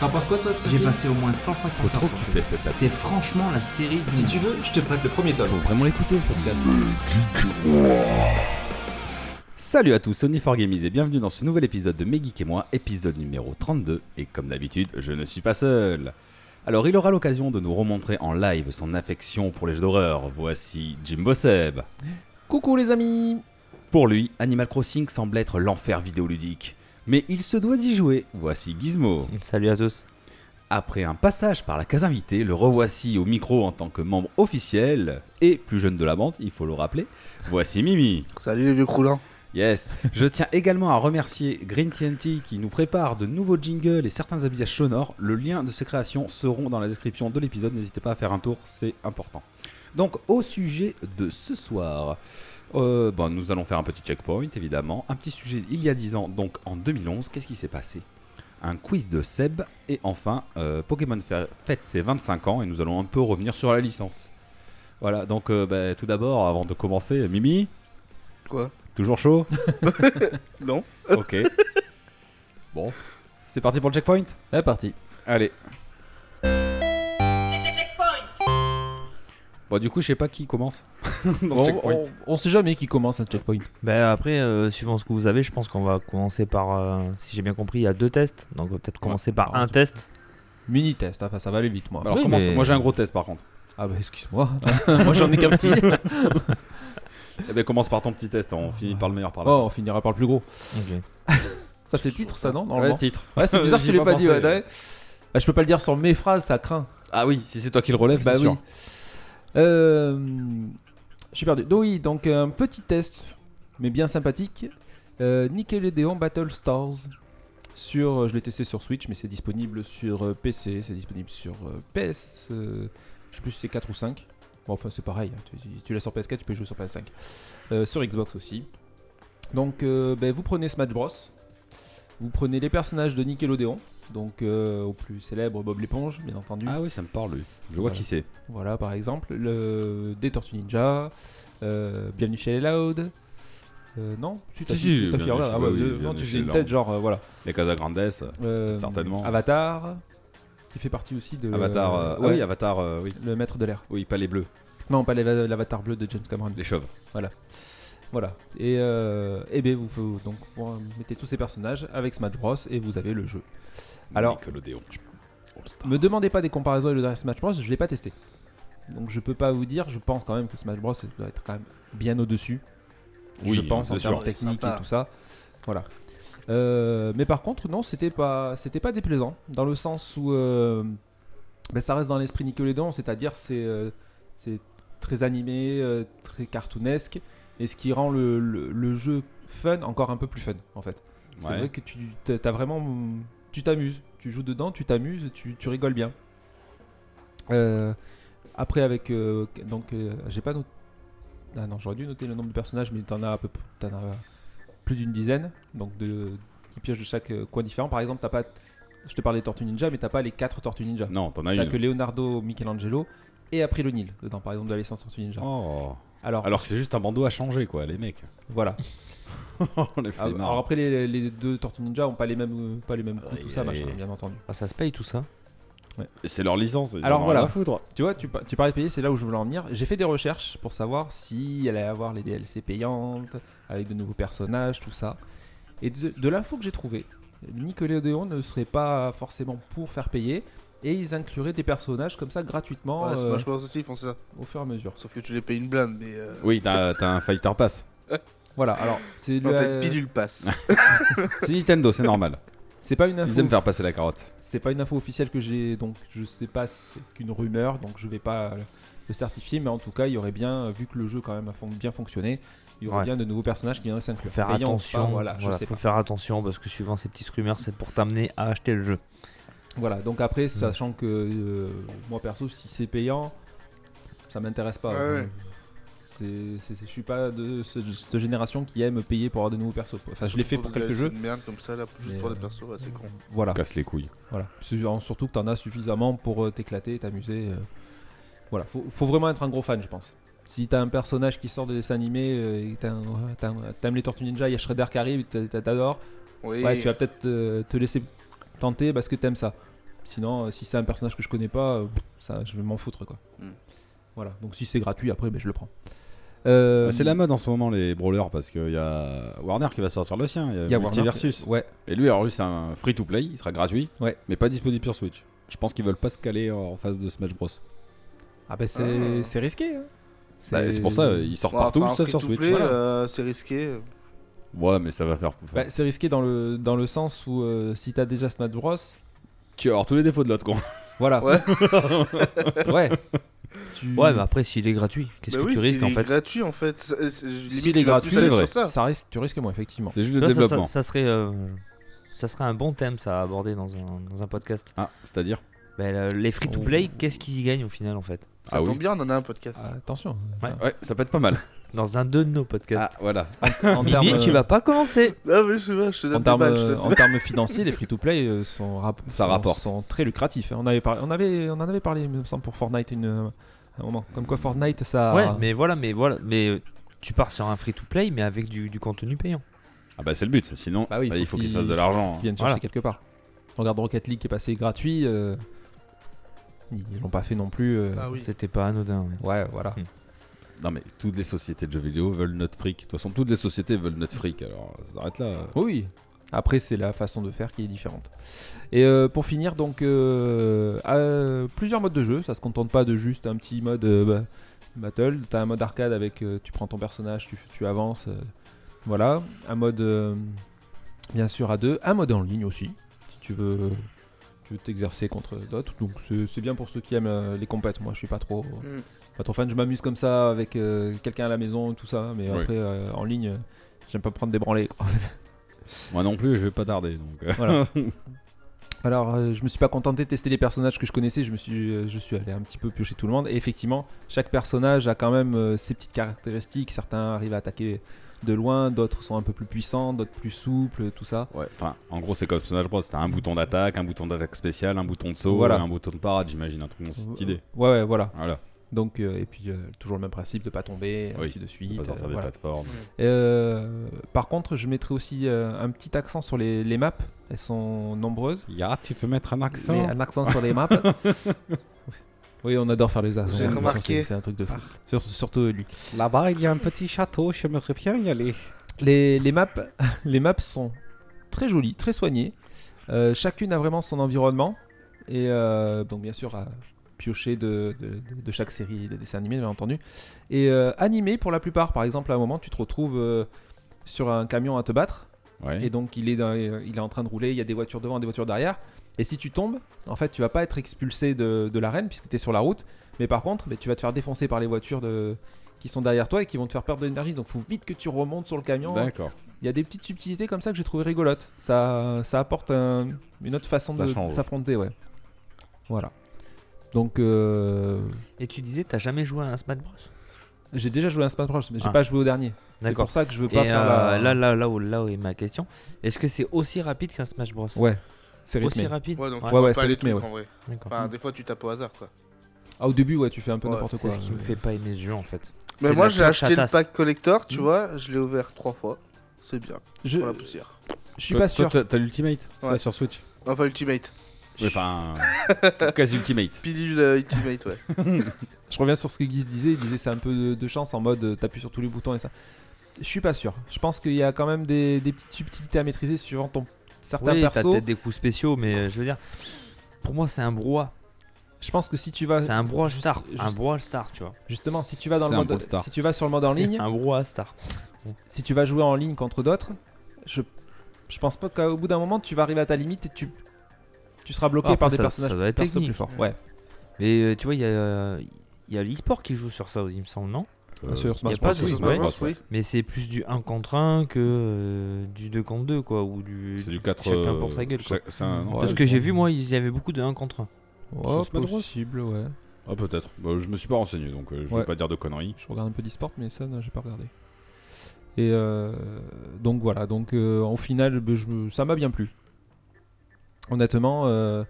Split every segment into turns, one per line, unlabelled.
T'en penses quoi toi de ce
J'ai
film
passé au moins 150 heures.
Faut
sur-
écouter cette attaque.
C'est franchement la série. du
Si
moment.
tu veux, je te prête le premier tome.
Faut vraiment l'écouter ce podcast. Salut à tous, Sony for Gamies et bienvenue dans ce nouvel épisode de Mes Geeks et moi, épisode numéro 32. Et comme d'habitude, je ne suis pas seul. Alors, il aura l'occasion de nous remontrer en live son affection pour les jeux d'horreur. Voici Jimbo Seb.
Coucou les amis
Pour lui, Animal Crossing semble être l'enfer vidéoludique. Mais il se doit d'y jouer. Voici Gizmo.
Salut à tous.
Après un passage par la case invitée, le revoici au micro en tant que membre officiel et plus jeune de la bande, il faut le rappeler. Voici Mimi.
Salut les vieux croulants.
Yes. Je tiens également à remercier Green TNT qui nous prépare de nouveaux jingles et certains habillages sonores. Le lien de ces créations seront dans la description de l'épisode. N'hésitez pas à faire un tour, c'est important. Donc au sujet de ce soir, euh, bon, nous allons faire un petit checkpoint évidemment. Un petit sujet il y a 10 ans, donc en 2011, qu'est-ce qui s'est passé un quiz de Seb et enfin euh, Pokémon fê- fête ses 25 ans et nous allons un peu revenir sur la licence. Voilà, donc euh, bah, tout d'abord, avant de commencer, Mimi,
Quoi
toujours chaud
Non
Ok. bon. C'est parti pour le checkpoint
C'est parti.
Allez. Bon, du coup, je sais pas qui commence. Dans le checkpoint.
On sait jamais qui commence un checkpoint.
Bah après, euh, suivant ce que vous avez, je pense qu'on va commencer par, euh, si j'ai bien compris, il y a deux tests. Donc on va peut-être commencer par
alors,
un
tout-
test.
Mini test, hein, enfin ça va aller vite moi.
Alors,
Oui,
commence.
mais-
Moi, j'ai un gros test par contre.
Ah bah excuse-moi.
Moi j'en ai qu'un petit.
Eh ben, commence par ton petit test. On finit par le meilleur par là.
Oh, on finira par le plus gros. Ça fait titre ça non
ouais,
normalement
titre.
Ouais, c'est bizarre que tu
J'y
l'aies pas
pensé.
dit. ouais, ouais. Bah, je peux pas le dire sur mes phrases, ça craint.
Ah oui, si c'est toi qui le relève,
Bah
c'est
oui.
sûr.
Euh, je suis perdu. Donc oui, donc euh, un petit test, mais bien sympathique. Euh, Nickelodeon Battle Stars. Sur, euh, je l'ai testé sur Switch, mais c'est disponible sur euh, PC, c'est disponible sur euh, PS. euh, je sais plus si c'est 4 ou 5. Bon, enfin, c'est pareil. hein. Tu, tu l'as sur PS4, tu peux jouer sur PS5. Euh, sur Xbox aussi. Donc, euh, ben, vous prenez Smash Bros. Vous prenez les personnages de Nickelodeon. Donc, euh, au plus célèbre, Bob l'éponge, bien entendu.
Ah oui, ça me parle. lui. Je vois
Voilà.
qui c'est.
Voilà, par exemple, le... des Tortues Ninja, euh, Bienvenue chez les Loud. Euh, non Si, t'as
Si,
fi-
si,
t'as
Bienvenue
fi- regarde,
chez-
ah ouais,
oui,
de-
oui,
non,
Bienvenue
tu
chez
faisais une
les
tête, genre, euh, voilà.
Les Casa Grandes.
Euh,
Certainement.
Avatar, qui fait partie aussi de.
Avatar. euh,
ouais,
oui, Avatar. euh, oui.
le maître de l'air.
Oui, pas les bleus.
Non, pas l'ava- l'avatar bleu de James Cameron.
Les chauves.
Voilà. Et, euh, eh ben, vous, vous- donc, vous mettez tous ces personnages avec Smash Bros. et vous avez le jeu. Alors-
Nickelodeon. All-Star.
Me demandez pas des comparaisons avec le dernier Smash Bros, je l'ai pas testé. Donc je peux pas vous dire, je pense quand même que Smash Bros doit être quand même bien au-dessus.
Oui,
je pense
c'est
en termes
sûr.
techniques
Sympa.
et tout ça. Voilà. Euh, mais par contre, non, c'était pas, c'était pas déplaisant, dans le sens où euh, ben, ça reste dans l'esprit Nickelodeon, c'est-à-dire c'est, euh, c'est très animé, euh, très cartoonesque, et ce qui rend le, le- le jeu fun encore un peu plus fun en fait. C'est
Ouais.
vrai que tu t'as- t'as vraiment, tu t'amuses, tu joues dedans, tu t'amuses, tu, tu rigoles bien. Euh, après avec euh, donc euh, j'ai pas noté, ah non j'aurais dû noter le nombre de personnages mais t'en as à peu p- t'en as plus d'une dizaine donc de qui piochent de chaque euh, coin différent. Par exemple t'as pas, je te parlais des Tortues Ninja mais t'as pas les quatre Tortues Ninja.
Non, t'en as
T'as
une.
que Leonardo, Michelangelo et April O'Neil dedans par exemple de la licence Tortues Ninja.
Oh.
Alors,
Alors que c'est juste un bandeau à changer, quoi, les mecs.
voilà.
On les fait
Ah,
marre.
Alors après les, les deux Tortues Ninja ont pas les mêmes euh, pas les mêmes coups, tout
Aïe,
ça
aïe.
machin, bien entendu.
Ah, ça se paye tout ça
C'est leur licence. ils
Alors
en ont
voilà.
rien à foutre.
Tu vois, tu, par- tu parlais de payer, c'est là où je voulais en venir. J'ai fait des recherches pour savoir si elle allait avoir les DLC payantes, avec de nouveaux personnages, tout ça. Et de, de l'info que j'ai trouvée, Nickelodeon ne serait pas forcément pour faire payer, et ils incluraient des personnages comme ça gratuitement
Ouais,
euh,
Smash Bros aussi ils font ça.
au fur et à mesure.
Sauf que tu les payes une blinde, mais. Euh...
Oui, t'as t'as un Fighter Pass.
Voilà, alors c'est
non,
le-
t'as une pilule passe.
C'est Nintendo, c'est normal.
c'est pas une
Ils
info.
aiment faire passer la carotte.
C'est pas une info officielle que j'ai, donc je sais pas, c'est qu'une rumeur, donc je vais pas euh, le certifier, mais en tout cas, il y aurait bien, vu que le jeu quand même a fon- bien fonctionné, il y aurait
Ouais.
bien de nouveaux personnages qui viendraient s'inclure.
Faut faire
Payant ou pas,
attention.
voilà,
voilà,
je sais
faut
pas.
faire attention parce que suivant ces petites rumeurs, c'est pour t'amener à acheter le jeu.
Voilà, donc
Hmm.
après, sachant que euh, moi perso, si c'est payant, ça m'intéresse pas.
Ouais,
Euh,
ouais.
c'est- c'est- c'est- je suis pas de ce- cette génération qui aime payer pour avoir de nouveaux persos. Enfin, je l'ai fait pour quelques
C'est
jeux.
une merde comme ça là, juste
Mais,
pour
euh,
des persos, ouais, c'est con.
Voilà.
Casse les couilles.
Voilà. Sur- Surtout que t'en as suffisamment pour euh, t'éclater, t'amuser. euh. Voilà. Faut, faut vraiment être un gros fan, je pense. Si t'as un personnage qui sort de dessin animé euh, et que t'as un- ouais, t'as un- t'aimes les Tortues Ninja, il y a Shredder qui arrive, t'a- t'a- t'adores,
Oui.
ouais, tu vas peut-être euh, te laisser tenter parce que t'aimes ça. Sinon, euh, si c'est un personnage que je connais pas, euh, ça, je vais m'en foutre quoi.
Hmm.
Mm.
Voilà. Donc si c'est gratuit, après, ben, je le prends. Euh,
Ah, C'est la mode en ce moment les brawlers parce qu'il y a Warner qui va sortir le sien, il y a
Warner qui-
Multiversus.
Ouais.
Et lui, alors lui, c'est un free to play, il sera gratuit,
Ouais.
mais pas disponible sur Switch. Je pense qu'ils veulent pas se caler en face de Smash Bros.
Ah ben c'est
Ah.
c'est risqué. hein.
Bah, C'est pour ça, ils sortent
Bon,
partout
enfin,
sauf sur
free-to-play,
Switch.
euh, c'est risqué.
Ouais, mais ça va faire.
Bah, c'est risqué dans le dans le sens où euh, si t'as déjà Smash Bros,
Tu vas avoir tous les défauts de l'autre con.
voilà.
Ouais.
Ouais. Tu-
Ouais, mais après, s'il est gratuit, qu'est-ce
Ben
Bah
que
oui,
tu risques
s'il
en
est
fait
gratuit en fait. C'est- c'est- limite,
il est
tu vas
gratuit,
plus aller
c'est vrai.
sur ça.
Ça risque, tu risques moins effectivement.
C'est juste le
Ça, ça-
développement.
Ça, ça serait, euh, ça serait un bon thème ça à aborder dans un, dans un podcast.
Ah, c'est-à-dire
Bah, le- les
Oh.
free-to-play, qu'est-ce qu'ils y gagnent au final en fait
Ça
Ah
tombe
oui.
bien, on en a un podcast.
Ah, Attention.
Ouais, ça peut être pas mal.
Dans un de nos
Ah,
podcasts.
voilà.
En
Mimi,
termes- euh,
tu vas pas commencer
Ah oui, je sais pas, je te donne
En
des
termes,
balles, je te
euh,
donne
en termes financiers, les free-to-play euh, sont, rap-
Ça
sont-
rapporte.
sont très lucratifs. hein. On, avait parlé- on, avait, on en avait parlé, il me semble, pour Fortnite une, euh, un moment. Comme quoi, Fortnite, ça.
Ouais, mais voilà, mais voilà, mais euh, tu pars sur un free-to-play, mais avec du, du contenu payant.
Ah bah c'est le but, sinon
Bah oui,
bah, il faut
faut
qu'ils
qu'il-
fassent de l'argent.
Ils viennent chercher
Voilà.
quelque part. Regarde Rocket League qui est passé gratuit. euh, Ils l'ont pas fait non plus. euh,
Ah oui.
C'était pas anodin. ouais.
Ouais, voilà.
Non mais toutes les sociétés de jeux vidéo veulent notre fric. De toute façon, toutes les sociétés veulent notre fric. Alors ça s'arrête là.
Oui. Après, c'est la façon de faire qui est différente. Et euh, pour finir, donc, euh, euh, plusieurs modes de jeu. Ça se contente pas de juste un petit mode euh, bah, battle. T'as un mode arcade avec euh, tu prends ton personnage, tu, tu avances. euh, voilà. Un mode, euh, bien sûr, à deux. Un mode en ligne aussi, si tu veux tu veux t'exercer contre d'autres. Donc, c'est c'est bien pour ceux qui aiment euh, les compètes. Moi, je suis pas trop,
Mm.
pas trop fan. Je m'amuse comme ça avec euh, quelqu'un à la maison et tout ça. Mais
Oui.
après, euh, en ligne, euh, j'aime pas me prendre des branlées. quoi.
Moi non plus, je vais pas tarder. Donc euh,
Voilà. Alors, euh, je me suis pas contenté de tester les personnages que je connaissais, je me suis, euh, je suis allé un petit peu piocher tout le monde. Et effectivement, chaque personnage a quand même euh, ses petites caractéristiques. Certains arrivent à attaquer de loin, d'autres sont un peu plus puissants, d'autres plus souples, tout ça.
ouais. Enfin, en gros, c'est comme Smash Bros. T'as un bouton d'attaque, un bouton d'attaque spécial, un bouton de saut,
Voilà.
et un bouton de parade. J'imagine un truc dans cette idée.
Ouais, ouais, voilà.
Voilà.
Donc, euh, et puis euh, toujours le même principe de pas tomber,
Oui,
ainsi de
On peut
suite.
pas
euh,
sortir des
voilà.
plateformes.
Euh, par contre, je mettrai aussi euh, un petit accent sur les- les maps. Elles sont nombreuses.
Ya, tu peux mettre un accent.
Mais un accent sur les maps. oui, on adore faire les accents.
J'ai
de toute façon,
remarqué.
C'est c'est un truc de fou. Sur- surtout lui.
Là-bas, il y a un petit château. J'aimerais bien y aller.
Les, les maps, les maps sont très jolies, très soignées. Euh, chacune a vraiment son environnement. Et euh, donc, bien sûr, à piocher de, de- de- de chaque série de dessins animés, bien entendu. Et euh, animé pour la plupart. Par exemple, à un moment, tu te retrouves euh, sur un camion à te battre.
Ouais.
Et donc il est, dans- euh, il est en train de rouler, il y a des voitures devant, des voitures derrière. Et si tu tombes, en fait, tu vas pas être expulsé de, de l'arène puisque tu es sur la route. Mais par contre, mais tu vas te faire défoncer par les voitures de, qui sont derrière toi et qui vont te faire perdre de l'énergie. Donc faut vite que tu remontes sur le camion.
D'accord.
Il y a des petites subtilités comme ça que j'ai trouvé rigolotes. Ça, ça apporte un- une autre façon
Ça
de,
change.
de s'affronter, ouais. Voilà. Donc euh,
Et tu disais, t'as jamais joué à un Smash Bros
j'ai déjà joué à un Smash Bros, mais j'ai
Ah.
pas joué au dernier. C'est
D'accord.
pour ça que je veux
Et
pas faire la...
euh, là, là, là où, là où est ma question, est-ce que c'est aussi rapide qu'un Smash Bros
Ouais. C'est rythmé.
Aussi rapide
Ouais, donc
Ouais,
tu vois
ouais,
pas
c'est
les
rythmé,
trucs,
ouais.
en vrai.
d'accord.
Enfin, des fois, tu tapes au hasard quoi.
Ah, au début, ouais, tu fais un peu
Ouais,
n'importe
C'est
quoi.
ce qui me fait pas aimer ce jeu en fait. C'est
Mais
de
moi,
la
j'ai
planche à
acheté le
tasse.
pack collector, tu
Mm.
vois, je l'ai ouvert trois fois. C'est bien
Je,
pour la poussière.
je suis pas sûr.
Toi, t'as l'ultimate, ça
Ouais.
sur Switch.
Enfin, Ultimate.
Ouais, Enfin, euh, quasi ultimate.
Pilule euh, Ultimate, ouais.
Je reviens sur ce que Guy se disait. Il disait c'est un peu de, de chance en mode euh, t'appuies sur tous les boutons et ça. Je suis pas sûr. Je pense qu'il y a quand même des, des petites subtilités à maîtriser suivant ton certains
Oui, t'as
persos.
peut-être des coups spéciaux, mais euh, je veux dire, pour moi c'est un brouhaha.
Je pense que si tu vas
C'est un brouhaha
juste-
star. Un
juste-
brouhaha star, tu vois.
justement si tu vas dans
C'est
le
un
mode
Brawl Stars.
si tu vas sur le mode en ligne,
Un brouhaha star.
si tu vas jouer en ligne contre d'autres, je je pense pas qu'au bout d'un moment tu vas arriver à ta limite et tu tu seras bloqué
Après,
par des
ça-
personnages
ça doit être
persos plus
technique. hein.
forts. Ouais.
Mais euh, tu vois, il y a, euh, il y a l'e-sport qui joue sur ça aussi, il me semble, non
Euh,
sur Smash
y a pas
Bros,
de-
oui.
Smash
ouais.
Bros, oui.
Mais c'est plus du 1 contre 1 que euh, du 2 contre 2, quoi. Ou du.
C'est du 4
Chacun pour sa gueule, quoi.
C'est un...
euh, Ouais.
Parce que j'ai vu, moi, il y avait beaucoup de 1 contre 1.
Oh,
Smash Bros.
possible, ouais.
Ah, peut-être. Bah, je me suis pas renseigné, donc euh, je
Ouais.
vais pas dire de conneries.
Je regarde un peu d'e-sport, mais ça, non, j'ai pas regardé. Et euh, donc voilà, donc euh, au final, ben, je- ça m'a bien plu. Honnêtement, euh,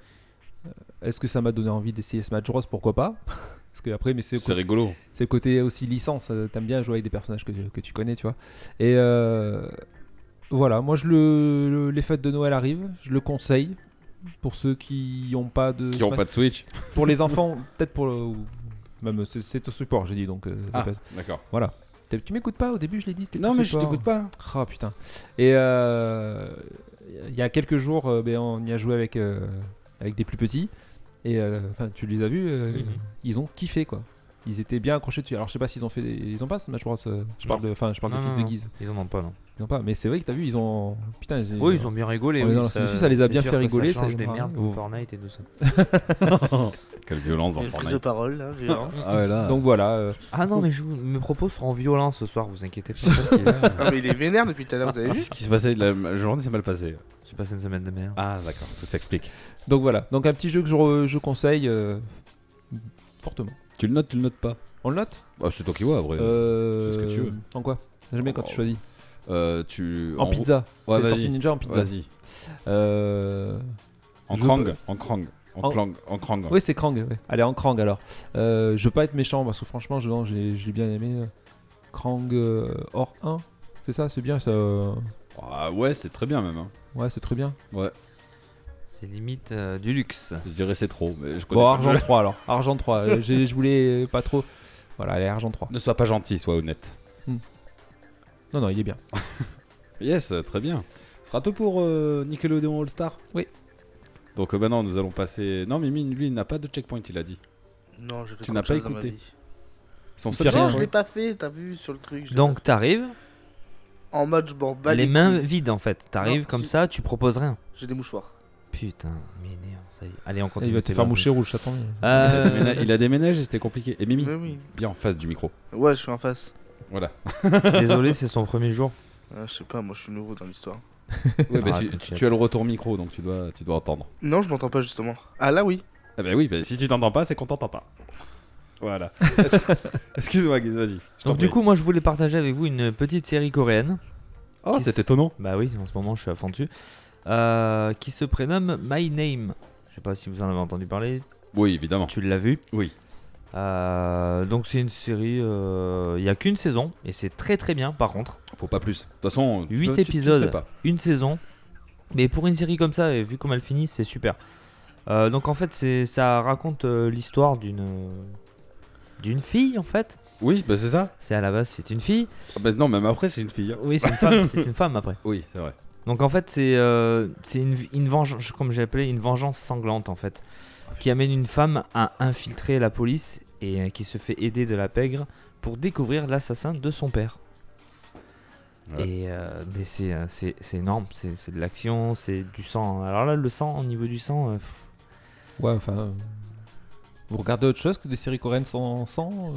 est-ce que ça m'a donné envie d'essayer Smash Bros Pourquoi pas Parce que après, mais c'est
C'est rigolo.
c'est le côté aussi licence. euh, T'aimes bien jouer avec des personnages que, tu- que tu connais, tu vois. Et euh, voilà, moi, je le, le- les fêtes de Noël arrivent, je le conseille. pour ceux qui n'ont pas de.
qui n'ont pas de Switch.
Pour les enfants, peut-être pour. le- ou Même euh, c'est- c'est au support, j'ai dit donc. euh, ça
Ah.
passe.
D'accord.
Voilà. T'as- Tu m'écoutes pas au début, je l'ai dit. c'était
Non,
au
mais je
support.
t'écoute pas. hein.
Ah putain. Et euh, il y a quelques jours, euh, ben, on y a joué avec, euh, avec des plus petits. Et euh, enfin, tu les as vus, euh,
Mhm.
ils ont kiffé quoi. Ils étaient bien accrochés dessus. Alors je sais pas s'ils ont fait, des- ils ont pas Smash Bros. euh, Je parle de, enfin je parle
Non,
de fils
non,
de Guise.
Ils en ont pas, non
Ils ont pas. Mais c'est vrai que t'as vu, ils ont. Putain. j'ai-
Oui, ils ont bien rigolé.
Ouais,
oui,
non, celui-ci, ça les a
c'est
bien
sûr
fait
que
rigoler,
Ça change
ça-
des
ah,
merdes comme
ouf.
Fortnite et tout ça.
Quelle violence dans
Les prises de
Fortnite.
parole, hein, là, violente.
Ah ouais, là.
Donc voilà. euh,
Ah non, mais je vous- mes propos seront violents ce soir, vous inquiétez pas. parce qu'il est-
Non, mais il est vénère depuis tout à l'heure, vous avez vu
Ce qui s'est passé, la la journée s'est mal passée.
J'ai passé une semaine de merde.
Ah, d'accord, tout s'explique.
Donc voilà. Donc un petit jeu que je, re- je conseille euh, fortement.
Tu le notes, tu le notes pas
On le note
Ah, C'est toi qui vois, après.
Euh,
c'est ce que tu veux.
En quoi Jamais quand tu choisis.
Euh, tu...
En pizza.
Ouais,
C'est
vas-y.
Tortue Ninja en pizza.
Vas-y.
Euh,
En
Je
krang,
peux-
en krang, en
En-
krang, en krang.
Oui, c'est Krang. ouais. Allez, en Krang alors. Euh, je veux pas être méchant parce que franchement, je, non, je l'ai je l'ai bien aimé. euh, Krang euh, hors 1, c'est ça, c'est bien ça. euh,
Ah ouais, c'est très bien même. hein.
Ouais, c'est très bien.
C'est limite euh, du luxe.
Je dirais c'est trop, mais je connais
Bon,
pas.
Argent 3 alors. Argent 3, euh, j'ai- je voulais pas trop. Voilà, allez, Argent 3.
Ne sois pas gentil, sois honnête.
Non, non, il est bien.
Yes, très bien. Ce sera tout pour euh, Nickelodeon All Star
Oui.
Donc euh, maintenant, nous allons passer. Non, Mimi, lui, il n'a pas de checkpoint, il a dit.
Non, j'ai fait
Tu n'as
trop de
pas
choses dans ma
écouté.
vie.
Son
Il
seul
fait rien,
checkpoint.
Non, je
ouais.
l'ai pas fait, t'as vu sur le truc. je l'ai pas
Donc t'arrives,
fait. En mode, je m'en
les
bats Bah, les
mains
couilles.
vides en fait. T'arrives
Non,
comme
si.
ça, tu proposes rien.
J'ai des mouchoirs.
Putain, mais merde, ça y est. Allez, on
Et
continue.
il va te
c'est
faire
bien.
moucher rouge, attends.
Il a
Euh,
déménagé- Il a déménagé, c'était compliqué. Et Mimi,
Mais oui.
bien en face du micro.
Ouais, je suis en face.
Voilà.
Désolé, c'est son premier jour.
Ah, je sais pas, moi je suis nouveau dans l'histoire.
Ouais, bah,
Ah,
tu,
t'inquiète.
tu as le retour micro, donc tu dois, tu dois entendre.
Non, je m'entends pas justement. Ah là, oui.
Ah bah oui, bah, si tu t'entends pas, c'est qu'on t'entend pas. Voilà. Excuse-moi, Guise, vas-y. je t'en
Donc du
prie.
coup, moi, je voulais partager avec vous une petite série coréenne.
oh,
qui
c'est
s-
étonnant.
Bah oui, en ce moment, je suis à fond dessus. Euh, qui se prénomme My Name. Je sais pas si vous en avez entendu parler.
Oui, évidemment.
Tu l'as vu.
Oui.
Euh, donc c'est une série, euh, il y a qu'une saison et c'est très très bien par contre.
Faut pas plus. De toute façon, tu
Huit
peux- tu- tu
épisodes.
le fais pas.
une saison. Mais pour une série comme ça, et vu comment elle finit, c'est super. Euh, donc en fait, c'est ça raconte euh, l'histoire d'une euh, d'une fille en fait.
Oui, bah c'est ça.
C'est à la base, c'est une fille.
Ah bah non, même après, c'est une fille. hein.
Oui, c'est une femme. c'est une femme après.
Oui, c'est vrai.
Donc en fait, c'est euh, c'est une, une vengeance, comme j'ai appelé, une vengeance sanglante en fait, qui amène une femme à infiltrer la police et euh, qui se fait aider de la pègre pour découvrir l'assassin de son père.
Ouais.
Et euh, mais c'est euh, c'est c'est énorme, c'est c'est de l'action, c'est du sang. hein. Alors là, le sang, au niveau du sang, euh, pff,
Ouais, enfin. euh, Vous regardez autre chose que des séries coréennes sans sang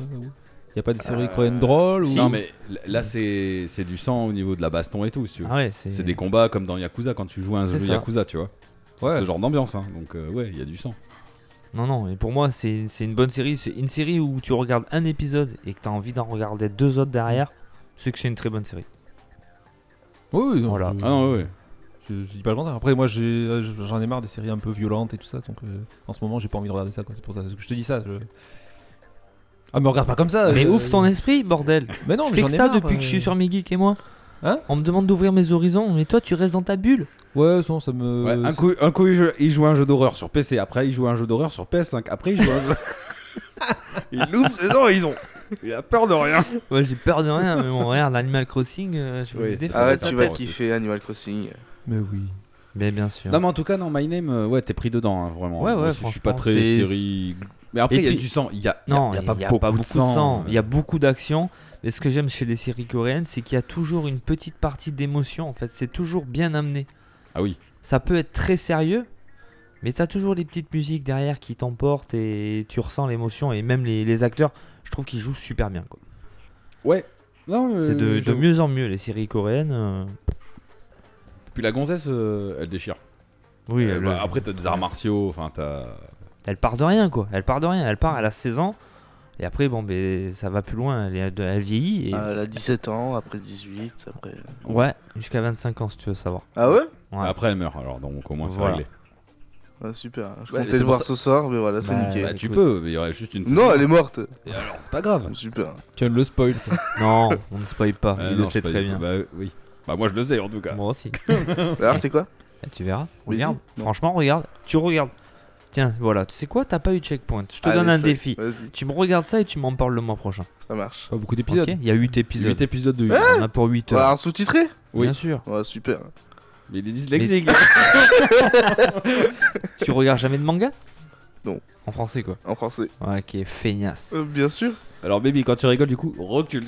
Il y a pas des séries
Euh,
coréennes
Oh,
drôles ou...
Non, mais l- là, c'est c'est du sang au niveau de la baston et tout, si tu veux.
ah ouais, c'est
C'est des combats comme dans Yakuza quand tu joues à un jeu
C'est ça.
Yakuza, tu vois. C'est
Ouais.
ce genre d'ambiance, hein. donc euh, ouais, il y a du sang.
Non, non, et pour moi, c'est c'est une bonne série. C'est une série où tu regardes un épisode et que tu as envie d'en regarder deux autres derrière. C'est que c'est une très bonne série.
Oui, oui, non,
Voilà.
je-
Ah non, ouais, ouais.
Je, je dis pas le contraire. Après, moi, j'ai- euh, j'en ai marre des séries un peu violentes et tout ça. Donc, euh, en ce moment, j'ai pas envie de regarder ça. quoi. C'est pour ça que je te dis ça. je- Ah, mais regarde pas comme ça.
Mais
euh,
ouvre ton esprit, bordel!
Mais non,
je
mais
fais
j'en
que
ai
ça
marre,
depuis que je
euh.
suis sur mes geeks et moi.
Hein
On me demande d'ouvrir mes horizons, mais toi tu restes dans ta bulle.
Ouais, non, ça
Euh,
me.
Ouais, un, coup, un coup, il joue, il joue à un jeu d'horreur sur PC, après il joue à un jeu d'horreur sur PS5, après il joue à un jeu. il ouvre ses horizons. Il a peur de rien.
Ouais, j'ai peur de rien, mais bon, regarde, Animal Crossing, euh, je
Oui, Ah
vais
c'est
défendre.
ça,
Arrête,
c'est
Ah, tu
sympa
vas
aussi.
kiffer Animal Crossing.
Mais oui.
Mais bien sûr.
Non, mais en tout cas, non, My Name, euh, ouais, t'es pris dedans, hein, vraiment.
Ouais,
Moi
ouais,
aussi, je suis pas
franchement,
très
c'est-
série. Mais après,
Et
il y a
puis-
du sang. Il y a, il y a-
Non,
il y a,
il
pas,
y a
beaucoup
pas
de sang. euh.
Il y a beaucoup d'action. Mais ce que j'aime chez les séries coréennes, c'est qu'il y a toujours une petite partie d'émotion. En fait, c'est toujours bien amené.
Ah oui.
Ça peut être très sérieux, mais t'as toujours les petites musiques derrière qui t'emportent et tu ressens l'émotion. Et même les, les acteurs, je trouve qu'ils jouent super bien. quoi.
Ouais. Non, euh,
c'est de, de
j'avoue.
mieux en mieux les séries coréennes. euh,
Puis la gonzesse, euh, elle déchire.
Oui,
Euh,
le-
bah, après, t'as des arts martiaux, enfin, t'as.
Elle part de rien, quoi. Elle part de rien. Elle part, elle a 16 ans. Et après, bon, ben, ça va plus loin. Elle, est- elle vieillit. Et...
Ah, elle a 17 ans, après 18, après.
Ouais, jusqu'à 25 ans, si tu veux savoir.
Ah ouais
Ouais.
Après, elle meurt, alors donc au moins c'est
Voilà.
réglé.
Ah, Super, je
Ouais,
comptais
c'est
le
pour
voir
ça-
ce soir, mais voilà, c'est
Bah,
nickel.
Bah, tu
écoute.
peux, mais il y aurait juste une.
Non, elle est morte
Et alors, c'est pas grave.
Super.
Tiens, le spoil. quoi.
Non, on ne spoil pas.
Euh,
il
non,
le
je
sait
sais pas
très
du
bien.
tout. Bah oui. Bah moi je le sais en tout cas.
Moi aussi.
Alors, c'est quoi
Eh, tu verras.
Oui.
Regarde.
Bon.
Franchement, regarde. Tu regardes. Tiens, voilà. Tu sais quoi T'as pas eu de checkpoint. Je te
Allez,
donne un
ça-
défi.
Vas-y,
Tu me regardes ça et tu m'en parles le mois prochain.
ça marche.
Pas beaucoup
Ok
d'épisodes.
Il y a 8 épisodes.
8 épisodes de 8.
On a pour 8
On va
heures.
un sous-titré
oui.
Bien sûr.
Ouais, super.
Mais il est
dyslexique. tu regardes jamais de manga
Non.
En français, quoi.
En français.
Ouais, qui est feignasse.
Euh, bien sûr.
Alors, baby, quand tu rigoles, du coup, recule.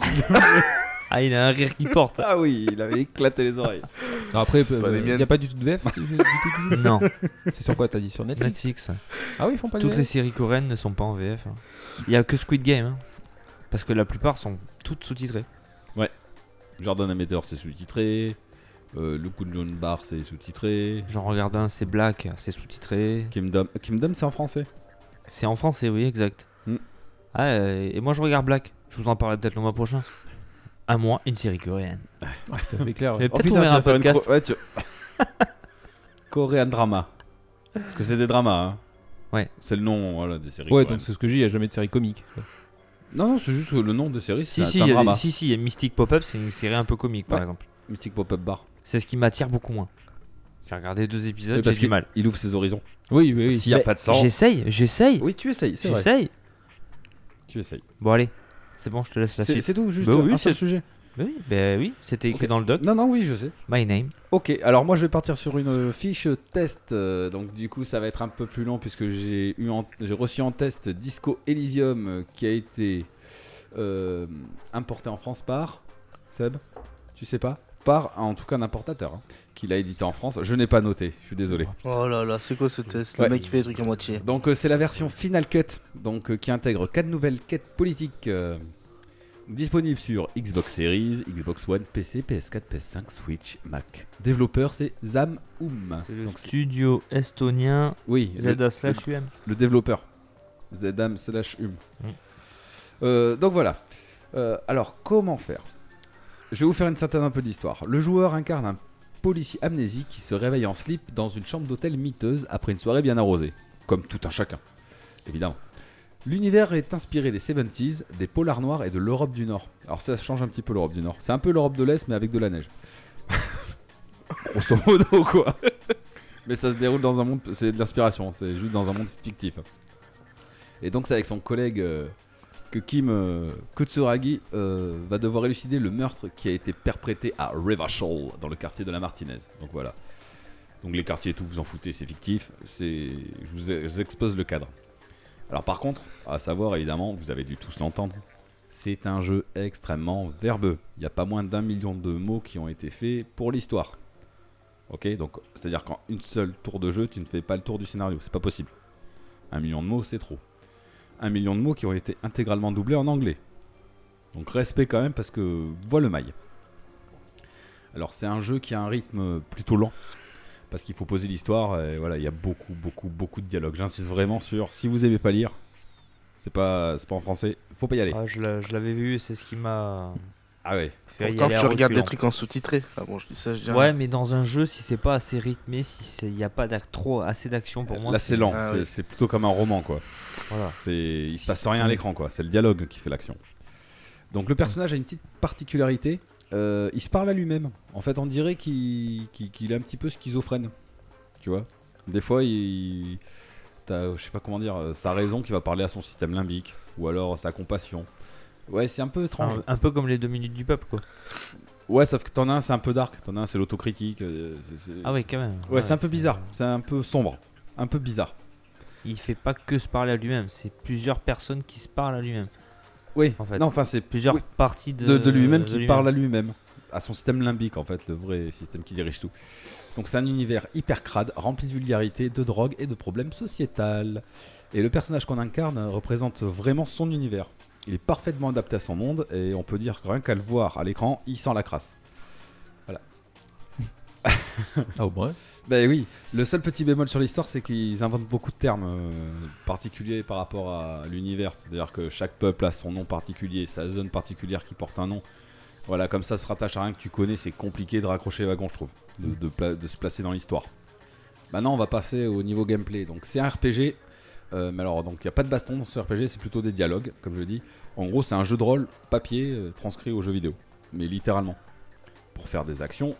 Ah, il a un rire qui porte.
ah oui, il avait éclaté les oreilles.
Non, Après,
pas les
il
miennes.
n'y a pas du tout de VF.
non.
C'est sur quoi t'as dit Sur Netflix
Netflix, ouais.
Ah oui, ils font pas de
Toutes les
VF.
séries coréennes ne sont pas en VF. hein. Il y a que Squid Game. hein. Parce que la plupart sont toutes sous-titrées.
Jordan Amateur, c'est sous-titré. Euh, le coup de John Barr, c'est sous-titré.
J'en regarde un, c'est Black, c'est sous-titré.
Kingdom, Kingdom c'est en français.
C'est en français, oui, exact.
Hmm.
Ah, euh, et moi je regarde Black. Je vous en parlerai peut-être le mois prochain. À moi, une série coréenne.
Ça fait clair.
Je vais
Oh
peut-être
putain,
ouvrir
tu
un
vas faire une
podcast.
cro- ouais, tu- Korean Drama. Parce que c'est des dramas, hein.
Ouais.
C'est le nom voilà, des séries.
Ouais,
coréennes.
donc c'est ce que j'ai, il n'y a jamais de série comique.
Non, non, c'est juste que le nom de série,
Si,
c'est un,
si,
c'est un
il y a des-
drama.
si, si, il y a Mystic Pop-Up, c'est une série un peu comique par
Ouais.
exemple.
Mystic Pop-Up Bar.
C'est ce qui m'attire beaucoup moins. J'ai regardé deux épisodes,
Oui,
j'ai
parce
du mal.
Il ouvre ses horizons.
Oui, oui, oui.
S'il n'y a
Mais
pas de sens.
J'essaye, j'essaye,
Oui, tu essayes, c'est vrai.
j'essaye.
Tu essayes.
Bon, allez, c'est bon, je te laisse la
C'est
suite.
c'est tout, juste
Bah oui,
un
c'est-
seul sujet.
Bah oui, bah oui, c'était écrit
Ok.
dans le doc.
Non, non, oui, je sais.
My name.
Ok, alors moi je vais partir sur une euh, fiche test, euh, donc du coup ça va être un peu plus long puisque j'ai eu en- j'ai reçu en test Disco Elysium euh, qui a été euh, importé en France par Seb, tu sais pas, par en tout cas un importateur hein, qui l'a édité en France. Je n'ai pas noté, je suis désolé.
Oh là là, c'est quoi ce test
Ouais.
Le mec qui fait des trucs à moitié.
Donc euh, c'est la version Final Cut, donc euh, qui intègre quatre nouvelles quêtes politiques euh, disponibles sur Xbox Series, Xbox One, PC, PS4, PS5, Switch, Mac. Développeur c'est Zamhoum.
C'est le
Donc,
studio estonien
Oui, le-
Zelda slash UM.
le développeur. Zedam slash Hum.
Mm.
Euh, donc voilà. Euh, alors, comment faire Je vais vous faire une synthèse un peu d'histoire. Le joueur incarne un policier amnésique qui se réveille en slip dans une chambre d'hôtel miteuse après une soirée bien arrosée. Comme tout un chacun, évidemment. L'univers est inspiré des 70s, des polars noirs et de l'Europe du Nord. Alors ça change un petit peu l'Europe du Nord. C'est un peu l'Europe de l'Est mais avec de la neige. Grosso modo quoi. Mais ça se déroule dans un monde, c'est de l'inspiration, c'est juste dans un monde fictif. Et donc c'est avec son collègue euh, que Kim euh, Kutsuragi euh, va devoir élucider le meurtre qui a été perpétré à Revachol dans le quartier de la Martinez. Donc voilà. Donc les quartiers et tout, vous en foutez, c'est fictif. C'est, je vous, je vous expose le cadre. Alors par contre, à savoir évidemment, vous avez dû tous l'entendre, c'est un jeu extrêmement verbeux. Il n'y a pas moins d'un million de mots qui ont été faits pour l'histoire. Ok, donc c'est-à-dire qu'en une seule tour de jeu, tu ne fais pas le tour du scénario, c'est pas possible. Un million de mots, c'est trop. Un million de mots qui ont été intégralement doublés en anglais. Donc respect quand même parce que vois le mail. Alors c'est un jeu qui a un rythme plutôt lent parce qu'il faut poser l'histoire et voilà, il y a beaucoup beaucoup beaucoup de dialogues. J'insiste vraiment sur si vous aimez pas lire, c'est pas c'est pas en français, faut pas y aller.
Ah, je l'a- je l'avais vu, c'est ce qui m'a
Ah ouais.
fait y
Pourtant,
aller à
tu regardes des
reculons.
trucs en sous-titré. Ah bon, je dis ça, je dis rien.
Ouais, mais dans un jeu, si c'est pas assez rythmé, si il n'y a pas d'ac- trop assez d'action pour moi.
Euh, Là c'est lent,
Ah
c'est-
ouais.
c'est plutôt comme un roman quoi.
Voilà.
C'est- Il se
Si.
passe rien à l'écran, quoi. C'est le dialogue qui fait l'action. Donc le personnage a une petite particularité. Euh, il se parle à lui-même. En fait, on dirait qu'il qu'il- qu'il est un petit peu schizophrène. Tu vois Des fois, il. T'as, je sais pas comment dire, euh, sa raison qui va parler à son système limbique. Ou alors sa compassion. Ouais, c'est un peu étrange.
Un, un peu comme les deux minutes du peuple, quoi.
Euh, Ouais, sauf que t'en as un, c'est un peu dark. T'en as un, c'est l'autocritique. euh, c'est- c'est-
Ah ouais, quand même.
ouais, c'est un peu bizarre. C'est un peu sombre. Un peu bizarre.
Il fait pas que se parler à lui-même, c'est plusieurs personnes qui se parlent à lui-même.
Oui,
En fait.
non, enfin, c'est
Plusieurs
oui.
parties de,
de, de lui-même
de
qui parle à lui-même, à son système limbique en fait, le vrai système qui dirige tout. Donc c'est un univers hyper crade, rempli de vulgarité, de drogue et de problèmes sociétals. Et le personnage qu'on incarne représente vraiment son univers. Il est parfaitement adapté à son monde et on peut dire que rien qu'à le voir à l'écran, il sent la crasse.
Ah, au moins.
Ben oui, le seul petit bémol sur l'histoire, c'est qu'ils inventent beaucoup de termes euh, particuliers par rapport à l'univers. C'est-à-dire que chaque peuple a son nom particulier, sa zone particulière qui porte un nom. Voilà, comme ça se rattache à rien que tu connais, c'est compliqué de raccrocher les wagons, je trouve, de, de pla- de se placer dans l'histoire. Maintenant, on va passer au niveau gameplay. Donc, c'est un RPG, euh, mais alors, donc il n'y a pas de baston dans ce RPG, c'est plutôt des dialogues, comme je dis. En gros, c'est un jeu de rôle papier euh, transcrit au jeu vidéo, mais littéralement. Pour faire des actions,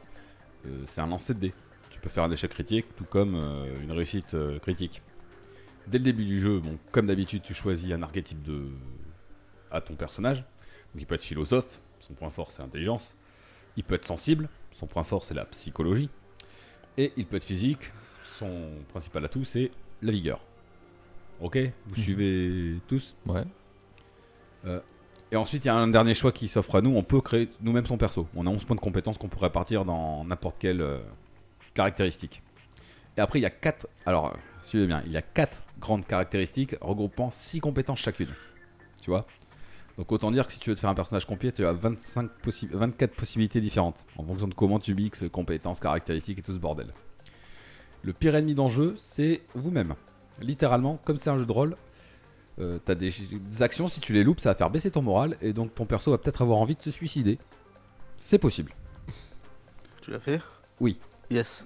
euh, c'est un lancer de dés. Tu peut faire un échec critique, tout comme euh, une réussite euh, critique. Dès le début du jeu, bon, comme d'habitude, tu choisis un archétype de... à ton personnage. Donc il peut être philosophe, son point fort c'est l'intelligence. Il peut être sensible, son point fort c'est la psychologie. Et il peut être physique, son principal atout c'est la vigueur. Ok Vous suivez tous
Ouais.
et ensuite, il y a un dernier choix qui s'offre à nous. On peut créer nous-mêmes son perso. On a 11 points de compétences qu'on pourrait partir dans n'importe quelle euh, caractéristique. Et après, il y a 4. Alors, euh, suivez bien. Il y a 4 grandes caractéristiques regroupant 6 compétences chacune. Tu vois Donc, autant dire que si tu veux te faire un personnage complet, tu as 25 possi- 24 possibilités différentes en fonction de comment tu mixes compétences, caractéristiques et tout ce bordel. Le pire ennemi d'enjeu, c'est vous-même. Littéralement, comme c'est un jeu de rôle, euh, t'as des, des actions, si tu les loupes, ça va faire baisser ton moral et donc ton perso va peut-être avoir envie de se suicider. C'est possible.
Tu l'as fait
Oui.
Yes.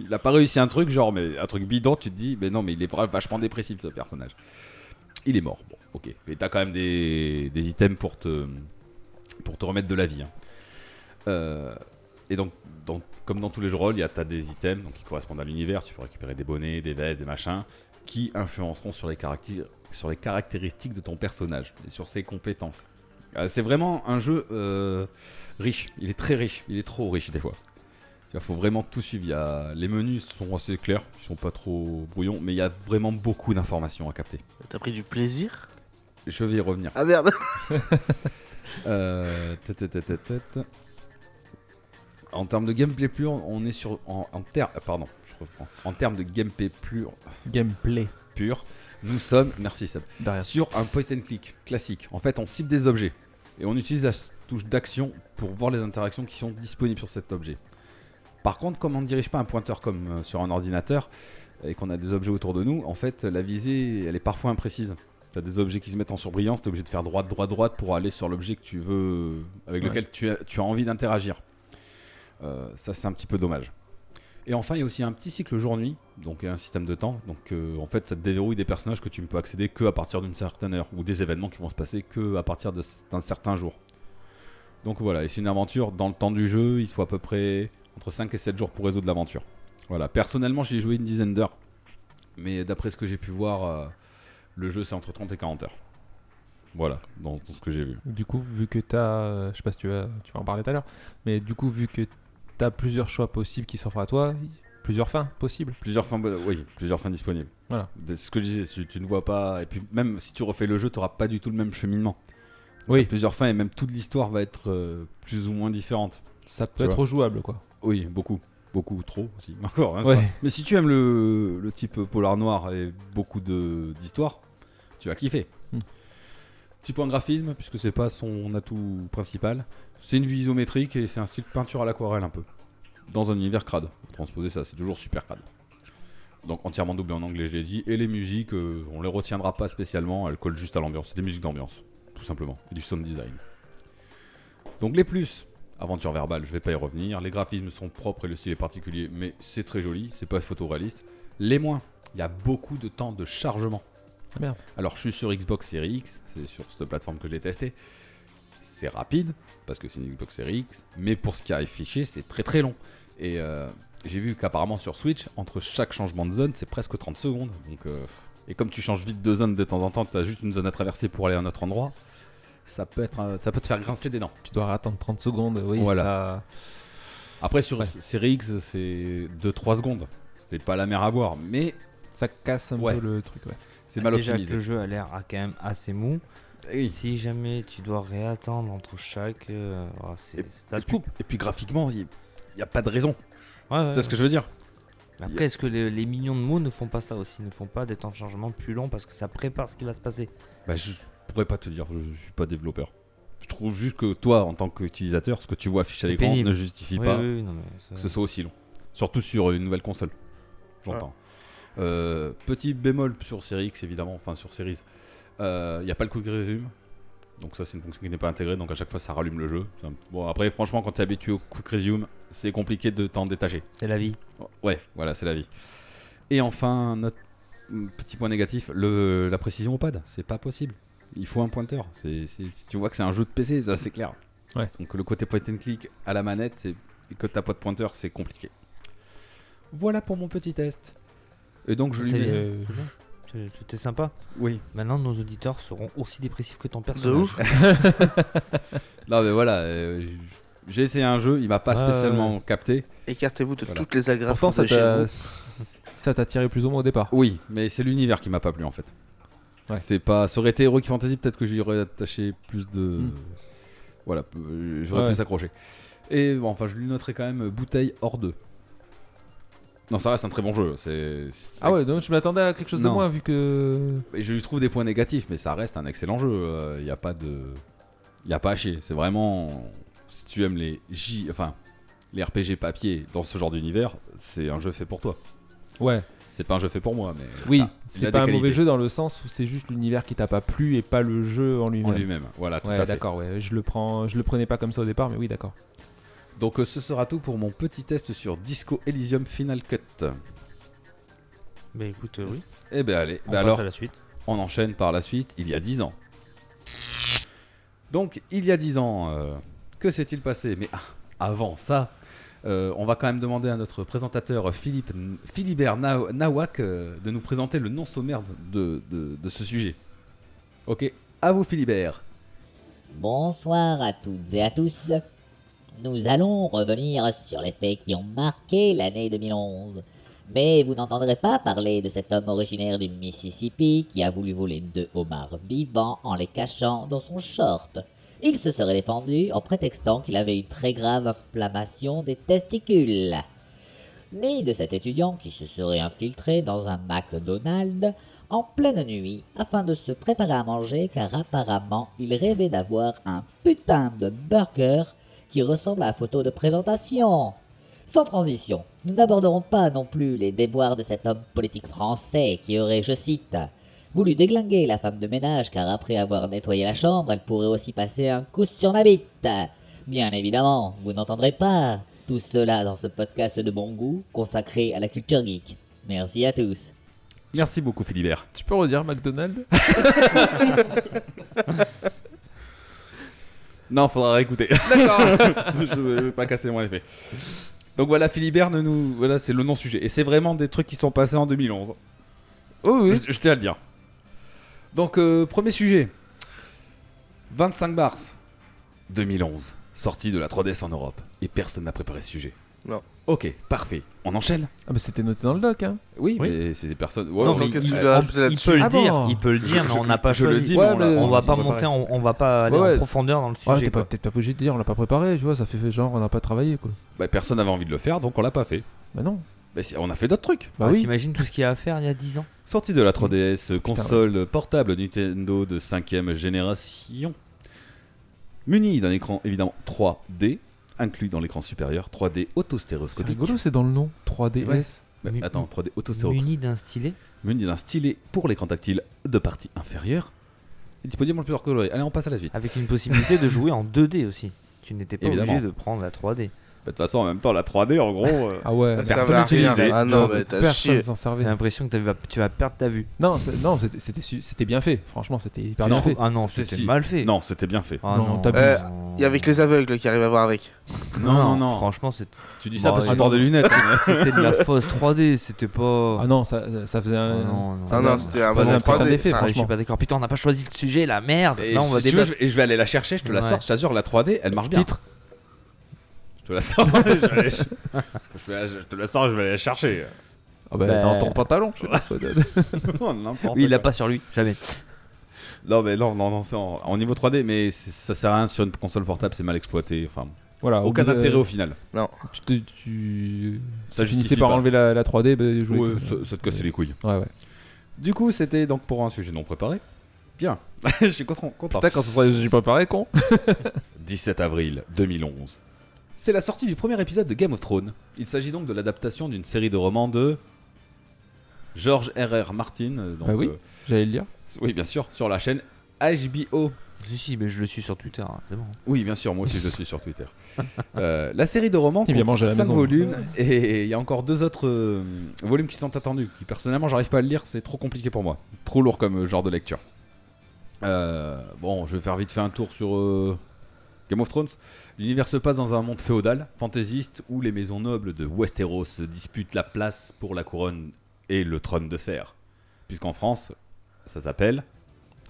Il a pas réussi un truc, genre, mais un truc bidon, tu te dis, mais non, mais il est vra- vachement dépressif ce personnage. Il est mort, bon, ok. Mais t'as quand même des, des items pour te, pour te remettre de la vie. hein. Euh, et donc, dans- comme dans tous les jeux rôle, il y a- t'as des items donc, qui correspondent à l'univers. Tu peux récupérer des bonnets, des vestes, des machins, qui influenceront sur les, caracti- sur les caractéristiques de ton personnage et sur ses compétences. Euh, c'est vraiment un jeu euh, riche. Il est très riche. Il est trop riche des fois. Il faut vraiment tout suivre. Il y a- Les menus sont assez clairs, ils sont pas trop brouillons, mais il y a vraiment beaucoup d'informations à capter.
T'as pris du plaisir
Je vais y revenir.
Ah merde
Euh, tut, tut, tut, tut, tut. En termes de gameplay pur, on est sur en, en ter- pardon, je reprends. En termes de gameplay pur,
Gameplay.
pur, nous sommes, merci Seb,
Derrière.
sur un point and click classique. En fait, on cible des objets et on utilise la s- touche d'action pour voir les interactions qui sont disponibles sur cet objet. Par contre, comme on ne dirige pas un pointeur comme euh, sur un ordinateur et qu'on a des objets autour de nous, en fait, la visée, elle est parfois imprécise. T'as des objets qui se mettent en surbrillance, t'es obligé de faire droite, droite, droite pour aller sur l'objet que tu veux, euh, avec
Ouais.
lequel tu as, tu as envie d'interagir. Euh, ça, c'est un petit peu dommage. Et enfin, il y a aussi un petit cycle jour-nuit, donc un système de temps. Donc, euh, en fait, ça te déverrouille des personnages que tu ne peux accéder que à partir d'une certaine heure, ou des événements qui vont se passer que à partir de c- d'un certain jour. Donc voilà, et c'est une aventure dans le temps du jeu, il faut à peu près entre 5 et 7 jours pour résoudre l'aventure. Voilà, personnellement j'ai joué une dizaine d'heures, mais d'après ce que j'ai pu voir, euh, le jeu c'est entre 30 et 40 heures. Voilà, dans tout ce que j'ai vu.
Du coup, vu que t'as, euh, je sais pas si tu vas, tu vas en parler tout à l'heure, mais du coup, vu que t'as plusieurs choix possibles qui s'offrent à toi, plusieurs fins possibles.
Plusieurs fins, bo- oui, plusieurs fins disponibles.
Voilà.
C'est ce que je disais, si tu ne vois pas, et puis même si tu refais le jeu, tu n'auras pas du tout le même cheminement.
Oui.
Plusieurs fins et même toute l'histoire va être euh, plus ou moins différente.
Ça
Tu
peut être
vois.
jouable, quoi.
Oui, beaucoup. Beaucoup trop aussi. Encore,
Ah,
hein,
Ouais.
Mais si tu aimes le, le type polar noir et beaucoup de- d'histoires, tu vas kiffer.
Hmm.
Petit point graphisme, puisque c'est pas son atout principal. C'est une vue isométrique et c'est un style peinture à l'aquarelle un peu. Dans un univers crade. Transposer ça, c'est toujours super crade. Donc entièrement doublé en anglais, je l'ai dit. Et les musiques, euh, on les retiendra pas spécialement, elles collent juste à l'ambiance. C'est des musiques d'ambiance, tout simplement. Et du sound design. Donc les plus, Aventure verbale, je vais pas y revenir. Les graphismes sont propres et le style est particulier, mais c'est très joli, c'est pas photoréaliste. Les moins, il y a beaucoup de temps de chargement.
Ah merde.
Alors je suis sur Xbox Series X, c'est sur cette plateforme que j'ai testé. C'est rapide, parce que c'est une Xbox Series X, mais pour ce qui est affiché, c'est très très long. Et euh, j'ai vu qu'apparemment sur Switch, entre chaque changement de zone, c'est presque 30 secondes. Donc, euh, et comme tu changes vite de zone de temps en temps, t'as juste une zone à traverser pour aller à un autre endroit, ça peut, être, un- ça peut te faire grincer des dents.
Tu dois attendre 30 secondes, oui.
Voilà.
ça-
Après, sur
Ouais.
Série X, c'est 2-3 secondes. C'est pas la mer à boire, mais
Ça, casse un
Ouais.
peu le truc, ouais.
c'est mal
Ah, Déjà que
optimisé. Eh
le jeu a l'air ah, quand même assez mou.
Et,
Si jamais tu dois réattendre entre chaque. euh, oh, c'est- ça
et
te
puis,
coupe.
et puis graphiquement, il n'y a pas de raison.
Ouais, ouais,
C'est ce que je veux dire.
Mais Après, est-ce que les, les millions de mots ne font pas ça aussi Ne font pas des temps de changement plus longs parce que ça prépare ce qui va se passer
Bah, je pourrais pas te dire, je, je suis pas développeur. Je trouve juste que toi, en tant qu'utilisateur, ce que tu vois affiché à
C'est
l'écran
pénible.
ne justifie
Oui,
pas
oui, oui, non, mais ça-
que ce soit aussi long. Surtout sur une nouvelle console. J'entends. Euh, petit bémol sur Series X, évidemment, enfin sur Series. Il n'y a pas le quick resume. Donc ça, c'est une fonction qui n'est pas intégrée. Donc à chaque fois, ça rallume le jeu. C'est un- Bon, après, franchement, quand tu es habitué au quick resume, c'est compliqué de t'en détacher.
C'est la vie.
Ouais, voilà, c'est la vie. Et enfin, notre mm, petit point négatif, le, la précision au pad, c'est pas possible. Il faut un pointeur. C'est, c'est- tu vois que c'est un jeu de PC, ça c'est clair.
Ouais.
Donc le côté point and click à la manette, c'est, et que t'as pas de pointeur, c'est compliqué. Voilà pour mon petit test. Et donc je lui
C'est-
mets-
Euh,
C'est bien. C'est- C'était sympa.
Oui.
Maintenant, nos auditeurs seront aussi dépressifs que ton
De
personnage.
ouf.
Non mais voilà, euh, j'ai essayé un jeu, il m'a pas
Ouais,
spécialement capté.
Écartez-vous de
Voilà.
toutes les agrafes
Pourtant, ça
de chez
t'a
vous.
ça t'a tiré plus ou moins au départ.
Oui, mais c'est l'univers qui m'a pas plu en fait.
Ouais.
C'est pas, ça aurait été Heroic Fantasy, peut-être que j'y aurais attaché plus de,
Mm.
voilà, peu- euh, j'aurais
Ouais.
plus accroché. Et bon, enfin, je lui noterai quand même euh, bouteille hors 2 Non, ça reste un très bon jeu. C'est, c'est-
Ah ouais, donc je m'attendais à quelque chose de
Non.
moins vu que.
Et je lui trouve des points négatifs, mais ça reste un excellent jeu. Il n'y a pas de. Il a pas à chier. C'est vraiment. Si tu aimes les J. Enfin, les RPG papier dans ce genre d'univers, c'est un jeu fait pour toi.
Ouais,
C'est pas un jeu fait pour moi, mais.
oui,
ça, il a
c'est pas un
des
mauvais
qualités
jeu dans le sens où c'est juste l'univers qui t'a pas plu et pas le jeu en
En
lui-même.
lui-même. Voilà, tout à
ouais,
fait.
d'accord, ouais, je le prends, je le prenais pas comme ça au départ, mais oui, d'accord.
Donc, euh, ce sera tout pour mon petit test sur Disco Elysium Final Cut.
Bah écoute, euh, oui.
Eh ben, allez.
On
ben
passe
alors,
à la suite.
On enchaîne par la suite, il y a 10 ans. Donc, il y a 10 ans, euh, que s'est-il passé Mais ah, avant ça, euh, on va quand même demander à notre présentateur Philippe, Philibert Na- Nawak euh, de nous présenter le nom sommaire de, de- de ce sujet. Ok, à vous Philibert.
Bonsoir à toutes et à tous. Nous allons revenir sur les faits qui ont marqué l'année 2011. Mais vous n'entendrez pas parler de cet homme originaire du Mississippi qui a voulu voler deux homards vivants en les cachant dans son short. Il se serait défendu en prétextant qu'il avait une très grave inflammation des testicules. Ni de cet étudiant qui se serait infiltré dans un McDonald's en pleine nuit afin de se préparer à manger car apparemment il rêvait d'avoir un putain de burger qui ressemble à la photo de présentation. Sans transition, nous n'aborderons pas non plus les déboires de cet homme politique français qui aurait, je cite, voulu déglinguer la femme de ménage car après avoir nettoyé la chambre, elle pourrait aussi passer un coup sur ma bite. Bien évidemment, vous n'entendrez pas tout cela dans ce podcast de bon goût consacré à la culture geek. Merci à tous.
Merci beaucoup Philibert.
Tu peux redire McDonald's
Non, faudra réécouter. D'accord. je vais pas casser mon effet. Donc voilà, Philibert, ne nous... voilà, c'est le non-sujet. Et c'est vraiment des trucs qui sont passés en 2011.
Oh oui.
Je, je tiens à le dire. Donc, euh, premier sujet. 25 mars 2011. Sortie de la 3DS en Europe. Et personne n'a préparé ce sujet.
Non.
Ok, parfait. On enchaîne
Ah bah c'était noté dans le doc, hein.
Oui,
Oui.
mais c'est des personnes.
Non,
Ouais,
mais
on-
qu'est-ce
il,
que tu dois
on-
ajouter
il peut
là-dessus
le
Ah
dire,
bon
il peut le dire,
je-
mais on n'a pas
je le
choisi.
dis,
Ouais,
mais on l'a-
mais-
on
on
va
dit
pas
préparer.
monter, en- on, va pas aller
Ouais, ouais.
en profondeur dans le
Ouais,
sujet.
t'es pas-
quoi.
peut-être pas obligé de dire, on l'a pas préparé, tu vois, ça fait fait genre on n'a pas travaillé quoi.
Bah, personne n'avait envie de le faire, donc on l'a pas fait.
Bah non,
Mais si- on a fait d'autres trucs.
bah
Ouais,
oui.
T'imagines tout ce qu'il y a à faire il y a 10 ans
Sortie de la 3DS, euh, console portable Nintendo de 5ème génération. Munie d'un écran évidemment 3D, inclus dans l'écran supérieur 3D
C'est
autostéroscopique.
rigolo, c'est dans le nom 3DS.
Ouais. Bah,
Mu-
attends, 3D autostéroscopique.
Muni d'un stylet
muni d'un stylet pour l'écran tactile de partie inférieure. Et disponible en plusieurs coloris. Allez, on passe à la suite. Bah,
Avec une possibilité de jouer en 2D aussi. Tu n'étais pas
Évidemment.
obligé de prendre la 3D.
Bah, De toute façon, en même temps, la 3D, en gros.
Oh,
euh,
Ah ouais,
Ça
Personne
va à
n'utilise,
rien.
hein.
Ah non, mais t'as
personne
chié.
s'en
J'ai
servait.
l'impression que t'avais- tu vas perdre ta vue.
Non, c'est- non, c'était- c'était su- c'était bien fait. Franchement, c'était hyper
Tu
bien
trouves-
fait.
Ah non,
C'est
c'était
si.
mal fait.
Non, c'était bien fait.
Ah
Non,
non,
t'abuses.
Euh, Il y a avec les aveugles qui arrivent à voir avec.
Non, non, non.
Franchement, c'est-
Tu dis
Bah,
ça parce que
ouais.
tu portes des lunettes.
c'était de la fausse 3D. C'était pas.
Ah non, ça, ça faisait
Ah
un.
non, non.
Ah
faisait
non,
un-
c'était un
faisait
moment
un putain
3D.
d'effet,
Ah,
Ah, je suis
franchement.
pas d'accord. Putain, on n'a pas choisi le sujet, la merde.
Et
Là, on
si
va
tu veux,
débattre.
je vais- et je vais aller la chercher, je te la
Ouais.
sors. Je t'assure, la 3D, elle marche bien.
Titre.
Je te la sors. je, vais aller- je- je vais- je te la sors, je vais aller la chercher.
Ah bah,
Bah.
dans ton pantalon. je sais pas.
Oh, n'importe
Oui, il l'a
quoi.
pas sur lui, jamais.
Non, mais non, non, non, c'est en, en niveau 3D, mais c'est- ça sert à rien sur une console portable, c'est mal exploité. Enfin,
Voilà, Ah, au
aucun
bout de-
intérêt au final.
Tu, te- tu...
Ça
tu
justifie
finissais par
pas.
enlever la, la 3D, bah, je voulais-
Ouais, ça, ça te cassait les couilles.
Ouais, ouais.
Du coup, c'était donc pour un sujet non préparé. Bien, je suis content. content.
Putain, quand ce sera les jeux préparés, con.
17 avril 2011. C'est la sortie du premier épisode de Game of Thrones. Il s'agit donc de l'adaptation d'une série de romans de George R.R. Martin. euh, donc,
Bah oui.
euh,
J'allais le dire.
s- oui, bien sûr, sur la chaîne HBO.
Si, si, mais je le suis sur Twitter, hein, c'est bon.
Oui, bien sûr, moi aussi je le suis sur Twitter. Euh, la série de romans
Il vient
compte
manger à la
5
maison.
volumes et il y a encore deux autres euh, volumes qui sont attendus, qui personnellement j'arrive pas à le lire, c'est trop compliqué pour moi. Trop lourd comme euh, genre de lecture. Euh, bon, je vais faire vite fait un tour sur, euh, Game of Thrones, l'univers se passe dans un monde féodal, fantaisiste, où les maisons nobles de Westeros se disputent la place pour la couronne et le trône de fer. Puisqu'en France, ça s'appelle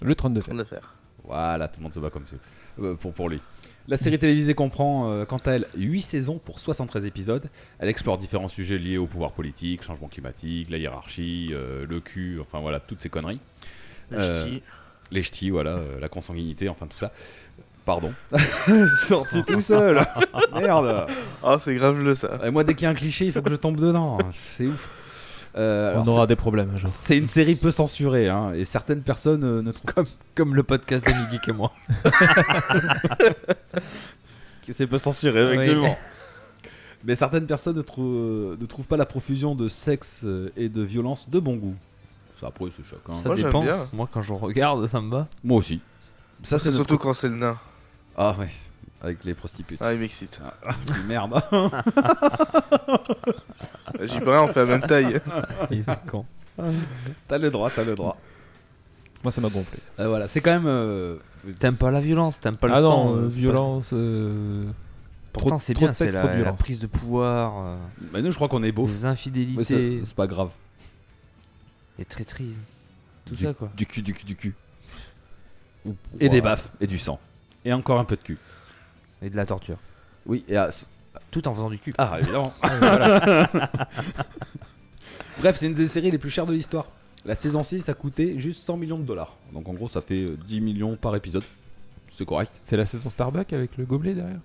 Le 32 fer.
On va faire.
voilà, tout le monde se bat comme ça. Euh, pour, pour lui. La série télévisée comprend, euh, quant à elle, 8 saisons pour 73 épisodes. Elle explore différents sujets liés au pouvoir politique, changement climatique, la hiérarchie, euh, le cul, enfin voilà, toutes ces conneries.
Le
Euh,
ch'ti.
Les ch'tis, voilà, euh, la consanguinité, enfin tout ça. Pardon. Sorti tout seul Merde
Ah, c'est grave le ça.
Et Moi, dès qu'il y a un cliché, il faut que je tombe dedans. C'est ouf. Euh, alors,
On aura des
hein,
problèmes un
c'est-
jour.
C'est une série peu censurée, hein, et certaines personnes euh, ne trouvent
Comme le podcast de Miguel et moi.
C'est peu censuré, effectivement. Mais certaines personnes ne, trou- euh, ne trouvent pas la profusion de sexe euh, et de violence de bon goût. Ça, après, c'est chacun.
Ça
Moi, j'aime
dépend.
bien.
Moi, quand je regarde, ça me va.
Moi aussi. Ça, c'est
C'est
notre
surtout
truc.
quand c'est le nain.
Ah, ouais. Avec les prostituées.
Ah, il m'excite.
Merde.
J'y peux rien, on fait la même taille.
t'as le droit, t'as le droit.
Moi, ça m'a gonflé.
Euh, voilà, c'est quand même. euh,
T'aimes pas la violence, t'aimes pas le
ah non,
sang.
euh,
euh, c'est pas-
violence. euh,
Pourtant,
trop-
c'est
trop
bien,
de
c'est
sexe,
la,
trop de
la
violence.
prise de pouvoir, euh,
bah, nous, je crois qu'on est beau.
les
Mais ça,
infidélités,
c'est pas grave.
les traîtrises. Tout
Du-
ça, quoi.
Du cul, du cul, du cul. Et des baffes, et du sang. Et encore un peu de cul.
Et de la torture.
Oui, et à-
Tout en faisant du cul.
Ah, évidemment. Bref, c'est une des séries les plus chères de l'histoire. La saison 6 a coûté juste 100 millions de dollars. Donc en gros, ça fait euh, 10 millions par épisode. C'est correct.
C'est la saison Starbucks avec le gobelet derrière.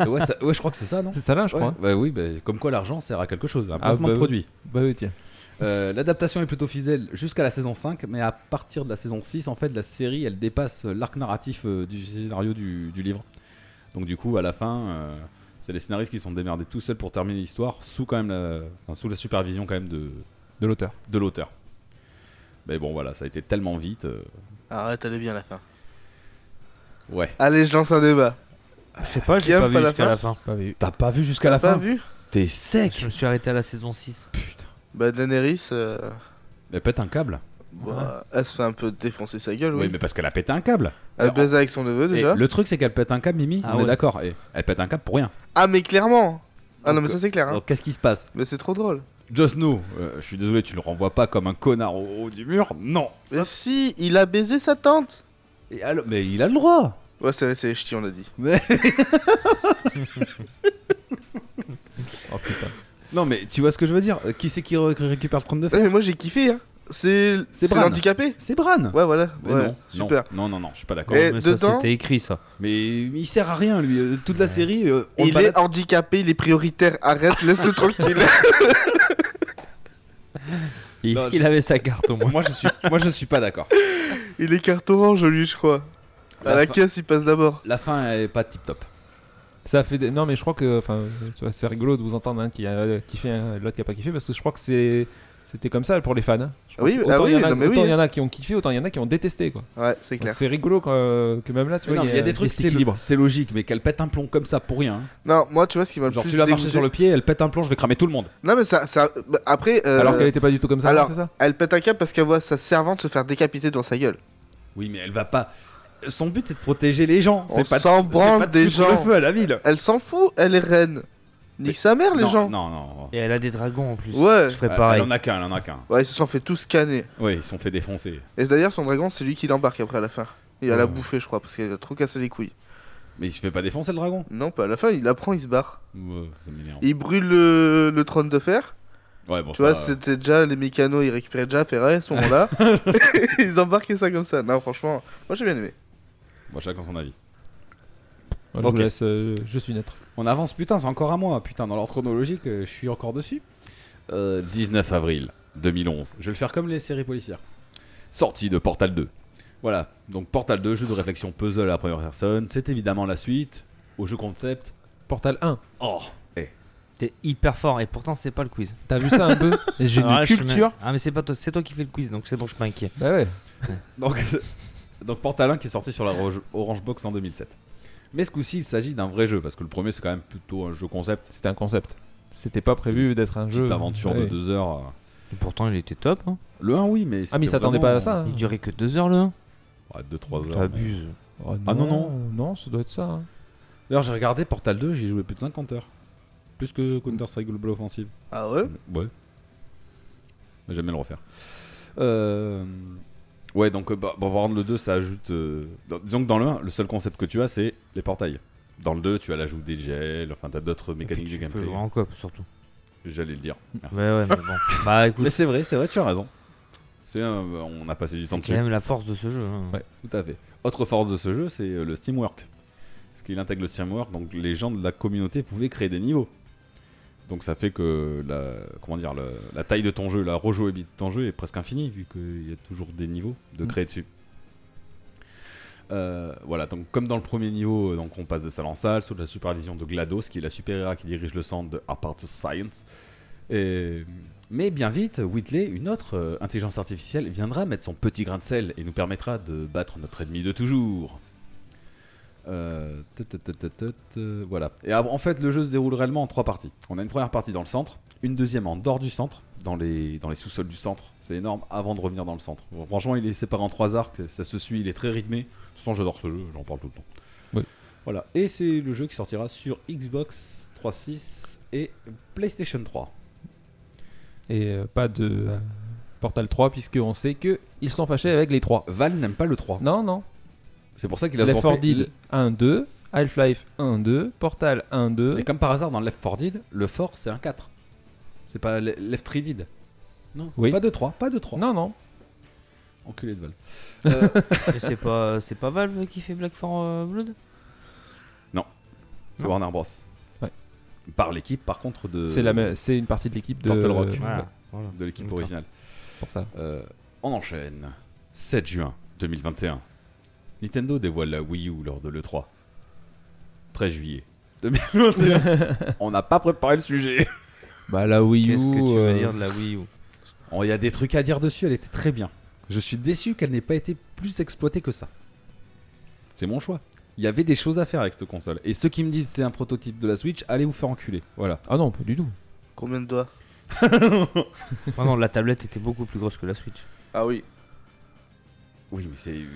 Et ouais, ça- ouais, je crois que c'est ça, non
C'est ça là, je
Ouais.
crois.
Bah oui, bah, comme quoi l'argent sert à quelque chose, à un
Ah,
placement
bah
de
oui.
produit.
Bah oui, tiens.
Euh, L'adaptation est plutôt fidèle jusqu'à la saison 5, mais à partir de la saison 6, en fait, la série, elle dépasse l'arc narratif euh, du scénario du, du livre. Donc du coup, à la fin, euh, c'est les scénaristes qui sont démerdés tout seuls pour terminer l'histoire, sous quand même la, enfin, sous la supervision quand même de,
De l'auteur.
de l'auteur. Mais bon, voilà, ça a été tellement vite. euh,
Arrête, elle est bien la fin.
Ouais.
Allez, je lance un débat.
Je sais pas, j'ai
Guillaume,
pas vu
pas la
jusqu'à
fin
la fin.
Pas vu.
T'as pas vu jusqu'à la
Pas
fin
vu
T'es
Je
sec
me suis arrêté à la saison 6.
Putain.
Bah, Daenerys, euh,
Elle pète un câble
bah, elle se fait un peu défoncer sa gueule,
Oui,
oui.
mais parce qu'elle a pété un câble
Elle baise Ah, avec son neveu
Et
déjà.
Le truc, c'est qu'elle pète un câble, Mimi,
Ah
on est
ouais.
d'accord. Et Elle pète un câble pour rien.
Ah, mais clairement Ah non,
Donc,
mais ça c'est clair. hein.
Alors, qu'est-ce qui se passe
Mais c'est trop drôle.
Joss Snow, euh, je suis désolé, tu le renvoies pas comme un connard au haut du mur Non
Mais si, il a baisé sa tante
Et alors- Mais il a le droit
Ouais, c'est vrai, c'est les ch'tis, on a dit.
Oh putain.
Non, mais tu vois ce que je veux dire Euh, Qui c'est qui ré- récupère le trône de fer
Ouais, mais moi j'ai kiffé, hein. C'est
C'est
c'est
Bran.
l'handicapé
C'est Bran
Euh, Ouais, voilà.
Mais
ouais,
non,
super.
non, non, non, non, je suis pas d'accord.
Et
Mais ça,
dedans,
c'était écrit, ça.
Mais il sert à rien, lui. Euh, Toute la
Ouais.
série, euh, on le
il
balade-
est handicapé, il est prioritaire. Arrête, laisse-le tranquille.
Et
Non,
Est-ce qu'il avait sa carte au moins
Moi, je suis, moi, je suis pas d'accord.
Il est carte orange, lui, je crois. À la
fin-
caisse, il passe d'abord.
La fin elle est pas tip top.
Ça fait des- Non, mais je crois que. Enfin, tu vois, c'est rigolo de vous entendre un qui a kiffé, un- l'autre qui a pas kiffé, parce que je crois que c'est. C'était comme ça pour les fans. hein. Je crois
Oui,
que
ah
autant il y
oui,
en a-
non, mais
autant
oui.
il y en a qui ont kiffé, autant il y en a qui ont détesté. quoi.
Ouais, c'est
Donc
clair.
C'est rigolo quand- euh, que même là, tu
Mais
vois,
non, il y a des trucs,
cet
c'est
équilibre.
c'est logique, mais qu'elle pète un plomb comme ça pour rien.
Non, moi, tu vois ce qui m'a le
Genre,
plus
tu l'as marché
dégoûté-
sur le pied, elle pète un plomb, je vais cramer tout le monde.
Non, mais ça. ça... bah, Après, euh,
Alors qu'elle était pas du tout comme ça,
alors-
c'est ça
elle pète un câble parce qu'elle voit sa servante se faire décapiter dans sa gueule.
Oui, mais elle va pas. Son but, c'est de protéger les gens.
On
C'est pas de-
s'en
c'est
branle
pas de
des
foutre
gens.
le feu à la ville.
Elle s'en fout, elle est reine. Nique sa mère, les
non,
gens.
Non, non.
Et elle a des dragons en plus.
Ouais.
Je ferais
Elle-
pareil.
Elle en a qu'un, elle en a qu'un.
Ouais, ils se sont fait tous scanner.
Ouais, ils se sont fait défoncer.
Et d'ailleurs, son dragon, c'est lui qui l'embarque après à la fin. Et à
Ouais.
la bouffée, je crois, parce qu'elle a trop cassé les couilles.
Mais il se fait pas défoncer le dragon.
Non, pas à la fin, il apprend, il se barre.
Ouais, ça m'énerve.
Il brûle le, le trône de fer.
Ouais, bon,
tu
ça,
vois, c'était déjà les mécanos, ils récupéraient déjà Ferrari à ce moment-là. ils embarquaient ça comme ça. Non, franchement, moi j'ai bien aimé.
bon, chacun son avis.
Moi, Je
Ok.
vous laisse, euh, je suis neutre.
On avance, putain, c'est encore à moi. Putain, dans l'ordre chronologique, euh, je suis encore dessus. Euh, 19 avril 2011. Je vais le faire comme les séries policières. Sortie de Portal 2. Voilà, donc Portal 2, jeu de réflexion puzzle à la première personne. C'est évidemment la suite au jeu concept.
Portal 1,
Oh
T'es hyper fort et pourtant c'est pas le quiz.
t'as vu ça un peu J'ai
Alors
une
là, je
culture.
me- Ah mais c'est pas toi, c'est toi qui fais le quiz donc c'est bon, je suis pas inquiet.
Bah ouais.
Donc, donc Portal 1 qui est sorti sur la Roge- Orange Box en 2007. Mais ce coup-ci, il s'agit d'un vrai jeu, parce que le premier, c'est quand même plutôt un jeu concept.
C'était un concept. C'était pas prévu d'être un jeu.
Petite aventure de
Ouais.
deux heures. euh.
Et pourtant il était top. hein.
Le 1, oui, mais.
Ah, mais il
c'était
s'attendait
vraiment-
pas à ça. hein.
Il durait que 2 heures le 1.
Ouais, 2-3 heures. mais-
T'abuses.
Oh,
Ah, non, non.
euh, Non, ça doit être ça. hein.
D'ailleurs, j'ai regardé Portal 2, j'ai joué plus de 50 heures. Plus que Counter-Strike Global Offensive.
Ah ouais
Ouais. Mais jamais le refaire. Euh, Ouais, donc euh, bah, bon, par contre, le 2, ça ajoute. euh, dans- Disons que dans le 1, le seul concept que tu as, c'est les portails. Dans le 2, tu as l'ajout des gels, enfin, t'as d'autres
Et puis
mécaniques de
tu peux
gameplay.
jouer en coop surtout.
J'allais le dire. Merci.
Ouais, ouais, mais bon. Bah écoute,
Mais c'est vrai, c'est vrai, tu as raison. C'est un- on a passé du temps
c'est
dessus.
quand même la force de ce jeu. hein.
Ouais, tout à fait. Autre force de ce jeu, c'est euh, le Steamwork. Parce qu'il intègre le Steamwork, donc les gens de la communauté pouvaient créer des niveaux. Donc ça fait que la, comment dire, le- la taille de ton jeu, la rejouabilité de ton jeu est presque infinie, vu qu'il y a toujours des niveaux
Mm.
de créer dessus. Euh, voilà, donc comme dans le premier niveau, euh, donc on passe de salle en salle sous la supervision de GLaDOS, qui est la supérieure qui dirige le centre de Apart Science. Et- Mais bien vite, Whitley, une autre euh, intelligence artificielle, viendra mettre son petit grain de sel et nous permettra de battre notre ennemi de toujours. Euh, tut, tut, tut, tut, tut, euh, voilà. Et ah, en fait, le jeu se déroule réellement en trois parties. On a une première partie dans le centre, une deuxième en dehors du centre, dans les, dans les sous-sols du centre. C'est énorme avant de revenir dans le centre. Bon, franchement, il est séparé en trois arcs, ça se suit, il est très rythmé. De toute façon, j'adore ce jeu, j'en parle tout le temps.
Oui.
Voilà. Et c'est le jeu qui sortira sur Xbox 3.6 et PlayStation 3.
Et euh, pas de euh, Portal 3, puisqu'on sait que ils sont fâchés avec les 3.
Val n'aime pas le 3.
Non, non.
C'est pour ça qu'il a
Left
souvent
4
fait-
Dead 1, 2. Half-Life 1, 2. Portal 1, 2.
Et comme par hasard, dans Left 4 Dead, le fort c'est un 4. C'est pas le- Left 3 Dead. Non.
Oui.
Pas de 3, pas de 3.
Non, non.
Enculé de Val.
Et c'est pas, c'est pas Valve qui fait Black 4 euh, Blood
C'est
Non.
Warner Bros.
Ouais.
Par l'équipe, par contre, de,
C'est la même- c'est une partie de l'équipe de euh,
Turtle Euh, Rock.
Voilà. voilà.
de l'équipe
D'accord.
originale.
pour ça.
Euh, on enchaîne. 7 juin 2021. Nintendo dévoile la Wii U lors de l'E3. 13 juillet 2021. on n'a pas préparé le sujet.
Bah la Wii U.
Qu'est-ce que tu veux
euh,
dire de la Wii U
Oh, Il y a des trucs à dire dessus, elle était très bien. Je suis déçu qu'elle n'ait pas été plus exploitée que ça. C'est mon choix. Il y avait des choses à faire avec cette console. Et ceux qui me disent c'est un prototype de la Switch, allez vous faire enculer. Voilà.
Ah non, pas du tout.
Combien de doigts
Ah non, la tablette était beaucoup plus grosse que la Switch.
Ah oui.
Oui, mais c'est.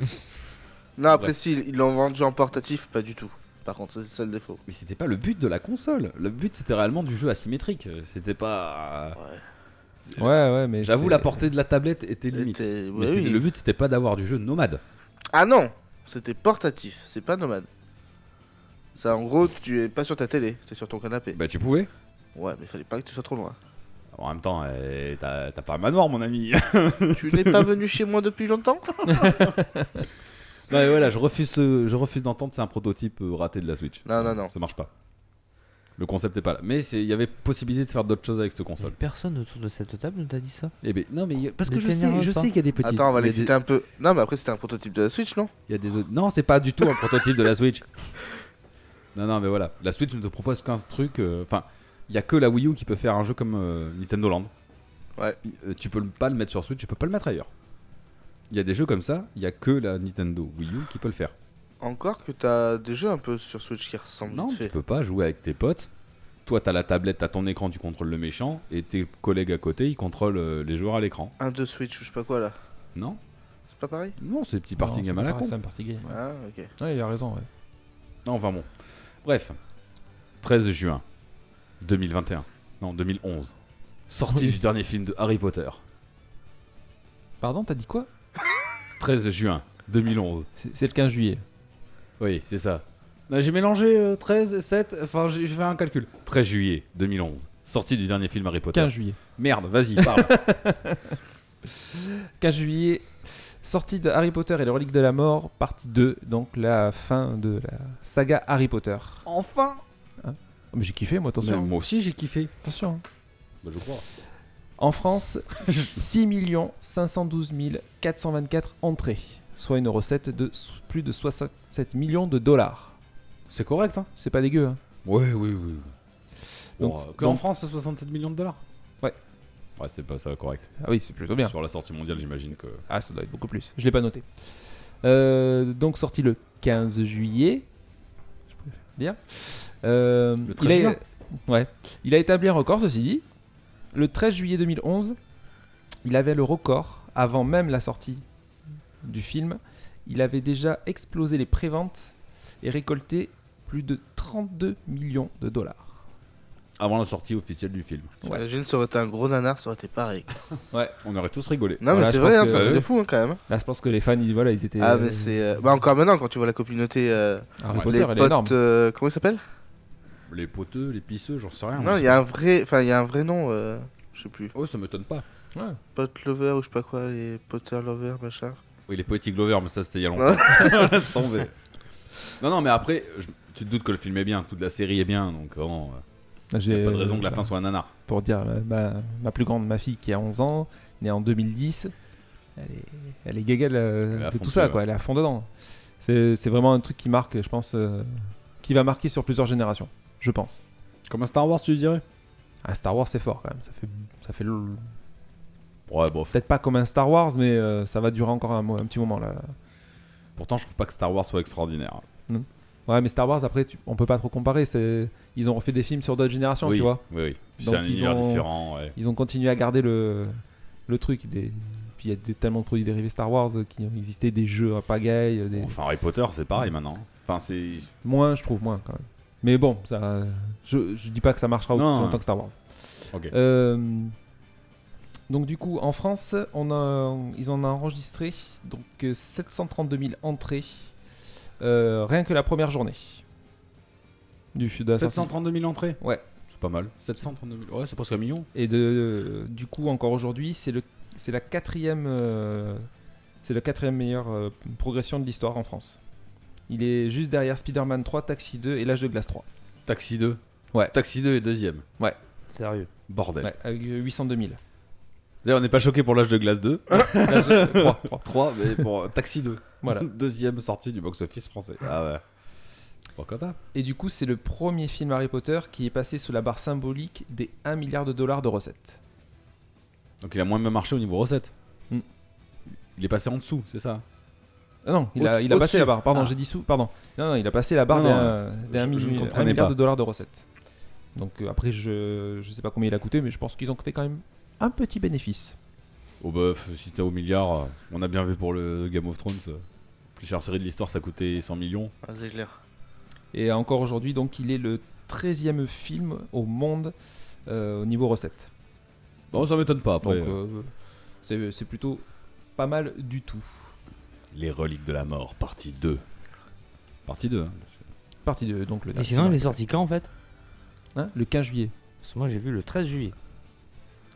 Non, après,
Bref.
si, ils l'ont vendu en portatif, pas du tout. Par contre, c'est ça le défaut.
mais c'était pas le but de la console. Le but c'était réellement du jeu asymétrique. C'était pas.
Ouais, ouais, mais.
J'avoue,
c'est-
la portée de la tablette était limite.
C'était-
Mais
ouais,
c'était-
oui.
le but c'était pas d'avoir du jeu nomade.
Ah non C'était portatif, c'est pas nomade. Ça, en gros, tu es pas sur ta télé, c'est sur ton canapé.
Bah tu pouvais.
Ouais, mais fallait pas que tu sois trop loin.
En même temps, euh, t'as t'as pas un manoir, mon ami.
tu n'es pas venu chez moi depuis longtemps
non, mais Bah voilà, je refuse, ce- je refuse d'entendre c'est un prototype euh, raté de la Switch.
Non, non, non.
Ça marche pas. Le concept est pas là. Mais c'est- il y avait possibilité de faire d'autres choses avec cette
Mais
console.
personne autour de cette table ne t'a dit ça.
Eh ben, non, mais parce
Mais
que je sais,
t'énerve
je
pas.
sais qu'il y a des petits.
Attends, on va
il y a
les citer
des-
un peu. Non, mais après, c'était un prototype de la Switch, non
il y a des autres- Non, c'est pas du tout un prototype de la Switch. Non, non, mais voilà. La Switch ne te propose qu'un truc. euh, Enfin, il y a que la Wii U qui peut faire un jeu comme euh, Nintendo Land.
Ouais.
Euh, tu peux le- pas le mettre sur Switch, tu peux pas le mettre ailleurs. Il y a des jeux comme ça, il y a que la Nintendo Wii U qui peut le faire.
Encore que t'as des jeux un peu sur Switch qui ressemblent
Non,
vite
tu
fait.
peux pas jouer avec tes potes. Toi, t'as la tablette, t'as ton écran, tu contrôles le méchant, et tes collègues à côté, ils contrôlent euh, les joueurs à l'écran.
Un de Switch ou je sais pas quoi là.
Non
C'est pas pareil
Non, c'est petit party
Non,
game
c'est
à la
pas-
con.
C'est un party game. Ouais.
Ah, ok.
Ouais, il a raison, ouais.
Non, enfin bon. Bref. 13 juin 2021. Non, 2011. Sortie
Oui.
du dernier film de Harry Potter.
Pardon, t'as dit quoi
13 juin 2011.
C'est c'est le 15 juillet.
Oui, c'est ça. Non, J'ai mélangé euh, 13 et 7, enfin j'ai- je fais un calcul. 13 juillet 2011. Sortie du dernier film Harry Potter.
15 juillet.
Merde, vas-y, parle.
15 juillet, sortie de Harry Potter et les reliques de la mort, partie 2, donc la fin de la saga Harry Potter. Enfin Ah, Mais j'ai kiffé, moi, attention.
Mais moi aussi j'ai kiffé.
Attention.
Bah, je crois.
En France, 6 512 424 entrées, soit une recette de s- plus de 67 millions de dollars.
C'est correct, hein
C'est pas dégueu, hein
Ouais, oui, oui.
Donc,
Bon, euh,
donc-
que en France, c'est 67 millions de dollars
Ouais.
Ouais, c'est pas ça correct.
Ah oui, c'est plutôt bien.
Sur la sortie mondiale, j'imagine que.
Ah, ça doit être beaucoup plus. Je l'ai pas noté. Euh, donc sorti le 15 juillet. Je peux le dire. Euh,
Le 13
il a,
juillet.
ouais. Il a établi un record, ceci dit. Le 13 juillet 2011, il avait le record avant même la sortie du film. Il avait déjà explosé les préventes et récolté plus de 32 millions de dollars.
Avant la sortie officielle du film.
Ouais.
T'imagines, ça aurait été un gros nanar, ça aurait été pareil.
On aurait tous rigolé.
Non,
Voilà,
mais c'est
je pense
vrai, hein,
que-
c'est un truc
Ah
de
oui.
fou hein, quand même.
Là, je pense que les fans, ils, voilà, ils étaient.
Ah, mais c'est. euh, Bah, encore maintenant, quand tu vois la communauté. euh,
Harry
Ouais.
Les
Potter, elle est énorme.
potes. euh, Comment il s'appelle
Les poteux, les pisseux, j'en sais rien.
Non, il y a un vrai. Enfin, il y a un vrai nom. euh, Je sais plus.
Oh, ça m'étonne pas.
Pot Lover ou je sais pas quoi, les Potter Lover, machin.
Oui, les Poetic Glover, mais ça c'était il y a longtemps. Laisse tomber. Non, non, mais après, je- tu te doutes que le film est bien, toute la série est bien, donc bon, euh, y
J'ai
a pas de raison que la
bah,
fin soit un nanar.
Pour dire, ma- ma, ma plus grande, ma fille qui a 11 ans, née en 2010, elle est, elle est gégale euh,
Elle est à
de
fond
tout ça,
dessus,
quoi. Elle est à fond dedans. C'est c'est vraiment un truc qui marque, je pense, euh, qui va marquer sur plusieurs générations, je pense.
Comme un Star Wars, tu dirais
Un Star Wars, c'est fort quand même. Ça fait, ça fait le-
Ouais, bof.
peut-être pas comme un Star Wars, mais euh, ça va durer encore un, mo- un petit moment là.
Pourtant, je trouve pas que Star Wars soit extraordinaire.
Ouais, mais Star Wars, après, tu- on peut pas trop comparer. c'est- Ils ont refait des films sur d'autres générations,
oui,
tu vois.
oui, oui. Puis
Donc,
C'est un
ils
univers
ont-
différent. ouais.
Ils ont continué à garder le, le truc. Des... Puis il y a des- tellement de produits dérivés Star Wars euh, qui ont existé, des jeux à pagaille, euh, des...
Enfin, Harry Potter, c'est pareil maintenant. Enfin, c'est.
moins, je trouve, moins quand même. Mais bon, ça, euh, je, je dis pas que ça marchera
Non,
aussi
hein.
longtemps que Star Wars.
Ok.
Euh, donc du coup, en France, on a, ils en ont enregistré donc euh, 732 000 entrées, euh, rien que la première journée. Du, de la sortie.
732 000 entrées
Ouais.
C'est pas mal. 732 000. Ouais, c'est presque un million.
Et de, euh, du coup, encore aujourd'hui, c'est le, c'est la quatrième, euh, c'est la quatrième meilleure euh, progression de l'histoire en France. Il est juste derrière Spider-Man 3, Taxi 2 et L'âge de glace 3.
Taxi 2.
Ouais.
Taxi 2 est deuxième.
Sérieux.
Bordel.
Ouais, avec euh, 802 000.
D'ailleurs, on n'est pas choqué pour l'âge de glace 2. Ah,
L'âge de- 3, 3.
3, mais pour Taxi 2.
Voilà.
Deuxième sortie du box-office français. Ah ouais. Pourquoi pas
Et du coup, c'est le premier film Harry Potter qui est passé sous la barre symbolique des 1 milliard de dollars de recettes.
Donc il a moins bien marché au niveau recette.
Mm.
Il est passé en dessous, c'est ça
Ah non, il a,
Au-
il a passé
au-dessus.
la barre. Pardon,
Ah.
j'ai dit sous. Pardon. Non, non, il a passé la barre
Non,
des,
non,
euh, des
je-
1
je
million-
comprenais
1 milliard
pas.
de dollars de recettes. Donc euh, après, je, je sais pas combien il a coûté, mais je pense qu'ils ont fait quand même un petit bénéfice.
Oh bah, f- si t'es au milliard, euh, on a bien vu pour le Game of Thrones. euh, Plus chère série de l'histoire, ça coûtait 100 millions.
Ah, c'est clair.
Et encore aujourd'hui, donc, il est le 13e film au monde euh, au niveau recette.
Bon, ça m'étonne pas
Donc,
après.
euh, c'est c'est plutôt pas mal du tout.
Les reliques de la mort, partie 2. Partie 2. hein.
Partie 2, donc le
Et
dernier
sinon,
film.
il est sorti quand en fait
Hein, Le 15 juillet.
Parce que moi j'ai vu le 13 juillet.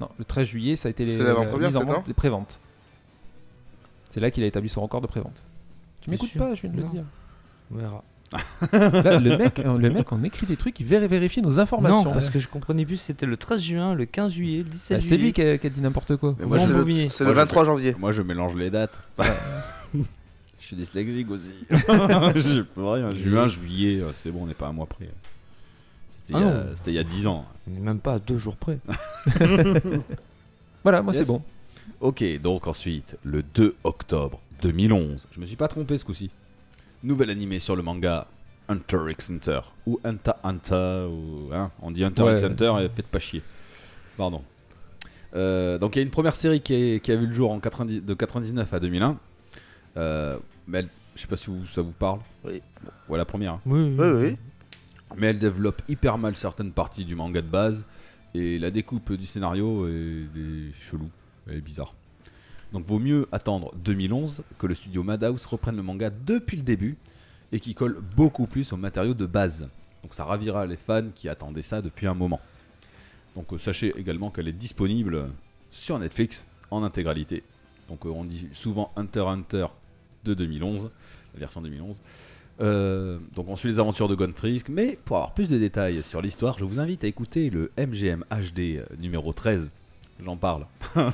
Non, le 13 juillet, ça a été les, euh,
C'est l'avant-première,
mise en
peut-être,
hein
vente des préventes. C'est là qu'il a établi son record de prévente. Tu
T'es
m'écoutes
sûr
pas, je viens de le
Non.
dire.
On verra.
Là, le mec, euh, le mec, on écrit des trucs, il vér- vérifie nos informations.
Non, parce que je comprenais plus, c'était le 13 juin, le 15 juillet, le 17
Bah,
juillet.
c'est lui qui a, qui a dit n'importe quoi.
Mais
Moi,
moi,
Bon,
je,
bon.
je
C'est
Moi,
le
je-
23 janvier.
moi, je mélange les dates. je suis dyslexique aussi. je peux rien. Juin, juillet, euh, c'est bon, on n'est pas un mois près.
Ah
C'était il y a-
non.
c'était il y a 10 ans.
Même pas à deux jours près.
Voilà, moi
Yes.
c'est bon.
Ok, donc ensuite, le 2 octobre 2011, je me suis pas trompé ce coup-ci. Nouvel animé sur le manga Hunter x Hunter, ou Hunter x Hunter, ou, hein, on dit Hunter x
Ouais.
Hunter, et faites pas chier. Pardon. Euh, donc il y a une première série qui, est- qui a vu le jour en 90 de 99 à 2001. Euh, mais elle- je sais pas si vous- ça vous parle.
Oui.
Bon, ouais, la première. hein.
Oui,
Oui, oui.
Mais elle développe hyper mal certaines parties du manga de base. Et la découpe du scénario est, est chelou. Elle est bizarre. Donc vaut mieux attendre 2011 que le studio Madhouse reprenne le manga depuis le début et qui colle beaucoup plus au matériau de base. Donc ça ravira les fans qui attendaient ça depuis un moment. Donc euh, sachez également qu'elle est disponible sur Netflix en intégralité. Donc euh, on dit souvent Hunter x Hunter de 2011, la version 2011. Euh, donc on suit les aventures de Gonfrisk, mais pour avoir plus de détails sur l'histoire, je vous invite à écouter le MGM HD euh, numéro 13. J'en parle,
Tu
pas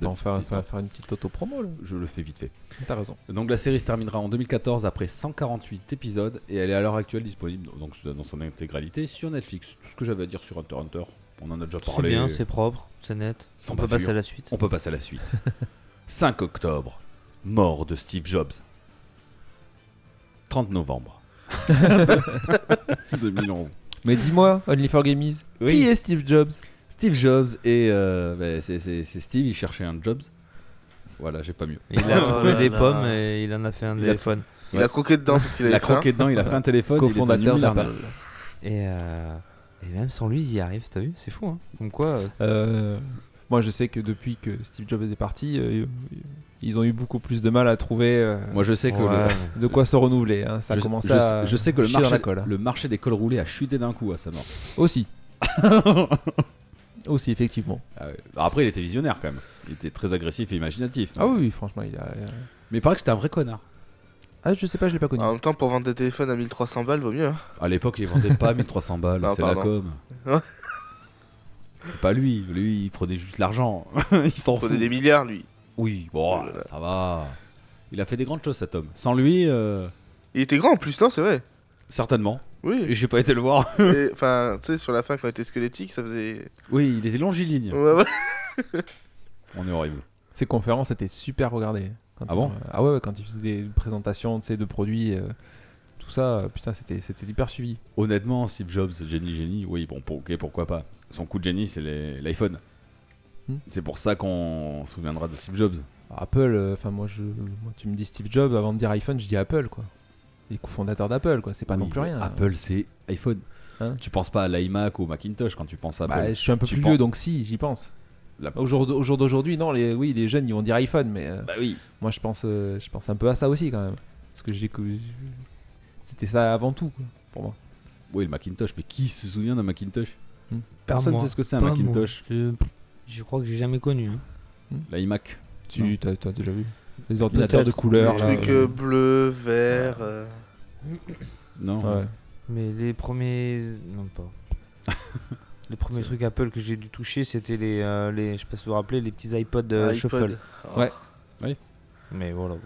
peux
en
en
faire-
faire,
faire-
une petite auto-promo, là.
je le fais vite fait.
T'as raison.
Donc la série se terminera en 2014 après 148 épisodes et elle est à l'heure actuelle disponible donc dans son intégralité sur Netflix. Tout ce que j'avais à dire sur Hunter x Hunter, on en a déjà
C'est
parlé.
bien, c'est propre, c'est net.
Sans
on peut
bavure.
passer à la suite.
On peut passer à la suite. 5 octobre, mort de Steve Jobs. 30 novembre 2011.
Mais dis-moi, Only for Gamies,
Oui.
qui est Steve Jobs
Steve Jobs et euh, bah, c'est- c'est c'est Steve, il cherchait un Jobs. Voilà, j'ai pas mieux.
Il a
Oh
trouvé
là
des
là.
pommes et il en a fait un
Il a-
téléphone.
Il
Ouais.
a croqué dedans parce qu'il
Il
avait
a
faim.
croqué dedans, il a fait un téléphone. il est devenu
cofondateur
milliardaire.
d'Apple.
Et, euh, et même sans lui, ils y arrivent, t'as vu C'est fou, hein Comme quoi, euh,
Euh, moi, je sais que depuis que Steve Jobs est parti, euh, ils ont eu beaucoup plus de mal à trouver euh,
Moi je sais que le-
ouais,
de quoi se renouveler. hein. Ça
je,
commence
je-
à.
je sais que le
chier dans
marché,
la colle. hein.
le marché des cols roulés a chuté d'un coup à sa mort.
Aussi. Aussi, effectivement.
Ah ouais. Après, il était visionnaire quand même. Il était très agressif et imaginatif.
Ah oui, franchement, il a.
Mais il paraît que c'était un vrai connard.
Ah, je sais pas, je l'ai pas connu.
En même temps, pour vendre des téléphones à 1300 balles, vaut mieux. hein.
À l'époque, il vendait pas 1300 balles,
Non,
c'est la
pardon.
com.
Ouais.
c'est pas lui, lui il prenait juste l'argent. il s'en
Il
fout.
prenait des milliards, lui.
Oui, bon,
Voilà.
ça va. Il a fait des grandes choses cet homme. Sans lui, euh,
Il était grand en plus, non, c'est vrai.
certainement. Et
Oui.
J'ai pas été le voir.
Et, Enfin, tu sais, sur la fin, quand il était squelettique, ça faisait.
Oui, il était longiligne.
Ouais, voilà.
On est horrible.
Ces conférences étaient super regardées. Quand
Ah
ils
bon
ont- Ah ouais, ouais, quand ils faisaient des présentations tu sais, de produits, euh, tout ça, euh, putain, c'était c'était hyper suivi.
Honnêtement, Steve Jobs, génie, génie, oui, bon, pour- ok, pourquoi pas. Son coup de génie, c'est les- l'iPhone.
Hmm.
C'est pour ça qu'on se souviendra de Steve Jobs.
Alors, Apple, euh, enfin, moi, je, moi, tu me dis Steve Jobs, avant de dire iPhone, je dis Apple, quoi. Les cofondateurs d'Apple, quoi, c'est pas
Oui,
non plus
mais
rien.
Apple, c'est iPhone.
Hein
tu penses pas à l'iMac ou au Macintosh quand tu penses à Apple.
Bah, je suis un peu
Tu
plus
penses-
vieux, donc si, j'y pense.
La-
Au jour, au jour d'aujourd'hui, non, les, oui, les jeunes, ils vont dire iPhone, mais euh,
Bah oui.
moi, je pense, euh, je pense un peu à ça aussi, quand même. Parce que j'ai que- C'était ça avant tout, quoi, pour moi.
Oui, le Macintosh, mais qui se souvient d'un Macintosh
Hmm.
Personne
Pas
ne
moi.
sait ce que c'est un
Pas
Macintosh.
moi. Je, je crois que j'ai jamais connu. hein.
L'iMac.
Tu as, déjà vu Les ordinateurs de
Peut-être,
couleur,
mais-
là.
Truc
euh,
euh, bleu, vert. euh,
Non.
euh, ouais.
Mais les premiers. Non, pas. les premiers trucs Apple que j'ai dû toucher, c'était les, euh, les. Je sais pas si vous vous rappelez, les petits iPod euh,
iPod.
Shuffle.
Oh.
Ouais.
Mais voilà.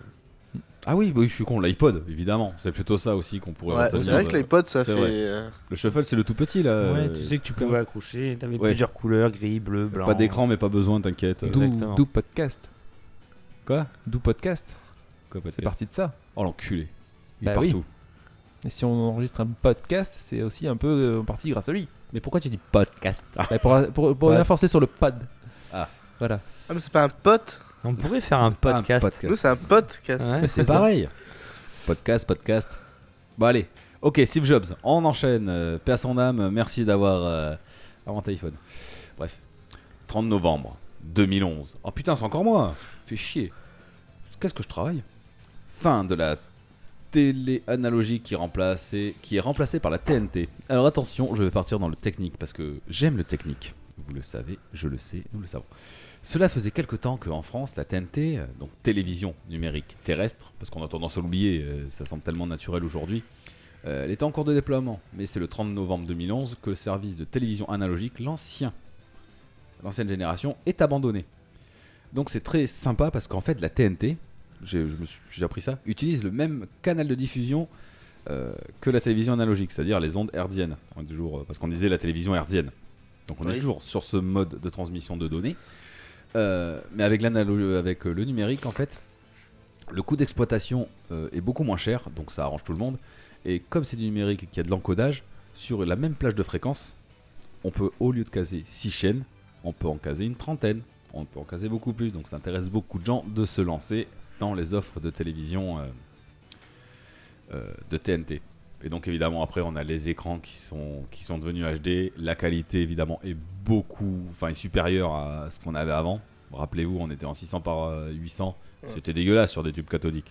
Ah oui, bah oui, je suis con, l'iPod, évidemment. C'est plutôt ça aussi qu'on pourrait
Ouais,
retenir
c'est vrai
de-
que l'iPod, ça
C'est
fait.
vrai.
euh,
Le shuffle, c'est le tout petit là.
ouais,
Euh,
tu sais que tu pouvais accrocher, t'avais
Ouais.
plusieurs couleurs, gris, bleu, blanc.
Pas d'écran, mais pas besoin, t'inquiète.
Exact.
D'où-
Exactement.
D'où podcast.
Quoi
D'où podcast.
Quoi, podcast
C'est parti de ça.
Oh l'enculé. Il
Bah
est
oui.
partout.
Et si on enregistre un podcast, c'est aussi un peu euh, en partie grâce à lui.
Mais pourquoi tu dis podcast
Bah, pour pour, pour
Ouais.
bien forcer sur le pad.
Ah.
Voilà.
Ah, mais c'est pas un pote
On pourrait faire un
Pas un
podcast.
Nous, c'est un pote, casse.
Ouais,
Mais c'est
ça.
pareil. Podcast, podcast. Bon, allez. Ok, Steve Jobs, on enchaîne. Euh, paix à son âme, merci d'avoir euh, inventé iPhone. Bref. 30 novembre 2011. Oh putain, c'est encore moi. Fais chier. Qu'est-ce que je travaille Fin de la télé analogique qui, remplace et- qui est remplacée par la TNT. Alors attention, je vais partir dans le technique parce que j'aime le technique. Vous le savez, je le sais, nous le savons. Cela faisait quelque temps qu'en France, la TNT, euh, donc télévision numérique terrestre, parce qu'on a tendance à l'oublier, euh, ça semble tellement naturel aujourd'hui, euh, elle était en cours de déploiement. Mais c'est le 30 novembre 2011 que le service de télévision analogique, l'ancien, l'ancienne génération, est abandonné. Donc c'est très sympa parce qu'en fait, la TNT, j'ai je me suis- j'ai appris ça, utilise le même canal de diffusion euh, que la télévision analogique, c'est-à-dire les ondes hertziennes. On est toujours, euh, parce qu'on disait la télévision hertzienne. Donc on est
Oui.
toujours sur ce mode de transmission de données. Euh, mais avec, l'analo- avec euh, le numérique, en fait, le coût d'exploitation euh, est beaucoup moins cher, donc ça arrange tout le monde. Et comme c'est du numérique et qu'il y a de l'encodage, sur la même plage de fréquence, on peut, au lieu de caser 6 chaînes, on peut en caser une trentaine. On peut en caser beaucoup plus, donc ça intéresse beaucoup de gens de se lancer dans les offres de télévision euh, euh, de TNT. Et donc évidemment après on a les écrans qui sont, qui sont devenus HD, la qualité évidemment est beaucoup, enfin est supérieure à ce qu'on avait avant. Rappelez-vous on était en 600 par euh, 800,
Ouais.
c'était dégueulasse sur des tubes cathodiques.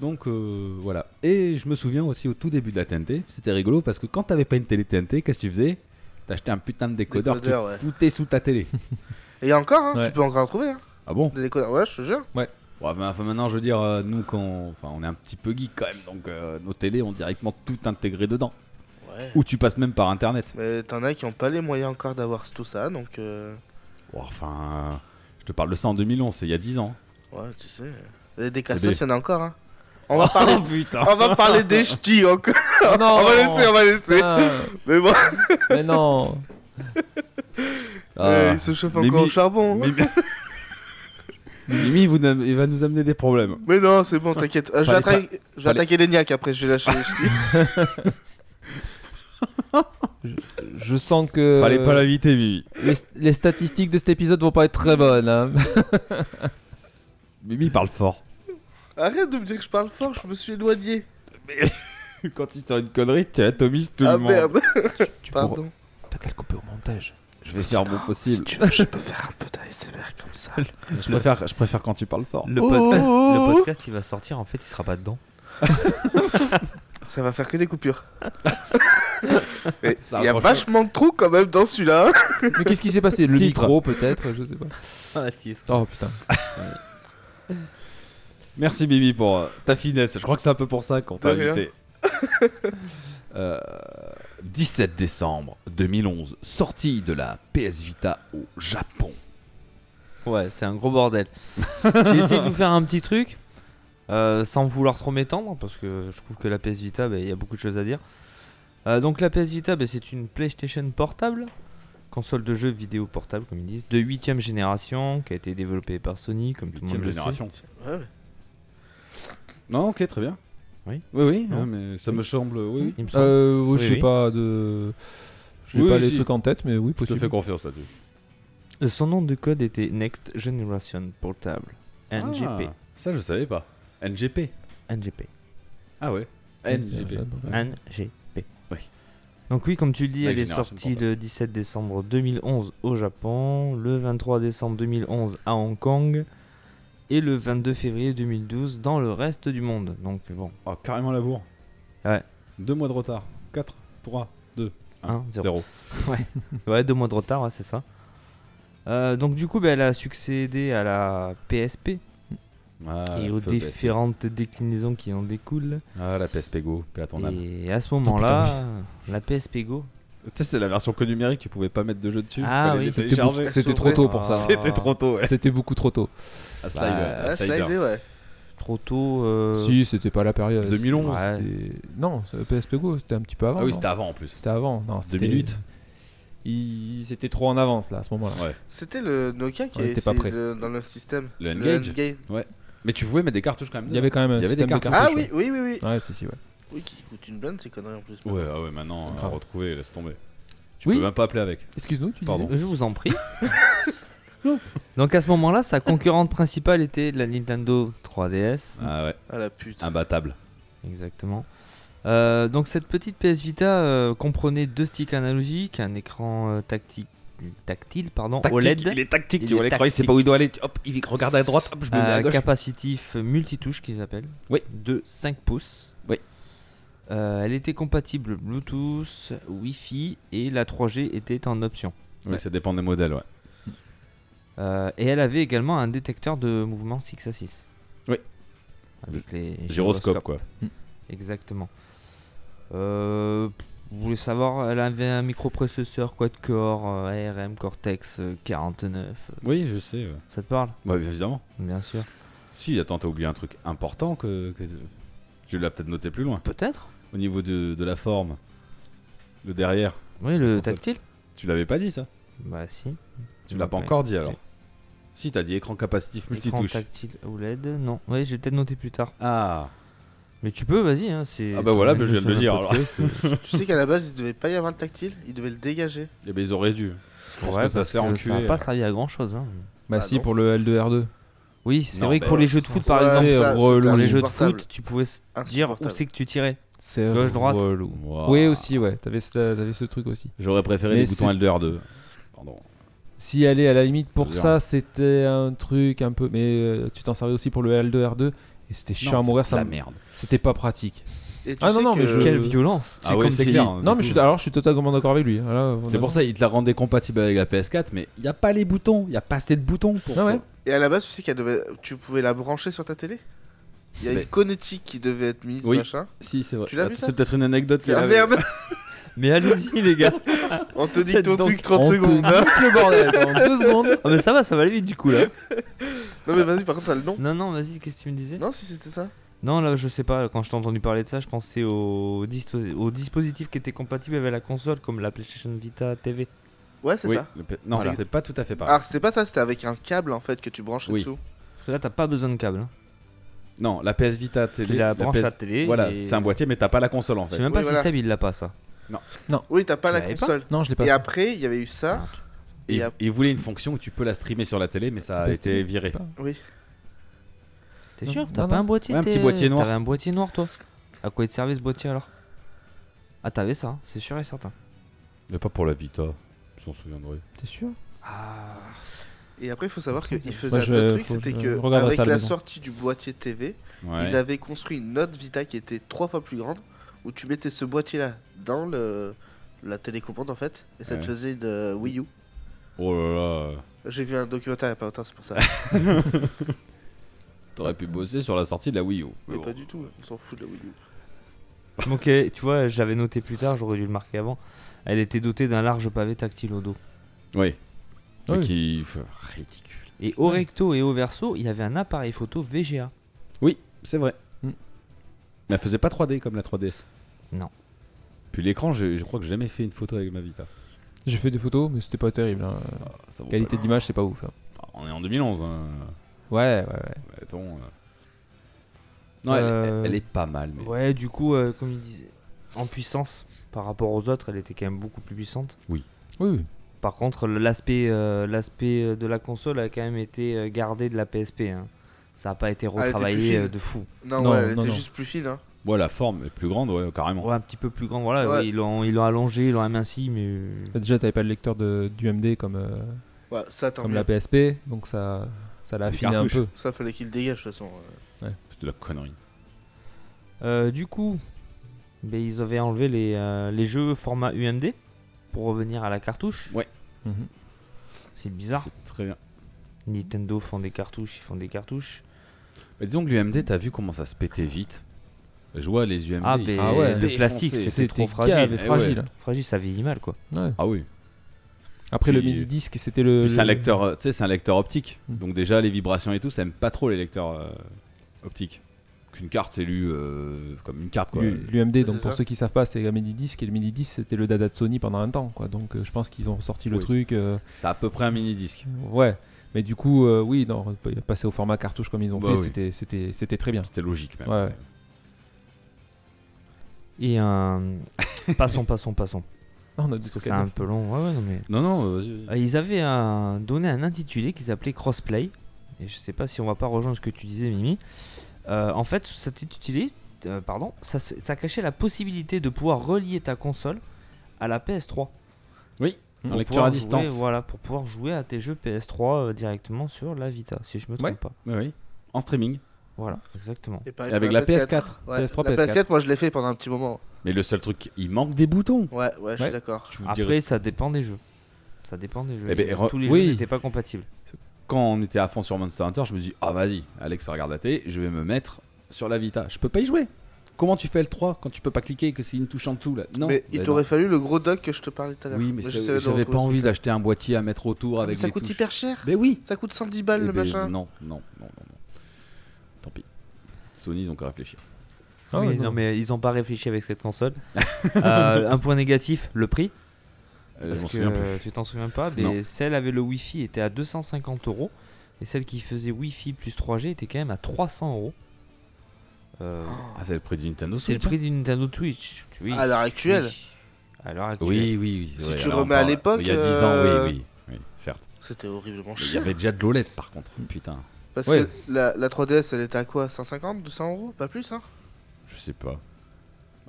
Donc euh, voilà. Et je me souviens aussi au tout début de la TNT, c'était rigolo parce que quand t'avais pas une télé TNT, qu'est-ce que tu faisais T'achetais un putain de décodeur,
Décodeur,
tu
ouais.
foutais sous ta télé.
Et encore, hein,
Ouais.
tu peux encore en trouver. Hein,
ah bon
des décodeurs. Ouais, je te jure.
Ouais, ben, enfin, maintenant, je veux dire, euh, nous, quand, enfin, on est un petit peu geek quand même, donc euh, nos télés ont directement tout intégré dedans.
Ouais.
Ou tu passes même par internet.
Mais t'en as qui ont pas les moyens encore d'avoir tout ça, donc. euh,
Ouais, enfin, euh, je te parle de ça en 2011, c'est il y a 10 ans.
Ouais, tu sais. Des, des
Des-
cassos, il y en a encore. Hein. On, va parler,
Oh, putain
on va parler des ch'tis encore.
Ah non
on va laisser, on va laisser.
Putain,
Mais bon,
Mais non
Ah.
euh, il se chauffe
Mimi-
encore au charbon. hein.
Mimi, Mimi, vous n'am- il va nous amener des problèmes.
Mais non, c'est bon, t'inquiète. Euh, je vais
Fallait
attaquer- je vais attaquer les niaques après, je vais lâcher les ch'tis.
Je sens que
Fallait pas l'inviter, Mimi.
les, les statistiques de cet épisode vont pas être très bonnes. hein.
Mimi parle fort.
Arrête de me dire que je parle fort, je me suis éloigné.
Quand tu sors une connerie, tu atomises tout
ah
le monde.
merde,
Tu pourras-
pardon.
T'as qu'à le couper au montage.
Je vais faire mon
Si
possible.
tu veux, je peux faire un peu d'ASMR comme ça.
Je préfère, je préfère quand tu parles fort.
Le,
Oh,
podcast,
oh, oh,
le
oh.
podcast, il va sortir, en fait, il sera pas dedans.
Ça va faire que des coupures. Mais
Ça
Il y a
approche.
vachement de trous quand même dans celui-là. hein.
Mais qu'est-ce qui s'est passé Le
Titre.
micro, peut-être Je sais pas.
Ah,
Oh putain.
Merci Bibi pour euh, ta finesse. Je crois que c'est un peu pour ça qu'on t'a
De rien.
invité. Euh, 17 décembre 2011, sortie de la PS Vita au Japon.
Ouais, c'est un gros bordel. J'ai essayé de vous faire un petit truc, euh, sans vouloir trop m'étendre, parce que je trouve que la PS Vita, bah, il y a beaucoup de choses à dire. Euh, donc la PS Vita, bah, c'est une PlayStation portable, console de jeux vidéo portable, comme ils disent, de 8ème génération, qui a été développée par Sony, comme tout le monde le sait.
Non, ok, très bien.
Oui.
oui, oui,
Non.
hein, mais ça me semble. Oui, oui.
Il me semble.
Euh, oui,
Oui,
je sais
oui.
pas de. Je n'ai
Oui,
pas les
si.
trucs en tête, mais oui,
Je te
possible.
fais confiance là-dessus.
Euh, Son nom de code était Next Generation Portable, NGP.
Ah, ça, je savais pas. NGP.
NGP.
Ah ouais. NGP.
NGP.
Oui.
Donc oui, comme tu le dis,
La
elle est
génération
sortie
portable.
le 17 décembre 2011 au Japon, le 23 décembre 2011 à Hong Kong et le 22 février 2012 dans le reste du monde. Donc bon,
Oh, carrément la bourre.
Ouais.
Deux mois de retard. 4, 3, 2, 1,
Un, hein, zéro.
0.
ouais, deux mois de retard, ouais, c'est ça. Euh, donc du coup, bah, elle a succédé à la PSP et aux différentes déclinaisons qui en découlent.
Ah, la PSP Go, paix à ton âme.
Et à ce moment-là, la PSP Go.
Tu sais, c'est la version que numérique, tu pouvais pas mettre de jeu dessus.
Ah
fallait
oui.
les
C'était
C'était beaucoup-
télécharger.
C'était
C'est
trop
vrai.
tôt pour
Ah.
ça.
C'était trop tôt, ouais.
C'était beaucoup trop tôt.
À slider,
Bah,
à
Ah,
slider.
slidé, ouais.
Trop tôt. euh,
Si, c'était pas la période.
2011,
c'était- Non, c'est- PSP Go, c'était un petit peu avant.
Ah oui,
non
c'était avant en plus.
C'était avant. Non, c'était-
2008.
Ils ils étaient trop en avance là à ce moment-là.
Ouais.
C'était le Nokia qui
On était
était
pas prêt.
dans le système.
Le N-Gage.
N-Gage.
Mais tu pouvais mettre des cartouches quand même.
Il y avait quand même un
Il y avait des
système de
cartes.
Ah
cartouches,
oui, oui, oui, oui.
ouais. Ouais, si, si, ouais.
Oui, qui coûte une blinde ces conneries en plus.
dedans. Ouais, ah ouais, maintenant, à
Grave.
retrouver, laisse tomber. Tu
Oui.
peux même pas appeler avec.
Excuse-nous, tu
Pardon.
disais
Je vous en prie. Donc à ce moment-là, sa concurrente principale était la Nintendo 3DS.
Ah ouais,
Ah la pute.
imbattable.
Exactement. Euh, donc cette petite PS Vita euh, comprenait deux sticks analogiques, un écran euh, tactique, tactile, pardran, OLED,
Il est tactique,
Il
tu vois,
est
l'écran, il sait
tactique.
pas où il doit aller. tu- Hop, il regarde à droite, hop, je me mets
euh,
à gauche.
capacitif multitouche qu'ils appellent,
Oui.
de 5 pouces.
Oui.
Euh, elle était compatible Bluetooth, Wi-Fi et la 3G était en option.
Oui, ça dépend des modèles, ouais.
Euh, et elle avait également un détecteur de mouvement 6 à 6.
Oui.
Avec les
Gyroscope,
gyroscopes.
quoi.
Exactement. Euh, vous voulez savoir, elle avait un microprocesseur quad-core euh, ARM Cortex euh, 49.
Oui, je sais. ouais.
Ça te parle
Bah, bien évidemment.
Bien sûr.
Si, attends, t'as oublié un truc important que, que- tu l'as peut-être noté plus loin.
Peut-être
Au niveau de, de la forme, le derrière,
Oui, le
Comment ça
tactile
tu l'avais pas dit ça
Bah si.
Tu l'as pas
Ouais.
encore dit alors Si, t'as dit écran capacitif
Écran
multitouche.
tactile OLED Non. Oui, j'ai peut-être noté plus tard.
Ah,
Mais tu peux, vas-y. hein, c'est-
Ah bah voilà,
t'as
bah je viens de le
un
dire,
peu
alors.
truc, c'est-
tu sais qu'à la base, il devait pas y avoir le tactile, il devait le dégager.
eh ben ils auraient dû. Je pense
Ouais,
que ça
parce
s'est
que ça
enculé.
n'a pas servi à grand chose.
Bah
Ah,
si,
non.
pour le L2R2.
Oui, c'est
Non,
vrai que
bah,
pour les jeux de foot, par
Ouais,
exemple,
c'est
ça,
relou.
c'était
pour les jeux de
insupportable.
foot, tu pouvais s- dire où
Insupportable.
c'est que tu tirais.
C'est
Gauche, droite.
relou.
Ouah.
Oui aussi, ouais. T'avais ce, t'avais ce truc aussi.
J'aurais préféré
Mais
les boutons L2R2. Pardon.
Si elle est à la limite pour ça,
Bizarre.
c'était un truc un peu. Mais euh, tu t'en servais aussi pour le L2R2 et c'était chiant à
Non,
mourir.
c'est
Ça,
de la
me-
merde.
c'était pas pratique.
Et tu
Ah non,
sais
non, mais
que-
je-
Quelle violence
Euh, Ah oui,
comme
c'est
tu
clair.
dis.
hein,
non,
du
mais je
coup.
suis, alors je suis totalement d'accord avec lui. Voilà, on
C'est
a-
pour ça ils te la rendaient compatible avec la PS4, mais il y a pas les boutons, il y a pas assez de boutons pour.
Ah ouais.
Et à la base, tu sais qu'elle devait... tu pouvais la brancher sur ta télé Il y a
Mais-
une connectique qui devait être mise,
Oui.
machin.
Si, c'est vrai.
Tu l'as vu,
Attends,
ça
C'est peut-être une anecdote qu'il
Ah
avait.
merde
Mais allez-y les gars.
Anthony, ton
Donc,
truc 30
on te
secondes. hein.
nique le bordel pendant deux secondes.
Ah mais ça va, ça va aller vite du coup là.
Non, mais vas-y, par contre, t'as le nom.
Non non, vas-y, qu'est-ce que tu me disais
Non, si c'était ça.
Non là, je sais pas. Quand je t'ai entendu parler de ça, je pensais au, disto- au dispositif qui était compatible avec la console, comme la PlayStation Vita TV.
Ouais, c'est
Oui,
ça. Ah.
le P- Non,
Voilà.
c'est pas tout à fait pareil.
Alors, c'était pas ça, c'était avec un câble en fait que tu branches
Oui.
dessous.
Parce que là, t'as pas besoin de câble. hein.
Non, la PS Vita
Tu
télé.
la branches
PS
à la télé.
Voilà,
et-
c'est un boîtier, mais t'as pas la console en
Je
fait.
sais même
Oui,
pas
voilà.
si Seb il l'a pas ça.
Oui, t'as pas
Tu
la
l'avais pas
console.
Non, je l'ai pas.
Et
ça.
après, il y avait eu ça.
Et,
Et ap-
il voulait une fonction où tu peux la streamer sur la télé, mais ça
Tu
a
peux
été
streamer,
viré.
pas.
T'es
Non,
sûr
non,
T'as
non.
pas un boîtier
Ouais, un petit
t'es-
boîtier noir.
T'avais un boîtier noir, toi À quoi il te servait ce boîtier alors Ah, t'avais ça, hein, c'est sûr et certain.
Mais pas pour la Vita, je s'en souviendrai.
T'es sûr
Ah,
Et après, il faut savoir
Moi,
qu'ils
je-
faisaient un autre truc,
faut que
c'était
je
que
regarderai
avec
ça à la
la
maison.
sortie du boîtier TV,
Ouais.
ils avaient construit une autre Vita qui était trois fois plus grande, où tu mettais ce boîtier-là dans le la télécommande en fait, et ça
Ouais.
te faisait une euh, Wii U.
Oh là là,
J'ai vu un documentaire il y a pas longtemps, c'est pour ça.
t'aurais pu bosser sur la sortie de la Wii U.
Mais pas du tout, on s'en fout de la Wii U.
ok, tu vois, j'avais noté plus tard, j'aurais dû le marquer avant. Elle était dotée d'un large pavé tactile au dos.
Oui.
Ah
Et
oui.
qui. Ridicule.
Et au recto et au verso, il y avait un appareil photo VGA.
Oui, c'est vrai.
Mm.
Mais elle faisait pas 3D comme la 3DS.
Non.
Puis l'écran, je, je crois que j'ai jamais fait une photo avec ma Vita.
J'ai fait des photos, mais c'était pas terrible. hein.
Ah, Ça vaut
Qualité d'image, c'est pas ouf. hein.
pas- On est en 2011. hein.
Ouais, ouais, ouais.
Mais Attends. euh. Non, elle-
Euh,
elle, elle est pas mal. Mais...
Ouais, du coup, euh, comme il disait, en puissance par rapport aux autres, elle était quand même beaucoup plus puissante.
Oui, oui.
Par contre, le- l'aspect euh, l'aspect euh, de la console a quand même été euh, gardé de la PSP. hein. Ça n'a pas été
Ah, était plus
retravaillé
fine.
euh, de fou.
Non,
Non,
ouais, elle
non,
était
non.
juste plus fine. Hein.
Ouais, la forme est plus grande, ouais, carrément.
Ouais, un petit peu plus grand, voilà.
Ouais.
ouais, ils l'ont ils l'ont allongé, ils l'ont aminci, mais. euh,
Bah, Déjà, t'avais pas le lecteur de, d'UMD comme, euh,
Ouais, ça, tant
comme
mieux.
la PSP, donc ça, ça l'a
Les
affiné un
cartouches.
peu.
Ça, fallait qu'il dégage de toute façon. euh.
C'est de la connerie.
Euh, du coup, ben, ils avaient enlevé les, euh, les jeux format UMD pour revenir à la cartouche.
Ouais.
Mhm.
C'est bizarre.
C'est très bien.
Nintendo font des cartouches, ils font des cartouches.
Mais disons que l'UMD, t'as vu comment ça se pétait vite. Je vois les UMD.
Ah,
ils
ben,
sont
ah ouais.
le
défoncés.
plastique, c'était trop
grave et
fragile.
Eh
fragile. hein.
Fragile, ça vieillit mal quoi.
Ouais.
Ah oui.
Après le
Puis-
mini disque, c'était le.
Puis c'est un
le-
lecteur, euh, tu sais, c'est un lecteur optique.
Mm.
Donc déjà les vibrations et tout, ça aime pas trop les lecteurs euh, optiques. Qu'une carte c'est lu euh, comme une carte quoi.
L'U- L'UMD, donc
C'est
pour
ça.
ceux qui savent pas, c'est la mini disque et le mini disque c'était le dada de Sony pendant un temps, quoi. Donc euh, je pense qu'ils ont sorti le
Oui.
truc. euh,
C'est à peu près un mini disque.
ouais, mais du coup, euh, oui, non, pa- passer au format cartouche comme ils ont
Bah
fait,
oui.
c'était, c'était, c'était très bien.
C'était logique même.
Ouais, ouais.
Et euh, passons, passons, passons.
Ah, on a des
Parce que
trucs
c'est
à
un
dire.
peu long. Ouais, ouais, non, mais...
Non non, euh, vas-y, vas-y.
Euh, Ils avaient un- donné un intitulé qu'ils appelaient Crossplay. Et je sais pas si on va pas rejoindre ce que tu disais, Mimi. Euh, en fait, cet intitulé, euh, pardon, ça, se- ça cachait la possibilité de pouvoir relier ta console à la PS3.
un
Pour
lecteur
pouvoir
à
jouer-
distance.
voilà, pour pouvoir jouer à tes jeux PS3 euh, directement sur la Vita, si je me trompe
Ouais.
pas.
Oui, oui. En streaming.
Voilà, exactement.
Et pareil
Avec
pour
la PS4.
Ouais,
PS3,
la
PS4.
PS4, moi je l'ai fait pendant un petit moment.
Mais le seul truc, il manque des boutons.
Ouais, ouais, je
Ouais.
suis d'accord.
Je vous dirais
Après, ça dépend des jeux. Ça dépend des jeux.
Eh ben,
Et
re-
Tous les
oui.
jeux n'étaient pas compatibles.
quand on était à fond sur Monster Hunter, je me dis ah vas-y, Alex regarde la télé, je vais me mettre sur la Vita. Je peux pas y jouer. Comment tu fais le 3 quand tu peux pas cliquer et que c'est une touche en dessous là Non.
mais il
Ben
t'aurait
non.
fallu le gros dock que je te parlais tout à l'heure.
Oui, mais,
j'essaierai
ça-
de
j'avais
retrouver
pas
ce
envie
truc-là.
d'acheter un boîtier à mettre autour
Mais
avec
Ça
les
coûte
touches.
hyper cher.
Mais oui.
Ça coûte 110 balles
Eh
le
ben,
machin.
Non, non, non, non, non. Tant pis. Sony, ils ont qu'à réfléchir.
Ah
Oui,
ouais,
non.
non.
mais ils n'ont pas réfléchi avec cette console. Euh, un point négatif, le prix.
Euh,
Parce
je m'en
que
souviens plus.
tu t'en souviens pas, mais
Non.
celle avec le Wi-Fi était à 250 euros et celle qui faisait Wi-Fi plus 3G était quand même à 300 euros. Euh,
Ah, c'est le prix du Nintendo
C'est le
Switch
prix d'une Nintendo Twitch. Oui.
Oh, À l'heure actuelle,
oui. À l'heure actuelle.
Oui, oui, oui. c'est
Si
vrai.
tu
Là, on
remets à
parle-
l'époque,
Il y a 10 ans,
euh,
oui, oui. oui, certes.
c'était horriblement
Mais Il
cher.
y avait déjà de l'OLED par contre. Putain.
Parce
Ouais.
que la, la 3DS, elle était à quoi 150 200 euros Pas plus, hein
Je sais pas.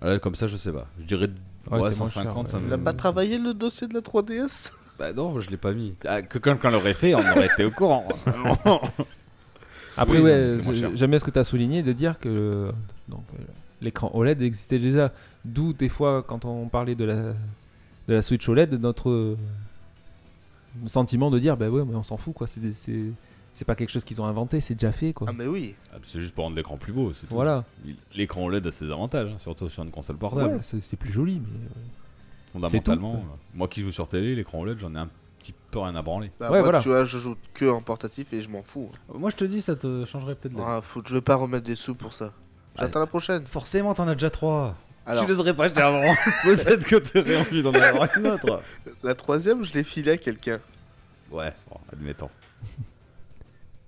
Là, comme ça, je sais pas. Je dirais.
Ouais,
Ouais,
t'es moins
150,
cher,
ça
ouais.
Il
me.
a
Euh,
pas travaillé le dossier de la 3DS
Bah non, je l'ai pas mis. Ah, que quelqu'un l'aurait fait, on aurait été au courant. Ah,
Après,
Oui, non,
ouais,
c'est moins
c'est-
cher.
j'aime bien ce que tu as souligné de dire que euh, donc, euh, l'écran OLED existait déjà. D'où, des fois, quand on parlait de la, de la Switch OLED, notre euh, sentiment de dire, bah ouais, mais on s'en fout, quoi. C'est, des- c'est, c'est pas quelque chose qu'ils ont inventé, c'est déjà fait, quoi.
Ah, mais oui.
Ah, c'est juste pour rendre l'écran plus beau. c'est tout.
Voilà,
Il- L'écran OLED a ses avantages, hein, surtout sur une console portable.
ouais, c'est, c'est plus joli. Mais... euh,
Fondamentalement,
C'est tout.
euh, moi qui joue sur télé, l'écran OLED, j'en ai un petit peu rien à branler.
Bah,
Ouais,
moi,
voilà.
tu vois, je joue que en portatif et je m'en fous. hein.
Euh, Moi, je te dis, ça te changerait peut-être
Ah, faut, je veux pas remettre des sous pour ça. J'attends la prochaine.
Forcément, t'en as déjà trois.
Alors,
Tu les aurais pas achetés avant. peut-être que t'aurais envie d'en avoir une autre.
la troisième, je l'ai filée à quelqu'un.
Ouais, bon, admettons.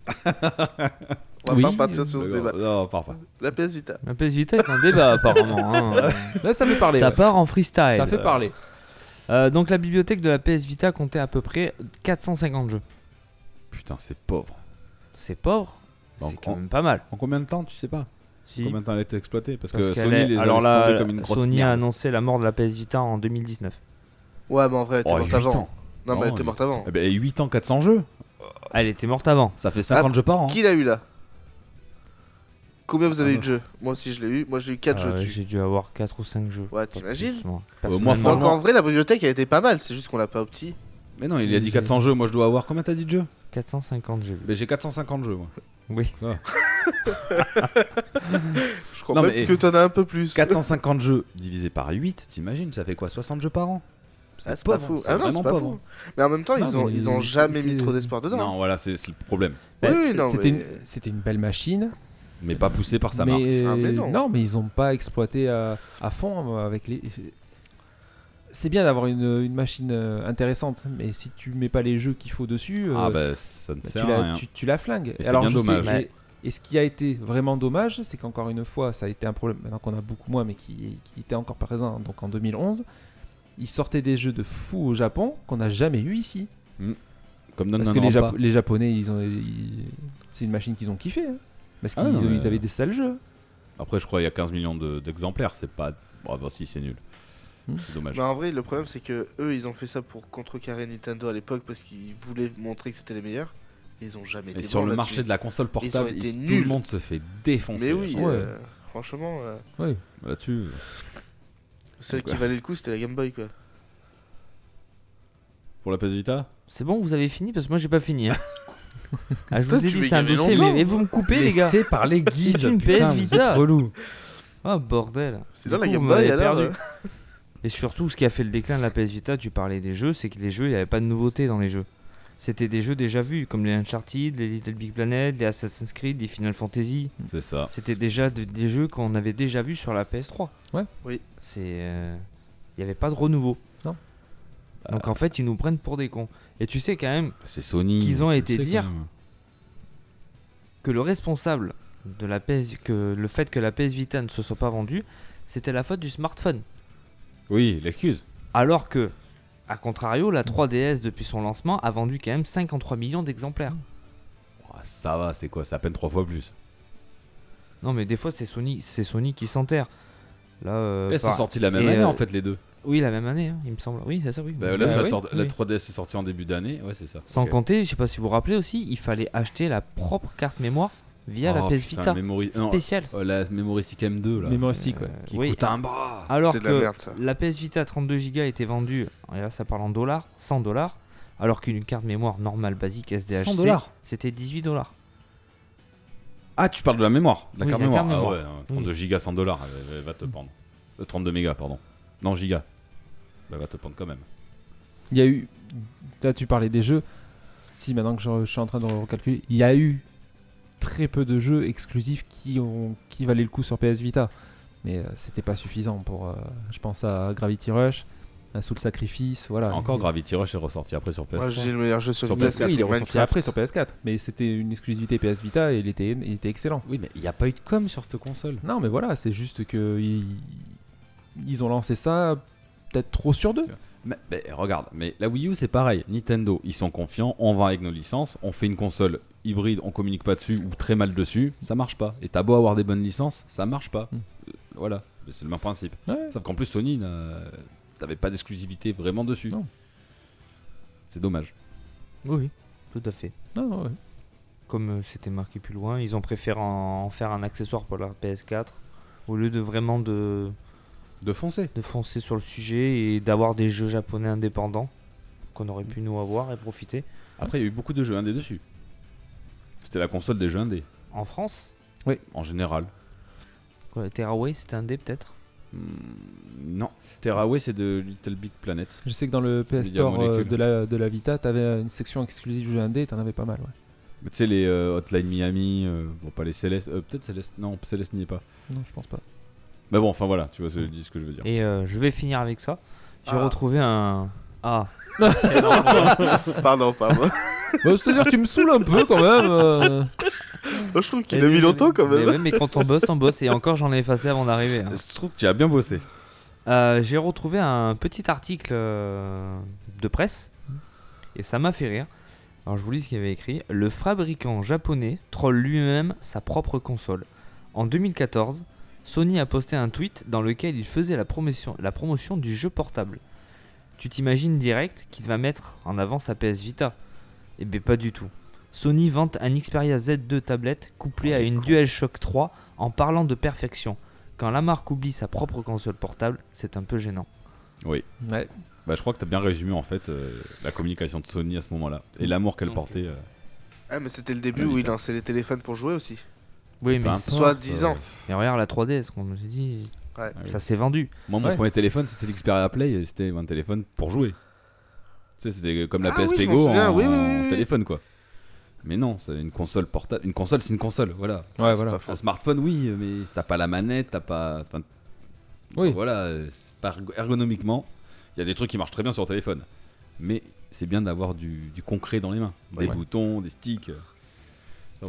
On va
Oui,
pas partir sur ce débat.
D'accord. Non, on part pas.
La PS Vita.
La PS Vita est en débat apparemment. hein.
euh, Là, ça fait parler.
Ça
ouais.
part en freestyle.
Ça fait parler.
Euh, donc la bibliothèque de la PS Vita comptait à peu près 450 jeux.
Putain, c'est pauvre.
C'est pauvre,
Bon,
c'est
en-
quand même pas mal.
En combien de temps, tu sais pas
Si.
Combien de temps elle a été exploitée Parce,
Parce
que
qu'elle
Sony
est-
les a
Alors
laissés
là,
tomber comme une grosse
Sony a
merde.
annoncé la mort de la PS Vita en 2019.
Ouais, mais en vrai, elle était
Oh,
morte
8
avant.
ans.
Non, mais elle
Non,
était
il-
morte avant.
Eh ben, 8 ans, 400 jeux.
Elle était morte avant.
Ça fait 50 jeux par an.
Qui l'a eu là Combien vous avez
Ah,
eu de jeux Moi aussi, je l'ai eu. Moi, j'ai eu 4 jeux
Euh,
dessus.
J'ai dû avoir 4 ou 5 jeux. Pas
Ouais,
plus,
t'imagines
moi,
Euh, moi,
personnellement.
Donc, en
franchement-
vrai, la bibliothèque, elle était pas mal. C'est juste qu'on l'a pas opti.
Mais non, il a dit 400 jeux. Moi, je dois avoir. Combien t'as dit de jeux
450 jeux. vus.
Ben, J'ai 450 jeux, moi.
Oui.
Je crois
Non,
même
mais-
que t'en as un peu plus.
450 jeux divisé par 8, t'imagines Ça fait quoi 60 jeux par an
Ah, c'est pas
pauvre, hein.
fou. Ah non,
vraiment
c'est pas
pauvre.
fou. Mais en même temps, ils
Non,
ont,
mais
ils ont
c'est-
jamais mis
c'est-
trop d'espoir dedans.
Non, voilà, c'est c'est le problème.
Oui, oui, non.
C'était
mais-
une, c'était une belle machine.
Mais pas poussé par sa marque.
mais, euh,
marque. Ah, mais non.
non, mais ils n'ont pas exploité à, à fond euh, avec les. C'est bien d'avoir une, une machine euh, intéressante, mais si tu mets pas les jeux qu'il faut dessus, euh,
Ah bah ça ne
bah,
sert
tu,
à
la,
rien.
tu- tu la flingues.
Et c'est
Alors
bien
je sais,
dommage.
j'ai- Et ce qui a été vraiment dommage, c'est qu'encore une fois, ça a été un problème maintenant qu'on a beaucoup moins, mais qui, qui était encore présent. hein, Donc en 2011, ils sortaient des jeux de fou au Japon qu'on n'a jamais eu ici.
Comme non,
Parce
non,
que
non,
les,
pas.
Japo- les Japonais, ils ont, ils- c'est une machine qu'ils ont kiffé. hein. Parce
Ah
qu'ils
non,
ont- ils
mais-
avaient des sales jeux.
Après, je crois qu'il y a 15 millions de- d'exemplaires. C'est pas. Bon, bah, si, c'est nul.
Hmm.
C'est dommage.
Mais en vrai, le problème, c'est que eux, ils ont fait ça pour contrecarrer Nintendo à l'époque parce qu'ils voulaient montrer que c'était les meilleurs. Ils ont jamais
Et
été
sur
bons
le
là-dessus.
marché de la console portable,
Ils ont été
il- tout
nuls.
le monde se fait défoncer. Bah,
Mais oui,
Ouais.
euh, franchement, euh,
Là-dessus.
celle
Quoi.
qui valait le coup, c'était la Game Boy, quoi.
Pour la PS Vita
C'est bon, vous avez fini parce que moi j'ai pas fini. hein. ah, je
Toi,
vous ai
tu
dit
veux
c'est un
galérer
dossier, mais,
longtemps.
mais vous me coupez les gars.
Laissez parler Guise.
C'est une
putain,
PS
vous êtes
Vita.
relous.
Ah bordel. Du
C'est dans la
coup,
Game
vous m'avez
Boy, alors
perdu.
euh,
Et surtout, ce qui a fait le déclin de la PS Vita, tu parlais des jeux, c'est que les jeux, il n'y avait pas de nouveauté dans les jeux. C'était des jeux déjà vus, comme les Uncharted, les Little Big Planet, les Assassin's Creed, les Final Fantasy.
Hmm.
C'est ça.
C'était déjà de- des jeux qu'on avait déjà vus sur la PS3.
Ouais.
Oui.
C'est, euh, il n'y avait pas de renouveau.
Non. Euh.
Donc en fait, ils nous prennent pour des cons. Et tu sais quand même
C'est Sony.
Qu'ils ont
tu
été
sais,
dire.
quand même.
que le responsable de la PS, que le fait que la PS Vita ne se soit pas vendue, c'était la faute du smartphone.
Oui, l'excuse.
Alors que, à contrario, la 3DS depuis son lancement a vendu quand même 53 millions d'exemplaires.
Oh, ça va, c'est quoi C'est à peine trois fois plus.
Non mais des fois c'est Sony, c'est Sony qui s'enterre. Là, euh,
Elles sont
par-
sorties la même
et,
année
euh,
en fait, les deux.
oui la même année, hein, il me semble. Oui c'est ça, oui.
Bah,
Oui.
là,
Bah
ça
oui,
sort-
oui.
la 3DS est sortie en début d'année. Ouais, c'est ça.
Sans
Ok.
compter, je sais pas si vous vous rappelez aussi, il fallait acheter la propre carte mémoire via la
Oh,
PS
putain,
Vita
Memory- non,
spéciale.
oh, la Memory Stick M2 là. bah.
Mais moi aussi, quoi.
Euh,
Qui
oui. Ah.
coûte un bras.
Alors
C'était de la
que
merde, ça.
la PS Vita 32 Go était vendue, et là ça parle en dollars, 100 dollars, alors qu'une carte mémoire normale basique SDHC
100 dollars.
c'était 18 dollars.
Ah, tu parles de la mémoire, de la
Oui,
carte
la
mémoire.
carte
Ah
mémoire.
ouais, hein, 32 gigas, 100 dollars, elle- elle va te pendre. Euh, 32 mégas, pardon. Non, gigas. Bah, Elle va te pendre quand même.
Il y a eu. Là, tu parlais des jeux. Si, maintenant que je, je suis en train de recalculer, il y a eu très peu de jeux exclusifs qui, ont, qui valaient le coup sur PS Vita. Mais euh, c'était pas suffisant pour. euh, je pense à Gravity Rush, à Soul Sacrifice, voilà.
Encore Gravity Rush est ressorti après sur
Moi,
PS3.
j'ai le meilleur jeu sur
Sur
Vita,
PS4,
c'est
Oui, il est
Minecraft.
ressorti après sur PS4, mais c'était une exclusivité PS Vita et il était, il était excellent.
oui, mais il n'y a pas eu de com sur cette console.
Non, mais voilà, c'est juste que. Ils, ils ont lancé ça peut-être trop sur deux.
Mais, mais regarde, mais la Wii U c'est pareil. Nintendo, ils sont confiants, on va avec nos licences, on fait une console hybride, on communique pas dessus ou très mal dessus, ça marche pas. Et t'as beau avoir des bonnes licences, ça marche pas.
Mm.
Euh, Voilà, Mais c'est le même principe.
Ouais.
Sauf qu'en plus Sony, n'a- t'avais pas d'exclusivité vraiment dessus.
Non.
C'est dommage.
Oui, tout à fait.
Non, ouais.
Comme euh, c'était marqué plus loin, ils ont préféré en, en faire un accessoire pour la PS4 au lieu de vraiment de,
De foncer.
de foncer sur le sujet et d'avoir des jeux japonais indépendants qu'on aurait pu nous avoir et profiter.
Après, il y a eu beaucoup de jeux indés dessus. C'était la console des jeux indés,
En France,
en général.
quoi, Terraway c'était un dé peut-être
Hmm, non. Terraway, c'est de Little Big Planet.
Je sais que dans le
C'est
PS
des diamants
Store euh,
molécules.
de la, de la Vita, t'avais une section exclusive jeux indé et t'en avais pas mal. Ouais.
Mais Tu sais, les euh, Hotline Miami, euh, bon, pas les Célestes, euh, peut-être Céleste, non, Céleste n'y est pas.
Non, je pense pas.
Mais bon, enfin voilà, tu vois ce, dis ce que je veux dire.
Et euh, je vais finir avec ça. J'ai
Ah.
retrouvé un. Ah,
Pardon, pardon.
Bah, C'est-à-dire, tu me saoules un peu quand même. euh.
Moi, je trouve qu'il
Eh,
a mis
désolé.
longtemps quand
Mais,
même.
ouais, mais quand on bosse, on bosse. Et encore, j'en ai effacé avant d'arriver. hein.
Euh, Je trouve que tu as bien bossé.
Euh, J'ai retrouvé un petit article euh, de presse. Et ça m'a fait rire. Alors je vous lis ce qu'il y avait écrit. Le fabricant japonais troll lui-même sa propre console. En 2014, Sony a posté un tweet dans lequel il faisait la promotion, la promotion du jeu portable. Tu t'imagines direct qu'il va mettre en avant sa PS Vita Eh ben pas du tout. Sony vante un Xperia Z2 tablette couplé à une DualShock 3 en parlant de perfection. Quand la marque oublie sa propre console portable, c'est un peu gênant.
Ouais.
Bah, je crois que t'as bien résumé en fait euh, la communication de Sony à ce moment-là et l'amour qu'elle
Ok.
portait. euh,
Ah, mais c'était le début
Ah,
où il
d'accord.
lançait les téléphones pour jouer aussi.
Oui,
peu
mais,
importe,
soit disant.
euh,
mais regarde la 3DS, qu'on nous a dit,
Ouais.
Ah oui.
ça s'est vendu.
Moi, mon
Ouais.
premier téléphone, c'était l'Xperia Play et c'était un téléphone pour jouer. Tu sais, c'était comme la
Ah oui,
PSP
je m'en
Go en,
souviens, oui, oui, oui,
en
oui.
téléphone, quoi. Mais non, c'est une console portable. Une console, c'est une console, voilà.
Ouais, voilà.
pas faux.
Un smartphone, oui, mais t'as pas la manette, t'as pas. enfin,
Oui.
Voilà, euh, c'est pas ergo- ergonomiquement. Il y a des trucs qui marchent très bien sur le téléphone. Mais c'est bien d'avoir du, du concret dans les mains. Des
Ouais.
boutons, des sticks. euh,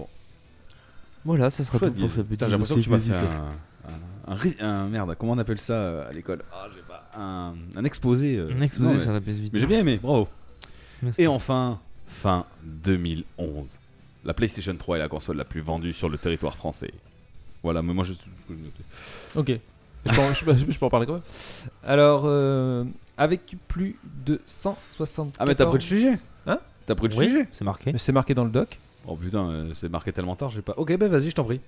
Voilà, ça sera
Chouette
tout pour
idée.
ce petit
Putain, j'ai l'impression que
dossier
tu m'as
musique.
fait un, un- un ri- un- Merde, comment on appelle ça euh, à l'école Ah, je sais pas, un, un exposé. euh.
Un exposé
Non, mais-
sur la PS Vita.
Mais j'ai bien aimé, bravo.
Merci.
Et enfin, fin 2011. La PlayStation 3 est la console la plus vendue sur le territoire français. Voilà, mais moi je ce que je notais.
Ok. Je peux, en- je peux- je peux en parler quand même. Alors, euh, avec plus de 160.
Ah, mais t'as pris le sujet
Hein
T'as pris le
Oui,
sujet
c'est marqué.
Mais c'est marqué dans le doc.
Oh putain, euh, c'est marqué tellement tard, j'ai pas. Ok, bah vas-y, je t'en prie.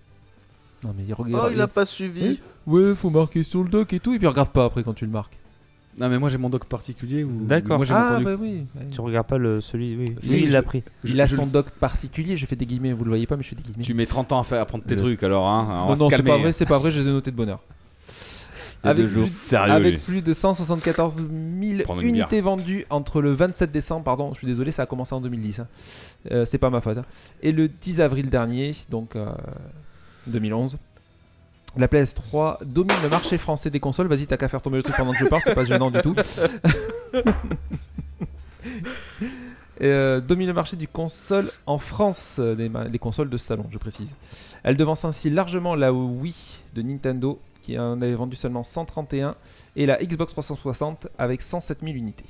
Non, mais il
Oh,
regarde.
il a pas suivi.
Ouais, faut marquer sur le doc et tout, et puis regarde pas après quand tu le marques.
Non, mais moi j'ai mon doc particulier où.
D'accord.
Moi j'ai mon
ah,
contenu.
bah oui.
Tu regardes pas le, celui. Oui,
Si,
Lui, il
je-
l'a pris.
Je-
Il a
je-
son doc particulier, je fais des guillemets, vous le voyez pas, mais je fais des guillemets.
Tu mets 30 ans à, faire, à prendre tes
Le-
trucs alors, hein. on va
non,
se
non, c'est
calmer.
pas vrai, c'est pas vrai, je les ai notés de bonheur.
Il y a
Avec
deux jours.
plus-
Sérieux,
Avec
lui.
plus de 174 000
Prendre une
unités vendues entre le 27 décembre, pardon, je suis désolé, ça a commencé en 2010. hein. Euh, c'est pas ma faute. hein. Et le 10 avril dernier, donc euh, 2011, la PS3 domine le marché français des consoles. Vas-y, t'as qu'à faire tomber le truc pendant que je parle, c'est pas gênant du tout. Et, euh, domine le marché du console en France, euh, les, ma- les consoles de salon, je précise. Elle devance ainsi largement la Wii de Nintendo, qui en avait vendu seulement 131, et la Xbox 360 avec 107 000 unités.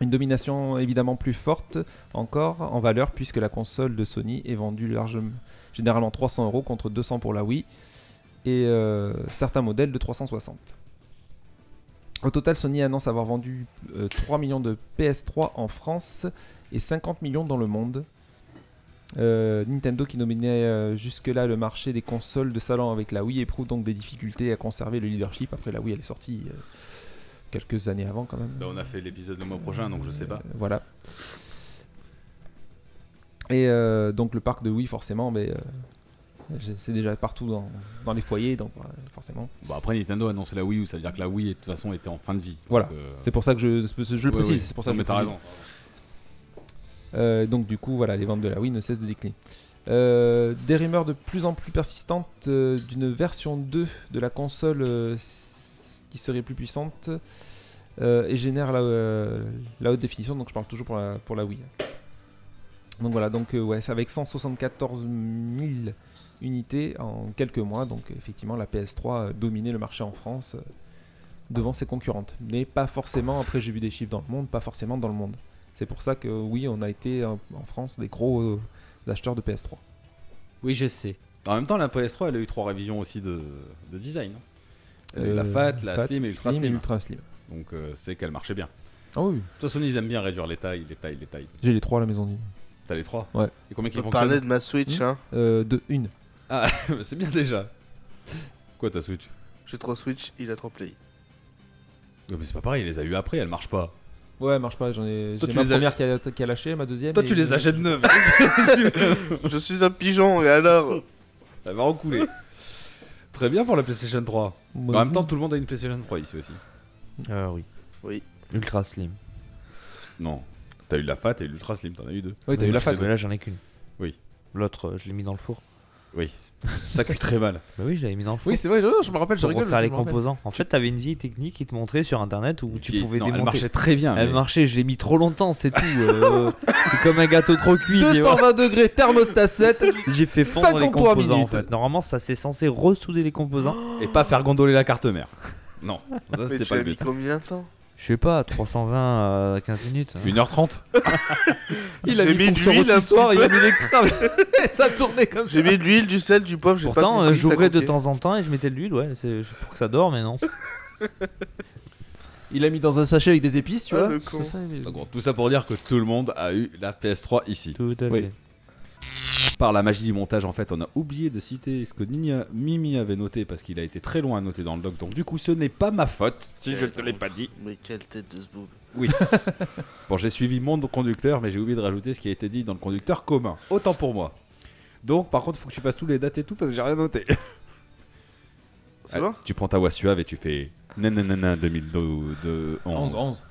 Une domination évidemment plus forte encore en valeur, puisque la console de Sony est vendue largement, généralement 300 euros contre 200 pour la Wii, et euh, certains modèles de 360. Au total, Sony annonce avoir vendu euh, 3 millions de PS3 en France et 50 millions dans le monde. Euh, Nintendo qui dominait euh, jusque-là le marché des consoles de salon avec la Wii éprouve donc des difficultés à conserver le leadership. Après la Wii elle est sortie euh, quelques années avant quand même.
Bah, on a fait l'épisode le mois prochain, donc je sais pas.
Euh, Voilà. Et euh, donc le parc de Wii forcément, mais euh, j'ai- c'est déjà partout dans, dans les foyers, donc euh, forcément.
Bon, après Nintendo a annoncé la Wii U, ça veut dire que la Wii de toute façon était en fin de vie.
Voilà.
Donc, euh,
C'est pour ça que je, je le
ouais,
précise.
ouais.
C'est pour ça
Non,
que
mais
je
t'as
précise.
raison.
Euh, donc du coup, voilà, les ventes de la Wii ne cessent de décliner. Euh, des rumeurs de plus en plus persistantes euh, d'une version 2 de la console euh, s- qui serait plus puissante euh, et génère la, euh, la haute définition. Donc je parle toujours pour la, pour la Wii. Donc voilà, donc euh, ouais, c'est avec 174 000 unités en quelques mois. Donc effectivement, la PS3 dominait le marché en France euh, devant ses concurrentes. Mais pas forcément, après j'ai vu des chiffres dans le monde, pas forcément dans le monde. C'est pour ça que oui, on a été euh, en France des gros euh, acheteurs de PS3.
Oui, je sais.
En même temps, la PS3, elle a eu trois révisions aussi de, de design. hein. Elle a eu
Euh,
la Fat, la Slim et Ultra Slim.
et Ultra Slim.
Donc euh, c'est qu'elle marchait bien. De
Ah oui,
toute façon, ils aiment bien réduire les tailles, les tailles, les tailles.
j'ai les trois à la maison d'une.
T'as les trois
Ouais.
Et combien qui
On peut parler
fonctionnent
de ma Switch,
Hmm.
hein.
Euh, deux, une.
C'est bien déjà. Quoi ta Switch
J'ai trop Switch, il a trop Play.
Ouais, Mais c'est pas pareil, il les a eu après, elle marche pas.
Ouais, elle marche pas, j'en ai.
Toi,
j'ai
tu
ma
les as-
première qui a, qui a lâché, ma deuxième.
Toi,
et-
tu les achètes neuves. Qu'est-ce que tu veux
Je suis un pigeon, et alors
Elle va recouler. Très bien pour la PlayStation 3.
Moi
en
aussi.
même temps, tout le monde a une PlayStation 3 ici aussi.
Euh, oui.
Oui.
Ultra slim.
Non. T'as eu la Fat et l'Ultra Slim, t'en as eu deux.
Oui, t'as
Oui,
eu la
je
fat.
sais, Mais là, j'en ai qu'une.
Oui.
L'autre, euh, je l'ai mis dans le four.
Oui. Ça cuit très mal.
Bah oui, je l'avais mis dans le four.
Oui, c'est vrai, je, je me rappelle, je
pour
rigole.
refaire
ça,
les
je me rappelle.
composants. En fait, t'avais une vieille technique qui te montrait sur internet où tu
Puis-
pouvais
non, Elle
démonter.
marchait très bien.
Elle
mais-
marchait, je l'ai mis trop longtemps, c'est tout. euh, c'est comme un gâteau trop cuit. tu vois.
220 degrés, thermostat 7.
J'ai fait fondre les
53
composants en
minutes.
fait. Normalement, ça c'est censé ressouder les composants.
Et pas faire gondoler la carte mère. Non, ça
Mais
c'était
tu
pas
l'as
le
mis
but.
combien de temps
Je sais pas, 320 à 15 minutes. hein.
1h30
Il a
J'ai
mis
mis
fonction
de l'huile un
rôtissoire,
petit
il a mis les crabes. Et ça tournait comme ça.
J'ai mis de l'huile, du sel, du poivre, j'ai pas
Pourtant, euh,
compris, ça
j'ouvrais de
croquait.
temps en temps et je mettais de l'huile, ouais, c'est je- pour que ça dort, mais non.
Il a mis dans un sachet avec des épices, tu
Ah,
vois.
le con.
Comme ça, il-
Donc bon, tout ça pour dire que tout le monde a eu la PS3 ici.
Tout à
Oui.
fait.
Par la magie du montage, en fait, on a oublié de citer ce que Nina- Mimi avait noté parce qu'il a été très loin à noter dans le doc. Donc du coup, ce n'est pas ma faute si je te l'ai pas dit.
Mais quelle tête de ce boob.
Bon, j'ai suivi mon conducteur, mais j'ai oublié de rajouter ce qui a été dit dans le conducteur commun. Autant pour moi. Donc, par contre, faut que tu fasses tous les dates et tout parce que j'ai rien noté.
C'est
Allez,
bon
Tu prends ta voix suave et tu fais nananana 2011.
11, 11.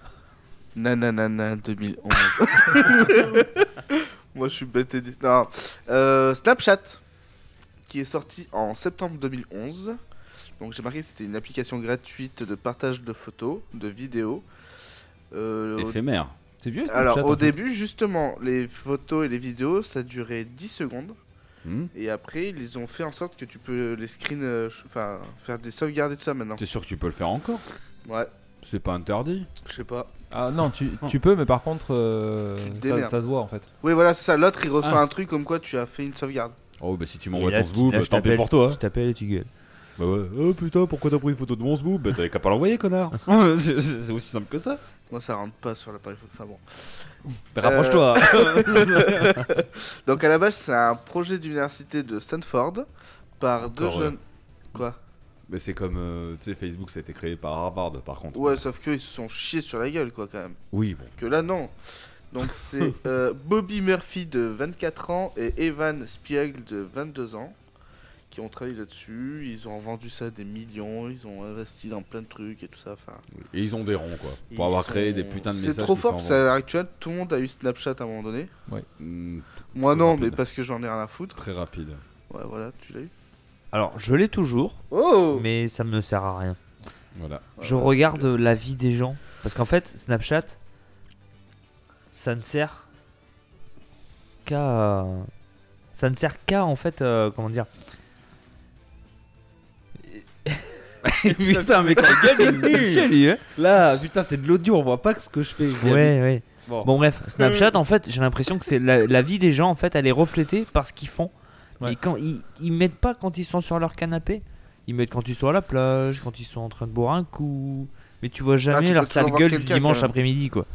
Nananana 2011. Moi je suis bête et dis. Non. Euh, Snapchat, qui est sorti en septembre 2011. Donc j'ai marqué que c'était une application gratuite de partage de photos, de vidéos. Euh, au-
Éphémère.
C'est vieux Snapchat,
Alors
en
au
fait.
début, justement, les photos et les vidéos ça durait 10 secondes.
Hmm
Et après, ils ont fait en sorte que tu peux les screens. euh, ch- Enfin, faire des sauvegardes et tout ça maintenant.
T'es sûr que tu peux le faire encore
Ouais,
C'est pas interdit.
je sais pas.
Ah non, tu, tu peux, mais par contre, euh,
Tu te
ça,
démerdes.
ça se voit en fait.
Oui, voilà, c'est ça. L'autre
Ah.
il reçoit un truc comme quoi tu as fait une sauvegarde.
Oh, bah si tu
Et
m'envoies
là,
ton
tu-
zboob,
là, je
tant pis
t'appelle-
pour toi. hein.
Je t'appelle et tu gueules.
Bah ouais, oh putain, pourquoi t'as pris une photo de mon zboob Bah t'avais qu'à pas l'envoyer, connard C'est c'est aussi simple que ça
Moi, ça rentre pas sur l'appareil photo. Enfin bon.
Bah rapproche-toi
Donc à la base, c'est un projet d'université de Stanford par deux
Encore,
jeunes. Quoi
Mais c'est comme, euh, tu sais, Facebook, ça a été créé par Harvard, par contre.
Ouais, sauf qu'ils se sont chiés sur la gueule, quoi, quand même.
Oui, bon.
Que là, non. Donc c'est euh, Bobby Murphy de 24 ans et Evan Spiegel de 22 ans qui ont travaillé là-dessus. Ils ont vendu ça des millions, ils ont investi dans plein de trucs et tout ça. Enfin,
Et ils ont des ronds, quoi.
ils
Pour avoir
sont-
créé des putains de messages
C'est trop
qui
fort
s'en
parce
vont.
qu'à l'heure actuelle, tout le monde a eu Snapchat à un moment donné.
Hmm,
Moi
Très
non,
rapide.
mais parce que j'en ai rien à foutre.
très rapide.
Ouais, voilà, tu l'as eu.
Alors, je l'ai toujours,
Oh
mais ça me sert à rien.
Voilà.
Je
bah,
regarde euh, la vie des gens. Parce qu'en fait, Snapchat, ça ne sert qu'à. Ça ne sert qu'à, en fait, euh, comment dire.
putain, mais quand
ouais,
Là, putain, c'est de l'audio, on voit pas que ce que je fais.
ouais.
Bon.
Bon, bref,
Mm.
Snapchat, en fait, j'ai l'impression que c'est la, la vie des gens, en fait, elle est reflétée par ce qu'ils font.
Ouais.
Et quand, ils, ils mettent pas quand ils sont sur leur canapé. Ils mettent quand ils sont à la plage, quand ils sont en train de boire un coup. Mais tu vois jamais
Ah, peux
leur
toujours
sale
voir
gueule du
quelqu'un, quand
dimanche
même.
après-midi, quoi.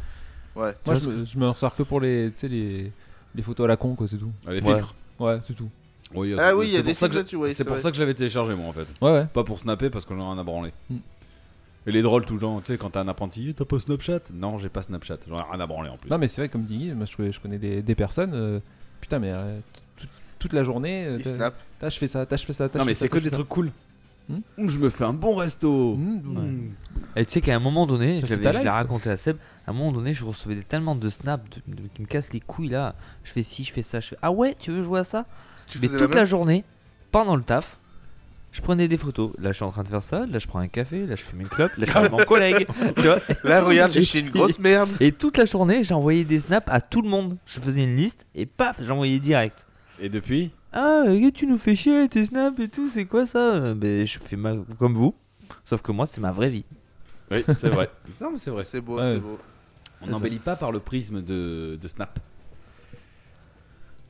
Ouais.
Moi,
Tu
je me, je me ressors que pour les, tu sais, les, les photos à la con, quoi, c'est tout.
Ah, les
Ouais.
filtres.
Ouais, c'est tout.
Oui,
Ah
attends,
oui, il y
Euh,
a
c'est
des
pour ça que
filtres là-dessus,
je-
ouais,
C'est
c'est
pour
vrai.
ça que je l'avais téléchargé, moi, en fait.
Ouais, ouais.
Pas pour snapper parce qu'on en a rien à branler. Et les drôles tout le temps, tu sais, quand t'as un apprenti, t'as pas Snapchat Non, j'ai pas Snapchat, j'en ai rien à branler en plus.
Non, mais c'est vrai, comme dit, moi, je, je connais des, des personnes. euh, putain, mais euh, tout- toute la journée, euh,
Il
t'as-
snap.
t'as, je fais ça, t'as, je fais ça, t'as,
Non,
je
mais
fais ça,
c'est que
t'as, je
des
fais ça.
trucs cool.
Hmm
Ouh, je me fais un bon resto.
Mmh, ouais.
Mmh.
Et tu sais qu'à un moment donné,
Ça, c'est
j'avais-
ta
je
life,
l'ai
quoi.
raconté à Seb, à un moment donné, je recevais des- tellement de snaps de- de- qui me cassent les couilles là. Je fais ci, je fais ça, je fais ah ouais, tu veux jouer à ça
Tu
Mais
faisais
toute
la
la
même
journée, pendant le taf, je prenais des photos. Là, je suis en train de faire ça, là, je prends un café, là, je fume une clope, là, je parle à mon collègue. tu vois
Là, regarde, j'ai chié une grosse merde.
et toute la journée, j'envoyais des snaps à tout le monde. Je faisais une liste et paf, j'envoyais direct.
Et depuis
Ah, euh, tu nous fais chier, tes snaps et tout, c'est quoi ça Euh, Ben, je fais ma... comme vous, sauf que moi, c'est ma vraie vie.
Oui, c'est vrai. non, mais c'est vrai.
C'est beau,
Ouais.
c'est beau.
On n'embellit pas par le prisme de, de Snap.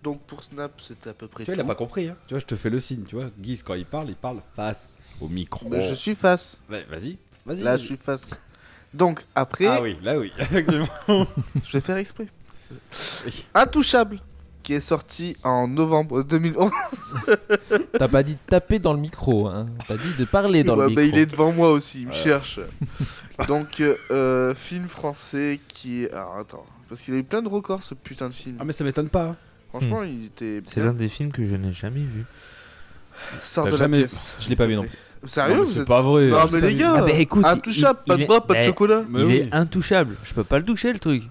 Donc pour Snap, c'était à peu près
Tu vois, il a
tout.
pas compris. Hein. Tu vois, je te fais le signe, tu vois. Guise, quand il parle, il parle face au micro.
Mais Bah, je suis face.
Ouais, Vas-y, vas-y.
Là, je suis face. Donc après,
Ah oui, là oui, effectivement.
je vais faire exprès.
Oui.
Intouchable, qui est sorti en novembre 2011.
T'as pas dit de taper dans le micro, hein. T'as dit de parler dans
Ouais,
le
bah,
micro.
il est devant moi aussi, il me cherche. Donc euh, euh, film français qui est... Alors attends, parce qu'il a eu plein de records ce putain de film.
Ah, mais ça m'étonne pas. hein.
Franchement, il était...
C'est
bien.
l'un des films que je n'ai jamais vu.
Sors
T'as
de
jamais-
la pièce.
Je l'ai pas vu, non.
Sérieux,
Non, mais
vous
c'est
êtes...
pas vrai.
Non
Je l'ai
mais
pas
les
vu.
gars,
Ah, bah, écoute, il-
intouchable,
il
pas de
est-
bras, pas de
Eh.
chocolat.
Mais
Il
oui.
est intouchable, je peux pas le toucher le truc.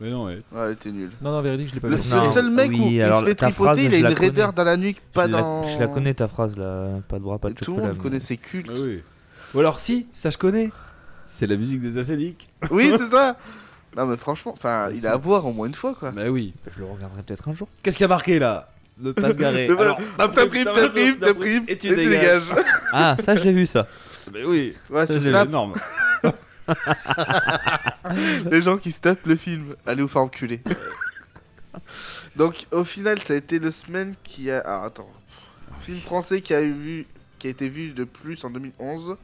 Mais non, ouais.
Ouais, Ah, il était nul.
Non, non, véridique, je l'ai pas
Le
vu.
seul,
Non,
seul mec
oui,
où il
alors,
se fait
ta phrase,
tripoter, il a
je
une
la
raideur
connais.
dans la nuit, pas
je,
dans...
la, je la connais ta phrase là, pas de bras, pas de
Tout le
chocolat.
monde
mais-
connaît ses cultes.
Ah oui. Ou alors, si, ça je connais. C'est la musique des acédiques.
Oui, c'est ça. Non, mais franchement, enfin, il a à voir au moins une fois, quoi.
Bah oui.
Je le regarderai peut-être un jour.
Qu'est-ce qui a marqué là Ne pas se garer.
Mais voilà,
Alors,
T'as pris, t'as pris, t'as pris,
Et tu dégages.
Ah, ça je l'ai vu ça.
Mais oui,
Ouais,
ça
sur
c'est
Snap,
énorme.
les gens qui se tapent le film. Allez vous faire enculer. Donc au final, ça a été le semaine qui a. Ah, attends. Film français qui a eu vu, qui a été vu de plus en 2011.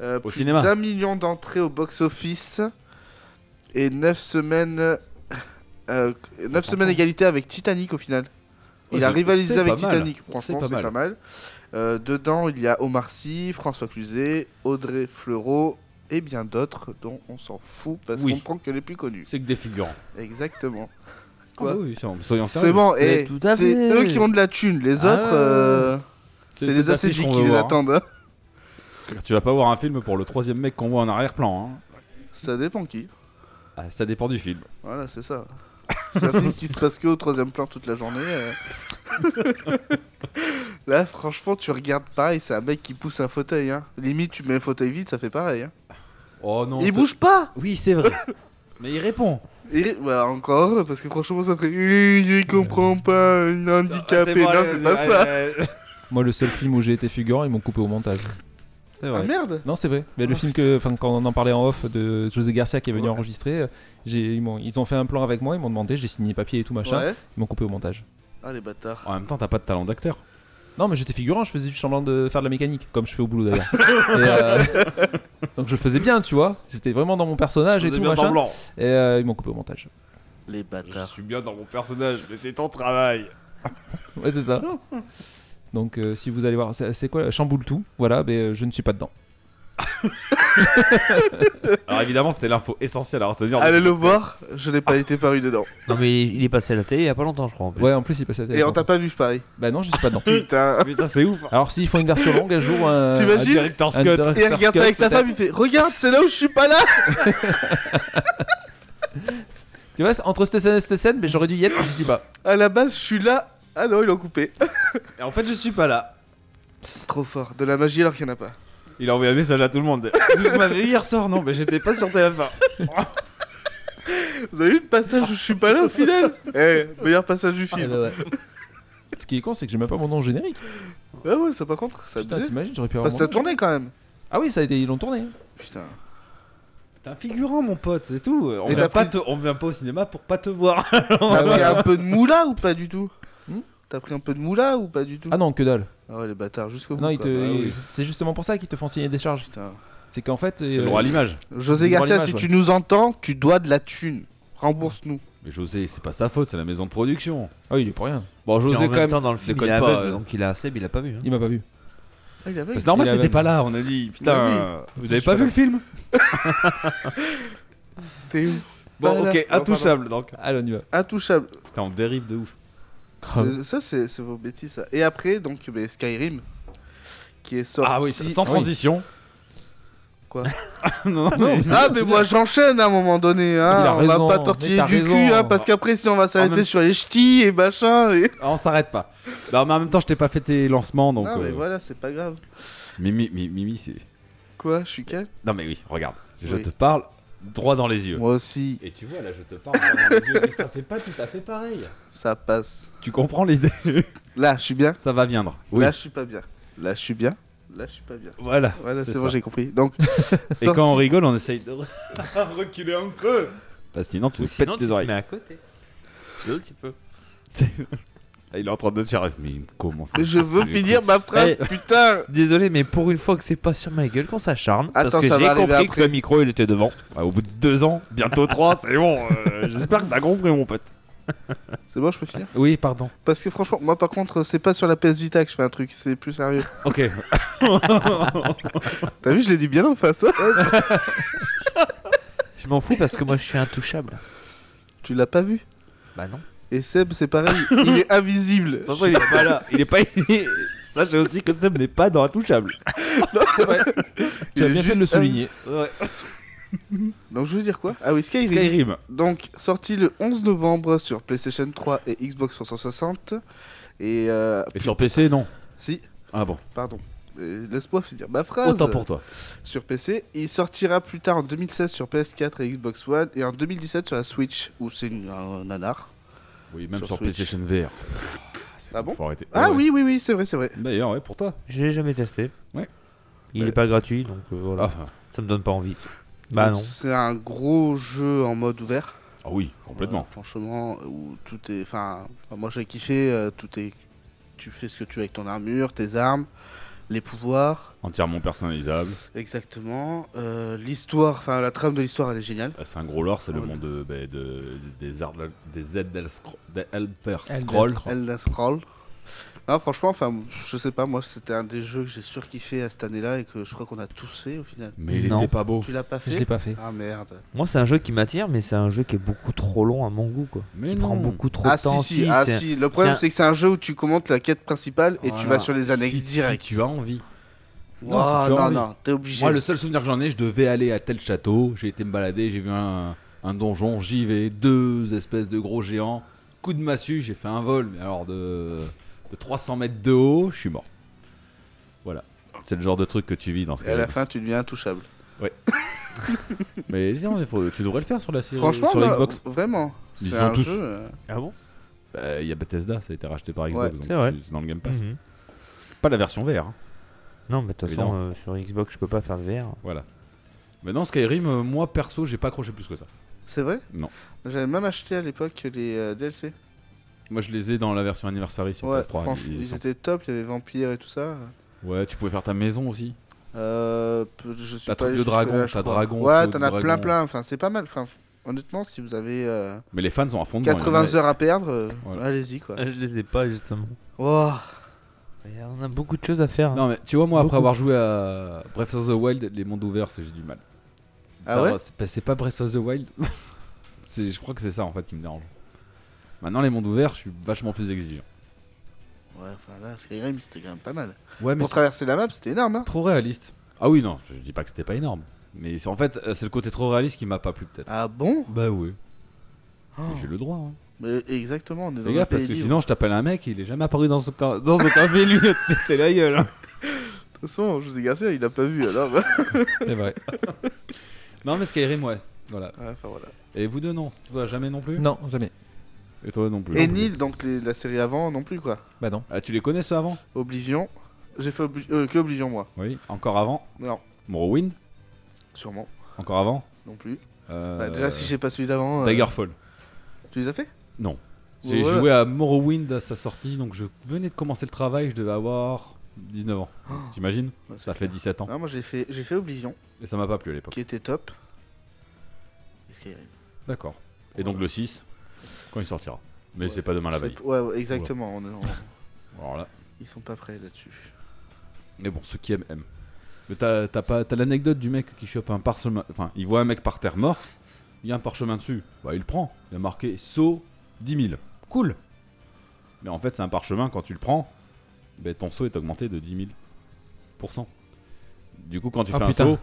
Euh,
Au
plus
cinéma.
D'un million d'entrées au box-office et 9 semaines, euh, 9 semaines égalité avec Titanic au final. Il
Ouais,
a
c'est-
rivalisé
c'est
avec
pas mal.
Titanic,
C'est
franchement
pas
c'est pas
mal.
mal. Euh, dedans il y a Omar Sy, François Cluzet, Audrey Fleurot et bien d'autres dont on s'en fout parce
Oui.
qu'on prend que les plus connus.
C'est que des figurants.
Exactement.
Ah
Quoi
bah oui, c'est bon, soyons
C'est
sérieux.
bon,
Mais
et
tout à
c'est
fait.
eux qui ont de la thune, les
Ah.
autres, euh, c'est
toutes
les
les affiches
ascétiques
qu'on
qui
veut
les
voir, hein.
attendent. hein.
Tu vas pas voir un film pour le troisième mec qu'on voit en arrière-plan. hein.
Ça dépend qui.
Ah, ça dépend du film.
Voilà, c'est ça. C'est un film qui se passe que au troisième plan toute la journée. euh. Là, franchement, tu regardes pareil, c'est un mec qui pousse un fauteuil. Hein. Limite, tu mets le fauteuil vide, ça fait pareil. hein.
Oh non.
Il bouge pas
Oui, c'est vrai. Mais il répond.
Il- bah, Encore, heureux, parce que franchement, ça fait. Il il comprend pas, il est
Ah,
handicapé. Non, c'est pas ça.
Moi, le seul film où j'ai été figurant, ils m'ont coupé au montage.
C'est
Ah
vrai.
merde
Non, c'est vrai. Mais le film que, enfin, quand on en parlait en off de José Garcia qui est venu
Ouais.
enregistrer, euh, j'ai, ils, m'ont- ils ont fait un plan avec moi, ils m'ont demandé, j'ai signé papier et tout machin,
Ouais.
ils m'ont coupé au montage.
Ah, les bâtards.
En même temps, t'as pas de talent d'acteur.
Non, mais j'étais figurant, je faisais juste semblant de faire de la mécanique, comme je fais au boulot d'ailleurs. Et, euh, donc je faisais bien, tu vois. J'étais vraiment dans mon personnage et Ah, tout machin. Et euh, ils m'ont coupé au montage.
Les bâtards.
suis bien dans mon personnage, mais c'est ton travail.
Ouais, c'est ça. Donc euh, si vous allez voir, c'est, c'est quoi Chamboule tout. Voilà, mais euh, je ne suis pas dedans.
Alors évidemment, c'était l'info essentielle à retenir.
Allez le voir, je
Ah.
n'ai pas été paru dedans.
Non, mais il est passé à la télé il y a pas longtemps, je crois. en plus.
Ouais, en plus il passait. à la
Et on
télé.
t'a pas vu, je parie.
Bah non, je suis pas dedans.
Putain.
Putain, c'est ouf.
Alors s'ils font une version longue un jour, euh, un,
T'imagines
un
Directeur
un
Scott.
Et il
directeur
regarde ça
cut,
avec sa
peut-être.
femme, il fait Regarde, c'est là où je suis pas là
Tu vois, entre cette scène et cette scène, mais j'aurais dû y être, mais je sais pas.
À la base, je suis là. Ah non, ils l'ont coupé.
Et en fait, je suis pas là.
Trop fort, de la magie alors qu'il n'y en a pas.
Il a envoyé un message à tout le monde. Vous m'avez eu hier soir, non Mais j'étais pas sur TF1.
Vous avez vu le passage où je suis pas là au final Eh, meilleur passage du
Eh
film.
ben ouais. Ce qui est con, c'est que j'ai même pas mon nom générique.
Ah ouais, ça par contre, ça
Putain,
abusé.
t'imagines, j'aurais pu avoir.
Parce que
mon
t'as
nom.
tourné quand même.
Ah oui, ça a été, ils l'ont tourné.
Putain.
T'es un figurant, mon pote, c'est tout. Euh, On
Et
vient,
t'as
pas
pris-
te... on vient pas au cinéma pour pas te voir.
T'as
Ah,
pris
ouais.
un peu de moula ou pas du tout
Hmm
T'as pris un peu de moula ou pas du tout
Ah non, que dalle.
Ah ouais, les bâtards, jusqu'au bout.
Non, ils
quoi.
te,
Ah
ils-
oui.
c'est justement pour ça qu'ils te font signer des charges.
Putain.
C'est qu'en fait,
C'est
euh,
le droit à l'image.
José
Droit à
Garcia,
l'image,
si
ouais.
tu nous entends, tu dois de la thune. Rembourse-nous.
Mais José, c'est pas sa faute, c'est la maison de production.
ah, il est pour rien.
Bon,
Puis
José,
en
quand
même
même.
temps, dans le film, il
déconne
est
pas,
aveugle,
euh.
donc il a Seb, il a pas vu. hein.
Il m'a pas vu.
Ah, il est
Mais
aveugle.
C'est normal,
Il a
t'étais
même-
pas là, on a dit. Putain, Bah euh, vous avez
Je
pas
suis
vu
pas
le film
T'es où
Bon,
Pas là.
ok,
Non,
intouchable donc.
Allez, on y va.
Bah, Intouchable.
Putain, on dérive de ouf.
Grave.
Euh, Ça, c'est c'est vos bêtises, ça. Et après, donc, ben, Skyrim, qui est sorti.
Ah oui, sans
oui.
transition.
Quoi
Non, non,
Non,
mais.
mais c'est bien,
Ah, mais
c'est
moi j'enchaîne à un moment donné, hein.
Il a
on
raison,
va pas
mais
tortiller
t'as
du
raison.
cul, hein, parce qu'après, si on va s'arrêter
même-
sur les ch'tis et machin. Et...
Ah, On s'arrête pas. Non, mais en même temps, je t'ai pas fait tes lancements donc.
non, mais
euh,
voilà, c'est pas grave.
Mimi, Mimi, Mimi, c'est.
Quoi, je suis calme
Non, mais oui, regarde. Je
Oui.
te parle droit dans les yeux.
Moi aussi,
Et tu vois, là, je te parle droit dans les yeux, mais ça fait pas tout à fait pareil.
ça passe.
Tu comprends l'idée
Là, je suis bien.
Ça va viendre. Oui.
Là, je suis pas bien. Là, je suis bien. Là, je suis pas bien.
Voilà.
Voilà, c'est
ça.
bon, j'ai compris. Donc,
Et
sorti-
quand on rigole, on essaye de.
reculer un peu.
Parce que Bah, sinon, tu
Ou
nous
sinon,
pètes
tu
des
te
oreilles.
mets à côté. Un petit peu.
Ah, Il est en train de faire. Mais comment ça
Mais je veux
C'est-
finir ma phrase,
Eh.
putain.
Désolé, mais pour une fois que c'est pas sur ma gueule qu'on s'acharne. Parce
Attends,
que
ça va
j'ai
arriver
compris
après.
que le micro il était devant.
Ah, au bout de deux ans, bientôt trois, c'est bon. euh, J'espère que t'as compris, mon pote.
C'est bon, je peux finir
Oui, pardon.
Parce que franchement, moi par contre, c'est pas sur la PS Vita que je fais un truc, c'est plus sérieux.
Ok.
T'as vu, je l'ai dit bien en face. hein
Je m'en fous parce que moi je suis intouchable.
tu l'as pas vu
Bah non.
Et Seb, c'est pareil, il est invisible.
Attention, Bah, il est pas là. Il est pas. Sachez aussi que Seb n'est pas dans Intouchable.
Tu as
Il est
bien fait de le
juste
souligner.
Donc je veux dire quoi Ah oui, Skyrim.
Skyrim.
Donc sorti le 11 novembre sur PlayStation 3 et Xbox 360. Et euh,
Et sur PC, non.
si,
Ah bon.
pardon. Euh, Laisse-moi finir ma phrase.
Autant pour toi.
Sur PC, il sortira plus tard en 2016 sur PS4 et Xbox One et en 2017 sur la Switch où c'est une- un nanar.
Oui, même
Sur
sur,
Switch.
PlayStation VR.
Ah bon
Faut arrêter.
Ah
Ouais.
oui oui oui, c'est vrai, c'est vrai.
D'ailleurs, ouais, pour toi.
Je l'ai jamais testé.
Ouais.
Il
Ouais.
est pas gratuit donc euh, voilà.
Ah,
Ça me donne pas envie. Bah
Donc,
non.
C'est un gros jeu en mode ouvert.
Ah oui, complètement.
Euh, franchement, où tout est. Enfin, enfin, moi j'ai kiffé. euh, tout est. Tu fais ce que tu veux avec ton armure, tes armes, les pouvoirs.
Entièrement personnalisable.
Exactement. Euh, l'histoire, enfin la trame de l'histoire, elle est géniale.
Ah, C'est un gros lore, c'est le
Ouais.
monde de, bah, de- des, Ar- des Elder Scro- des Elder
Elder
Scrolls.
Scrolls.
Elder Scroll. Non, franchement, enfin, je sais pas, moi c'était un des jeux que j'ai surkiffé à cette année-là et que je crois qu'on a tous fait au final.
Mais il
Non.
était pas beau.
Tu l'as pas fait
Je l'ai pas fait.
Ah merde.
Moi, c'est un jeu qui m'attire, mais c'est un jeu qui est beaucoup trop long à mon goût, quoi.
Mais
qui
non.
prend beaucoup trop
ah
de temps.
si, si, ah
c'est-
si. Le problème
un-
c'est que c'est un jeu où tu commentes la quête principale et tu
Voilà.
vas sur les annexes
Si-
direct.
Si tu as envie. Non,
Ouah,
si tu as
non,
envie.
non, t'es obligé.
Moi, le seul souvenir que j'en ai, je devais aller à tel château. J'ai été me balader, j'ai vu un, un donjon, j'y vais, deux espèces de gros géants. Coup de massue, j'ai fait un vol, mais alors de, de 300 mètres de haut, je suis mort. Voilà. C'est le genre de truc que tu vis dans ce
Et à
cas-là.
la fin, tu deviens intouchable.
Euh, Mais sinon, il faut- tu devrais le faire sur la série-
Franchement,
sur
non,
Xbox.
vraiment.
Ils
C'est
sont
un
tous.
jeu. euh,
Ah bon
Bah, Il y a Bethesda, ça a été racheté par Xbox.
Ouais.
donc
C'est vrai.
C'est dans le Game
Mhm.
Pass. Pas la version VR. hein.
Non, mais de toute façon,
Évidemment.
euh, sur Xbox, je peux pas faire de VR.
Voilà. Mais non, Skyrim, euh, moi perso, j'ai pas accroché plus que ça.
C'est vrai
Non.
J'avais même acheté à l'époque les euh, DLC.
Moi, je les ai dans la version anniversary sur
ouais,
PS3.
franchement,
ils- ils
ils
sont-
étaient top. Il y avait Vampire et tout ça.
Ouais, tu pouvais faire ta maison aussi.
Euh, peu- je suis
T'as
pas
truc de
allé
dragon,
jusque-là, je
t'as
crois.
dragon,
Ouais,
feu
t'en
de
as plein,
dragon.
plein. Enfin, c'est pas mal. Enfin, honnêtement, si vous avez euh,
Mais les fans sont à fond dedans, ils en ont-
80 heures à perdre, euh,
Voilà.
allez-y quoi.
Ah,
Oh.
Je les ai pas, justement.
Wouah.
On a beaucoup de choses à faire. hein.
Non mais tu vois moi après
Beaucoup.
avoir joué à Breath of the Wild, les mondes ouverts, c'est j'ai du mal.
Ah
Ça
ouais
va, c'est pas- c'est pas Breath of the Wild. c'est je crois que c'est ça en fait qui me dérange. Maintenant les mondes ouverts, je suis vachement plus exigeant.
Ouais, enfin là, Skyrim c'était quand même pas mal.
Ouais Ah, mais
Pour traverser la map, c'était énorme. Hein
trop réaliste. Ah oui non, je dis pas que c'était pas énorme, mais c'est en fait euh, c'est le côté trop réaliste qui m'a pas plu peut-être.
ah bon
Bah oui,
Oh.
j'ai le droit. Hein.
Mais exactement, on est dans
Fais
un
gaffe parce
pays
que
libre.
sinon je t'appelle un mec, il est jamais apparu dans ce ca- dans ce café lui, c'est la gueule. hein.
De toute façon, José Garcia, il a pas vu alors.
C'est vrai.
Non mais Skyrim ouais, voilà.
Ouais, enfin, voilà.
Et vous deux non, toi jamais non plus.
Non, jamais.
Et toi non plus.
Et Neil, donc les- la série avant non plus quoi.
Bah non.
Ah tu les connais ceux avant
Oblivion. J'ai fait Obli- euh, que Oblivion moi.
Oui. Encore avant.
Non,
Morrowind,
sûrement
encore avant.
non plus.
Euh,
Bah, déjà, si j'ai pas celui d'avant, euh,
Daggerfall.
tu les as fait
Non. J'ai
Voilà.
joué à Morrowind à sa sortie, donc je venais de commencer le travail, je devais avoir 19 ans. Donc, T'imagines
Oh. Ouais,
Ça fait 17 ans.
Ah, moi j'ai fait, j'ai fait Oblivion,
Et ça m'a pas plu à l'époque.
qui était top. Et Skyrim.
D'accord. Et donc le 6, quand il sortira. Mais c'est pas demain la
Je sais
veille.
p- Ouais, ouais, exactement. on est en-
Alors là.
Ils sont pas prêts là-dessus.
Mais bon, ceux qui aiment, aiment. Mais t'as t'as pas- t'as l'anecdote du mec qui chope un parchemin. Enfin, il voit un mec par terre mort, il y a un parchemin dessus. Bah, il le prend. Il a marqué saut 10 000. Cool. Mais en fait, c'est un parchemin, quand tu le prends, bah, ton saut est augmenté de 10 000%. Du coup, quand tu
Ah,
fais
putain.
un saut,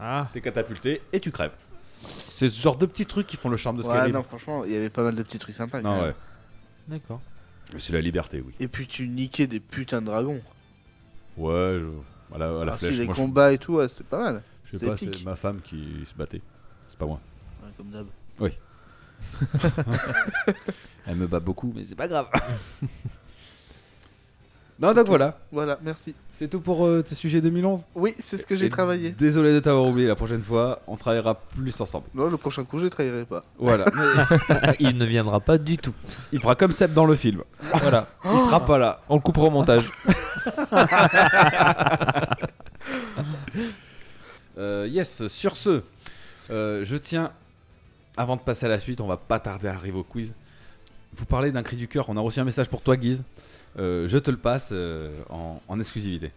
Ah,
t'es catapulté et tu crèves. C'est ce genre de petits trucs qui font le charme de
Ouais,
Skyrim.
non, franchement, il y avait pas mal de petits trucs sympas. quand
non,
même.
ouais.
d'accord.
Mais c'est la liberté, oui.
Et puis tu niquais des putains de dragons.
Ouais, je- à la, à la
Ah, si,
flèche.
les
Moi, je-
combats et tout, ouais, c'était pas mal.
je sais
c'est
pas,
épique.
c'est ma femme qui se battait. C'est pas moi.
Ouais, comme d'hab.
Elle me bat beaucoup, mais c'est pas grave. non, donc voilà.
Voilà, merci.
C'est tout pour euh, tes sujets 2011.
Oui, c'est ce que j'ai
Et
travaillé.
Désolé de t'avoir oublié. La prochaine fois, on travaillera plus ensemble.
Non, le prochain coup, je les trahirai pas.
Voilà. Mais
Ah, Il ne viendra pas du tout.
il fera comme Seb dans le film.
Voilà.
Il
Oh.
sera pas là.
On le coupera au montage.
Euh, yes, sur ce, euh, je tiens, avant de passer à la suite, on va pas tarder à arriver au quiz. Vous parlez d'un cri du cœur. On a reçu un message pour toi, Guise. Euh, je te le passe euh, en- en exclusivité.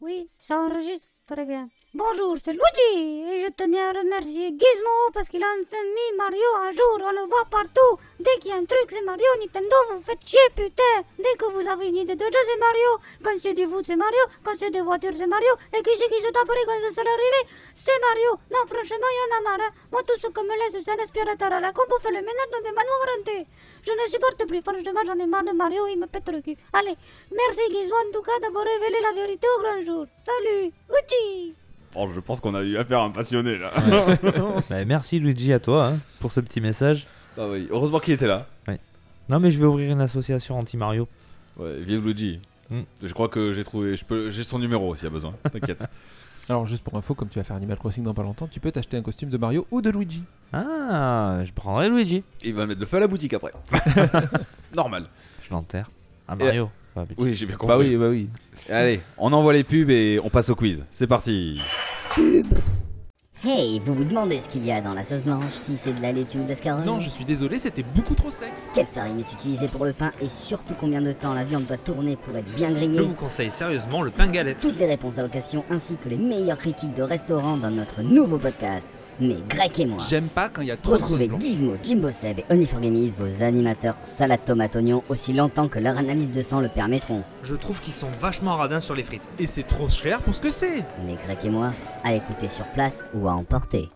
Oui, ça enregistre très bien. Bonjour, c'est Luigi et je tenais à remercier Gizmo parce qu'il a enfin mis Mario un jour. On le voit partout. Dès qu'il y a un truc, c'est Mario. Nintendo, vous faites chier, putain. Dès que vous avez une idée de jeu, c'est Mario. Quand c'est du foot, c'est Mario. Quand c'est des voitures, c'est Mario. Et qui c'est qui se taperait quand ça sera arrivé C'est Mario. Non, franchement, il y en a marre. hein. Moi, tout ce qu'on me laisse, c'est un aspirateur à la con pour faire le ménage dans des manoirs hantés. Je ne supporte plus. Franchement, j'en ai marre de Mario. Il me pète le cul. Allez, merci Gizmo en tout cas d'avoir révélé la vérité au grand jour. Salut, Luigi
Oh, je pense qu'on a eu affaire à un passionné là.
Bah, merci Luigi à toi hein, pour ce petit message.
Ah oui, heureusement qu'il était là.
Non mais je vais ouvrir une association anti-Mario.
Ouais, vive Luigi.
Mm.
Hmm. Je crois que j'ai trouvé, je peux, j'ai son numéro s'il y a besoin. T'inquiète.
Alors, juste pour info, comme tu vas faire Animal Crossing dans pas longtemps, tu peux t'acheter un costume de Mario ou de Luigi.
Ah, je prendrai Luigi.
Il va mettre le feu à la boutique après. Normal.
Je l'enterre. Ah, Mario. Ah, putain.
Oui, j'ai bien compris.
Bah oui, bah oui.
Allez, on envoie les pubs et on passe au quiz. C'est parti.
Hey, vous vous demandez ce qu'il y a dans la sauce blanche, si c'est de la laitue ou de la scarogne
Non, je suis désolé, c'était beaucoup trop sec.
Quelle farine est utilisée pour le pain et surtout combien de temps la viande doit tourner pour être bien
Je
grillée
vous conseille sérieusement le pain galette.
Toutes les réponses à l'occasion ainsi que les meilleures critiques de restaurants dans notre nouveau podcast. Mais Greg et moi,
J'aime pas quand il y a trop de sauce
retrouvez
blanche.
Gizmo, Jimbo Seb et only 4 gamies vos animateurs salade tomate oignon, aussi longtemps que leur analyse de sang le permettront.
Je trouve qu'ils sont vachement radins sur les frites.
Et c'est trop cher pour ce que c'est.
Mais Greg et moi, à écouter sur place ou à emporter.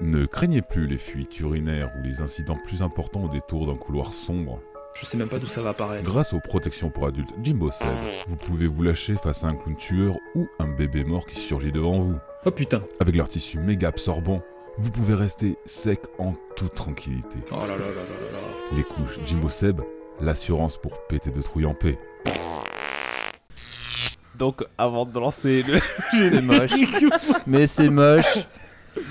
Ne craignez plus les fuites urinaires ou les incidents plus importants au détour d'un couloir sombre.
Je sais même pas d'où ça va apparaître.
Grâce aux protections pour adultes Jimbo Seb, vous pouvez vous lâcher face à un clown tueur ou un bébé mort qui surgit devant vous.
Oh putain.
Avec leur tissu méga absorbant, vous pouvez rester sec en toute tranquillité.
Oh là là là là là là.
Les couches Jimbo Seb, l'assurance pour péter de trouille en paix.
Donc, avant de lancer le.
C'est moche. Mais c'est moche.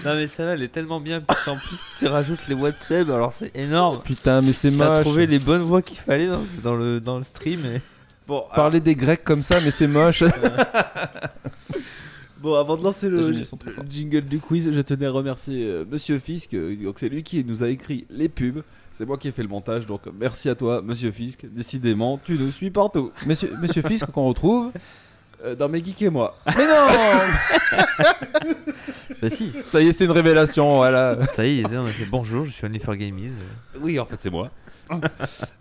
Non, mais celle-là, elle est tellement bien. Parce qu'en plus, tu rajoutes les voix de Seb, alors c'est énorme.
Putain, mais c'est
T'as
moche.
trouvé les bonnes voix qu'il fallait dans, dans le, dans le stream. et-
Bon,
Ah,
alors-
Parler des Grecs comme ça, mais c'est moche.
bon, avant de lancer le,
Putain, ils sont trop
le
forts.
jingle du quiz, je tenais à remercier euh, Monsieur Fisk. euh, donc, c'est lui qui nous a écrit les pubs. C'est moi qui ai fait le montage, donc merci à toi, Monsieur Fisk. Décidément, tu nous suis partout.
Monsieur, Monsieur Fisk, qu'on retrouve.
Euh, dans mes geeks et moi.
Mais non
Bah, si.
Ça y est, c'est une révélation, voilà.
Ça y est, c'est- non, mais c'est bonjour, je suis Only for Gamies.
Oui, en fait, c'est moi.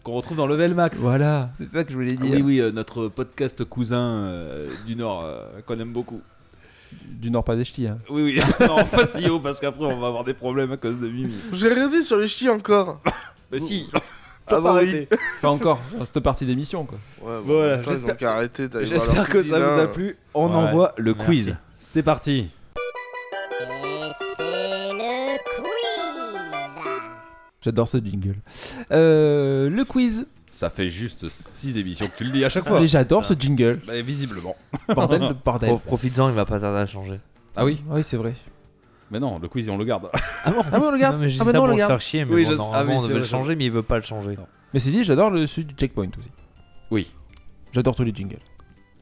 Qu'on retrouve dans Level Max.
Voilà, Ah c'est ça que je voulais dire.
Oui, oui, euh, notre podcast cousin euh, du Nord euh, qu'on aime beaucoup.
Du Nord pas des ch'tis. hein.
Oui, oui, non, pas si haut parce qu'après on va avoir des problèmes à cause de Mimi.
J'ai rien dit sur les chi encore.
Mais si,
Ah bah oui.
arrêter.
Enfin, encore, dans cette partie d'émission, quoi.
Ouais, bon,
Voilà,
putain, ils ont
j'espère-
qu'à arrêter d'aller voir
J'espère
leur
que ça
cuisine,
vous
hein.
a plu. On
Ouais,
envoie le
merci.
quiz. C'est parti.
le
J'adore ce jingle. Euh, le quiz.
Ça fait juste 6 émissions que tu le dis à
Ah,
chaque
Mais j'adore ce jingle.
Bah, visiblement.
Bordel, le bordel.
Prof- Profites-en, il va pas tarder à changer.
Ah oui
Oh, Oui, c'est vrai.
Mais non, le quiz, on le garde.
Ah bon
Ah bon, on le garde
Non, mais je dis
Ah bah
ça
non, on
pour
le
le
garde.
faire chier, mais
Oui,
bon,
je- ah
normalement,
oui,
on
c'est
devait le
vrai,
changer, mais il veut pas le changer.
Mais c'est dit, j'adore le sud du checkpoint aussi.
Oui.
J'adore tous les jingles.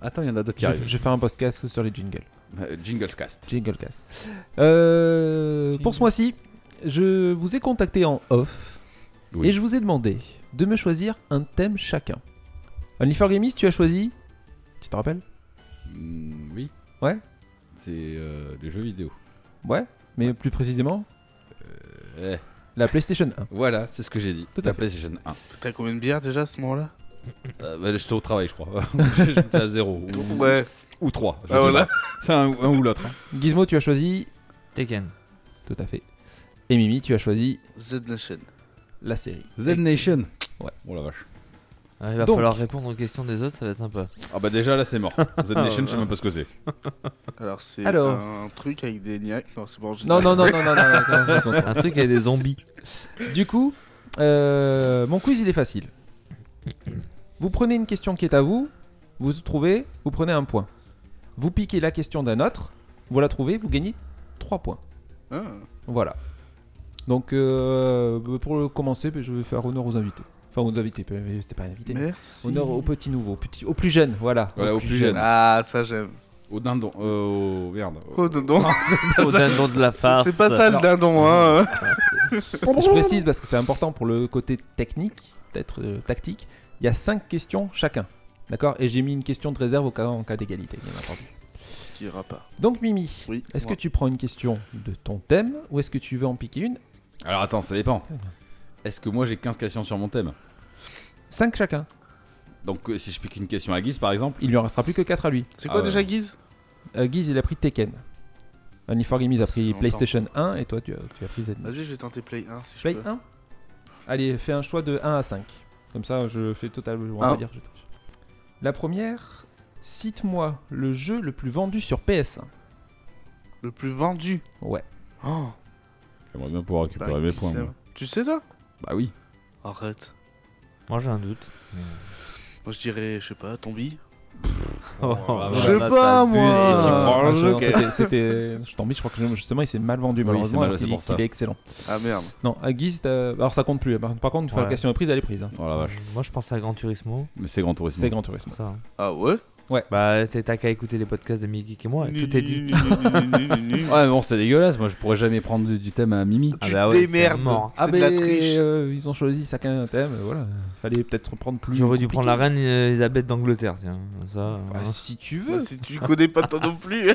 Attends, il y en a d'autres
Je,
qui arrivent.
je vais faire un podcast sur les jingles.
Euh, Jinglecast.
Jinglecast. Euh, pour ce mois-ci, je vous ai contacté en off
Oui.
et je vous ai demandé de me choisir un thème chacun. Only for Gamers, tu as choisi. Tu te rappelles
Mm, oui.
Ouais.
C'est euh, les jeux vidéo.
Ouais, mais plus précisément,
Euh,
Eh,
la PlayStation 1.
voilà, c'est ce que j'ai dit.
Tout à
la
fait.
PlayStation 1.
T'as combien de bières déjà à ce moment-là
Euh, bah, J'étais au travail, je crois. J'étais à 0. Ou,
Ouais.
ou 3.
Ah, voilà.
C'est un, un ou l'autre. hein.
Gizmo, tu as choisi.
Tekken.
Tout à fait. Et Mimi, tu as choisi
Z Nation.
la série.
Z Nation.
Ouais.
Oh la vache.
Ah, il va
Donc.
falloir répondre aux questions des autres, ça va être sympa.
Ah bah déjà là c'est mort. Z Nation, je sais même pas ce que c'est.
Alors c'est
Alors.
un truc avec des niaques. Non, c'est bon. j'ai
Non,
dit.
non, non, non, non, non, non, non, non, non.
Un truc avec des zombies.
Du coup, euh, mon quiz il est facile. Vous prenez une question qui est à vous, vous trouvez, vous prenez un point. Vous piquez la question d'un autre, vous la trouvez, vous gagnez 3 points.
Ah.
Voilà. Donc euh, pour le commencer, je vais faire honneur aux invités. Enfin aux invités, c'était pas un invité. mais
Merci.
Honneur aux petits nouveaux, petits- aux plus jeunes, voilà.
Voilà, au plus jeune.
Ah, ça j'aime.
Au dindon. Euh, au... Merde.
Oh, dindon.
Au dindon de la
Ah,
farce.
C'est pas ça le dindon, hein.
Je précise parce que c'est important pour le côté technique, peut-être euh, tactique. Il y a 5 questions chacun. D'accord Et j'ai mis une question de réserve au cas, en cas d'égalité, bien entendu.
Qui ira pas.
Donc Mimi,
Oui.
est-ce que
moi.
tu prends une question de ton thème ou est-ce que tu veux en piquer une
Alors attends, ça dépend. Est-ce que moi j'ai 15 questions sur mon thème
5 chacun.
Donc euh, si je pique une question à Guise par exemple.
Il lui en restera plus que 4 à lui.
C'est
Ah
quoi
ouais.
déjà Guise
Euh, Guise, il a pris Tekken. Only for Gamers a pris
longtemps.
PlayStation 1 et toi, tu as, tu as pris Z.
Vas-y, je vais tenter Play 1 si
Play
je peux.
1 Allez, fais un choix de 1 à 5. Comme ça, je fais totalement. On va
Un.
pas dire que je triche. La première, cite-moi le jeu le plus vendu sur PS1.
Le plus vendu.
Ouais.
Oh,
J'aimerais bien pouvoir récupérer
bah,
mes
qui
points.
sait.
moi.
Tu sais toi
Bah oui.
Arrête.
Moi j'ai un doute.
Moi je dirais, je sais pas, Tombi.
Ah,
Oh,
Je sais
la
pas,
patate.
moi.
Et tu
Ah,
prends le jeu,
ok.
c'était- C'était. Je t'en prie, je crois que justement il s'est mal vendu.
Oui,
malheureusement,
c'est mal-
alors
c'est
qu'il-
pour ça.
qu'il est excellent.
Ah, merde.
Non, à Guise, t'as- alors ça compte plus. hein. Par par contre, une fois
Ouais.
la question est prise, elle est prise. hein.
Oh la vache.
Moi, je pensais à Gran Turismo.
Mais c'est Grand Tourisme.
C'est Grand Turismo.
Ça. hein.
Ah ouais
Ouais.
Bah, t'es- t'as qu'à écouter les podcasts de Mickey et moi, et tout est dit.
Ouais, mais bon, c'est dégueulasse. Moi, je pourrais jamais prendre du, du thème à Mimi.
Ah
Ah, Tu
bah
te
ouais, c'est
démerdes.
mort.
C'est
Ah,
de
ben,
la triche.
euh, ils ont choisi chacun un thème. euh, Voilà. Fallait peut-être prendre plus.
J'aurais dû
compliqué.
prendre la reine euh, Elisabeth d'Angleterre, tiens. Ça.
Bah,
hein.
si tu
Bah,
veux.
si tu connais pas toi non plus.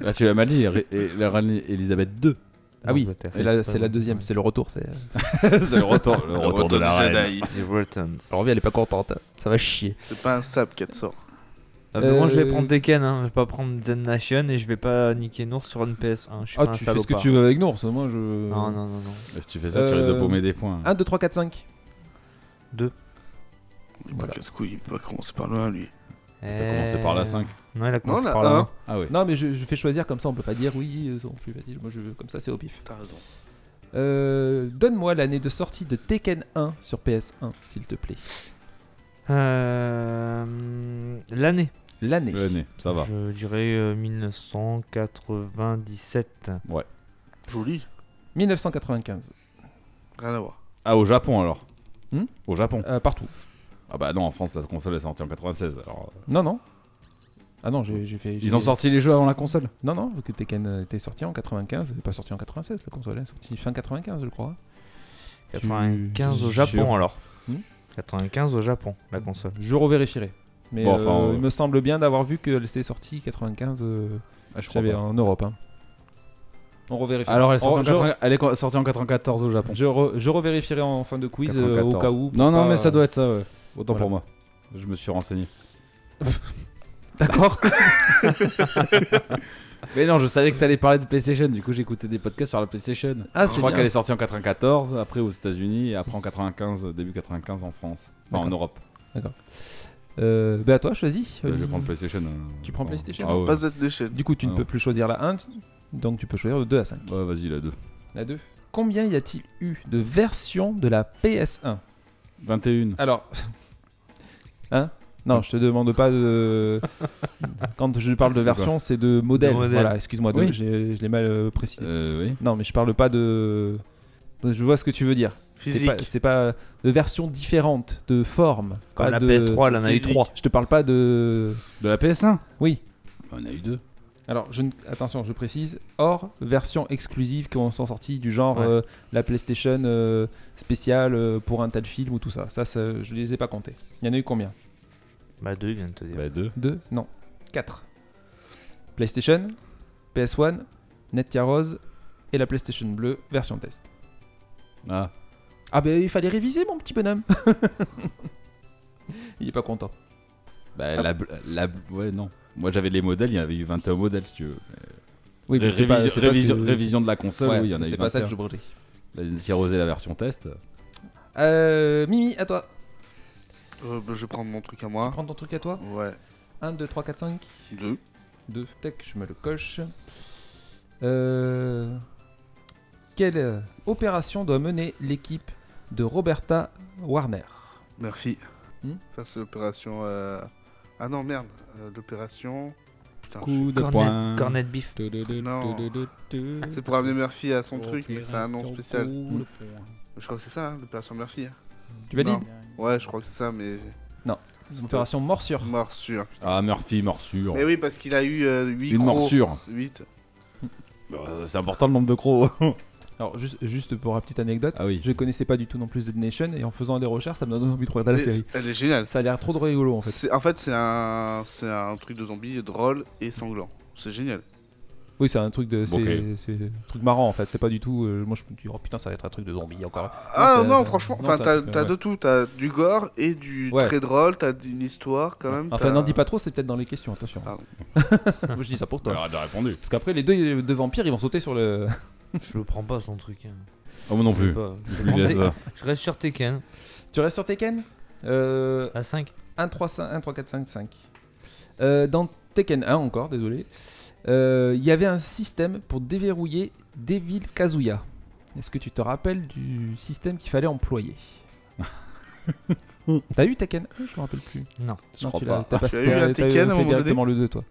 Là, tu l'as mal dit. Ré- et La reine Elisabeth II.
Ah oui,
D'Angleterre.
c'est la, c'est la deuxième, c'est le retour. C'est... euh,
c'est le retour, le retour de la reine.
Jedi.
The Rotans.
Alors, elle est pas contente. hein. Ça va chier.
C'est pas un sable 400.
Ah, mais Moi, je vais
Euh,
prendre Tekken, hein. je vais pas prendre Zen Nation et je vais pas niquer Nours sur une PS1. Je suis
Ah,
pas un
tu fais ce que
salopard.
tu veux avec Nours. Moi, je.
Non, non, non, non.
Et Bah, Si tu fais ça, tu risques de
Euh,
paumer des points.
1, 2, 3, 4, 5.
Pas casse-couille, il peut pas commencer par loin lui. hein.
T'as commencé par la 5.
Non, il a commencé
la
par la
un.
1.
Ah ouais.
euh, Non, mais je, je fais choisir comme ça, on peut pas dire oui, euh, c'est plus facile. Moi, je, comme ça, c'est au pif.
T'as raison.
Euh, Donne-moi l'année de sortie de Tekken 1 sur PS1, s'il te plaît.
Euh, L'année.
L'année.
Le nez, ça va.
Je dirais euh, 1997.
Joli.
1995.
Rien à voir.
Ah, au Japon alors
Hmm
Au Japon.
Euh, partout.
Ah bah non, en France, la console est sortie en 96. Alors, euh,
Non, non. Ah non, j'ai j'ai fait. j'ai-
ils ont sorti les jeux avant la console
Non, non, que Tekken euh, était sorti en 95, elle est pas sorti en 96, la console elle est sortie fin 95, je crois.
95 au
Sûr.
Japon alors.
Hmm
95 au Japon, la console.
Je revérifierai. Mais
Bon, enfin,
euh,
euh,
il me semble bien d'avoir vu qu'elle s'était sortie 95, euh,
Ah, je
je
crois
savais,
pas.
en Europe. hein. On revérifie.
Alors, elle est, sortie
Oh,
en
je,
80 elle est co- sortie en 94 au Japon.
je re- je revérifierai en fin de quiz euh, au
94.
cas où. pour
Non, non,
pas-
mais ça doit être ça, ouais. Autant
Voilà.
pour moi. Je me suis renseigné.
D'accord.
Mais non, je savais que t'allais parler de PlayStation, du coup j'écoutais des podcasts sur la PlayStation.
Ah,
je
c'est
crois
bien.
qu'elle est sortie en 94, après aux États-Unis, et après en 95, début 95 en France. Enfin en
D'accord.
Europe.
Euh, bah, à toi, choisis.
Là, je vais
Olivier.
prendre PlayStation. hein.
Tu prends
Ça-
PlayStation
Ah ouais.
Pas cette déchaîne.
Du coup, tu ne
Ah
peux
non.
plus choisir la 1, donc tu peux choisir de 2 à 5.
Ouais, vas-y, la 2.
La 2. Combien y a-t-il eu de versions de la PS1
21.
Alors. Hein Non, je te demande pas de. Quand je parle de version, c'est de modèle.
De modèle.
Voilà, excuse-moi, de-
Oui.
j'ai- je l'ai mal euh, précisé.
Euh, oui.
Non, mais je parle pas de. Je vois ce que tu veux dire. C'est
Physique.
pas, c'est pas de version différente, de forme.
Comme
pas
la
de-
PS3, elle en a eu
Physique.
3.
Je te parle pas de.
De la PS1
Oui.
On a eu 2.
Alors, je ne- attention, je précise, hors version exclusive qui sont sorties du genre
Ouais.
euh, la PlayStation euh, spéciale euh, pour un tel film ou tout ça. Ça, ça, je les ai pas comptés. Il y en a eu combien
Bah 2, vient de te dire.
Bah 2.
Deux Non, quatre. PlayStation, PS1, Netia Rose et la PlayStation bleue, version test.
Ah.
Ah ben, il fallait réviser, mon petit bonhomme Il est pas content. Ah.
Bah la, bl- la bl- Ouais, non. Moi j'avais les modèles, il y avait eu 21 modèles si tu veux.
Oui, mais c'est
Révision,
pas- c'est pas ce
révision,
que-
révision de la console,
Ouais,
oui, il y en a eu
C'est pas ça que
21.
je brûlais.
La- qui a rosé la version test.
Euh, Mimi, à toi.
Euh, bah, je vais prendre mon truc à moi.
Prends ton truc à toi.
Ouais.
1, 2, 3, 4, 5.
Deux.
Deux tech, je me le coche. Euh, Quelle euh, opération doit mener l'équipe de Roberta Warner
Merci.
Hmm
Faire cette opération. euh, Ah non, merde. euh, L'opération. Putain,
Coup de poing.
Cornet, cornet de bif.
je- Non. Ah, C'est pour amener Murphy à son truc, mais c'est un nom spécial. Hmm. Je crois que c'est ça, hein, l'opération Murphy. hein.
Tu valides
Ouais, je crois que c'est ça, mais.
Opération morsure.
Morsure.
Ah, Murphy, morsure.
Mais Eh oui, parce qu'il a eu euh, 8
Une morsure.
8.
Bah, C'est important le nombre de crocs.
Alors, juste, juste pour la petite anecdote,
Ah oui.
je connaissais pas du tout non plus The Nation et en faisant des recherches, ça me donne envie de regarder la série.
Elle est géniale.
Ça a l'air trop de rigolo en fait.
C'est- En fait, c'est un... c'est un truc de zombie drôle et sanglant. C'est génial.
Oui, c'est un truc de. C'est
Ok.
c'est un truc marrant en fait. C'est pas du tout. euh, moi je me dis, oh putain, ça va être un truc de zombie encore.
Ah
c'est-
non,
euh,
franchement,
non,
enfin,
c'est un
t'as
truc,
t'as
ouais.
de tout. T'as du gore et du
Ouais.
très drôle. T'as une histoire quand même.
Enfin,
t'as-
n'en dis pas trop, c'est peut-être dans les questions, attention.
Pardon.
Moi je dis ça pour toi.
Alors, elle a répondu.
Parce qu'après, les deux, deux vampires ils vont sauter sur le.
Je le prends pas son truc. hein.
Oh, moi non
Je le
plus.
prends pas.
Je
Je
lui laisse euh,
prends-
ça.
Je reste sur Tekken.
Tu restes sur Tekken euh,
À 5.
1, 3, 5, 1, 3, 4, 5, 5. Euh, dans Tekken 1 encore, désolé, euh, il y avait un système pour déverrouiller Devil Kazuya. Est-ce que tu te rappelles du système qu'il fallait employer T'as eu Tekken un Je me rappelle plus.
Non.
non
crois
tu l'as-
pas.
T'as pas
Ah, Tu as
t'as-
eu un
t'as
Tekken
fait
à un moment donné
directement le 2, toi.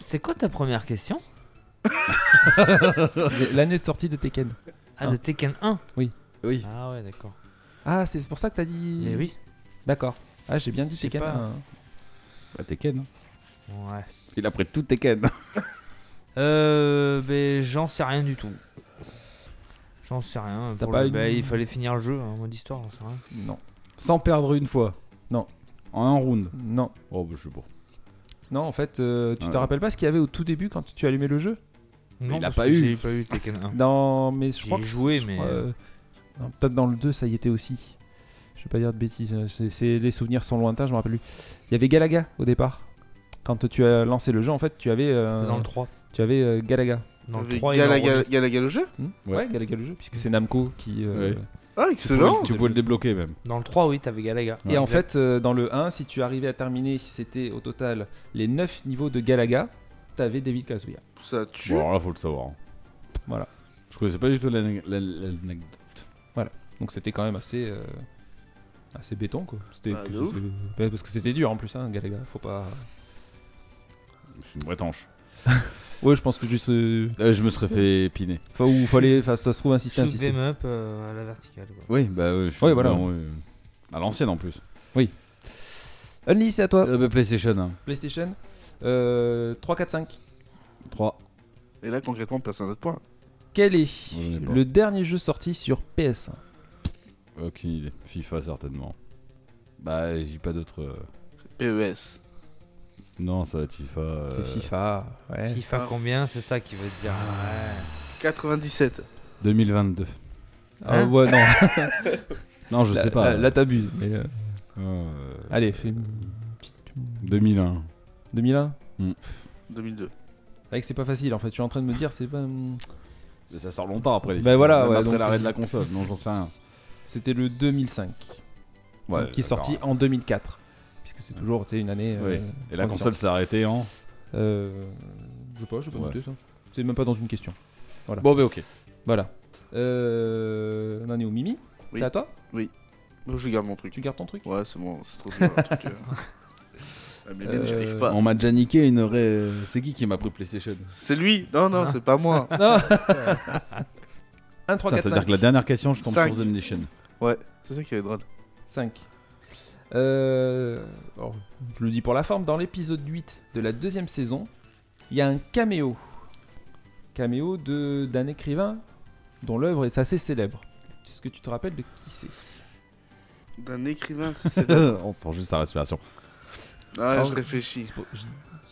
C'était quoi ta première question
C'est L'année de sortie de Tekken.
Ah, de Tekken 1
Oui.
Oui.
Ah ouais, d'accord.
Ah, c'est pour ça que t'as dit.
Mais oui.
D'accord. Ah, j'ai bien dit
Je sais
Tekken
pas.
1.
Bah, Tekken.
Ouais.
Il a pris tout Tekken.
Euh, ben, j'en sais rien du tout. J'en sais rien.
T'as
Pour
pas
le-
une-
ben, il fallait finir le jeu, hein, mode histoire, j'en sais rien.
Non.
Sans perdre une fois.
Non.
En un round.
Non.
Oh, bah, je sais pas.
Non, en fait, euh, tu te
Ouais.
rappelles pas ce qu'il y avait au tout début quand tu allumais le jeu
Non,
il a
parce
pas
que
eu.
J'ai pas eu Tekken 1.
Non, mais je
J'y
crois
ai
que
joué,
je
mais-
crois, euh, non, peut-être dans le 2, ça y était aussi. Je vais pas dire de bêtises. euh, c'est- c'est- les souvenirs sont lointains, je me rappelle plus. Il y avait Galaga au départ. Quand tu as lancé le jeu, en fait, tu avais. euh,
C'est dans le 3.
Tu avais euh, Galaga.
Dans le
Avec
3, il en
Galaga,
remet.
Galaga le jeu
Hmm
Ouais.
ouais. Galaga le jeu, puisque c'est Namco qui. euh,
Ouais.
Ah, excellent
Tu pouvais le débloquer même.
Dans le 3, oui, t'avais Galaga.
Et en fait, euh, dans le 1, si tu arrivais à terminer, c'était au total les 9 niveaux de Galaga, t'avais David Kazuya.
Ça tue.
Bon, alors là, faut le savoir. hein.
Voilà.
Je connaissais pas du tout l'ane- l'ane- l'anecdote.
Donc c'était quand même assez. euh, assez béton, quoi. C'était.
Bah,
Ah, de ouf.
c'était- ouais, parce que c'était dur en plus, hein, Galaga. Faut pas.
C'est une bretanche.
Ouais, je pense que juste. euh,
Euh, je me serais fait épiner.
Enfin, où fallait. Enfin, ça se trouve, insister,
Shoot
insister.
them up euh, à la verticale. Quoi.
Oui, bah oui.
Ouais, voilà.
à l'ancienne en plus.
Only, c'est à toi. Euh,
Euh, PlayStation hein.
PlayStation euh, 3, 4, 5.
3.
Et là, concrètement, personne n'a de point.
Quel est
On est bon.
le dernier jeu sorti sur PS1
Aucune idée. FIFA certainement. Bah, j'ai pas d'autres. euh,
E PES.
Non, ça va être FIFA. euh,
FIFA, ouais.
FIFA combien C'est ça qui veut dire. Ouais.
97.
2022.
Ah ouais, non.
Non, je
là,
sais pas.
Là, là, t'abuses. Mais euh,
Euh,
allez, fais une petite-
2001.
2001
2002. 2002.
C'est vrai que c'est pas facile en fait. Je suis en train de me dire, c'est pas. hum,
Mais ça sort longtemps après. les
Bah
FIFA,
voilà,
même
ouais,
après
donc-
l'arrêt de la console. Non, j'en sais rien.
C'était le 2005.
Ouais,
donc, qui est
d'accord.
sorti en 2004. Puisque c'est toujours tu sais, une année. euh,
Ouais. Et la
transition.
console s'est arrêtée en.
Euh, je sais pas, je sais pas
Ouais.
noter ça. C'est même pas dans une question.
Bon, bah ok.
Voilà. Euh, on en est au Mimi.
Oui.
C'est à toi
Moi, je garde mon truc.
Tu gardes ton truc
Ouais, c'est bon, c'est trop dur. le truc, euh. La mienne, j'y arrive
Euh,
pas.
On m'a déjà niqué une vraie. C'est qui qui m'a pris PlayStation
C'est lui Non, non, c'est pas moi.
Non 1, 3,
Putain,
4,
ça veut dire
5.
que la dernière question, je tombe
Cinq.
sur The Nation.
Ouais, c'est ça qui est drôle.
5. Euh, alors, je le dis pour la forme, dans l'épisode 8 de la deuxième saison, il y a un caméo. Caméo de- d'un écrivain dont l'œuvre est assez célèbre. Est-ce que tu te rappelles de qui c'est
D'un écrivain, si c'est vrai.
On sent juste sa respiration.
Ah,
Ah,
je
oui.
réfléchis.
Bon, j-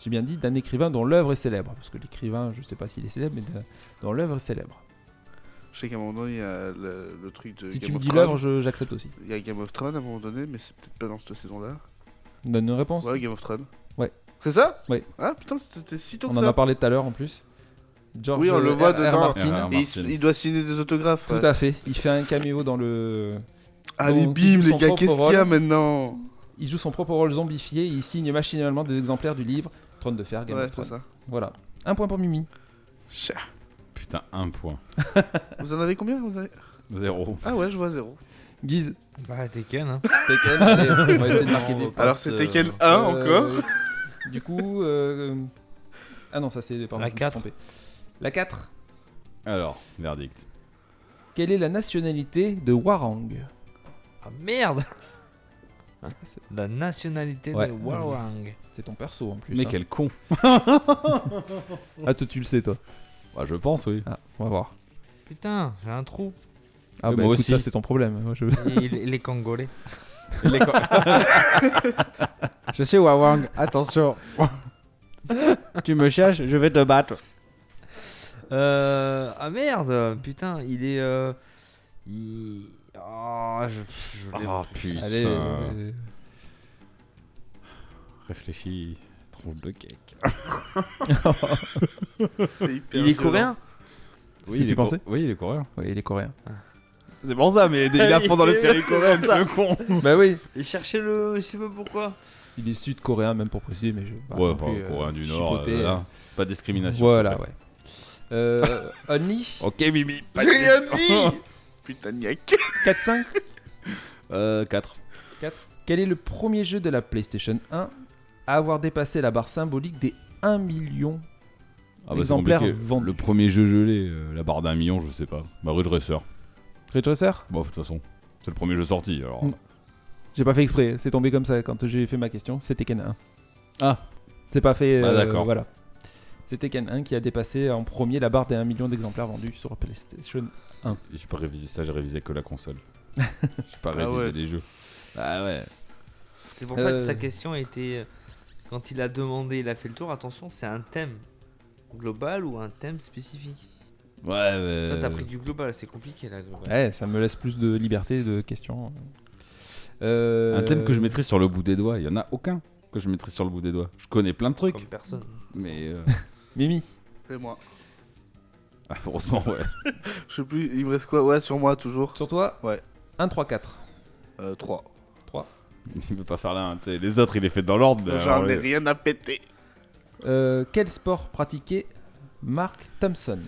J'ai bien dit d'un écrivain dont l'œuvre est célèbre. Parce que l'écrivain, je sais pas s'il est célèbre, mais d'un- dont l'œuvre est célèbre.
Je sais qu'à un moment donné, il y a le, le truc de
Si
Game
tu me
of
dis
Thrones.
l'œuvre, je- j'accepte aussi.
Il y a Game of Thrones à un moment donné, mais c'est peut-être pas dans cette saison-là.
Donne une réponse.
Ouais, Game of Thrones.
Ouais.
C'est ça
Ouais.
Ah putain, c'était si tôt
on
que
en
ça.
a parlé tout à l'heure en plus. George
Oui, on le voit
R. R.
dedans.
Martin.
R.
Et il,
Martin.
il doit signer des autographes.
hein, Tout
ouais.
à fait. Il fait un caméo dans le.
Allez,
Donc,
bim,
ils
les
sont
gars,
propres
qu'est-ce qu'il y a
rôles.
maintenant
Il joue son propre rôle zombifié. Il signe machinalement des exemplaires du livre Trône de Fer, Game
Ouais,
of
c'est
Thrones.
ça.
Voilà. Un point pour Mimi.
Cher.
Putain, un point.
Vous en avez combien vous avez-
Zéro.
Ah ouais, je vois zéro.
Guise.
Bah, Tekken, hein.
Tekken. allez, on va essayer de marquer
On
des
va
points.
Alors
passe,
c'était
euh,
quel 1 encore
Euh, Du coup. euh, Ah non, ça c'est. pardon,
La
je me suis
quatre.
trompé. La 4.
Alors, verdict.
Quelle est la nationalité de Warang
Ah merde
Ah, c'est-
La nationalité
Ouais.
de Warang.
C'est ton perso en plus.
Mais
hein.
quel con.
Ah, toi tu le sais, toi.
Bah, je pense, oui.
Ah, on va voir.
Putain, j'ai un trou.
Ah,
Mais
bah
moi
écoute,
aussi.
ça c'est ton problème. Moi, je-
Et il- il est congolais.
Je sais, Wawang, attention. tu me cherches, je vais te battre.
Euh, ah merde, putain, il est. Euh, il... Oh, je, je l'ai-
Oh putain.
Allez, euh,
Réfléchis, trouve le cake.
C'est
il
hyper
est
violent.
coréen
C'est ce que tu pensais
Oui, il est coréen.
Oui, il est coréen.
C'est pour ça, mais il apprend dans les séries coréennes, ce con.
bah oui.
Il cherchait le. Je sais pas pourquoi.
Il est sud-coréen, même pour préciser, mais je. bah,
Ouais,
non
enfin,
plus, euh,
coréen du Nord,
chipoter,
euh,
euh,
là. Pas de discrimination.
Voilà,
s'il te
ouais. Euh, Only
plaît. Ok, Mimi.
J'ai rien dit Putain, niaque
4-5
Euh, 4.
4 Quel est le premier jeu de la PlayStation 1 à avoir dépassé la barre symbolique des 1 million
Ah bah, c'est
d'exemplaires
compliqué.
vendus
Le premier jeu gelé, euh, la barre d'un million, je sais pas. Bah, Ridge Racer.
Ridge Racer
Bon, de toute façon, c'est le premier jeu sorti alors. euh,
Mm. J'ai pas fait exprès, c'est tombé comme ça quand j'ai fait ma question. C'était Ken 1.
Ah
C'est pas fait.
Ah,
euh,
d'accord.
Voilà. C'était Ken 1 qui a dépassé en premier la barre des 1 million d'exemplaires vendus sur PlayStation.
J'ai pas révisé ça, j'ai révisé que la console. J'ai pas
Ah
révisé
ouais.
les jeux. Ah ouais.
C'est pour ça que
Euh.
sa question était. euh, Quand il a demandé, il a fait le tour. Attention, c'est un thème global ou un thème spécifique
Ouais,
Toi,
ouais.
t'as
Euh.
pris du global, c'est compliqué là. global.
Ouais, ça me laisse plus de liberté de questions. Euh,
Un thème que je maîtrise sur le bout des doigts, il y en a aucun que je maîtrise sur le bout des doigts. Je connais plein de trucs,
Comme personne.
mais euh,
Mimi,
Et moi.
ah, heureusement, ouais.
Je sais plus, il me reste quoi Ouais, sur moi toujours.
sur toi
Ouais.
1, 3, 4.
Euh, 3.
Il peut pas faire là, hein, tu sais. Les autres, il est fait dans l'ordre. mais alors,
J'en ai
Ben, ouais.
rien à péter.
Euh, quel sport pratiquait Mark Thompson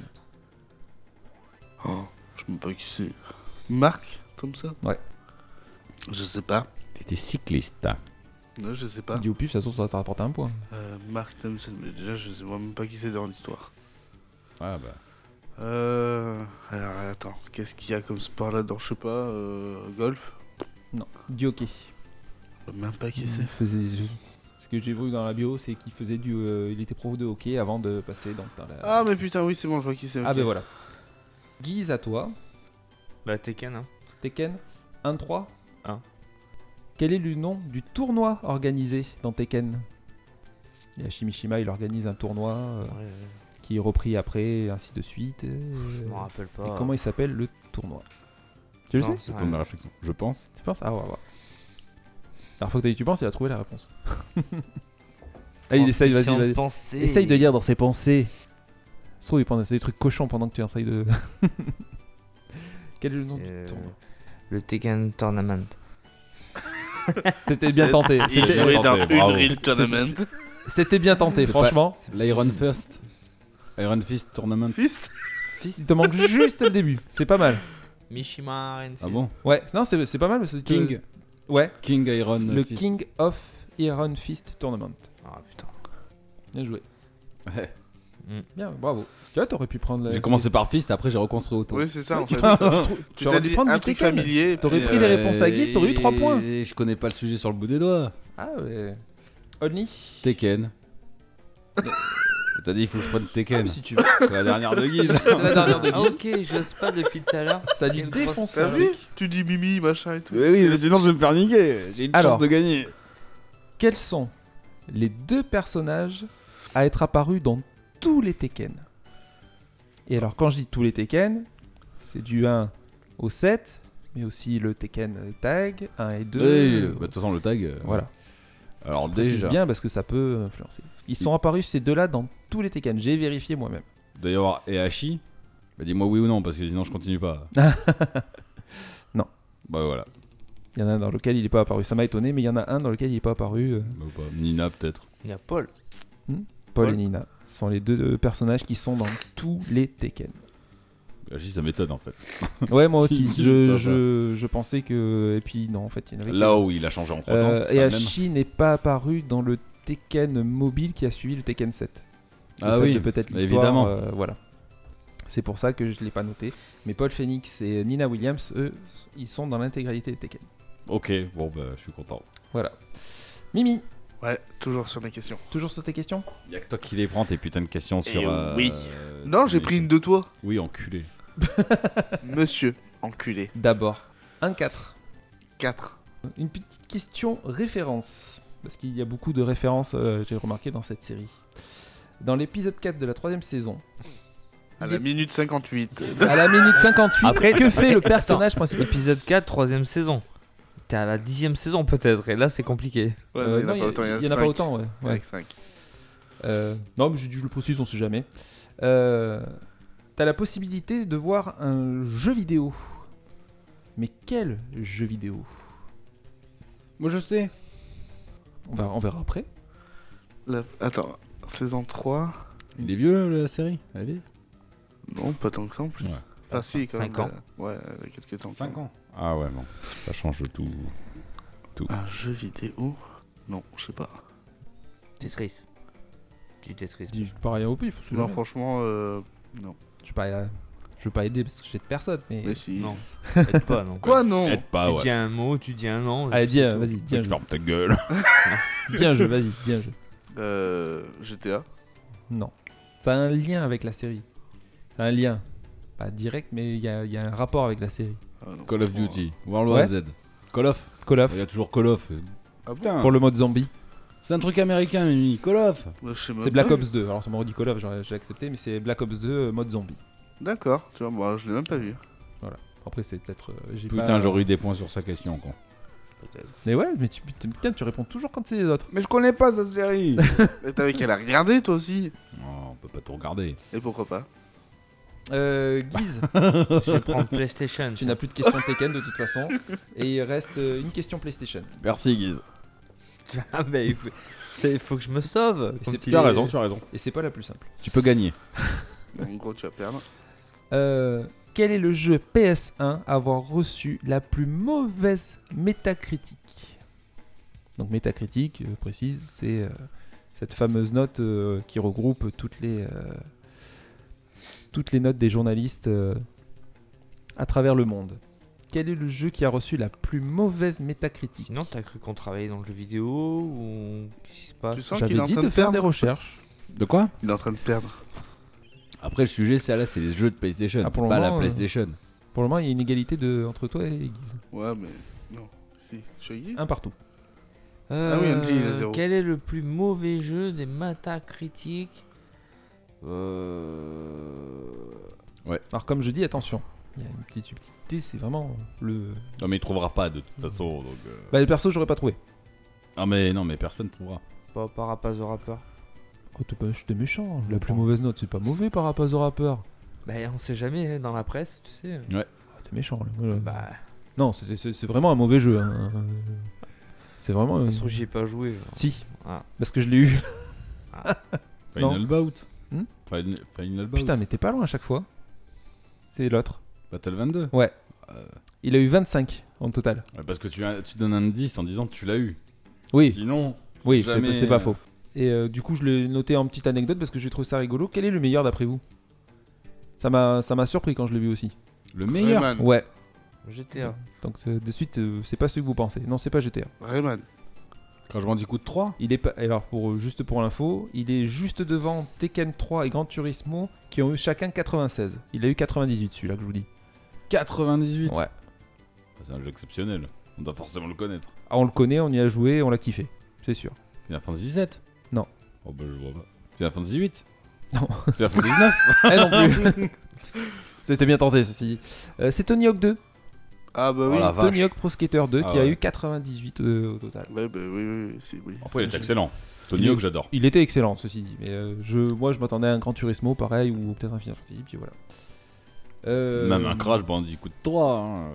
Oh, je sais même pas qui c'est. Marc Thompson
Ouais.
Je sais pas.
T'étais cycliste.
Non, je sais pas.
Dis au pif, ça se trouve, ça va te rapporter un point.
Euh, Marc Thompson, mais déjà, je sais même pas qui c'est dans l'histoire.
Ah bah.
Euh. Alors, attends, qu'est-ce qu'il y a comme sport là-dedans Je sais pas. Euh, golf
Non, du hockey.
Je sais Même pas qui
Il
c'est.
faisait- je- Ce que j'ai vu dans la bio, c'est qu'il faisait du, euh, il était pro de hockey avant de passer dans, dans la.
Ah, mais putain, oui, c'est bon, je vois qui c'est.
Ah,
ok.
ben voilà. Guise à toi,
Bah, Tekken, hein.
Tekken 1-3.
Un.
Quel est le nom du tournoi organisé dans Tekken Et à Shimishima, il organise un tournoi euh,
Ouais, ouais,
qui est repris après, et ainsi de suite. euh,
Je m'en rappelle pas.
et comment il s'appelle le tournoi Tu le
Non,
sais
c'est
Ton
rien.
réflexion. Je pense.
Tu penses Ah, ouais, ouais. La dernière fois que t'as dit tu penses, il a trouvé la réponse. ah,
Transmission
il essaye, vas-y,
de
vas-y.
pensée.
Essaye de lire dans ses pensées. Ça se trouve, il pense à des trucs cochons pendant que tu essayes de. Quel est le nom
C'est,
du tournoi
euh, Le Tekken Tournament.
C'était bien tenté.
Il
C'était-
jouait dans
C'était-
une
bravo.
Real
C'est- c'est-
Tournament.
C'était bien tenté,
C'est
franchement.
L'Iron Fist. Iron Fist Tournament.
Fist
Il te manque juste le début. C'est pas mal.
Mishima Renfist.
Ah bon
Ouais, non, c'est c'est pas mal. mais c'est-
King.
Ouais,
King Iron
le
Fist.
King of Iron Fist Tournament.
Ah putain.
Bien joué.
Ouais.
Mm.
Bien, bravo. Tu vois, t'aurais pu prendre. la-
J'ai commencé par Fist, après j'ai reconstruit autour.
Oui, c'est ça en
Tu
fait.
t'as- tu trou-
Tu
aurais
t'as
dû
dit
prendre
un
du
truc
Tekken.
familier.
T'aurais
puis,
pris les
euh,
réponses à Guise, t'aurais eu trois
Et-
points.
et Je connais pas le sujet sur le bout des doigts.
Ah ouais. Only.
Tekken. Ah, T'as dit il faut que je prenne Tekken.
si tu veux.
C'est la dernière de Guise.
C'est la dernière de
Ah,
Guise.
ok, j'ose pas depuis tout à l'heure.
Ça lui
Quelle grosse
défonce
T'as
ça.
vu Tu dis Mimi, machin et tout.
Mais oui, mais sinon je vais me faire niquer. J'ai une
Alors.
chance de gagner.
Quels sont les deux personnages à être apparus dans tous les Tekken Et alors, quand je dis tous les Tekken, c'est du 1 au 7, mais aussi le Tekken Tag 1 et 2.
Oui, bah, de toute façon, le tag. euh,
voilà,
Alors,
précise
déjà,
bien parce que ça peut influencer. Ils sont apparus ces deux-là dans tous les Tekken, j'ai vérifié moi-même.
il doit y avoir Ehashi. Bah, dis-moi oui ou non, parce que sinon je continue pas.
Non.
Bah voilà.
Il y en a un dans lequel il n'est pas apparu, ça m'a étonné, mais il y en a un dans lequel il n'est pas apparu. euh,
Bah, ou pas. Nina, peut-être.
Il y a Paul.
Paul
Paul.
et Nina Ce sont les deux euh, personnages qui sont dans tous les Tekken.
Ehashi, ça m'étonne en fait.
Ouais, moi aussi.
Ça
je,
va.
je, je pensais que. Et puis, non, en fait, il y en avait.
Là où il a changé en 3
Euh,
temps. c'est
et
pas le même.
Hachi n'est pas apparu dans le Tekken mobile qui a suivi le Tekken 7. Le
Ah
fait
oui,
de peut-être l'histoire,
évidemment.
euh, voilà. C'est pour ça que je ne l'ai pas noté. Mais Paul Phoenix et Nina Williams, eux, ils sont dans l'intégralité des Tekken.
Ok, bon, bah je suis content.
Voilà. Mimi,
Ouais, toujours sur mes questions.
toujours sur tes questions
Y'a que toi qui les prends, tes putains de questions sur. euh,
Eh oui.
euh,
Non, j'ai
mais-
pris une de toi.
Oui, enculé.
Monsieur, enculé.
D'abord, 1-4.
4.
Une petite question référence. Parce qu'il y a beaucoup de références, euh, j'ai remarqué, dans cette série. Dans l'épisode 4 de la troisième saison,
À la minute 58.
à la minute 58,
Après-
que fait le personnage principal
Épisode 4, troisième saison. T'es à la dixième saison peut-être, et là c'est compliqué.
Ouais,
Euh,
il
non,
n'y en a pas autant.
Il y en a pas autant, ouais. ouais.
Avec 5.
Euh, non, mais j'ai dû je le précise, on sait jamais. Euh, T'as la possibilité de voir un jeu vidéo. Mais quel jeu vidéo
Moi je sais.
on verra, on verra après.
Attends, saison 3
Il est vieux la série Elle est vieille
Non, pas tant que ça en plus.
Ouais.
Enfin, si, quand
Cinq
même,
ans.
euh, Ouais, euh, quelques temps.
Ah ouais, bon. Ça change tout.
tout.
Un jeu vidéo Non, je sais pas.
Tetris. Du Tetris.
Dis pas rien au pif.
Non, franchement, euh, non.
Je vais pas, euh, je vais pas aider parce que j'aide personne, mais.
Mais si.
Non. Aide pas, non.
Quoi, Ah non
Aide pas,
tu
ouais.
dis un mot, tu dis un nom. et
Allez,
puis
dis,
c'est
euh,
tout.
vas-y, dis un
Tu
jeu.
fermes ta gueule.
Dis un jeu, vas-y, dis un jeu.
Euh, GTA
Non. Ça a un lien avec la série. Ça a un lien. Pas direct, mais il y, a- il y a un rapport avec la série.
Ah non,
Call of
franchement,
Duty, World War Z. Call of.
Call of,
Il y a toujours Call of.
Ah bon
Putain,
pour le mode zombie.
c'est un truc américain, Mimi. Call of.
euh, je sais même
C'est Black
pas.
Ops 2. Alors, ça m'aurait dit Call of, j'aurais- j'ai accepté, mais c'est Black Ops 2 euh, mode zombie.
D'accord, tu vois, moi je l'ai même pas vu.
Après, c'est peut-être. euh, j'ai
Putain,
pas-
j'aurais eu des points sur sa question, con.
Mais ouais, mais tu, putain, putain, tu réponds toujours quand c'est les autres.
Mais je connais pas sa série.
Mais t'avais qu'à la regarder toi aussi
Non, Oh, on peut pas tout regarder.
Et pourquoi pas
Euh, Guise,
Je prends PlayStation.
tu n'as plus de questions Tekken de toute façon. Et il reste euh, une question PlayStation.
Merci, Guise.
Ah, mais il faut... c'est- il faut que je me sauve.
Et c'est-
Tu as raison, tu as raison.
Et c'est pas la plus simple.
Tu peux gagner.
En gros, tu vas perdre.
Euh, quel est le jeu PS1 à avoir reçu la plus mauvaise métacritique Donc métacritique, euh, précise, c'est euh, cette fameuse note euh, qui regroupe toutes les, euh, toutes les notes des journalistes euh, à travers le monde. Quel est le jeu qui a reçu la plus mauvaise métacritique
Sinon, t'as cru qu'on travaillait dans le jeu vidéo ou qu'est-ce qui se passe
Tu sens qu'il est
J'avais
en
dit
train
de
de
faire
perdre.
des recherches.
De quoi
Il est en train de perdre.
Après, le sujet, c'est là, c'est les jeux de PlayStation.
Ah, pour le
pas
moment,
la
euh,
PlayStation.
Pour le moment, il y a une égalité de, entre toi et Guise.
Ouais, mais non. Si, je suis Guise
Un partout.
Ah oui, MJ, il a zéro.
Euh, Quel est le plus mauvais jeu des Metacritic euh...
Alors comme je dis, attention, il y a une petite subtilité, c'est vraiment le...
Non, mais il trouvera pas de toute façon. Donc, euh.
Bah le perso, j'aurais pas trouvé.
Ah, mais non, mais personne trouvera.
Pas par rapport au rappeur.
Oh, t'es pas- t'es méchant. La plus mauvaise note, c'est pas mauvais par rapport au rappeur.
Bah, on sait jamais hein, dans la presse, tu sais.
Ah, t'es méchant. là. Voilà.
Bah,
Non, c'est- c'est c'est vraiment un mauvais jeu. hein. Euh, C'est vraiment.
de
euh,
toute façon, j'y ai pas joué.
Si,
Ah.
parce que je l'ai eu.
Final Bout.
Hmm
Final, Final Bout.
Putain, mais t'es pas loin à chaque fois. C'est l'autre.
Battle 22.
Il a eu 25 en total.
Ouais, parce que tu, as- tu donnes un indice en disant que tu l'as eu.
Oui,
Sinon,
oui, c'est
jamais,
c'est pas
euh,
faux. Et euh, du coup, je l'ai noté en petite anecdote parce que j'ai trouvé ça rigolo. Quel est le meilleur d'après vous Ça m'a ça m'a surpris quand je l'ai vu aussi.
le meilleur.
Rayman.
Ouais.
GTA.
Donc euh, de suite, euh, c'est pas ce que vous pensez. Non, c'est pas GTA.
Rayman.
Quand je m'en dis coup de 3.
Il est pas- alors pour juste pour l'info, il est juste devant Tekken 3 et Gran Turismo qui ont eu chacun 96. Il a eu 98 celui-là que je vous dis.
98.
Ouais.
C'est un jeu exceptionnel. On doit forcément le connaître.
Ah, on le connaît, on y a joué, on l'a kiffé, c'est sûr.
Final Fantasy 17
Non.
Oh bah je vois pas. Final Fantasy 8
Non.
Final Fantasy 9
Eh non plus. C'était bien tenté ceci. Euh, c'est Tony Hawk 2.
Ah bah oui.
Voilà. Oh, La vache.
Tony Hawk Pro Skater 2
Ah
qui a
ouais.
eu 98 euh, au total.
Ouais, bah oui, oui, oui, si, oui.
Après il est excellent. Tony Hawk j'adore.
Il était excellent ceci dit, mais euh, je, moi je m'attendais à un Gran Turismo pareil ou peut-être un Final Fantasy puis voilà. Euh,
Même un hein. Crash Bandicoot 3. Hein.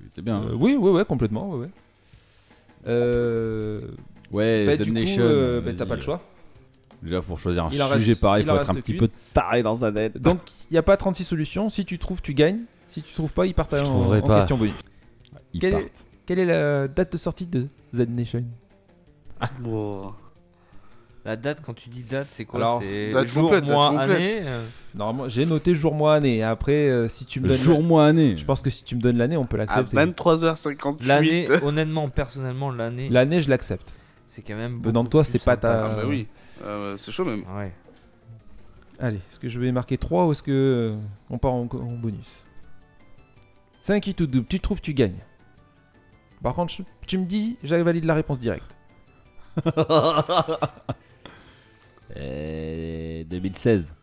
Il était bien.
euh, oui, oui, ouais, complètement, ouais, ouais. Euh,
ouais,
bah,
Zen
du coup,
Nation.
euh, bah,
vas-y.
t'as pas le choix.
Déjà pour choisir un
Il en
sujet
reste-
pareil,
il
faut
en
être un
reste
petit
huit.
peu taré dans sa tête.
Donc il n'y a pas 36 solutions. Si tu trouves, tu gagnes. Si tu trouves pas, il part
Je
en,
trouverai
en
pas.
question bonus.
Ils
quel-
partent.
Quelle est la date de sortie de Z Nation
Bon.
La date, quand tu dis date, c'est quoi
Alors,
C'est
date
jour,
complète, date
mois,
complète.
année euh,
Normalement, j'ai noté jour, mois, année. Après, euh, si tu me donnes,
Jour, mois, année.
je pense que si tu me donnes l'année, on peut
À
l'accepter.
23h58.
L'année, honnêtement, personnellement, l'année,
L'année, je l'accepte.
c'est quand même.
Venant de
beaucoup
toi,
plus
c'est pas ta-
Ah
sympa.
bah oui. Euh, c'est chaud même.
Ouais.
Allez, est-ce que je vais marquer 3 ou est-ce que euh, on part en, en bonus 5 et tout double. Tu trouves, tu gagnes. Par contre, je- tu me dis, j'invalide la réponse directe.
Euh, 2016.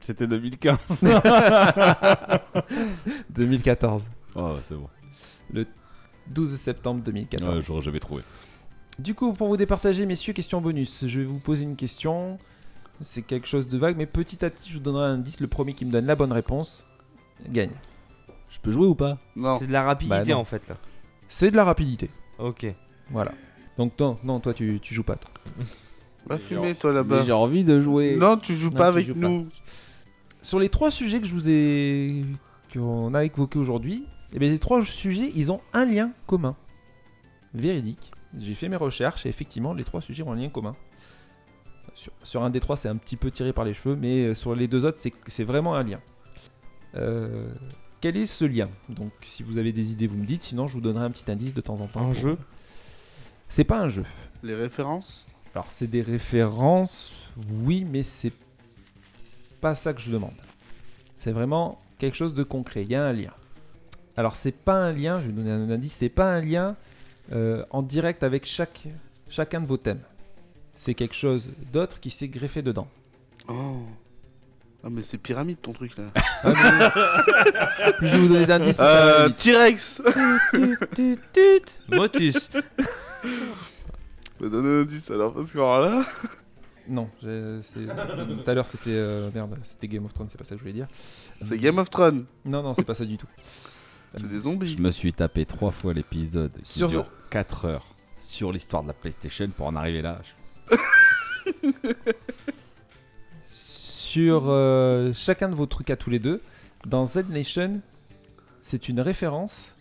C'était 2015.
2014.
oh c'est bon.
12 septembre 2014.
Ouais, j'aurais jamais trouvé.
Du coup, pour vous départager, messieurs, question bonus. Je vais vous poser une question. C'est quelque chose de vague, mais petit à petit, je vous donnerai un indice. Le premier qui me donne la bonne réponse gagne.
Je peux jouer ou pas
Non.
C'est de la rapidité
Bah non.
en fait là.
C'est de la rapidité.
Ok.
Voilà. Donc, non, non toi, tu, tu joues pas. toi.
Va fumer toi
Ah
là-bas.
bah.
Mais J'ai envie de jouer.
Non, tu joues
Non,
pas
tu
avec
joues pas.
nous.
Sur les trois sujets que je vous ai. qu'on a évoqués aujourd'hui, eh bien, les trois sujets, ils ont un lien commun. véridique. J'ai fait mes recherches et effectivement, les trois sujets ont un lien commun. Sur, sur un des trois, c'est un petit peu tiré par les cheveux, mais euh, sur les deux autres, c'est- c'est vraiment un lien. Euh, quel est ce lien Donc, si vous avez des idées, vous me dites. Sinon, je vous donnerai un petit indice de temps en temps.
Un jeu
C'est pas un jeu.
Les références
Alors, c'est des références, oui, mais c'est pas ça que je demande. C'est vraiment quelque chose de concret. Il y a un lien. Alors, c'est pas un lien, je vais vous donner un indice, c'est pas un lien euh, en direct avec chaque, chacun de vos thèmes. C'est quelque chose d'autre qui s'est greffé dedans.
Oh. Ah, mais c'est pyramide ton truc là.
Ah,
Ah,
Plus je vais vous donner d'indices, plus ça va aller
Euh,
vite.
T-Rex
Motus
Je vais donner un indice alors parce que alors là.
Non, j'ai- c'est- tout à l'heure c'était euh, merde, c'était Game of Thrones, c'est pas ça que je voulais dire.
C'est Game of Thrones
Non, non, c'est pas ça du tout.
C'est des zombies
Je me suis tapé trois fois l'épisode qui
Sur-
dure 4 heures sur l'histoire de la PlayStation pour en arriver là. Je-
Sur euh, chacun de vos trucs à tous les deux, dans Z Nation, c'est une référence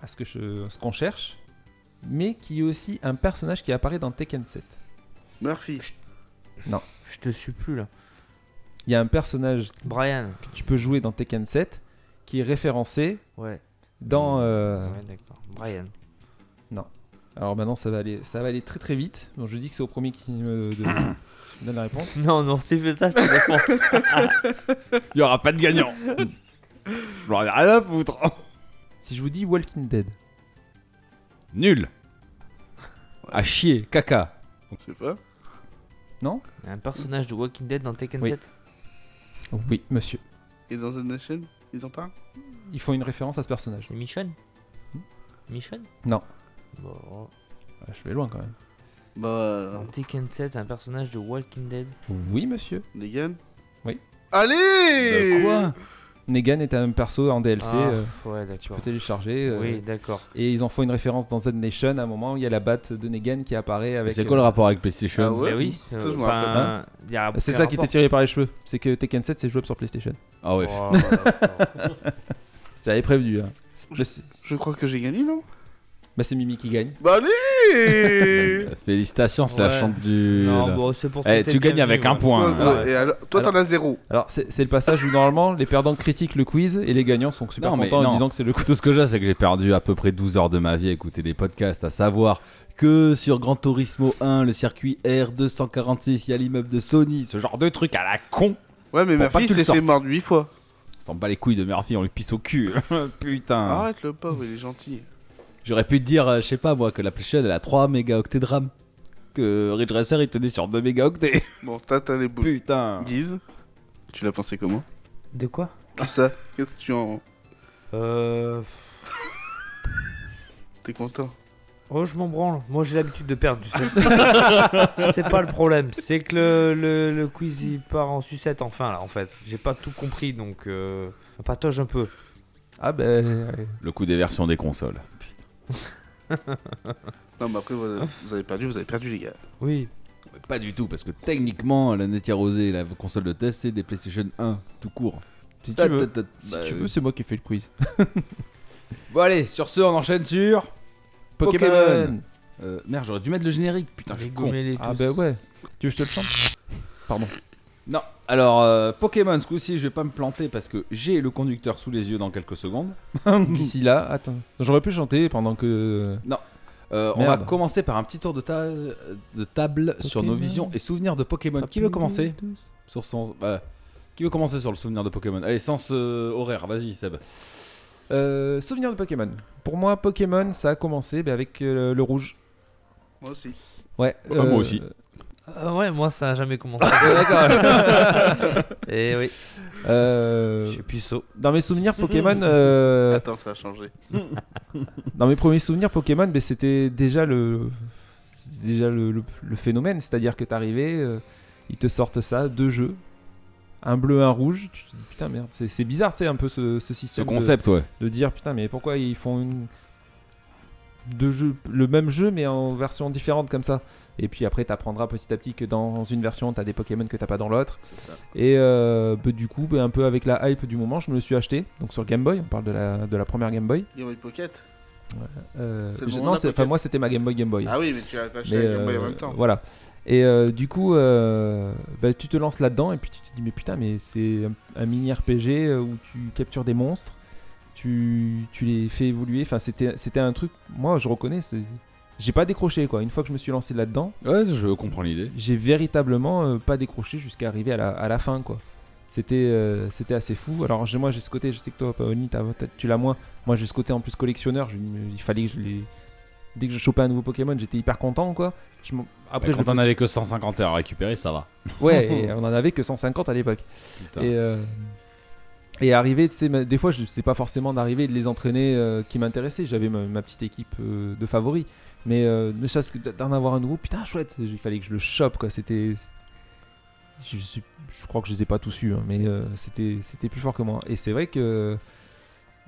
à ce que je- ce qu'on cherche, mais qui est aussi un personnage qui apparaît dans Tekken 7.
Murphy
Je te suis plus là.
Il y a un personnage
Brian.
que tu peux jouer dans Tekken 7 qui est référencé
Ouais.
dans euh,
Ouais, d'accord. Brian.
Alors maintenant, ça va aller, ça va aller très très vite. Donc je dis que c'est au premier qui me de- qui me donne la réponse.
Non, non, si tu fais ça, je te réponse.
Il y aura pas de gagnant. je m'en ai rien à foutre.
Si je vous dis Walking Dead,
Nul. À chier, caca.
Je sais pas.
Un personnage de Walking Dead dans Tekken
Oui.
7.
oui, monsieur,
Et dans une Nation Ils en parlent
ils font une référence à ce personnage.
C'est Michonne Michonne
Hmm Non.
Bon.
Ah, Je vais loin quand même.
Bah. euh,
Dans Tekken 7, un personnage de Walking Dead.
Oui, monsieur.
Negan
Oui.
Allez
Negan est un perso en DLC.
Ah,
euh,
ouais,
tu
d'accord.
peux télécharger. euh,
Oui, d'accord.
Et ils en font une référence dans Z Nation. À un moment, il y a la batte de Negan qui apparaît avec.
C'est quoi le
euh,
rapport avec PlayStation
Ah ouais
Mais oui, euh,
Ça, je me
enfin,
rappelle pas.
il y a
C'est
aucun
ça qui
rapport.
était tiré par les cheveux. C'est que Tekken 7 c'est jouable sur PlayStation.
Ah ouais.
Oh, d'accord.
J'avais prévenu. hein. Mais c'est-
Je crois que j'ai gagné, non
bah, c'est Mimi qui gagne.
Bah allez
Félicitations, c'est la
Ouais.
chante du.
non, bon, c'est pour
Eh,
t'es
tu gagnes
bienvenu,
avec un
ouais.
point.
Ouais,
Alors,
ouais, et alors- toi, t'en as zéro.
Alors c'est c'est le passage où normalement les perdants critiquent le quiz et les gagnants sont super
Non, mais
contents en
non.
disant que c'est le coup.
Tout ce que j'ai, c'est que j'ai perdu à peu près 12 heures de ma vie à écouter des podcasts, à savoir que sur Gran Turismo 1, le circuit R246, il y a l'immeuble de Sony, ce genre de truc à la con.
Ouais, mais
Pour pas
Murphy
que tu le
s'est fait
sortes.
mordre 8 fois.
On s'en bat les couilles de Murphy, on lui pisse au cul. Putain.
Arrête le pauvre, il est gentil.
J'aurais pu te dire, euh, je sais pas moi, que la PlayStation elle a 3 mégaoctets de RAM. Que Ridge Racer il tenait sur 2 mégaoctets.
Bon, t'as t'as les boules.
Putain.
Guise, tu l'as pensé comment
De quoi
Tout ça Qu'est-ce que tu en.
Euh.
T'es content
Oh, je m'en branle. Moi, j'ai l'habitude de perdre, tu sais. c'est pas le problème. C'est que le, le, le quiz, il part en sucette, enfin, là, en fait. J'ai pas tout compris, donc. Euh... Patoche un peu.
Ah ben. ouais.
Le coup des versions des consoles.
Non, mais après, vous avez, vous avez perdu, vous avez perdu, les gars.
Oui.
Mais Pas du tout, parce que techniquement, la Netia Rosé, la console de test, c'est des PlayStation 1, tout court.
Si
Ta-
tu veux,
ta- ta-
si
bah,
tu
euh,
veux, c'est moi qui ai fait le quiz.
Bon, allez, sur ce, on enchaîne sur.
Pokémon.
Pokémon. Euh, merde, j'aurais dû mettre le générique, putain, je suis con.
Dégommez-les
Ah
tous.
ben ouais. Tu veux que je te le chante Pardon.
Non, alors euh, Pokémon, ce coup-ci, je vais pas me planter parce que j'ai le conducteur sous les yeux dans quelques secondes.
D'ici là, attends. J'aurais pu chanter pendant que.
Euh, on va
Merde.
commencer par un petit tour de, ta- de table sur nos
Pokémon.
visions et souvenirs de Pokémon. Qui veut commencer sur son bah, Qui veut commencer sur le souvenir de Pokémon Allez, sens euh, horaire, vas-y Seb.
Euh, Souvenir de Pokémon. Pour moi, Pokémon, ça a commencé ben, avec euh, le rouge. Euh,
Moi aussi.
Ouais.
Bah, moi aussi.
Ah ouais, moi, ça a jamais commencé. Et Eh oui.
Euh,
Je suis puceau.
dans mes souvenirs Pokémon, euh,
Attends, ça a changé.
dans mes premiers souvenirs Pokémon, ben, c'était déjà le, c'était déjà le, le- le phénomène, c'est-à-dire que t'arrivais, euh, ils te sortent ça, deux jeux, un bleu, un rouge. Tu te dis putain merde, c'est c'est bizarre, c'est un peu ce, ce
Ce
système. de-
concept, ouais.
de dire putain mais pourquoi ils font une deux jeux le même jeu mais en version différente comme ça et puis après t'apprendras petit à petit que dans une version t'as des Pokémon que t'as pas dans l'autre et euh, bah, du coup bah, un peu avec la hype du moment je me le suis acheté donc sur Game Boy on parle de la, de la première Game Boy
Game Boy Pocket
Euh,
C'est le
je-
moment
non,
de la
c'est- enfin,
pocket.
moi c'était ma Game Boy Game Boy.
Ah oui, mais euh, tu as attaché la Game Boy en même temps.
euh, Voilà. Et euh, du coup, euh, bah, tu te lances là-dedans et puis tu te dis mais putain, mais c'est un, un mini RPG euh, où tu captures des monstres, tu, tu les fais évoluer. Enfin, c'était c'était un truc. Moi, je reconnais. c'est- J'ai pas décroché quoi. Une fois que je me suis lancé là-dedans,
Ouais, je comprends l'idée.
j'ai véritablement euh, pas décroché jusqu'à arriver à la, à la fin quoi. C'était euh, c'était assez fou. Alors j'ai- moi j'ai ce côté, je sais que toi Paoni, t'as- t'as- tu l'as moins. Moi j'ai ce côté en plus collectionneur. Je- euh, il fallait que je les... dès que je chopais un nouveau Pokémon, j'étais hyper content quoi. Je m'en- Après je
Bah, quand
le
on
faisais-
avait que 150 heures à récupérer, ça va.
Ouais, et on en avait que 150 à l'époque.
Putain.
Et, euh, et arriver, tu sais, ma- des fois, je sais pas forcément d'arriver et de les entraîner euh, qui m'intéressaient. J'avais ma, ma petite équipe euh, de favoris. Mais euh, ne chasse que d- d'en avoir un nouveau, putain, chouette, il fallait que je le chope, quoi. C'était. Je, suis- je crois que je les ai pas tous eus, hein, mais euh, c'était c'était plus fort que moi. Et c'est vrai que.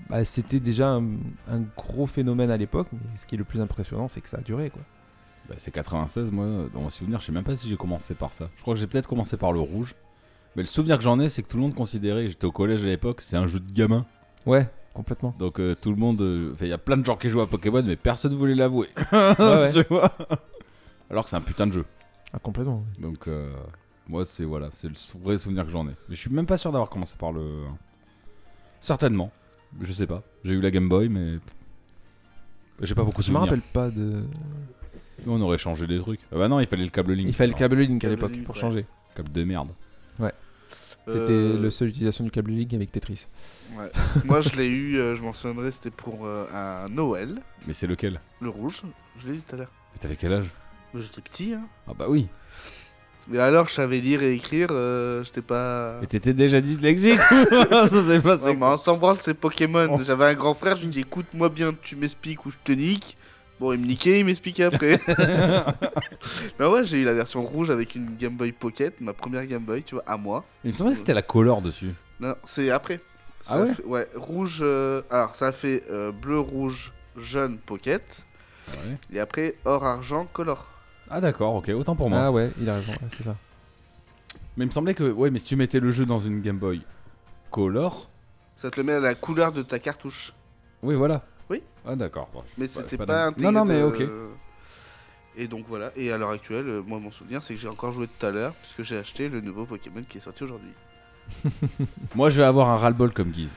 bah, c'était déjà un, un gros phénomène à l'époque, mais ce qui est le plus impressionnant, c'est que ça a duré, quoi.
Bah, c'est 96, moi, dans mon souvenir, je sais même pas si j'ai commencé par ça. Je crois que j'ai peut-être commencé par le rouge. Mais le souvenir que j'en ai, c'est que tout le monde considérait, j'étais au collège à l'époque, c'est un jeu de gamin.
Ouais, complètement.
Donc euh, tout le monde. euh, fait, Il y a plein de gens qui jouent à Pokémon, mais personne voulait l'avouer.
ouais.
Tu vois Alors que c'est un putain de jeu.
Ah, complètement.
Donc euh, moi, c'est voilà, c'est le sou- vrai souvenir que j'en ai. Mais je suis même pas sûr d'avoir commencé par le. Certainement. Je sais pas. J'ai eu la Game Boy, mais. J'ai pas beaucoup de
Je me
souvenirs.
rappelle pas de.
Nous, on aurait changé des trucs. Ah bah non, il fallait le câble Link.
Il fallait le
putain.
câble Link à
Câble
l'époque
Link,
pour
ouais.
changer.
Câble de merde.
C'était
Euh,
le seul utilisation du câble Link avec Tetris.
ouais. Moi, je l'ai eu, euh, je m'en souviendrai, c'était pour euh, un Noël,
Mais c'est lequel
le rouge. Je l'ai dit tout à l'heure.
Mais T'avais quel âge
Mais J'étais petit, hein.
Ah bah oui.
Mais alors, je savais lire et écrire, euh, j'étais pas.
Et t'étais déjà dyslexique Ça s'est passé.
Ouais, mais on s'en branle, c'est Pokémon.
Oh.
J'avais un grand frère, je lui dis écoute-moi bien, tu m'expliques ou je te nique. Bon, il me niquait, il m'expliquait après. Mais ouais, j'ai eu la version rouge avec une Game Boy Pocket, ma première Game Boy, tu vois, à moi.
Il me semblait que c'était la color dessus.
Non, c'est après. Ça
Ah ouais
fait- Ouais, rouge. euh, Alors, ça fait euh, bleu, rouge, jaune, Pocket.
Ah Ouais.
Et après, or, argent, color.
Ah d'accord, ok, autant pour moi.
Ah ouais, il a raison, ouais, c'est ça.
Mais il me semblait que, ouais, mais si tu mettais le jeu dans une Game Boy Color,
Ça te le met à la couleur de ta cartouche.
oui, voilà.
Oui.
Ah d'accord. bon,
Mais
pas-
c'était
pas
pas,
dingue.
intégré.
Non, non, mais
de-
ok.
Et donc voilà, et à l'heure actuelle, euh, moi mon souvenir c'est que j'ai encore joué tout à l'heure, puisque j'ai acheté le nouveau Pokémon qui est sorti aujourd'hui.
Moi, je vais avoir un ras-le-bol comme guise.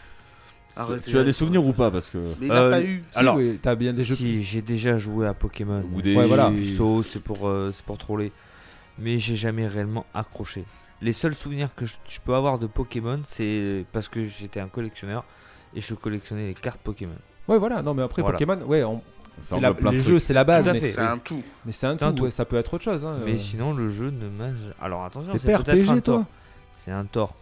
Arrêtez
Tu as des
avec-
souvenirs ou pas Parce que.
Mais il n'a
Euh,
pas eu.
Si,
Alors-
oui, t'as bien des jeux.
Si, j'ai déjà joué à Pokémon.
Ou des-
Ouais,
voilà.
j'ai eu Saut, c'est pour, euh, c'est pour troller. Mais j'ai jamais réellement accroché. Les seuls souvenirs que je, je peux avoir de Pokémon, c'est parce que j'étais un collectionneur et je collectionnais les cartes Pokémon.
Ouais, voilà, non, mais après
Voilà.
Pokémon, ouais, on-
Ça
c'est la-
englobe plein de
les
trucs.
jeux, c'est la base,
Tout à
mais,
fait.
C'est un tout.
mais c'est un
C'est
tout,
un tout.
ouais, ça peut être autre chose. hein,
Mais
euh.
sinon, le jeu ne m'a. Alors attention,
T'es
c'est
pas
peut-être un
RPG,
tort.
toi
C'est un tort.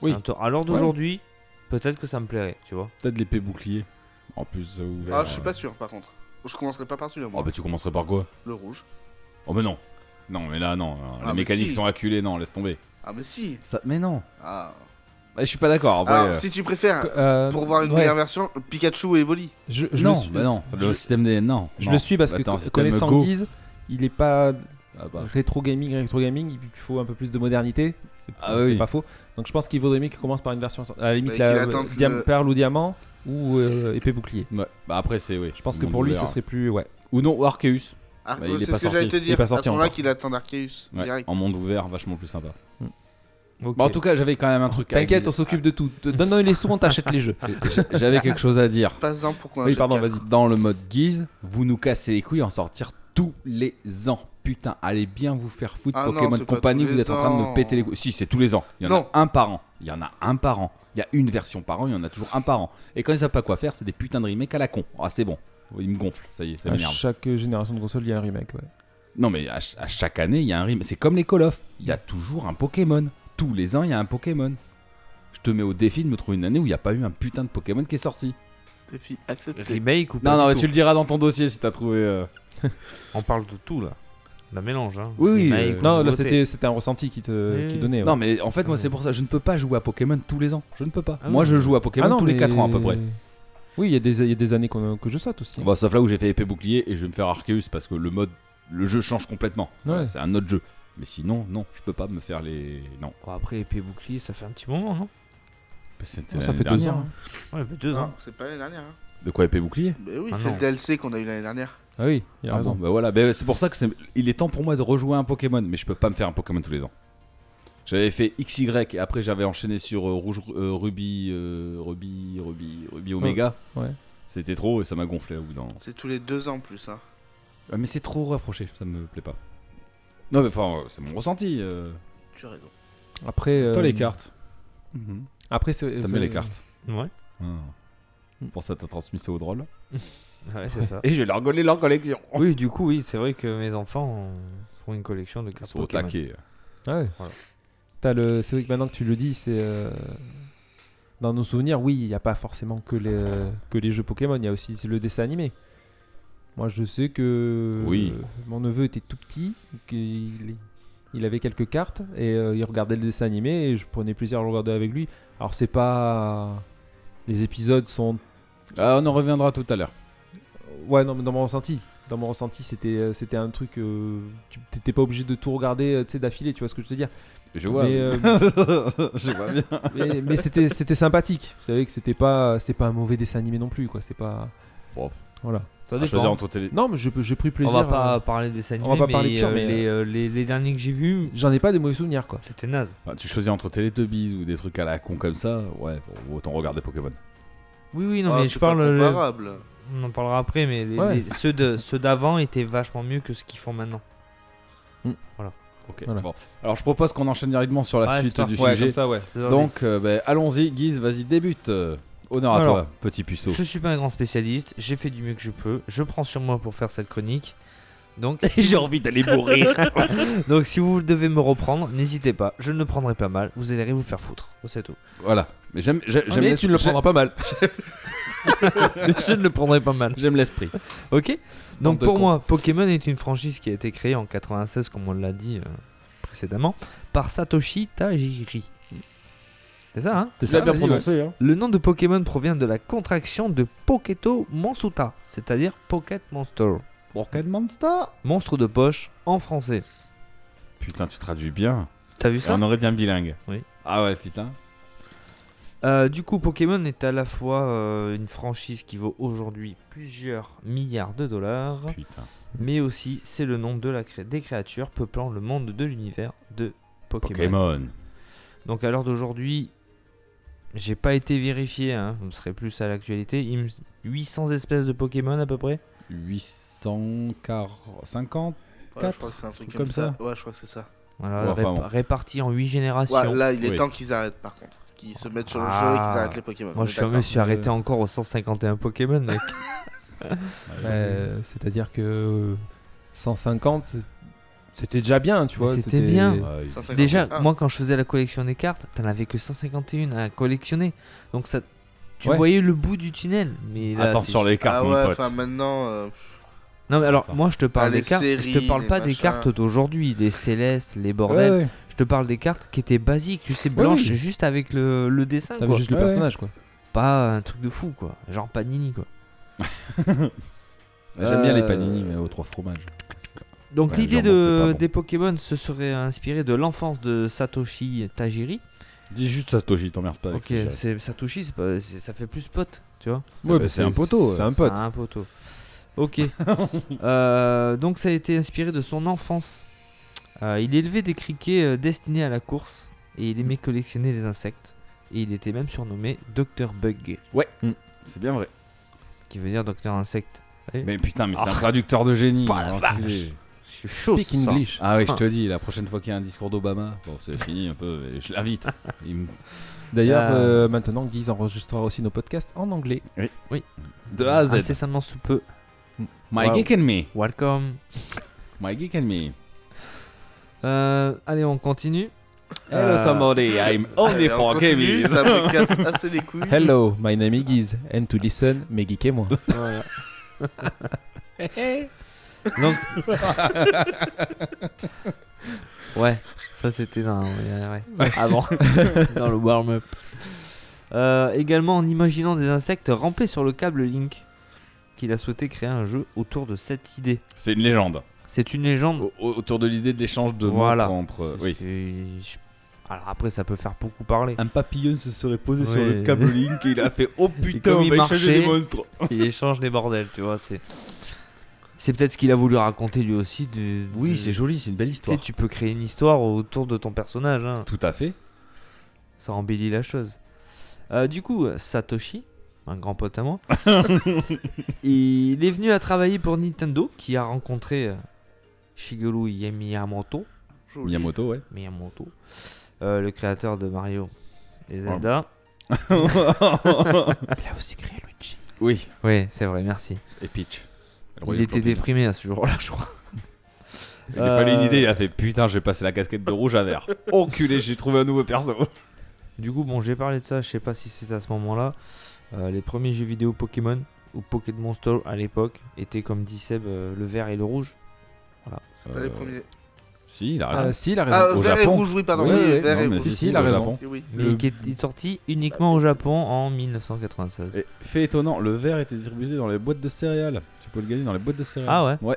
Oui.
C'est un tort. À l'heure d'aujourd'hui, peut-être que ça me plairait, tu vois.
Peut-être l'épée bouclier. En plus, euh, ouvert.
Ah, je suis
euh.
pas sûr par contre. Je commencerai pas par celui-là, moi.
Oh, bah tu commencerais par quoi
Le rouge.
Oh, mais non. Non, mais là, non. hein,
Ah,
les
mais
mécaniques
si.
sont acculées, non, laisse tomber.
Ah, mais si.
Ça... Mais non.
Ah.
je suis pas d'accord. en vrai,
Alors,
euh,
si tu préfères,
Que- euh,
pour voir une
ouais,
meilleure version, Pikachu et Evoli.
Je, je
non,
le suis,
bah non. Le
je-
système des. Non.
je
non.
le suis parce
Attends,
que
système
connaissant
Go.
Guise, il est pas
Ah, bah.
rétro gaming, rétro gaming, il faut un peu plus de modernité. C'est
Ah
c'est
oui.
pas faux. Donc je pense qu'il vaudrait mieux qu'il commence par une version à la limite
Bah, qu'il
la
attende
euh, diam-
le-
perle ou diamant ou euh, épée bouclier.
Ouais. Bah, après, c'est oui.
Je pense que pour lui, ça serait plus ouais.
Ou non, ou Arceus.
Ah,
Bah, il est
c'est
pas
ce que j'allais
sorti.
te
Il est
dire.
pas
À
sorti
ce moment-là
encore.
qu'il attend Arceus.
Ouais,
Direct.
En monde ouvert, vachement plus sympa.
Ok.
Bon, Bah, en tout cas, j'avais quand même un truc. à
T'inquiète,
dire.
on s'occupe de tout. Te- Donne-nous les sous, on t'achète les jeux.
J'avais quelque chose à dire.
Pas-en pourquoi
Oui, pardon, vas-y.
Dans le mode guise, vous nous cassez les couilles à en sortir tous les ans. Putain, allez bien vous faire foutre
Ah non,
Pokémon
c'est pas
Company,
tous
vous
les
êtes en train de me
ans.
péter les couilles. Si, c'est tous les ans. Il y en
Non.
a un par an. Il y en a un par an. Il y a une version par an, il y en a toujours un par an. Et quand ils savent pas quoi faire, c'est des putains de remakes à la con. Ah, c'est bon. Il me gonfle, ça y est, ça
À
m'énerve.
chaque euh, génération de console, il y a un remake. Ouais.
Non, mais à, ch- à chaque année, il y a un remake. C'est comme les Call of. Il y a toujours un Pokémon. Tous les ans, il y a un Pokémon. Je te mets au défi de me trouver une année où il n'y a pas eu un putain de Pokémon qui est sorti.
Défi accepté.
Remake ou pas
Non,
du
non, mais
tout.
tu le diras dans ton dossier si t'as trouvé. euh,
On parle de tout là. La mélange, hein.
Oui, oui,
Remake,
euh,
ou
Non, là
nouveauté.
c'était c'était un ressenti qui te
Oui,
qui
oui.
donnait. ouais.
Non, mais en fait, moi, c'est pour ça. Je ne peux pas jouer à Pokémon tous les ans. Je ne peux pas.
Ah
moi,
oui.
je joue à Pokémon
Ah non,
tous les
mais-
4 ans à peu près.
Oui, il y, a des- il y a des années qu'on- que je saute aussi. hein.
Bon, sauf là où j'ai fait épée bouclier et je vais me faire Arceus parce que le mode, le jeu change complètement. Voilà, C'est un autre jeu. Mais sinon, non, je peux pas me faire les. Non.
Bon, après, épée bouclier, ça fait un petit moment, non
C'était
Ah, ça
l'année
fait deux
dernière.
ans.
Ouais, bah, deux
Non,
ans.
c'est pas l'année dernière. hein. Ah
De quoi épée bouclier
Mais oui, c'est le DLC qu'on a eu l'année dernière.
Ah oui, il a
Ah
raison.
bon, bah voilà, Bah, c'est pour ça que c'est- il est temps pour moi de rejouer un Pokémon, mais je peux pas me faire un Pokémon tous les ans. J'avais fait XY et après j'avais enchaîné sur euh, Rouge, euh, Ruby, euh, Ruby, Ruby, Ruby Omega.
Ouais.
C'était trop et ça m'a gonflé au bout d'un moment.
C'est tous les deux ans en plus. Hein.
Ah, mais c'est trop rapproché, ça me plaît pas. Non mais enfin, euh, c'est mon ressenti. euh.
Tu as raison.
Après.
Toi
euh,
les cartes.
Après, c'est.
T'aimes
c'est-
bien les cartes.
Ouais.
Ah. Pour ça t'as transmis ça au drôle.
Ah Ouais, c'est ça.
Et je vais leur goler leur collection.
Oui, du coup, oui, c'est vrai que mes enfants euh, font une collection de
Ils
cartes
sont au
Pokémon.
taquet.
Ah ouais.
Voilà.
T'as le... C'est vrai que maintenant que tu le dis, c'est. euh, Dans nos souvenirs, oui, il n'y a pas forcément que les, que les jeux Pokémon, il y a aussi le dessin animé. Moi, je sais que
Oui.
euh, mon neveu était tout petit, qu'il il avait quelques cartes, et euh, il regardait le dessin animé, et je prenais plaisir à le regarder avec lui. Alors, c'est pas. Les épisodes sont
Ah, on en reviendra tout à l'heure.
Ouais, non, mais dans mon ressenti. Dans mon ressenti, c'était, euh, c'était un truc. euh, tu t'étais pas obligé de tout regarder euh, tu sais, d'affilée, tu vois ce que je veux dire.
Je vois.
Mais, euh,
je vois bien.
Mais, mais c'était, c'était sympathique. Vous savez que c'était pas, c'est pas un mauvais dessin animé non plus, quoi. C'est pas.
Bon.
Voilà.
Ça
À choisir
dépend.
ah, entre télé-
Non, mais je- j'ai pris
On
plaisir.
va pas
euh,
parler des dessins
on
animés,
va pas
mais,
parler pire,
euh,
mais,
les, euh, les- les derniers que j'ai vus,
J'en ai pas des mauvais souvenirs, quoi.
c'était naze.
Ah, tu choisis entre Teletubbies ou des trucs à la con comme ça, ouais, bon, autant regarder Pokémon.
Oui, oui, non,
Ah,
mais
c'est
je
pas
parle. euh, le-
comparable.
On en parlera après, mais les-
Ouais.
les- ceux de- ceux d'avant étaient vachement mieux que ce qu'ils font maintenant.
Ok.
Voilà.
Bon. Alors je propose qu'on enchaîne directement sur la
Ouais,
suite
c'est
du
parti. Ouais,
sujet.
ça, ouais.
C'est leur
Donc euh, bah, allons-y, Guise, vas-y, débute. euh, honneur à
Alors,
toi, petit puceau.
Je suis pas un grand spécialiste, j'ai fait du mieux que je peux, je prends sur moi pour faire cette chronique. Donc
J'ai envie d'aller mourir.
donc si vous devez me reprendre, n'hésitez pas, je ne le prendrai pas mal, vous allez vous faire foutre, Oh, c'est tout.
voilà. Mais j'aime, j'ai- j'aime
Ah, mais
l'es-
tu ne le prendras pas mal.
je ne le prendrai pas mal.
j'aime l'esprit.
OK
Bande
Donc
de
pour
cons.
moi, Pokémon est une franchise qui a été créée en 96 comme on l'a dit euh, précédemment par Satoshi Tajiri. C'est ça hein
C'est
ça, bien prononcé,
Le nom de Pokémon provient de la contraction de Poketo Monsuta, c'est-à-dire Pocket Monster,
Pokémon Monster.
monstre de poche en français.
Putain, tu traduis bien.
T'as vu ça
on aurait dit un bilingue.
Oui.
Ah ouais, putain.
Euh, du coup, Pokémon est à la fois euh, une franchise qui vaut aujourd'hui plusieurs milliards de dollars,
Putain.
mais aussi c'est le nom de la cré- des créatures peuplant le monde de l'univers de Pokémon.
Pokémon.
Donc à l'heure d'aujourd'hui, j'ai pas été vérifié, hein, vous serez plus à l'actualité, il me- 800 espèces de Pokémon à peu près.
850.
Ouais,
Quatre,
je crois que c'est un truc
truc
comme,
comme
ça. Ouais, je crois que c'est ça.
Voilà,
Ouais, enfin
répa-
bon.
répartis en 8 générations.
Ouais, là, il est
Oui.
temps qu'ils arrêtent par contre. Qu'ils se mettent sur le
Ah.
jeu et qu'ils arrêtent les Pokémon.
Moi,
On est
je suis, je me
d'accord.
suis arrêté encore aux 151 Pokémon, mec.
Euh, c'est-à-dire que 150, c'est- c'était déjà bien, tu vois.
C'était bien.
Ouais,
Déjà,
151.
moi, quand je faisais la collection des cartes, t'en avais que 151 à collectionner. Donc, ça, tu
Ouais.
voyais le bout du tunnel. Mais là,
Attends
c'est-
sur les cartes,
Ah
mon
ouais,
pote.
enfin maintenant. euh,
Non, mais alors,
Enfin.
moi, je te
Ah,
parle
les
des cartes. je
séries,
te parle
les
pas des
machins.
cartes d'aujourd'hui, les célestes, les
Ouais,
bordels.
ouais.
Je te parle des cartes qui étaient basiques, tu sais, blanches,
oui.
juste avec le, le dessin.
T'avais
quoi.
juste le
Ouais, ouais.
personnage, quoi.
Pas un truc de fou, quoi. Genre Panini, quoi.
J'aime bien les
Euh,
panini, mais aux trois fromages.
Donc
Ouais,
l'idée
genre, bon, c'est
de,
pas bon.
des Pokémon se serait inspirée de l'enfance de Satoshi Tajiri.
Dis juste Satoshi, t'emmerdes pas avec
Ok,
ce gars.
c'est Satoshi, c'est pas, c'est- ça fait plus pote, tu vois.
Ouais,
bah,
bah,
c'est un poteau,
C'est
euh,
un pote.
C'est Un poteau. Ok. Euh, donc ça a été inspiré de son enfance. Euh, il élevait des criquets euh, destinés à la course et il aimait collectionner les insectes. Et il était même surnommé Dr Bug,
C'est bien vrai.
qui veut dire Docteur Insecte.
Mais putain, mais c'est un traducteur de génie.
Oh, la
enculé.
Je suis chaud.
Speak
ce soir.
English.
Ah oui, je te dis, la prochaine fois qu'il y a un discours d'Obama, bon, c'est fini un peu, mais je l'invite. Il me-
D'ailleurs,
Euh,
euh, maintenant, Guise enregistrera aussi nos podcasts en anglais.
De A à Z.
Incessamment sous peu.
My
Wow.
geek and me.
Welcome.
My geek and me.
Euh, allez, on continue.
Hello
Euh,
somebody, I'm only
allez,
for
continue,
gamers.
Ça me casse assez les couilles.
Hello, my name is Guise, and to listen, mes geeks et moi.
Donc. ouais, ça c'était dans. ouais, ouais. Avant. dans le warm-up. Euh, également en imaginant des insectes rampés sur le câble Link, qu'il a souhaité créer un jeu autour de cette idée.
C'est une légende.
C'est une légende.
Au- au- autour de l'idée de l'échange de
Voilà.
monstres entre. euh,
C'est-
Oh, oui.
c'est- je- Alors après, ça peut faire beaucoup parler.
Un papillon se serait posé sur
Ouais.
le câble Link et il a fait Oh
Et
putain,
comme
on
il
va échanger
marchait,
des monstres.
il échange des bordels, tu vois. C'est c'est peut-être ce qu'il a voulu raconter lui aussi. De,
Oui,
de-
c'est joli, c'est une belle
Tu sais,
histoire.
tu peux créer une histoire autour de ton personnage. hein.
Tout à fait.
Ça embellit la chose. Euh, du coup, Satoshi, un grand pote à moi, il est venu à travailler pour Nintendo, qui a rencontré euh, Shigeru Miyamoto,
Joli.
Miyamoto, ouais.
Miyamoto euh, le créateur de Mario et Zelda.
Oh.
Il a aussi créé Luigi.
oui,
Oui, c'est vrai, merci.
et Peach. Le
Il
royaume
était
champignon.
déprimé à ce jour-là, je crois.
Il lui fallait une
Euh,
idée, il a fait Putain, j'ai passé la casquette de rouge à vert. Enculé, j'ai trouvé un nouveau perso.
Euh, Du coup, bon, j'ai parlé de ça, je sais pas si c'était à ce moment-là. Euh, les premiers jeux vidéo Pokémon ou Pocket Monster à l'époque étaient, comme dit Seb, euh, le vert et le rouge.
Pas les premiers.
euh, Si, il a
Ah,
raison.
si, il a raison.
Ah,
au
vert et
Japon.
rouge, oui, pardon.
Oui, oui,
vert
non,
et
mais
rouge.
Si, si,
au
il a raison.
Japon.
Si, oui.
Mais
Le-
qui est, est sorti uniquement au Japon en 1996.
Et fait étonnant, le verre était distribué dans les boîtes de céréales. Tu peux le gagner dans les boîtes de céréales.
Ah ouais
Ouais.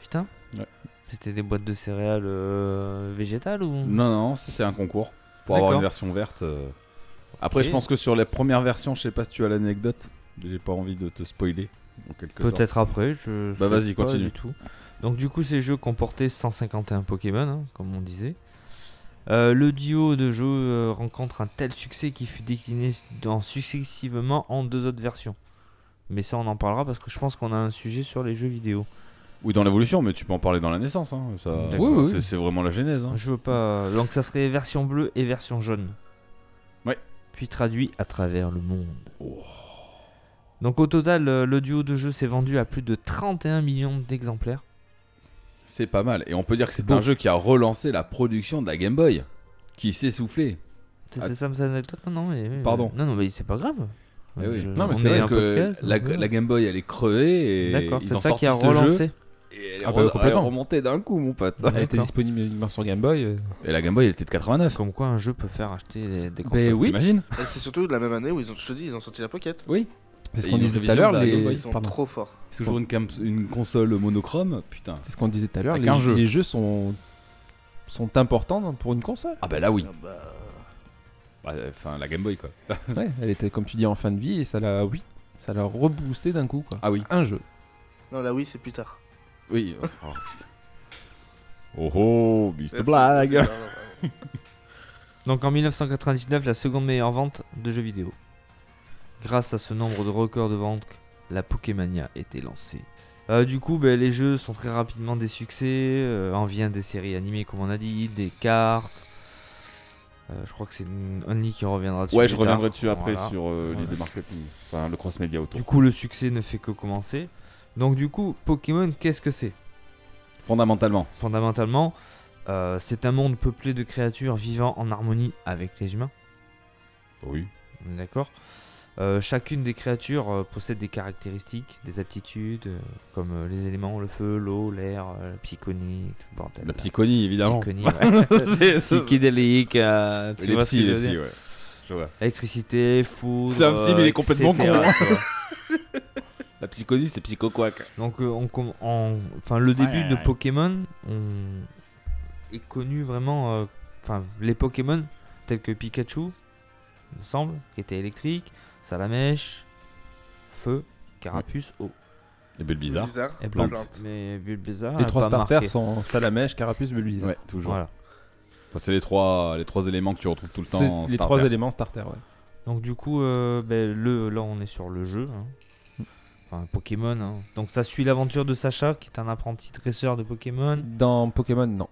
Putain
Ouais.
C'était des boîtes de céréales euh, végétales ou
Non, non, c'était un concours pour avoir
D'accord.
une version verte. euh. Après,
Ok.
je pense que sur les premières versions, je sais pas si tu as l'anecdote, mais j'ai pas envie de te spoiler. en quelque sorte.
Peut-être après, je
Bah,
sais
vas-y,
pas
continue.
du tout. Donc du coup, ces jeux comportaient 151 Pokémon, hein, comme on disait. Euh, le duo de jeux euh, rencontre un tel succès qu'il fut décliné dans, successivement en deux autres versions. Mais ça, on en parlera parce que je pense qu'on a un sujet sur les jeux vidéo.
Oui, dans l'évolution, mais tu peux en parler dans la naissance. hein, ça-
D'accord.
Oui, oui, oui.
C'est- C'est vraiment la genèse. hein.
Je veux pas. euh, Donc ça serait version bleue et version jaune.
Ouais.
Puis traduit à travers le monde.
Oh.
Donc au total, euh, le duo de jeux s'est vendu à plus de 31 millions d'exemplaires.
C'est pas mal. Et on peut dire que
C'est
c'est un
beau.
jeu qui a relancé la production de la Game Boy, qui s'est soufflé.
C'est
Ah.
c'est ça, ça anecdote Non, non, mais, mais-
Pardon.
Non, non, mais c'est pas grave.
Eh oui.
Je-
Non, mais
on
c'est
est
vrai
un
Parce que
podcast,
la,
donc,
la
voilà.
Game Boy, elle est crevée. et
D'accord,
ils
c'est
ont
ça qui a
sorti ce jeu,
relancé.
Et elle,
Ah bah,
est re- elle est
complètement.
remontée d'un coup, mon pote.
Elle était disponible uniquement sur Game Boy. euh.
Et la Game Boy, elle était de 89.
Comme quoi, un jeu peut faire acheter des, des consoles.
Ben oui,
T'imagines
Et c'est surtout de la même année où ils ont, je te dis, ils ont sorti la Pocket.
c'est ce qu'on
Et ils ont
disait
fait
tout à l'heure.
vision de la
les-
Game Boy.
Ils sont
Pardon.
trop forts.
C'est toujours une, cam- une console monochrome, putain.
C'est ce qu'on disait tout à l'heure.
Avec
Les,
un
jeux-
jeu.
les jeux sont sont importants pour une console.
Ah bah là oui.
Ah bah,
Bah, Enfin la Game Boy quoi.
Ouais, elle était comme tu dis en fin de vie et ça l'a oui, ça l'a reboosté d'un coup quoi.
Ah oui.
Un jeu.
Non, là, oui, c'est plus tard.
Oui. Oh, putain. oh oh, Mr. Blague.
Pardon, pardon.
Donc en 1999, la seconde meilleure vente de jeux vidéo. Grâce à ce nombre de records de ventes, la Pokémania était lancée. Euh, du coup, ben, les jeux sont très rapidement des succès. euh, en vient des séries animées, comme on a dit, des cartes. Euh, je crois que c'est Only qui reviendra dessus.
Ouais,
plus
je
tard.
reviendrai dessus après
Voilà.
sur euh,
Voilà.
l'idée marketing, enfin le cross média autour.
Du coup, le succès ne fait que commencer. Donc, du coup, Pokémon, qu'est-ce que c'est
Fondamentalement,
Fondamentalement, euh, c'est un monde peuplé de créatures vivant en harmonie avec les humains.
Oui.
D'accord Euh, Chacune des créatures euh, possède des caractéristiques, des aptitudes, euh, comme euh, les éléments, le feu, l'eau, l'air, euh, la psychonie, tout le bordel.
la psychonie évidemment.
Psychonie, ouais.
C'est- c'est-
Psychédélique, euh, tu
les
vois ce que
psy,
je
les
veux
psy,
dire.
ouais. Je vois.
Électricité, foudre.
C'est un psy, mais il est
euh,
complètement
etc.,
con, hein.
tu vois.
La psychonie, c'est psycho quack.
Donc euh, on, com- en- enfin le
Ouais,
début
ouais,
de
ouais.
Pokémon on- est connu vraiment, euh, enfin les Pokémon tels que Pikachu, il me semble, qui était électrique, Salamèche, Feu, Carapuce, Eau
Les bulles bizarres.
Bizarre.
et
Plante.
Plante.
Mais Bulbizarre
les
a
trois
pas
starters
marqué.
sont Salamèche, Carapuce, Beluise.
Ouais, toujours.
Voilà.
Enfin, c'est les trois, les trois éléments que tu retrouves tout le temps.
C'est
en
les
starter.
trois éléments starter. Ouais.
Donc du coup, euh, ben, le, là on est sur le jeu. hein.
Mm.
Enfin, Pokémon. hein. Donc ça suit l'aventure de Sacha, qui est un apprenti dresseur de Pokémon.
Dans Pokémon, non.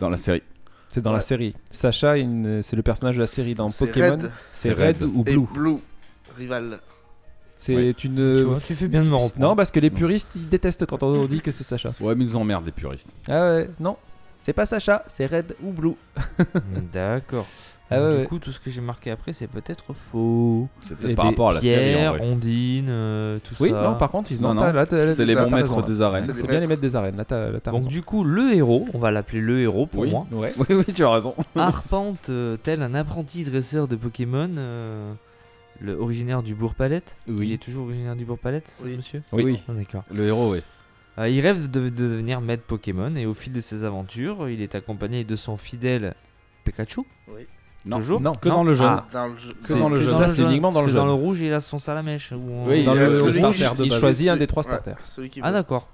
dans la série.
C'est dans
Ouais.
la série. Sacha, il ne- c'est le personnage de la série. Dans
C'est
Pokémon,
Red
c'est
C'est
Red,
Red.
ou
et
Blue.
Blue. Rival.
C'est
Ouais.
une.
Tu vois, tu fais bien de me reprendre.
Non, parce que les puristes, ils détestent quand on dit que c'est Sacha.
Ouais, mais ils nous emmerdent les puristes.
Ah ouais, non. C'est pas Sacha, c'est Red ou Blue.
D'accord.
Ah
Donc,
ouais,
du
ouais.
coup, tout ce que j'ai marqué après, c'est peut-être faux.
C'est
Eh
peut-être par
ben,
rapport à Oh, la série.
Pierre,
en vrai.
Ondine, euh, tout
Oui,
ça.
non, par contre, ils
Non,
non,
non.
t'as- là, t'as-
C'est les
t'as-
bons
t'as
maîtres
hein.
raison, là.
des arènes.
C'est
C'est
les
bien les maîtres des arènes, là t'as là, t'as
Donc
raison.
du coup, le héros, on va l'appeler le héros pour
Oui.
moi,
Ouais.
Oui, oui, tu as raison.
arpente euh, tel un apprenti dresseur de Pokémon, euh, le originaire du Bourg-Palette. Il est toujours originaire du Bourg-Palette, ce
Oui.
monsieur
Oui.
Ah, D'accord.
Le héros, oui.
Euh, il rêve de, de devenir maître Pokémon et au fil de ses aventures, il est accompagné de son fidèle Pikachu
Oui.
Non.
Toujours
Non. Que dans le jaune. Ah.
Dans le jeu-
Que dans le jaune.
Ça, c'est uniquement dans
Parce
le
que dans le
jaune.
rouge, il a son salamèche. ou on-
Oui, Dans il a le le rouge, starter de
il
base.
choisit un
Celui-
des trois
ouais,
starters.
celui qui
ah,
veut.
d'accord.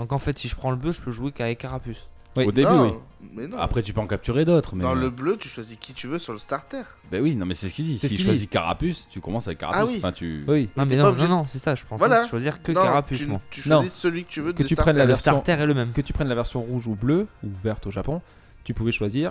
Donc en fait, si je prends le bleu, je peux jouer qu'avec Carapuce.
Au début,
Ah.
Non,
oui.
mais non.
Après, tu peux en capturer d'autres. Mais...
Dans le bleu, tu choisis qui tu veux sur le starter.
Ben oui, non, mais c'est ce qu'il dit.
C'est
Si
ce
tu
qu'il
choisis
dit.
Carapuce, tu commences avec Carapuce.
Ah oui.
Enfin, tu...
Oui.
Non, mais
T'es pas
non,
obligé-
non, non, c'est ça, je pensais
Voilà.
que choisir que
Non,
Carapuce,
tu-
moi.
tu choisis celui que tu veux
que
des
tu prennes la
starters.
version
Le
starter est le même.
Que tu prennes la version rouge ou bleue ou verte au Japon, tu pouvais choisir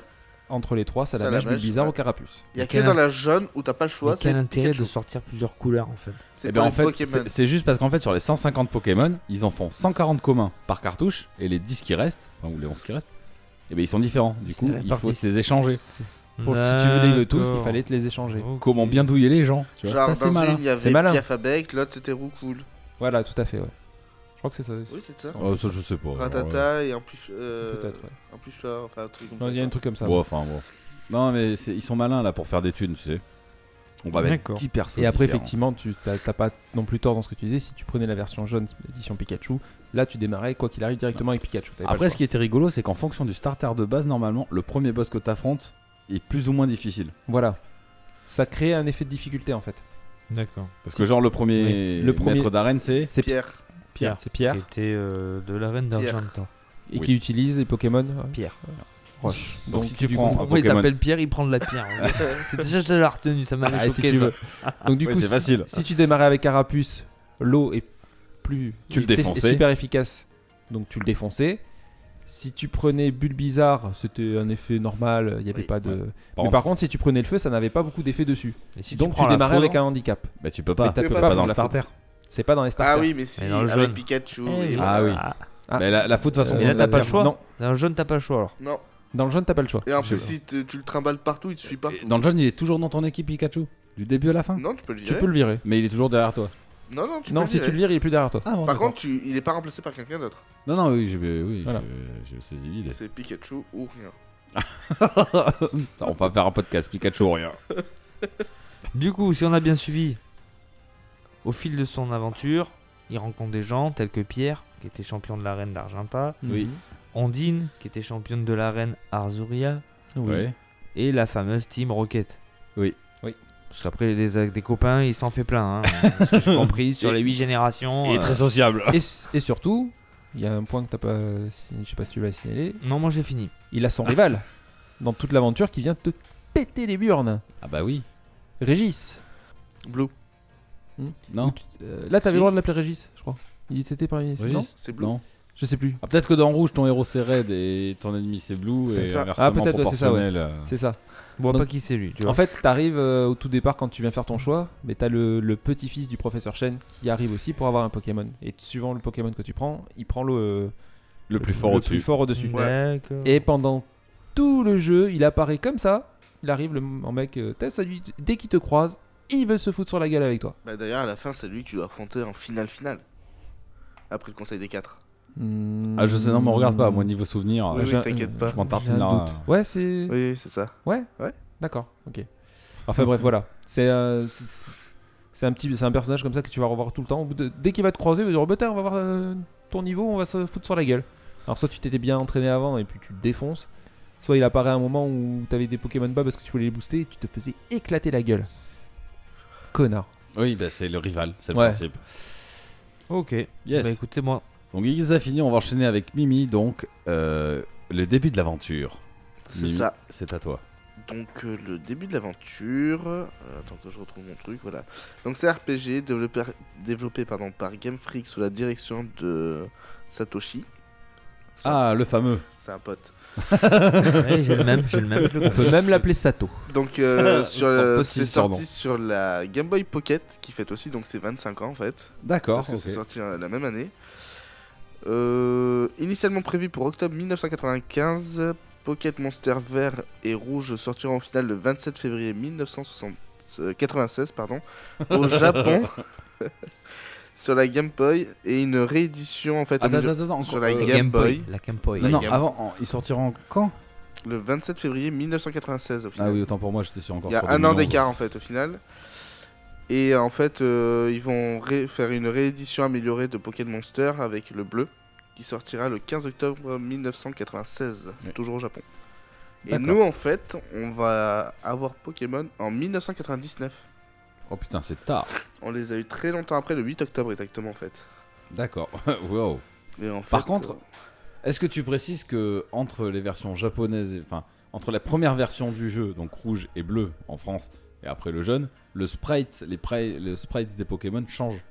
entre les trois salamèche,
Salamèche,
bizarre
ouais.
ou carapuce.
Il y a que
Quel
dans
in-
la jaune où t'as pas le choix.
Mais quel
c'est
intérêt
Pikachu.
de sortir plusieurs couleurs en fait
C'est
Eh
pour
ben, en
les
fait,
Pokémon.
c'est- c'est juste parce qu'en fait, sur les 150 Pokémon, ils en font 140 communs par cartouche et les 10 qui restent, enfin, ou les 11 qui restent, eh ben, ils sont différents. Du
C'est
coup,
la
il faut
partie-
se les échanger.
Pour si tu voulais le tous,
D'accord.
il fallait te les échanger.
Ok.
Comment bien douiller les gens tu vois.
Genre,
Ça,
dans
c'est
une,
malin.
il y
C'est
avait
malin.
Piaf avec, l'autre c'était Roucoule.
Voilà, tout à fait, ouais. Je crois que c'est ça.
Oui, c'est ça.
Oh, ça, je sais pas.
Ratata et un plus. euh,
Peut-être, ouais.
Un plus fort, enfin, un truc comme
Non,
ça.
Il y a un truc comme ça.
Bon, enfin, bon. Non, mais c'est- ils sont malins là pour faire des thunes, tu sais. On va mettre
D'accord.
10 persos.
Et après,
différents.
effectivement, tu t'as t'as pas non plus tort dans ce que tu disais. Si tu prenais la version jaune, édition Pikachu, là tu démarrais, quoi qu'il arrive, directement avec Pikachu. T'avais pas le
Après, ce
choix.
qui était rigolo, c'est qu'en fonction du starter de base, normalement, le premier boss que t'affrontes est plus ou moins difficile.
Voilà. Ça crée un effet de difficulté en fait.
D'accord.
Parce que, genre, le premier,
Oui. Le premier-
maître d'arène, c'est.
C'est
Pierre.
Pierre. C'est Pierre.
Qui était euh, de la reine
Pierre.
d'Argentin.
Et
Oui.
qui utilise les Pokémon euh,
Pierre.
Roche.
Donc, si tu
du
prends
coup-
un
Pourquoi il
Pokémon.
s'appelle Pierre Il prend de la pierre. en fait. c'est déjà je l'ai retenu, ça m'avait
Ah, si
choqué.
tu
ça.
veux.
Donc du
Ouais,
coup,
c'est
si-
facile.
Si tu démarrais avec Carapuce, l'eau est plus.
Tu le
est- est
défonçais.
super efficace. Donc tu le défonçais. Si tu prenais Bulbizarre, c'était un effet normal. Il n'y avait
Oui.
pas de.
Par
Mais
contre-
par contre, si tu prenais le feu, ça n'avait pas beaucoup d'effet dessus.
Et si
Donc tu,
prends la
démarrais
foudre,
avec un handicap.
Bah, tu peux pas.
Mais t'as-
Mais
peux
pas
pas,
dans
prendre
le
la foudre. C'est pas dans les starters.
Ah oui, mais si,
Mais dans le jaune.
avec Pikachu.
Eh,
et-
là-
Ah oui.
Ah.
Mais là, la faute, de toute façon,
Et là,
on
t'as
l'a
pas le
dit.
choix
Non,
Dans le jaune, t'as pas le choix alors.
Non.
dans le jaune, t'as pas le choix.
Et en
Je-
plus, si tu tu le trimbales partout, il te suit pas.
Dans le jaune, il est toujours dans ton équipe Pikachu. Du début à la fin.
Non, tu peux le
tu
virer.
peux le virer.
Mais il est toujours derrière toi.
Non, non, tu peux
Non, si tu
virer.
le vires, il est plus derrière toi.
Ah, bon,
Par contre, tu- il est pas remplacé par quelqu'un d'autre.
Non, non, oui, j'ai oui,
Voilà.
j'ai- j'ai saisi l'idée.
C'est Pikachu ou rien.
On va faire un podcast Pikachu ou rien.
Du coup, si on a bien suivi, au fil de son aventure, il rencontre des gens tels que Pierre, qui était champion de la reine d'Argentin,
Oui.
Ondine, qui était championne de la reine Arzuria,
Ouais.
et la fameuse Team Rocket.
Oui.
Oui.
Parce qu'après, des, des copains, il s'en fait plein. Hein, ce que j'ai compris, sur les 8 générations. euh,
sociable.
Et, s- et surtout, il y a un point que t'as pas. si- Je sais pas si tu l'as signalé.
Non, moi j'ai fini.
Il a son rival dans toute l'aventure qui vient te péter les burnes.
Ah, bah oui.
Régis.
Blue.
Non.
Euh, là, t'avais
Si.
le droit de l'appeler Régis, je crois. Il c'était parmi
Régis
non
C'est Blue.
Non.
Je sais plus.
Ah, peut-être que dans Rouge, ton héros c'est Red et ton ennemi c'est Blue.
C'est
Et
ça.
inversement
Ah, peut-être, ouais, c'est ça, ouais.
proportionnel, euh.
C'est ça.
Bon,
Donc-
pas qui c'est lui. Tu vois.
En fait, t'arrives euh, au tout départ quand tu viens faire ton choix, mais t'as le, le petit-fils du professeur Shen qui arrive aussi pour avoir un Pokémon. Et suivant le Pokémon que tu prends, il prend le,
Le plus fort
le
au-dessus.
plus fort au-dessus.
D'accord.
Et pendant tout le jeu, il apparaît comme ça. Il arrive, le en mec, euh, t'as- ça lui- dès qu'il te croise, il veut se foutre sur la gueule avec toi.
Bah d'ailleurs, à la fin, c'est lui que tu dois affronter en finale finale. Après le conseil des 4.
Ah, je sais, non, mais regarde pas. Moi, niveau souvenir,
Oui,
euh,
oui,
j'ai-
t'inquiète pas.
je m'en
J'ai un
tartine hein.
doute. Ouais, c'est.
Oui, c'est ça.
Ouais
Ouais.
D'accord, ok. Enfin bref, voilà. C'est euh, c'est- c'est un petit, c'est un personnage comme ça que tu vas revoir tout le temps. Au bout de- dès qu'il va te croiser, il va dire oh, bah, tiens, on va voir euh, ton niveau, on va se foutre sur la gueule. Alors soit tu t'étais bien entraîné avant et puis tu te défonces, soit il apparaît à un moment où t'avais des Pokémon bas parce que tu voulais les booster et tu te faisais éclater la gueule. Connard.
Oui, bah, c'est le rival, c'est le
Ouais.
principe.
Ok.
Yes.
Bah écoutez, moi.
Donc, Guigui a fini. On va enchaîner avec Mimi. Donc, euh, le début de l'aventure.
C'est
Mimi,
ça.
C'est à toi.
Donc euh, le début de l'aventure, euh, attends que je retrouve mon truc, voilà. Donc c'est un RPG développé, développé pardon, par Game Freak sous la direction de Satoshi,
Ah, le fameux.
c'est un pote.
Ouais, j'ai le même, j'ai le même. je le
On peut même l'appeler Sato.
Ah,
Donc euh,
Son
sur le-
petit
c'est
surnom.
sorti sur la Game Boy Pocket qui fête aussi donc ses 25 ans en fait,
D'accord.
parce que
ok.
c'est sorti euh, la même année. Euh, initialement prévu pour octobre 1995, Pocket Monster vert et rouge sortiront au final le 27 février 1996 euh, pardon, au Japon sur la Game Boy et une réédition en fait au
Attends,
milieu-
attends, attends.
sur
encore- euh,
la
La
Game,
Game
Boy,
Boy. La Game Boy.
Non, non,
Game.
avant, en- ils sortiront quand
le 27 février 1996 au final.
Ah oui, autant pour moi, j'étais sûr encore.
Il y a
sur
un an
2011.
d'écart en fait au final. Et en fait, euh, ils vont ré- faire une réédition améliorée de Pocket Monster avec le bleu qui sortira le 15 octobre 1996,
Ouais.
toujours au Japon. Et
D'accord.
nous, en fait, on va avoir Pokémon en 1999.
Oh putain, c'est tard.
On les a eu très longtemps après, le 8 octobre exactement, en fait.
D'accord. wow.
Mais en
Par
fait, euh,
contre, est-ce que tu précises que entre les versions japonaises, et- enfin entre la première version du jeu, donc rouge et bleu en France, et après le jaune, le sprite, les, pri- le sprites des Pokémon changent.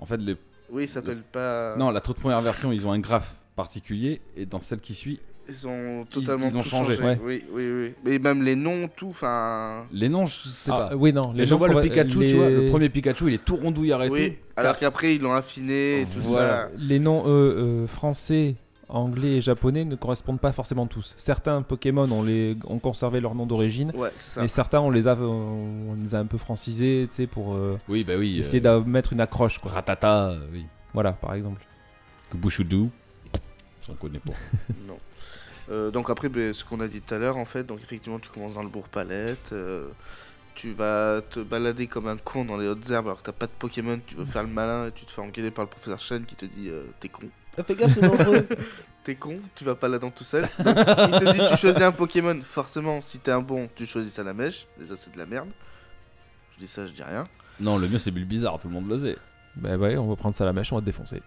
En fait, les...
Oui, ils s'appellent pas.
non, la toute première version, ils ont un graphe particulier, et dans celle qui suit,
Ils ont totalement
ils ont
tout
changé, ouais.
Oui, oui, oui. Mais même les noms, tout, enfin.
les noms, je sais
Ah,
pas.
oui, non, les
Mais je
noms
vois le
pourraient-
Pikachu,
les-
tu vois, le premier Pikachu, il est tout rondouillard et
Oui,
tout.
alors qu'après, ils l'ont affiné et tout
Voilà.
ça.
Les noms euh, euh, français, anglais et japonais ne correspondent pas forcément tous. Certains Pokémon ont, les, ont conservé leur nom d'origine,
Ouais, c'est ça.
mais certains on les a, on les a un peu francisés, tu sais, pour euh,
Oui, bah oui.
essayer
euh,
de mettre une accroche, quoi.
Ratata, euh, oui.
Voilà, par exemple.
Que Bushudu, j'en connais pas.
Non. Euh, donc après, ben, ce qu'on a dit tout à l'heure, en fait, donc effectivement, tu commences dans le bourg palette, euh, tu vas te balader comme un con dans les hautes herbes alors que t'as pas de Pokémon, tu veux faire le malin et tu te fais engueuler par le professeur Shen qui te dit euh, t'es con.
Fais gaffe, c'est dangereux.
T'es con, tu vas pas là-dedans tout seul. Donc, il te dit tu choisis un Pokémon. Forcément, si t'es un bon, tu choisis ça la mèche. Déjà, c'est de la merde. Je dis ça, je dis rien.
non, le mieux c'est Bulbizarre, tout le monde le sait.
Bah ouais, on va prendre ça à la mèche, on va te défoncer.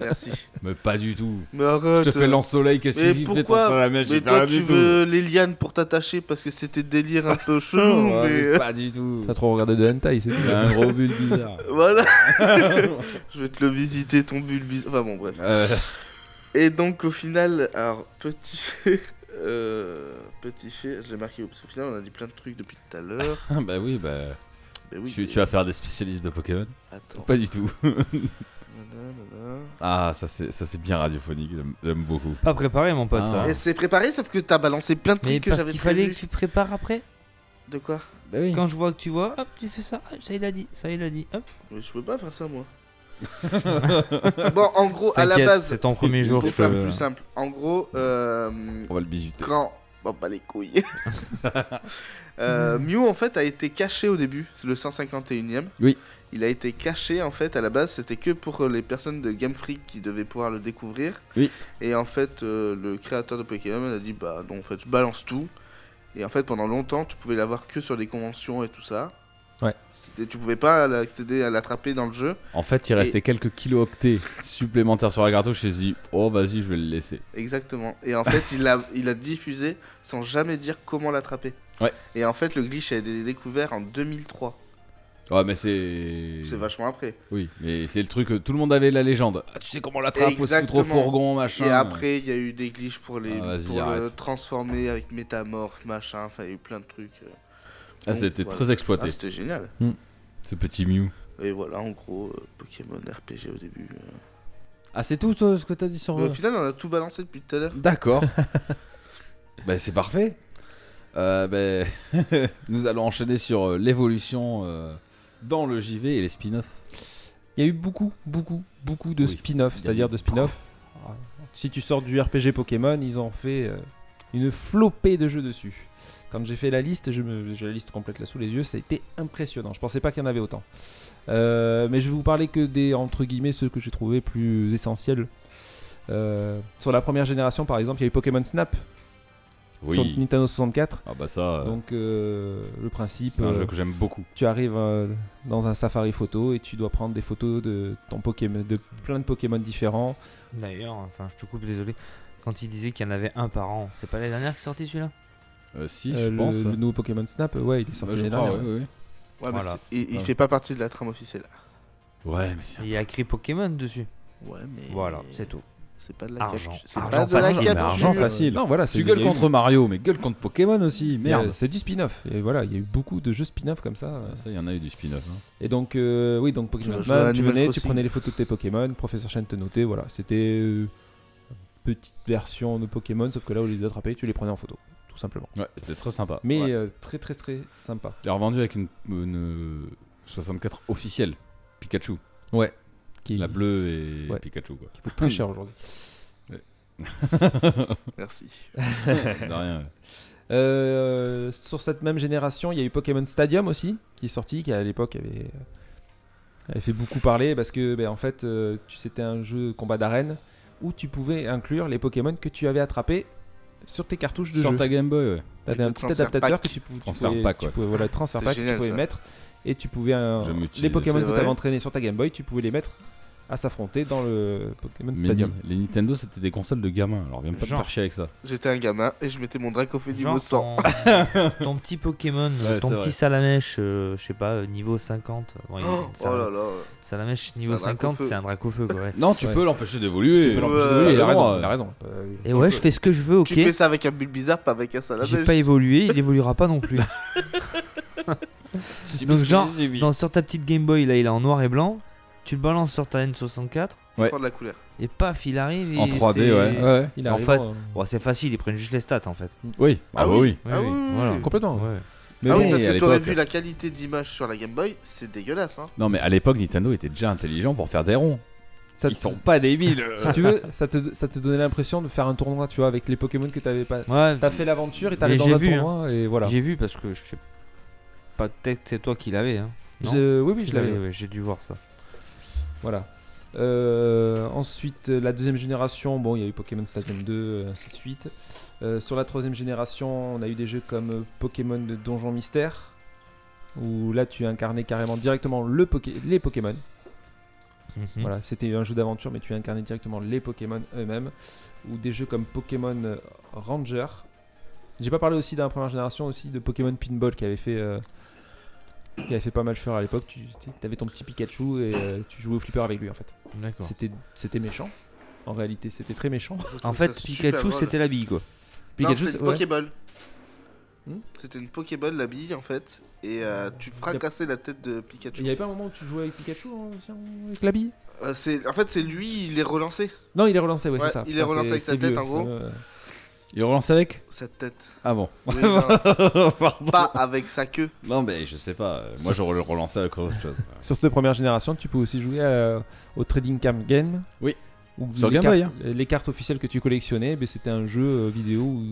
Merci.
Mais pas du tout.
Mais arrête.
Je te fais
euh,
lance-soleil, qu'est-ce que
mais
tu dis Putain,
pourquoi
sur la mèche,
Mais
j'ai fait
toi,
rien
tu
du tout.
veux les lianes pour t'attacher parce que c'était délire un peu chelou.
Ouais,
mais...
Oh,
euh,
mais Pas du tout.
T'as trop regardé de hentai, c'est tout.
Il y a un gros bulle bizarre.
Voilà. je vais te le visiter ton bulbis. Enfin bon bref.
Euh,
Et donc au final, alors petit fait, euh, petit fait, je l'ai marqué parce qu'au final on a dit plein de trucs depuis tout à l'heure.
bah oui, bah.
Ben oui.
tu,
mais-
tu vas faire des spécialistes de Pokémon
Attends.
Pas du tout.
Nanana.
ah, ça c'est ça, c'est bien radiophonique, j'aime- j'aime beaucoup.
Pas préparé, mon pote.
Ah.
hein.
Et c'est préparé sauf que t'as balancé plein de trucs
Mais
que
parce
j'avais
qu'il fallait
prévu.
que tu prépares après.
De quoi
Bah oui.
Quand je vois que tu vois, hop, tu fais ça. Ah, Ça il a dit, ça il a dit. Hop.
Mais je peux pas faire ça moi. bon en gros à la
T'inquiète,
base,
c'est ton premier jour.
pour
je te-
faire plus simple, en gros. Euh,
On va le bisuter.
Grand. Bon, bah les couilles. Euh, Mew en fait a été caché au début, c'est le 151ème.
Oui.
Il a été caché en fait à la base, c'était que pour euh, les personnes de Game Freak qui devaient pouvoir le découvrir.
Oui.
Et en fait, euh, le créateur de Pokémon a dit bah non, en fait, je balance tout. Et en fait, pendant longtemps, tu pouvais l'avoir que sur les conventions et tout ça.
Ouais.
C'était- Tu pouvais pas l'accéder à l'attraper dans le jeu.
En fait, il restait quelques kilooctets supplémentaires sur la cartouche. J'ai dit, oh vas-y, je vais le laisser.
Exactement. Et en fait, il a, il a diffusé sans jamais dire comment l'attraper.
Ouais.
Et en fait, le glitch a été découvert en 2003.
Ouais, mais c'est.
C'est vachement après.
Oui, mais c'est le truc, euh, tout le monde avait la légende. Ah, tu sais comment on l'attrape, faut se foutre au
Exactement.
fourgon, machin.
Et après, il y a eu des glitches pour, les,
Ah, vas-y,
pour le
arrête.
transformer avec métamorphe, machin. Enfin, il y a eu plein de trucs. euh.
Ah,
Donc,
c'était
voilà.
très exploité,
Ah, c'était génial.
ce petit Mew.
Et voilà, en gros, euh, Pokémon RPG au début. euh.
Ah, c'est tout euh, ce que t'as dit sur.
Mais au final, on a tout balancé depuis tout à l'heure.
D'accord. bah, c'est parfait. Euh, ben, nous allons enchaîner sur euh, l'évolution euh, dans le JV et les spin-offs.
Il y a eu beaucoup, beaucoup, beaucoup de
Oui,
spin-off,
il y a
c'est-à-dire
eu
de spin-off. Si tu sors du RPG Pokémon, ils ont fait euh, une flopée de jeux dessus. Quand j'ai fait la liste, je me- j'ai la liste complète là sous les yeux, ça a été impressionnant. Je pensais pas qu'il y en avait autant. Euh, mais je vais vous parler que des, entre guillemets, ceux que j'ai trouvé plus essentiels. Euh, sur la première génération, par exemple, il y a eu Pokémon Snap sur Nintendo 64.
Ah, bah, ça. euh,
Donc, euh, le principe.
C'est un
euh,
jeu que j'aime beaucoup.
tu arrives euh, dans un safari photo et tu dois prendre des photos de ton Pokémon, de plein de Pokémon différents.
D'ailleurs, enfin, je te coupe, désolé. Quand il disait qu'il y en avait un par an, c'est pas la dernière qui est sortie celui-là
Euh, si,
Euh,
je
le,
pense.
le nouveau Pokémon Snap, euh, ouais, il est sorti
Bah, je
l'année
crois,
dernière.
ouais, ouais,
Ouais, mais
Voilà.
c'est- il, il
Ouais.
fait pas partie de la trame officielle.
ouais. Ouais, mais c'est.
Il y a écrit Pokémon dessus.
Ouais, mais.
Voilà, c'est tout.
C'est pas de la
Argent.
capture. C'est pas
Argent
de la
facile, mais
capture.
argent facile.
Non, voilà, c'est
Tu gueules
il y a eu-
contre Mario, mais gueule contre Pokémon aussi,
il y a-
merde.
C'est du spin-off. Et voilà, il y a eu beaucoup de jeux spin-off comme ça. euh.
Ah, Ça, il y en a eu du spin-off. hein.
Et donc, euh, oui, donc
Tu
Pokémon
vas
Snap,
jouer à
tu
Animal
venais, tu
Crossing.
prenais les photos de tes Pokémon, Professeur Chen te notait, voilà. C'était euh, une petite version de Pokémon, sauf que là, au lieu de les attraper, tu les prenais en photo, tout simplement.
Ouais, c'était très sympa.
Mais
Ouais.
euh, très, très, très sympa.
Il a revendu avec une, une 64 officielle Pikachu.
Qui,
La bleue et
Ouais.
Pikachu, quoi.
qui coûte très cher aujourd'hui.
Merci.
De rien. ouais.
Euh, sur cette même génération, il y a eu Pokémon Stadium aussi, qui est sorti, qui à l'époque avait, avait fait beaucoup parler parce que ben, en fait, euh, tu- c'était un jeu combat d'arène où tu pouvais inclure les Pokémon que tu avais attrapés sur tes cartouches de
Sur
jeu.
ta Game Boy, ouais.
T'avais
Avec
un
le
petit
transfert
adaptateur
pack.
que tu pouvais, tu
Transfert
pouvais-
pack,
tu
ouais.
pouvais- voilà, transfert
C'est
pack que
génial,
tu pouvais
ça.
mettre et tu pouvais euh,
Jamais
les
utilisé
Pokémon que
ça. C'est
tu avais
vrai.
entraînés sur ta Game Boy, tu pouvais les mettre à s'affronter dans le Pokémon
Mais
Stadium.
ni- les Nintendo, c'était des consoles de gamins, alors viens pas te
Genre.
faire chier avec ça.
J'étais un gamin et je mettais mon Dracaufeu niveau
Genre
100.
ton, ton petit Pokémon,
Ouais,
ton
c'est
petit
vrai.
Salamèche, euh, je sais pas, euh, niveau 50. Bon, il-
Oh,
Sala-
oh là là.
Salamèche niveau
C'est un
50,
Dracofeu.
c'est un Dracofeu quoi. ouais.
Non, tu peux l'empêcher d'évoluer.
Tu peux l'empêcher d'évoluer,
il a
le droit.
raison, il a raison. Euh,
Et ouais, je fais ce que je veux, ok.
Tu fais ça avec un Bulbizarre, pas avec un
J'ai
Salamèche.
pas évolué, il évoluera pas non plus.
J'ai
Donc
mis-
genre,
j'ai mis.
dans, sur ta petite Game Boy, là, il est en noir et blanc. Tu le balances sur ta N64.
Il Ouais. prend de la couleur.
Et paf, il arrive.
En
et
3D,
c'est-
ouais. Ouais. Il
en
arrive
face-
en-
Bon, c'est facile, ils prennent juste les stats en fait.
Oui, ah Ah bah oui. oui.
Ah oui, oui,
voilà.
oui.
Complètement.
Ouais.
Mais
ah
bon,
oui, parce
à
que t'aurais
l'époque-
vu la qualité d'image sur la Game Boy, c'est dégueulasse. Hein.
Non, mais à l'époque, Nintendo était déjà intelligent pour faire des ronds.
Ça
Ils
te-
sont pas débiles.
euh.
Si tu veux, ça te, ça te donnait l'impression de faire un tournoi, tu vois, avec les Pokémon que t'avais pas. T'as fait l'aventure et t'arrives
Mais
dans
j'ai
un
vu,
tournoi
hein.
et voilà.
J'ai vu parce que je sais pas, peut-être que c'est toi qui l'avais. Hein. Non
Je- oui, oui,
Tu
je l'avais.
ouais, J'ai dû voir ça.
Voilà. Euh, ensuite, euh, la deuxième génération, bon, il y a eu Pokémon Stadium 2, euh, ainsi de suite. Euh, sur la troisième génération, on a eu des jeux comme euh, Pokémon de Donjon Mystère, où là tu incarnais carrément directement le Poké- les Pokémon.
Mhm.
Voilà, c'était un jeu d'aventure, mais tu incarnais directement les Pokémon eux-mêmes. Ou des jeux comme Pokémon euh, Ranger. J'ai pas parlé aussi d'un première génération aussi de Pokémon Pinball qui avait fait. euh, qui avait fait pas mal fureur à l'époque. Tu avais ton petit Pikachu et euh, tu jouais au flipper avec lui en fait.
D'accord.
C'était c'était méchant. En réalité, c'était très méchant.
En fait, Pikachu, c'était la bille quoi.
Pikachu,
non, c'était
c'est-
une
ouais.
Pokéball. c'était une Pokéball, la bille, en fait. Et euh, tu fracassais la tête de Pikachu.
Il y avait pas un moment où tu jouais avec Pikachu hein, aussi, hein, avec la bille
Euh, c'est- en fait, c'est lui, il est relancé.
Non, il est relancé, ouais,
Ouais,
c'est ça.
Il est
Putain,
relancé
c'est-
avec sa
c'est
tête,
vieux,
en gros.
ça, euh.
Il relance avec
Cette tête.
Ah bon.
Oui, non.
Pardon.
Pas avec sa queue.
Non, mais je sais pas. euh, Moi, je le relançais avec autre chose.
Sur cette première génération, tu peux aussi jouer à- au Trading Card Game.
Oui.
Où
Sur
les
Game Boy, hein.
cartes- euh, Les cartes officielles que tu collectionnais, ben, c'était un jeu euh, vidéo où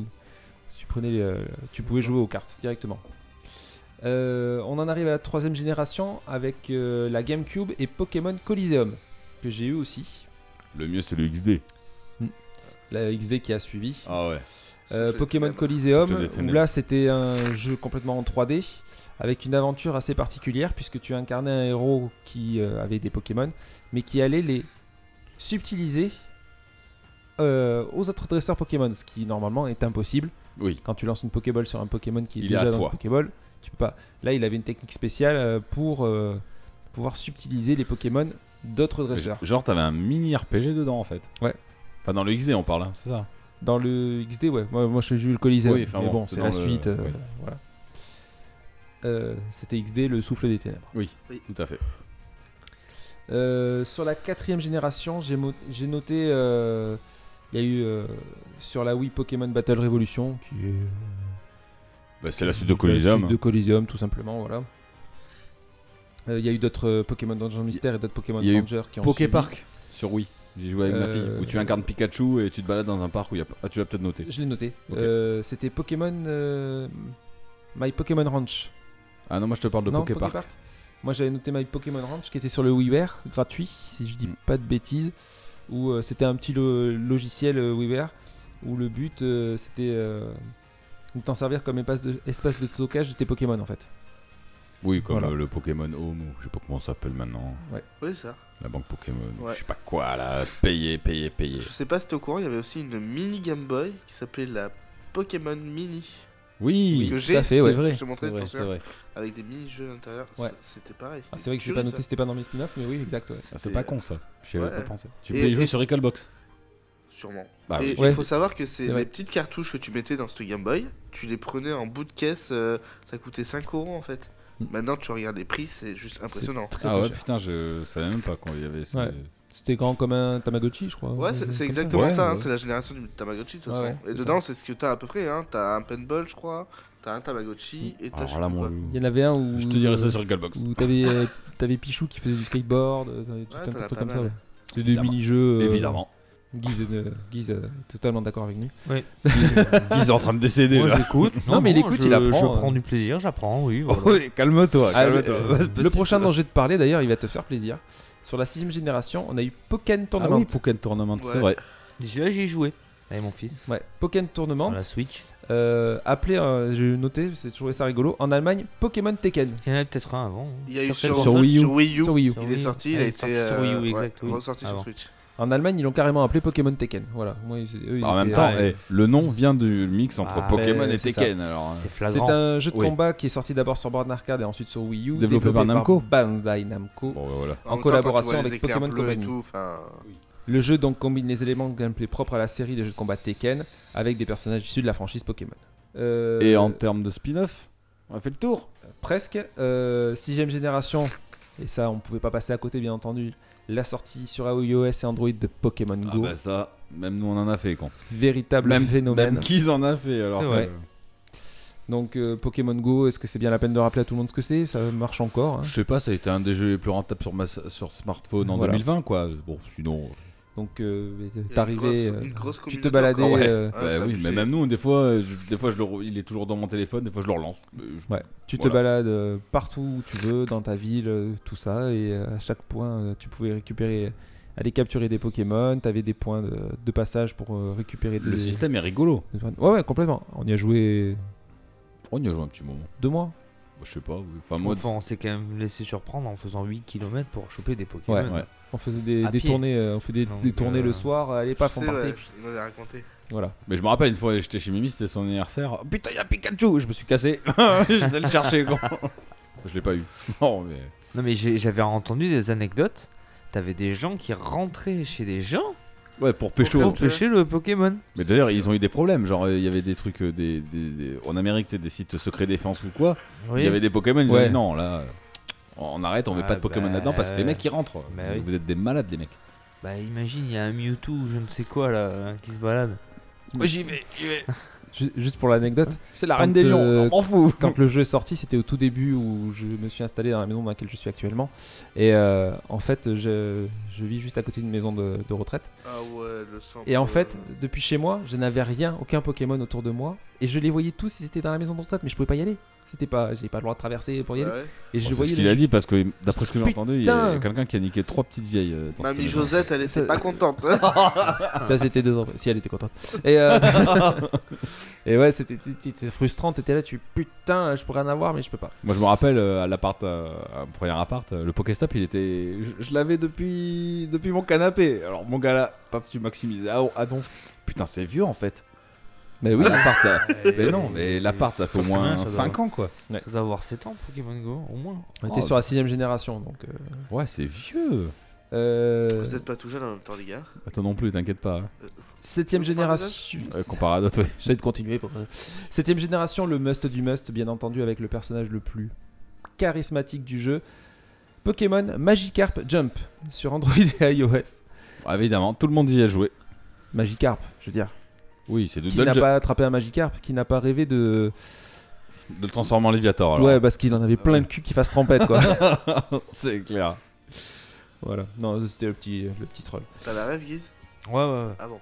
tu, prenais, les, euh, tu pouvais jouer aux cartes directement. Euh, on en arrive à la troisième génération avec euh, la GameCube et Pokémon Coliseum, que j'ai eu aussi.
Le mieux, c'est le XD.
La XD qui a suivi.
Ah ouais.
Euh,
Souffle des
Pokémon
ténèbres.
Coliseum,
Souffle des ténèbres.
où là c'était un jeu complètement en 3D, avec une aventure assez particulière, puisque tu incarnais un héros qui euh, avait des Pokémon, mais qui allait les subtiliser euh, aux autres dresseurs Pokémon, ce qui normalement est impossible.
Oui.
Quand tu lances une Pokéball sur un Pokémon qui est
Il est
déjà
à
dans
toi.
le Pokéball, tu peux pas. Là il avait une technique spéciale euh, pour euh, pouvoir subtiliser les Pokémon d'autres dresseurs.
Genre, t'avais un mini RPG dedans en fait.
Ouais.
Enfin, dans le XD, on parle, hein, c'est ça
Dans le XD, ouais. Moi, moi je joue le Colisée.
Oui, enfin
mais
bon,
bon,
c'est
c'est la
dans le-
suite. euh,
oui.
voilà. Euh, C'était XD, le souffle des ténèbres.
Oui, tout à fait.
Euh, sur la quatrième génération, j'ai mo- j'ai noté. euh, Il y a eu euh, sur la Wii Pokémon Battle Revolution, qui est. euh,
Bah, c'est la suite de Coliseum.
suite de Coliseum, tout simplement, voilà. Euh, Il y a eu d'autres euh, Pokémon Dungeon Mystère et d'autres Pokémon
Il y a eu
Ranger qui ont suivi.
Poképark sur Wii. J'ai joué avec ma
Euh,
fille. Où tu incarnes Pikachu et tu te balades dans un parc où il y a. pas- Ah, tu l'as peut-être noté.
Je l'ai noté.
Ok.
Euh, C'était Pokémon. euh, My Pokémon Ranch.
Ah non, moi je te parle de
Non,
Poképark.
Poképark. Moi j'avais noté My Pokémon Ranch qui était sur le WiiWare, gratuit, si je dis
Mm.
pas de bêtises, où euh, c'était un petit lo- logiciel euh, WiiWare où le but euh, c'était euh, de t'en servir comme espace de, espace de stockage de tes Pokémon en fait.
Oui, comme
Voilà.
euh, le Pokémon Home ou je sais pas comment ça s'appelle maintenant.
Ouais.
Oui, ça.
La banque Pokémon.
Ouais.
Je sais pas quoi là. Payer, payer, payer.
Je sais pas si t'es au courant, il y avait aussi une mini Game Boy qui s'appelait la Pokémon Mini.
Oui,
que
tout
j'ai.
à fait, ouais.
je
C'est
te montrais,
vrai,
t'en
c'est
souviens,
vrai.
Avec des mini jeux à l'intérieur.
Ouais.
c- C'était pareil.
Ah, c'est vrai que j'ai
c'était
pas
curé,
noté,
ça.
c'était pas dans mes spin-offs, mais oui, exact. ouais.
Ah, c'est pas con ça. J'y avais
Ouais.
pas pensé. Tu
Et-
peux y jouer
et-
sur Recalbox.
euh, Sûrement.
Bah
et
oui.
il
Ouais.
faut savoir que c'est
C'est vrai.
les petites cartouches que tu mettais dans ce Game Boy, tu les prenais en bout de caisse, euh, ça coûtait 5 euros en fait. Maintenant tu regardes les prix, c'est juste impressionnant.
Ah ouais, putain, je savais même pas quand il y avait. ce-
Ouais. C'était grand comme un Tamagotchi, je crois.
Ouais, c'est c'est
Comme
exactement
Ouais,
ça, hein,
ouais.
c'est la génération du Tamagotchi de toute
Ouais,
façon.
ouais,
et
c'est
dedans, c'est ce que t'as à peu près, hein. t'as un paintball, je crois, t'as un Tamagotchi et t'as. je sais
Alors là,
plus
Oh, mon
quoi.
loup.
Il y en avait un où.
Ah, Je te dirai ça sur Recalbox.
Où t'avais, euh, t'avais Pichou qui faisait du skateboard, euh, t'avais tout
Ouais,
un
t'en
tas
as
de trucs
pas
comme ça.
mal.
ouais. C'est des
Évidemment.
mini-jeux. euh,
Évidemment.
Guise, est, euh, Guise, euh, est totalement d'accord avec nous.
Oui.
Guise est en train de décéder,
Moi
là.
j'écoute.
Non, mais il écoute,
je-
il apprend. euh.
Je prends du plaisir, j'apprends, oui. voilà.
Oui, calme-toi,
Ah, le-
calme-toi.
euh,
Petit
le prochain
ça.
dont je vais te parler, d'ailleurs, il va te faire plaisir. Sur la sixième génération, on a eu Ah Pokémon Tournament.
Ah oui, Pokémon Tournament, c'est vrai.
Déjà, j'y ai joué. Allez, mon fils.
Ouais, Pokémon Tournament.
Sur la Switch.
Euh, appelé, euh, j'ai noté, j'ai trouvé ça rigolo, en Allemagne, Pokémon Tekken.
Il y en a peut-être un avant.
Il y a eu
quelle
sur,
console
sur Wii U.
Sur Wii U.
Il est sorti, il
Ah,
a
il est
été
sorti sur Wii U,
euh,
exact,
ouais,
oui.
ressorti sur
Avant.
Switch.
En Allemagne, ils l'ont carrément appelé Pokémon Tekken. Voilà. Moi, ils- eux, ils
En même
étaient-
temps,
Ouais.
eh, le nom vient du mix entre
Ah,
Pokémon
mais
et
c'est ça.
Tekken. Alors, hein.
C'est
c'est
flagrant.
un jeu de
Oui.
combat qui est sorti d'abord sur borne arcade et ensuite sur Wii U,
Développé par Namco.
Bandai Namco.
bon, bah, voilà.
En
En
même temps, quand tu
collaboration
vois les
avec
éclairs
Pokémon
bleus et
Company.
tout, enfin,
Le jeu donc combine les éléments de gameplay propres à la série de jeux de combat Tekken avec des personnages issus de la franchise Pokémon. Euh,
Et en termes de spin-off, on a fait le tour.
presque. Euh, sixième génération, et ça on pouvait pas passer à côté bien entendu, la sortie sur iOS et Android de Pokémon
Ah
Go.
bah ça, même nous on en a fait con.
Véritable phénomène.
Même qu'ils en a fait alors.
C'est
que-
vrai. Donc euh, Pokémon Go, est-ce que c'est bien la peine de rappeler à tout le monde ce que c'est Ça marche encore. hein.
Je sais pas, ça a été un des jeux les plus rentables sur, ma- sur smartphone en
Voilà.
2020 quoi. Bon, sinon.
Donc euh,
une
t'arrivais,
grosse-
euh,
une grosse
tu te
communauté
baladais.
encore, ouais.
euh,
Ah,
bah
ça
oui,
abusé.
mais même nous, des fois, euh, je- des fois je le re- il est toujours dans mon téléphone, des fois je le relance. Mais je-
Ouais, tu te
Voilà.
balades euh, partout où tu veux, dans ta ville, euh, tout ça, et euh, à chaque point, euh, tu pouvais récupérer, aller capturer des Pokémon, t'avais des points de, de passage pour euh, récupérer des...
Le système est rigolo.
des points de- Ouais, ouais, complètement. On y a joué
On y a joué un petit moment.
deux mois.
Bah, je sais pas. oui. Enfin, moi,
Enfin, on s'est quand même laissé surprendre en faisant 8 km pour choper des Pokémon.
Ouais,
ouais.
On faisait des,
À
des
pied.
tournées, euh, on fait des,
Donc,
des tournées
euh,
le soir, euh, allez
Je
paf, on
sais,
partait.
ouais, Il m'avait raconté.
Voilà.
Mais je me rappelle une fois, j'étais chez Mimi, c'était son anniversaire. Oh, Putain, il y a Pikachu Je me suis cassé. J'étais le chercher, quoi. Je l'ai pas eu. Non, mais.
Non, mais j'ai- j'avais entendu des anecdotes. T'avais des gens qui rentraient chez des gens
Ouais, pour
pécho.
pécho.
pour pêcher le Pokémon.
Mais d'ailleurs, ils ont eu des problèmes. Genre, euh, il y avait des trucs. euh, Des, des- des- En Amérique, c'est des sites secrets défense ou quoi. Il y avait des Pokémon, ils ont
Ouais.
dit non, là. euh, On arrête, on met
Ah
pas de Pokémon
bah,
là-dedans parce que les mecs ils rentrent.
Bah oui.
Vous êtes des malades, les mecs.
Bah imagine, il y a un Mewtwo ou je ne sais quoi là hein, qui se balade.
Ju- Juste pour l'anecdote,
C'est la
Quand, reine des lions, euh, on
m'en fout.
quand le jeu est sorti, c'était au tout début où je me suis installé dans la maison dans laquelle je suis actuellement. Et euh, en fait, je, je vis juste à côté d'une maison de- de retraite.
Ah ouais, le sang.
Et en
euh,
fait, depuis chez moi, je n'avais rien, aucun Pokémon autour de moi. Et je les voyais tous, ils étaient dans la maison de retraite, mais je pouvais pas y aller. C'était pas, j'ai pas le droit de traverser pour y
Bah ouais.
aller. Et je les
Bon, Oh, c'est ce
voyais.
qu'il
les-
a dit parce que d'après ce que j'ai
Putain.
entendu, il y a quelqu'un qui a niqué trois petites vieilles. euh, dans cette
Mamie
maison.
Josette, elle était
Ça- Euh.
pas contente.
Ça, c'était deux ans. après. Si elle était contente. Et, euh, et ouais, c'était c'était- c'était frustrant. T'étais là, tu putain, je pourrais en avoir, mais je peux pas.
Moi je me rappelle euh, à l'appart, euh, à mon premier appart, euh, le Pokéstop il était. Je, je l'avais depuis depuis mon canapé. Alors mon gars là, paf, tu maximises. Ah, oh, ah donc. Putain, c'est vieux en fait.
Mais oui.
L'appart ça.
Et-
mais Eh ben non, mais l'appart ça fait au moins
ça doit-
5 ans quoi.
Ça doit avoir 7 ans Pokémon Go, au moins.
On était
Oh,
sur la sixième génération, donc. euh,
Ouais, c'est vieux.
euh,
Vous êtes pas tout jeune en même temps, les gars.
Attends non plus, t'inquiète pas. hein.
septième
Vous parlez
génération.
Euh, comparé à d'autres, ouais.
J'essaie de continuer. Pour... Septième génération, le must du must, bien entendu, avec le personnage le plus charismatique du jeu. Pokémon Magikarp Jump sur Android et iOS.
Ouais, évidemment, tout le monde y a joué.
Magikarp, je veux dire.
Oui, c'est de,
Qui
de
n'a
le-
pas attrapé un Magikarp, qui n'a pas rêvé de.
de le transformer en Léviator. alors.
Ouais, parce qu'il en avait plein le cul qui fasse trompette, quoi.
c'est clair.
voilà. Non, c'était le petit, le petit troll.
T'as la rêve, Guise
Ouais, ouais, ouais.
Ah bon.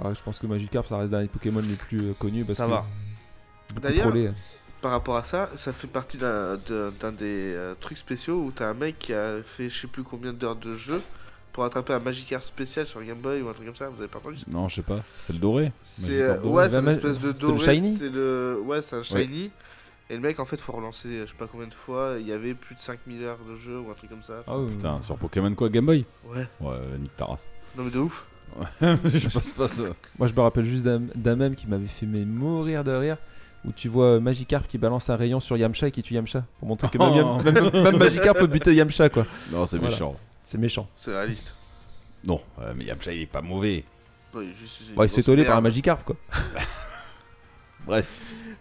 Alors, je pense que Magikarp, ça reste un des Pokémon les plus euh, connus. Parce
Ça
que
va.
beaucoup
D'ailleurs-
trollé. hein.
Par rapport à ça, ça fait partie d'un d'un- d'un des euh, trucs spéciaux où t'as un mec qui a fait je sais plus combien d'heures de jeu pour attraper un Magikarp spécial sur Game Boy ou un truc comme ça. Vous avez pas entendu ça
Non, je sais pas. C'est le doré.
C'est
Magikarp doré.
euh, ouais, c'est
Bah,
une
ma-
espèce de
c'était le
doré.
shiny
C'est le ouais, c'est un shiny. Et le mec, en fait, faut relancer, je sais pas combien de fois. Il y avait plus de 5000 heures de jeu ou un truc comme ça.
Ah, ouais.
Putain, sur Pokémon quoi, Game Boy
Ouais.
Ouais, nique ta race.
Non mais de ouf.
je pense pas ça.
Moi, je me rappelle juste d'un- d'un même qui m'avait fait mais mourir de rire. Où tu vois euh, Magikarp qui balance un rayon sur Yamcha et qui tue Yamcha. Pour montrer que même, Yam- même- même Magikarp peut buter Yamcha, quoi.
Non, c'est
Voilà.
méchant.
C'est méchant.
C'est la liste.
Non, euh, mais Yamcha il est pas mauvais.
Non, il, est juste-
Bon,
une
Bah, il se fait
grosse
toller par un
merde.
Magikarp, quoi.
Bref.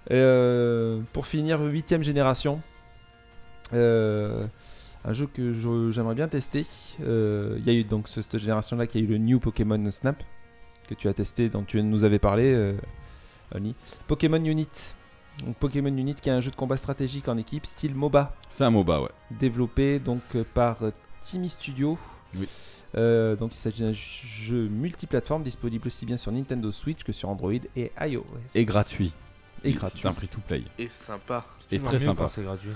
Et, euh, pour finir, 8ème génération. Euh, un jeu que je- j'aimerais bien tester. Euh, Il y a eu donc ce- cette génération-là qui a eu le New Pokémon Snap. Que tu as testé, dont tu nous avais parlé, euh, Oli. Pokémon Unit. Donc, Pokémon Unit qui est un jeu de combat stratégique en équipe, style MOBA.
C'est un MOBA, ouais.
développé donc euh, par euh, Timmy Studio.
Oui.
Euh, donc il s'agit d'un jeu multiplateforme disponible aussi bien sur Nintendo Switch que sur Android et iOS.
Et gratuit.
Et gratuit.
C'est un free to play.
Et sympa.
Et
C'est
très
mieux
sympa.
quand C'est gratuit.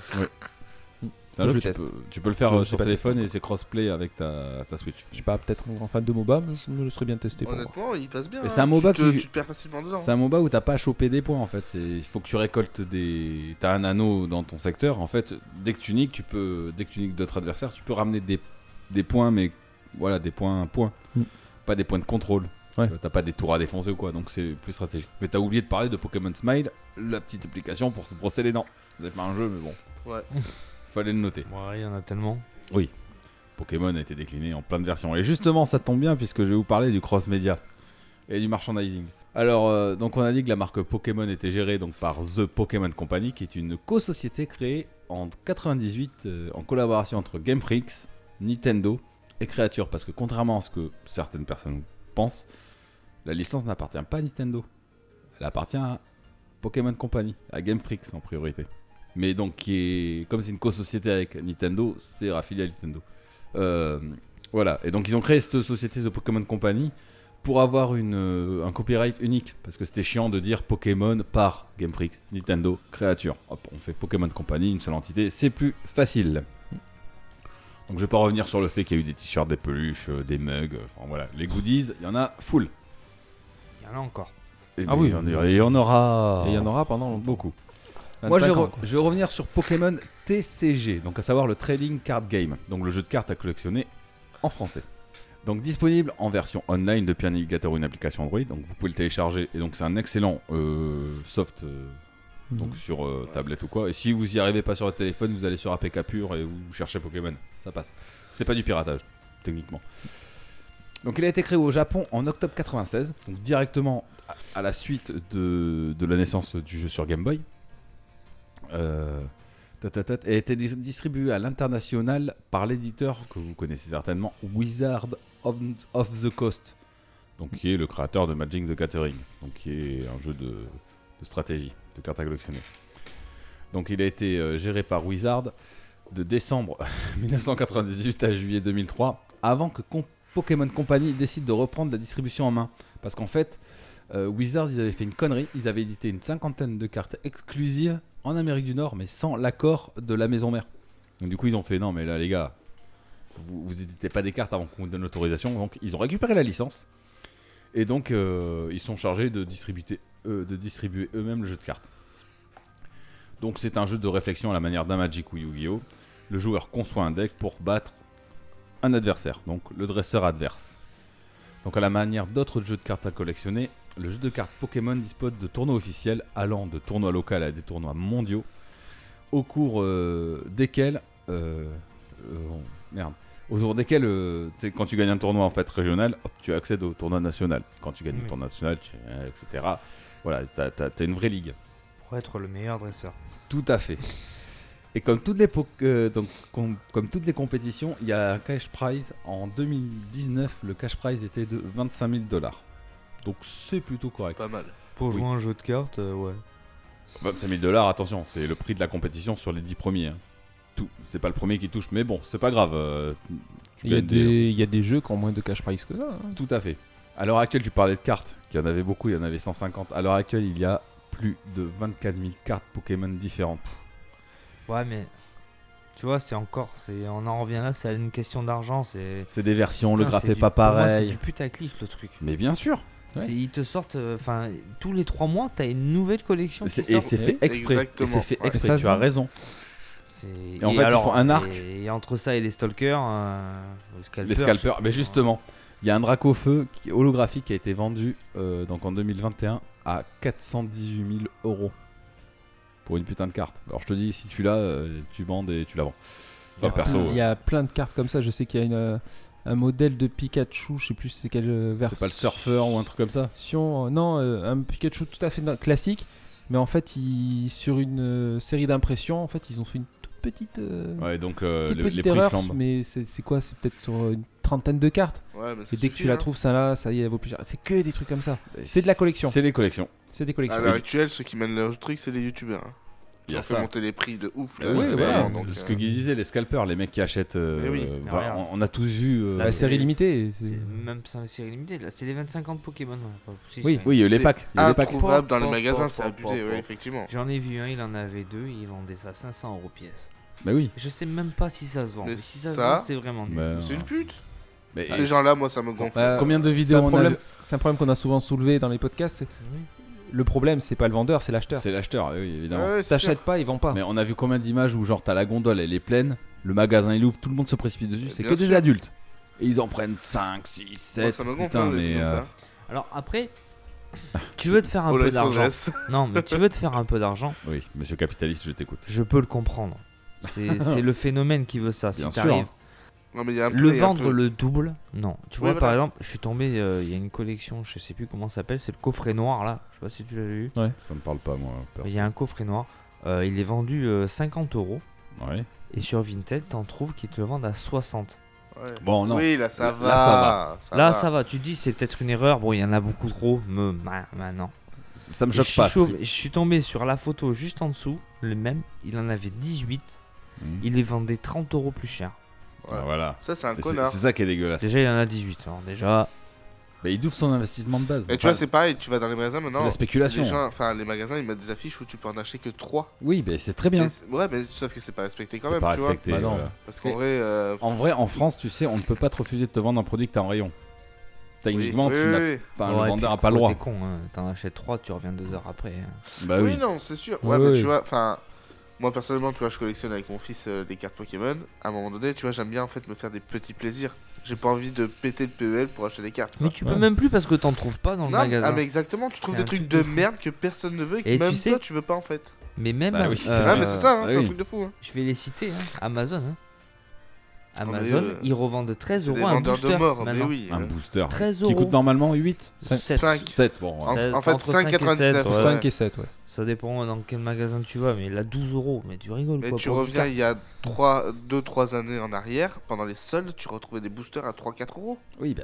C'est un
je
jeu que tu
teste.
peux, tu peux le faire
Je-
euh,
je
sur
vais pas
téléphone
tester.
et c'est crossplay avec ta, ta Switch.
Je suis pas peut-être un grand fan de MOBA, mais je me laisserais bien tester. pour voir.
Honnêtement, il passe bien.
Mais
hein.
c'est un MOBA
tu te,
qui-
tu te perds facilement dedans.
C'est un MOBA où t'as pas à choper des points en fait. C'est- Il faut que tu récoltes des. T'as un anneau dans ton secteur en fait. Dès que tu niques, tu peux. Dès que tu niques d'autres adversaires, tu peux ramener des, des points, mais voilà, des points, points.
Mm.
Pas des points de contrôle.
Ouais.
T'as pas des tours à défoncer ou quoi, donc c'est plus stratégique. Mais t'as oublié de parler de Pokémon Smile, la petite application pour se brosser les dents. Vous avez pas un jeu, mais bon.
Ouais.
Fallait le noter.
Ouais, il y en a tellement.
Oui. Pokémon a été décliné en plein de versions. Et justement, ça tombe bien puisque je vais vous parler du cross-média et du merchandising. Alors, euh, donc on a dit que la marque Pokémon était gérée donc par The Pokémon Company, qui est une co-société créée en 98 euh, en collaboration entre Game Freaks, Nintendo et Creature. Parce que contrairement à ce que certaines personnes pensent, la licence n'appartient pas à Nintendo. Elle appartient à Pokémon Company, à Game Freaks en priorité. Mais donc, qui est, comme c'est une co-société avec Nintendo, c'est raffilié à Nintendo. Euh, voilà. Et donc, ils ont créé cette société The Pokémon Company pour avoir une, euh, un copyright unique. Parce que c'était chiant de dire Pokémon par Game Freak, Nintendo, Créature. Hop, on fait Pokémon Company, une seule entité. C'est plus facile. Donc, je vais pas revenir sur le fait qu'il y a eu des t-shirts, des peluches, euh, des mugs. euh, Enfin, voilà. Les goodies, il y en a full.
Il y en a encore.
Et
Ah
mais
oui.
il y en a- il y en aura.
Et il y en aura pendant longtemps.
beaucoup. Moi, je vais,
25 ans,
re-
quoi.
je vais revenir sur Pokémon TCG, donc à savoir le Trading Card Game, donc le jeu de cartes à collectionner en français. Donc disponible en version online depuis un navigateur ou une application Android, donc vous pouvez le télécharger et donc c'est un excellent euh, soft euh,
Mhm.
donc sur euh, tablette ou quoi. Et si vous y arrivez pas sur votre téléphone, vous allez sur APK pur et vous cherchez Pokémon, ça passe. C'est pas du piratage techniquement. Donc il a été créé au Japon en octobre 96, donc directement à- à la suite de, de la naissance du jeu sur Game Boy. Euh, tatatat, et a été dis- distribué à l'international par l'éditeur que vous connaissez certainement, Wizard of, of the Coast, donc qui est le créateur de Magic the Gathering, donc qui est un jeu de, de stratégie, de cartes à collectionner. Donc il a été euh, géré par Wizard de décembre 1998 à juillet 2003, avant que Com- Pokémon Company décide de reprendre la distribution en main. Parce qu'en fait, euh, Wizards, ils avaient fait une connerie, ils avaient édité une cinquantaine de cartes exclusives en Amérique du Nord, mais sans l'accord de la maison mère. Donc du coup, ils ont fait, non mais là les gars, vous, vous éditez pas des cartes avant qu'on vous donne l'autorisation, donc ils ont récupéré la licence. Et donc, euh, ils sont chargés de distribuer, euh, de distribuer eux-mêmes le jeu de cartes. Donc c'est un jeu de réflexion à la manière d'un Magic ou Yu-Gi-Oh! Le joueur conçoit un deck pour battre un adversaire, donc le dresseur adverse. Donc à la manière d'autres jeux de cartes à collectionner, le jeu de cartes Pokémon dispose de tournois officiels allant de tournois locaux à des tournois mondiaux, au cours euh, desquels... euh, euh, on- merde. Au cours desquels, euh, tu sais, quand tu gagnes un tournoi en fait régional, hop, tu accèdes au tournoi national. Quand tu gagnes
Oui.
le tournoi national, tu- euh, etc. Voilà, t'as- t'as t'as une vraie ligue.
Pour être le meilleur dresseur.
Tout à fait. Et comme toutes les, po- euh, donc, com- comme toutes les compétitions, il y a un cash prize. En 2019, le cash prize était de 25 000 dollars. Donc c'est plutôt correct.
Pas mal.
Pour
Oui.
jouer à un jeu de cartes, euh, ouais.
25 000 dollars, attention, c'est le prix de la compétition sur les 10 premiers. hein. Tout, c'est pas le premier qui touche, mais bon, c'est pas grave. euh, tu
Il y, a
gagnes des-
des- il y a des jeux qui ont moins de cash prize que ça. hein.
Tout à fait. À l'heure actuelle, tu parlais de cartes, qu'il y en avait beaucoup, il y en avait 150. À l'heure actuelle, il y a plus de 24 000 cartes Pokémon différentes.
Ouais, mais tu vois, c'est encore. c'est- On en revient là, c'est une question d'argent. C'est.
C'est des versions, le
Putain,
graphe
c'est
est
du-
pas
pour moi,
pareil.
C'est du putaclic le truc.
Mais bien sûr, Ouais.
C'est- Ils te sortent. euh, Enfin, tous les 3 mois, t'as une nouvelle collection.
Et
qui
c'est et
sort.
c'est fait exprès. Et
Exactement.
c'est fait
Ouais.
exprès,
Ça se
tu as
vend.
raison.
C'est-
en fait, ils font un arc.
Et, et entre ça et les stalkers, euh, les scalpers.
Les scalpers, mais justement, il y a un drac au feu qui, holographique qui a été vendu euh, donc en 2021 à 418 000 euros pour une putain de carte. Alors je te dis, si tu l'as, euh, tu bandes et tu la vends. Enfin, perso,
Ah, Il y a plein de cartes comme ça. Je sais qu'il y a une, euh, un modèle de Pikachu, je sais plus c'est quelle euh,
c'est pas
version.
le surfeur ou un truc comme ça.
Sion, euh, non, euh, un Pikachu tout à fait na- classique, mais en fait, il- sur une euh, série d'impressions, en fait, ils ont fait une toute petite, euh,
Ouais, donc euh,
toute
le- les
petite
prix
erreur.
flambent.
Mais c'est c'est quoi C'est peut-être sur euh, une trentaine de cartes.
Ouais, mais ça
Et dès que tu
suffit,
la
hein.
trouves, ça là, ça y est, elle vaut plus cher. C'est que des trucs comme ça. C'est de la collection.
C'est les collections.
C'est des
À
collections.
l'heure actuelle, ceux qui mènent leur truc, c'est les youtubeurs. hein.
Il
Ils
y a
ont fait
ça.
monter les prix de ouf. là,
Euh, oui, voilà.
récemment, donc,
ce
euh,
que Guy disait, les scalpers, les mecs qui achètent. euh,
Mais oui.
enfin,
Ah,
Regarde.
on, on a tous vu. euh,
La série
c'est-
limitée.
C'est
c'est-
même pas une série limitée. Là, c'est les 25 ans de Pokémon. hein. ouais, pas possible,
Oui.
ça.
Oui, il y a eu les
C'est
packs. Il y a eu les packs.
Introuvable dans les
Pop,
magasins,
pop,
c'est
pop,
abusé,
pop,
ouais,
pop.
effectivement.
J'en ai vu un, il en avait deux, il vendait ça 500 euros pièce.
Mais Bah oui.
Je sais même pas si ça se vend.
Mais
Mais si ça,
ça-
se vend, c'est vraiment nul.
Mais-
C'est une pute
mais-
Ces gens-là, moi, ça me gonfle.
Bah,
Combien de
C'est
vidéos
un
on a vu
problème, c'est un problème qu'on a souvent soulevé dans les podcasts. c'est-
Oui.
Le problème, c'est pas le vendeur, c'est l'acheteur.
C'est l'acheteur, oui, évidemment.
Ouais, c'est
T'achètes pas, il vend pas.
Mais on a vu combien d'images où genre t'as la gondole, elle est pleine, le magasin il ouvre, tout le monde se précipite dessus, c'est
Euh, bien
que des
sûr.
adultes. Et ils en prennent 5, 6,
sûr. Moi,
7.
ça me gonfle. hein,
Putain,
des trucs
mais.
comme
euh,
ça.
Alors après,
Ah,
tu veux te faire un
Oh, la
peu d'argent.
tendresse.
Non, mais tu veux te faire un peu d'argent.
Oui, monsieur capitaliste, je t'écoute.
Je peux le comprendre. C'est c'est le phénomène qui veut ça.
Bien
si
sûr.
t'arrives
Non, mais il y a un peu-
Le
il y a un
vendre
peu-
le double Non. Tu vois,
Oui,
par
voilà.
exemple, je suis tombé, euh, il y a une collection, je sais plus comment ça s'appelle, c'est le coffret noir là. Je sais pas si tu l'as vu.
Ça me parle pas, moi. perso.
Il y a un coffret noir. euh, il est vendu euh, 50 euros.
Ouais.
Et sur Vinted, t'en trouves qui te le vendent à 60.
Ouais.
Bon, non.
Oui, là, ça
Là,
va.
ça Ah
là,
bah.
ça va. Tu te dis, c'est peut-être une erreur. Bon, il y en a beaucoup trop. Me, ma- ma- non.
Ça me
Et je,
choque
suis
pas. Mmh.
chaud- je suis tombé sur la photo juste en dessous. Le même, il en avait 18.
Mhm.
Il les vendait 30 euros plus cher.
Ah, Voilà.
Ça, c'est un
Mais C'est
connard.
c'est ça qui est dégueulasse.
Déjà, il en a 18. Alors, déjà,
Mais il ouvre son investissement de base.
Et tu
Enfin,
vois, c'est pareil, tu vas dans les magasins
c'est
maintenant.
la spéculation.
Les, gens, enfin, les magasins, ils mettent des affiches où tu peux en acheter que 3.
Oui, mais c'est très bien.
ouais, mais sauf que c'est pas respecté quand
C'est
même,
pas
tu
respecté.
vois.
Bah non.
Euh, Parce qu'en
Mais-
vrai, euh,
En vrai, en France, tu sais, on ne peut pas te refuser de te vendre un produit que t'as en rayon.
oui,
Techniquement,
oui,
tu n'as-
oui,
enfin,
ouais,
le
et
vendeur
puis,
n'a pas le
faut-
droit.
T'es con, hein. t'en achètes 3, tu reviens 2 heures après. hein.
Bah
Ah oui.
oui.
Oui, non, c'est sûr.
Oui,
Ouais, mais
oui.
tu vois, enfin, moi personnellement, tu vois, je collectionne avec mon fils euh, des cartes Pokémon. À un moment donné, tu vois, j'aime bien en fait me faire des petits plaisirs. J'ai pas envie de péter le PEL pour acheter des cartes.
Mais
quoi.
tu peux même plus parce que t'en trouves pas dans le
Non,
magasin.
ah, mais exactement, tu trouves
C'est
des
un
trucs
truc
de
de fou.
merde que personne ne veut et que
Et tu
même
sais-
toi tu veux pas en fait.
Mais même,
Bah oui, c'est
euh,
ah, mais c'est ça, hein,
bah
c'est un
oui.
truc de fou. hein.
je vais les citer, hein. Amazon. hein.
mais,
Amazon,
euh,
ils revendent 13
C'est des
euros un
vendeurs
booster
de mort, mais
maintenant.
oui.
Un
euh,
booster.
13
Qui
euros.
coûte normalement 8
Cinq-
Sept.
cinq.
7, bon. hein.
En-
C'est-
en
c'est
fait,
entre cinq et
5,99.
sept,
Entre
ouais.
5 et 7, ouais.
Ça dépend dans quel magasin tu vas, mais là 12 euros, mais tu rigoles
Mais
quoi.
tu
pour dix
reviens
cartes.
il y a 2-3 années en arrière, pendant les soldes, tu retrouvais des boosters à 3-4 euros.
Oui, bah.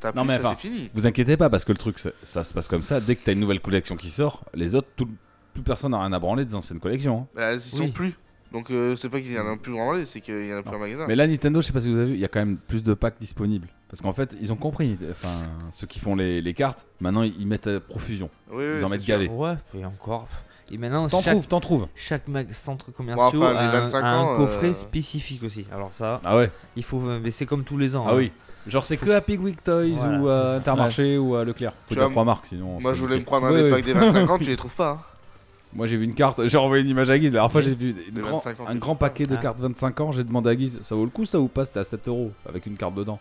T'as
Non,
plus,
mais
ça
enfin,
c'est fini.
Vous inquiétez pas, parce que le truc, ça, ça se passe comme ça. Dès que t'as une nouvelle collection qui sort, les autres, tout- plus personne n'a rien à branler des anciennes collections. hein.
Bah, ils sont
Oui. Mm.
plus. Donc euh, c'est pas qu'il y en a plus grand aller, c'est qu'il y en a plus
Non.
en magasin.
Mais là, Nintendo, je sais pas si vous avez vu, il y a quand même plus de packs disponibles. Parce qu'en fait, ils ont compris. Enfin, ceux qui font les, les cartes, maintenant, ils ils mettent à profusion.
Oui, oui,
Ils en
c'est
mettent
sûr.
gavé.
Ouais, et encore. Et maintenant,
T'en
chaque,
trouves, t'en trouves.
chaque mag- centre commercial
Bon, enfin, les
a, un-
25
a un
ans, euh,
coffret spécifique aussi. Alors ça,
Ah ouais.
il faut. Mais c'est comme tous les ans.
Ah
hein.
oui. Genre c'est que à Pigwick Toys
Voilà,
ou
c'est
à
ça.
Intermarché ou à Leclerc. Faut
Tu
dire
vois,
trois marques sinon.
Moi
c'est
je voulais me
niqué.
prendre un
Ouais, ouais.
des packs des 25 ans, tu les trouves pas. hein.
Moi j'ai vu une carte, j'ai envoyé une image à Guise. La dernière fois j'ai vu une
Les
grand-
25 ans,
un
tu
grand paquet de
Ah.
cartes 25 ans, j'ai demandé à Guise ça vaut le coup ça ou pas C'était à 7 euros avec une carte dedans.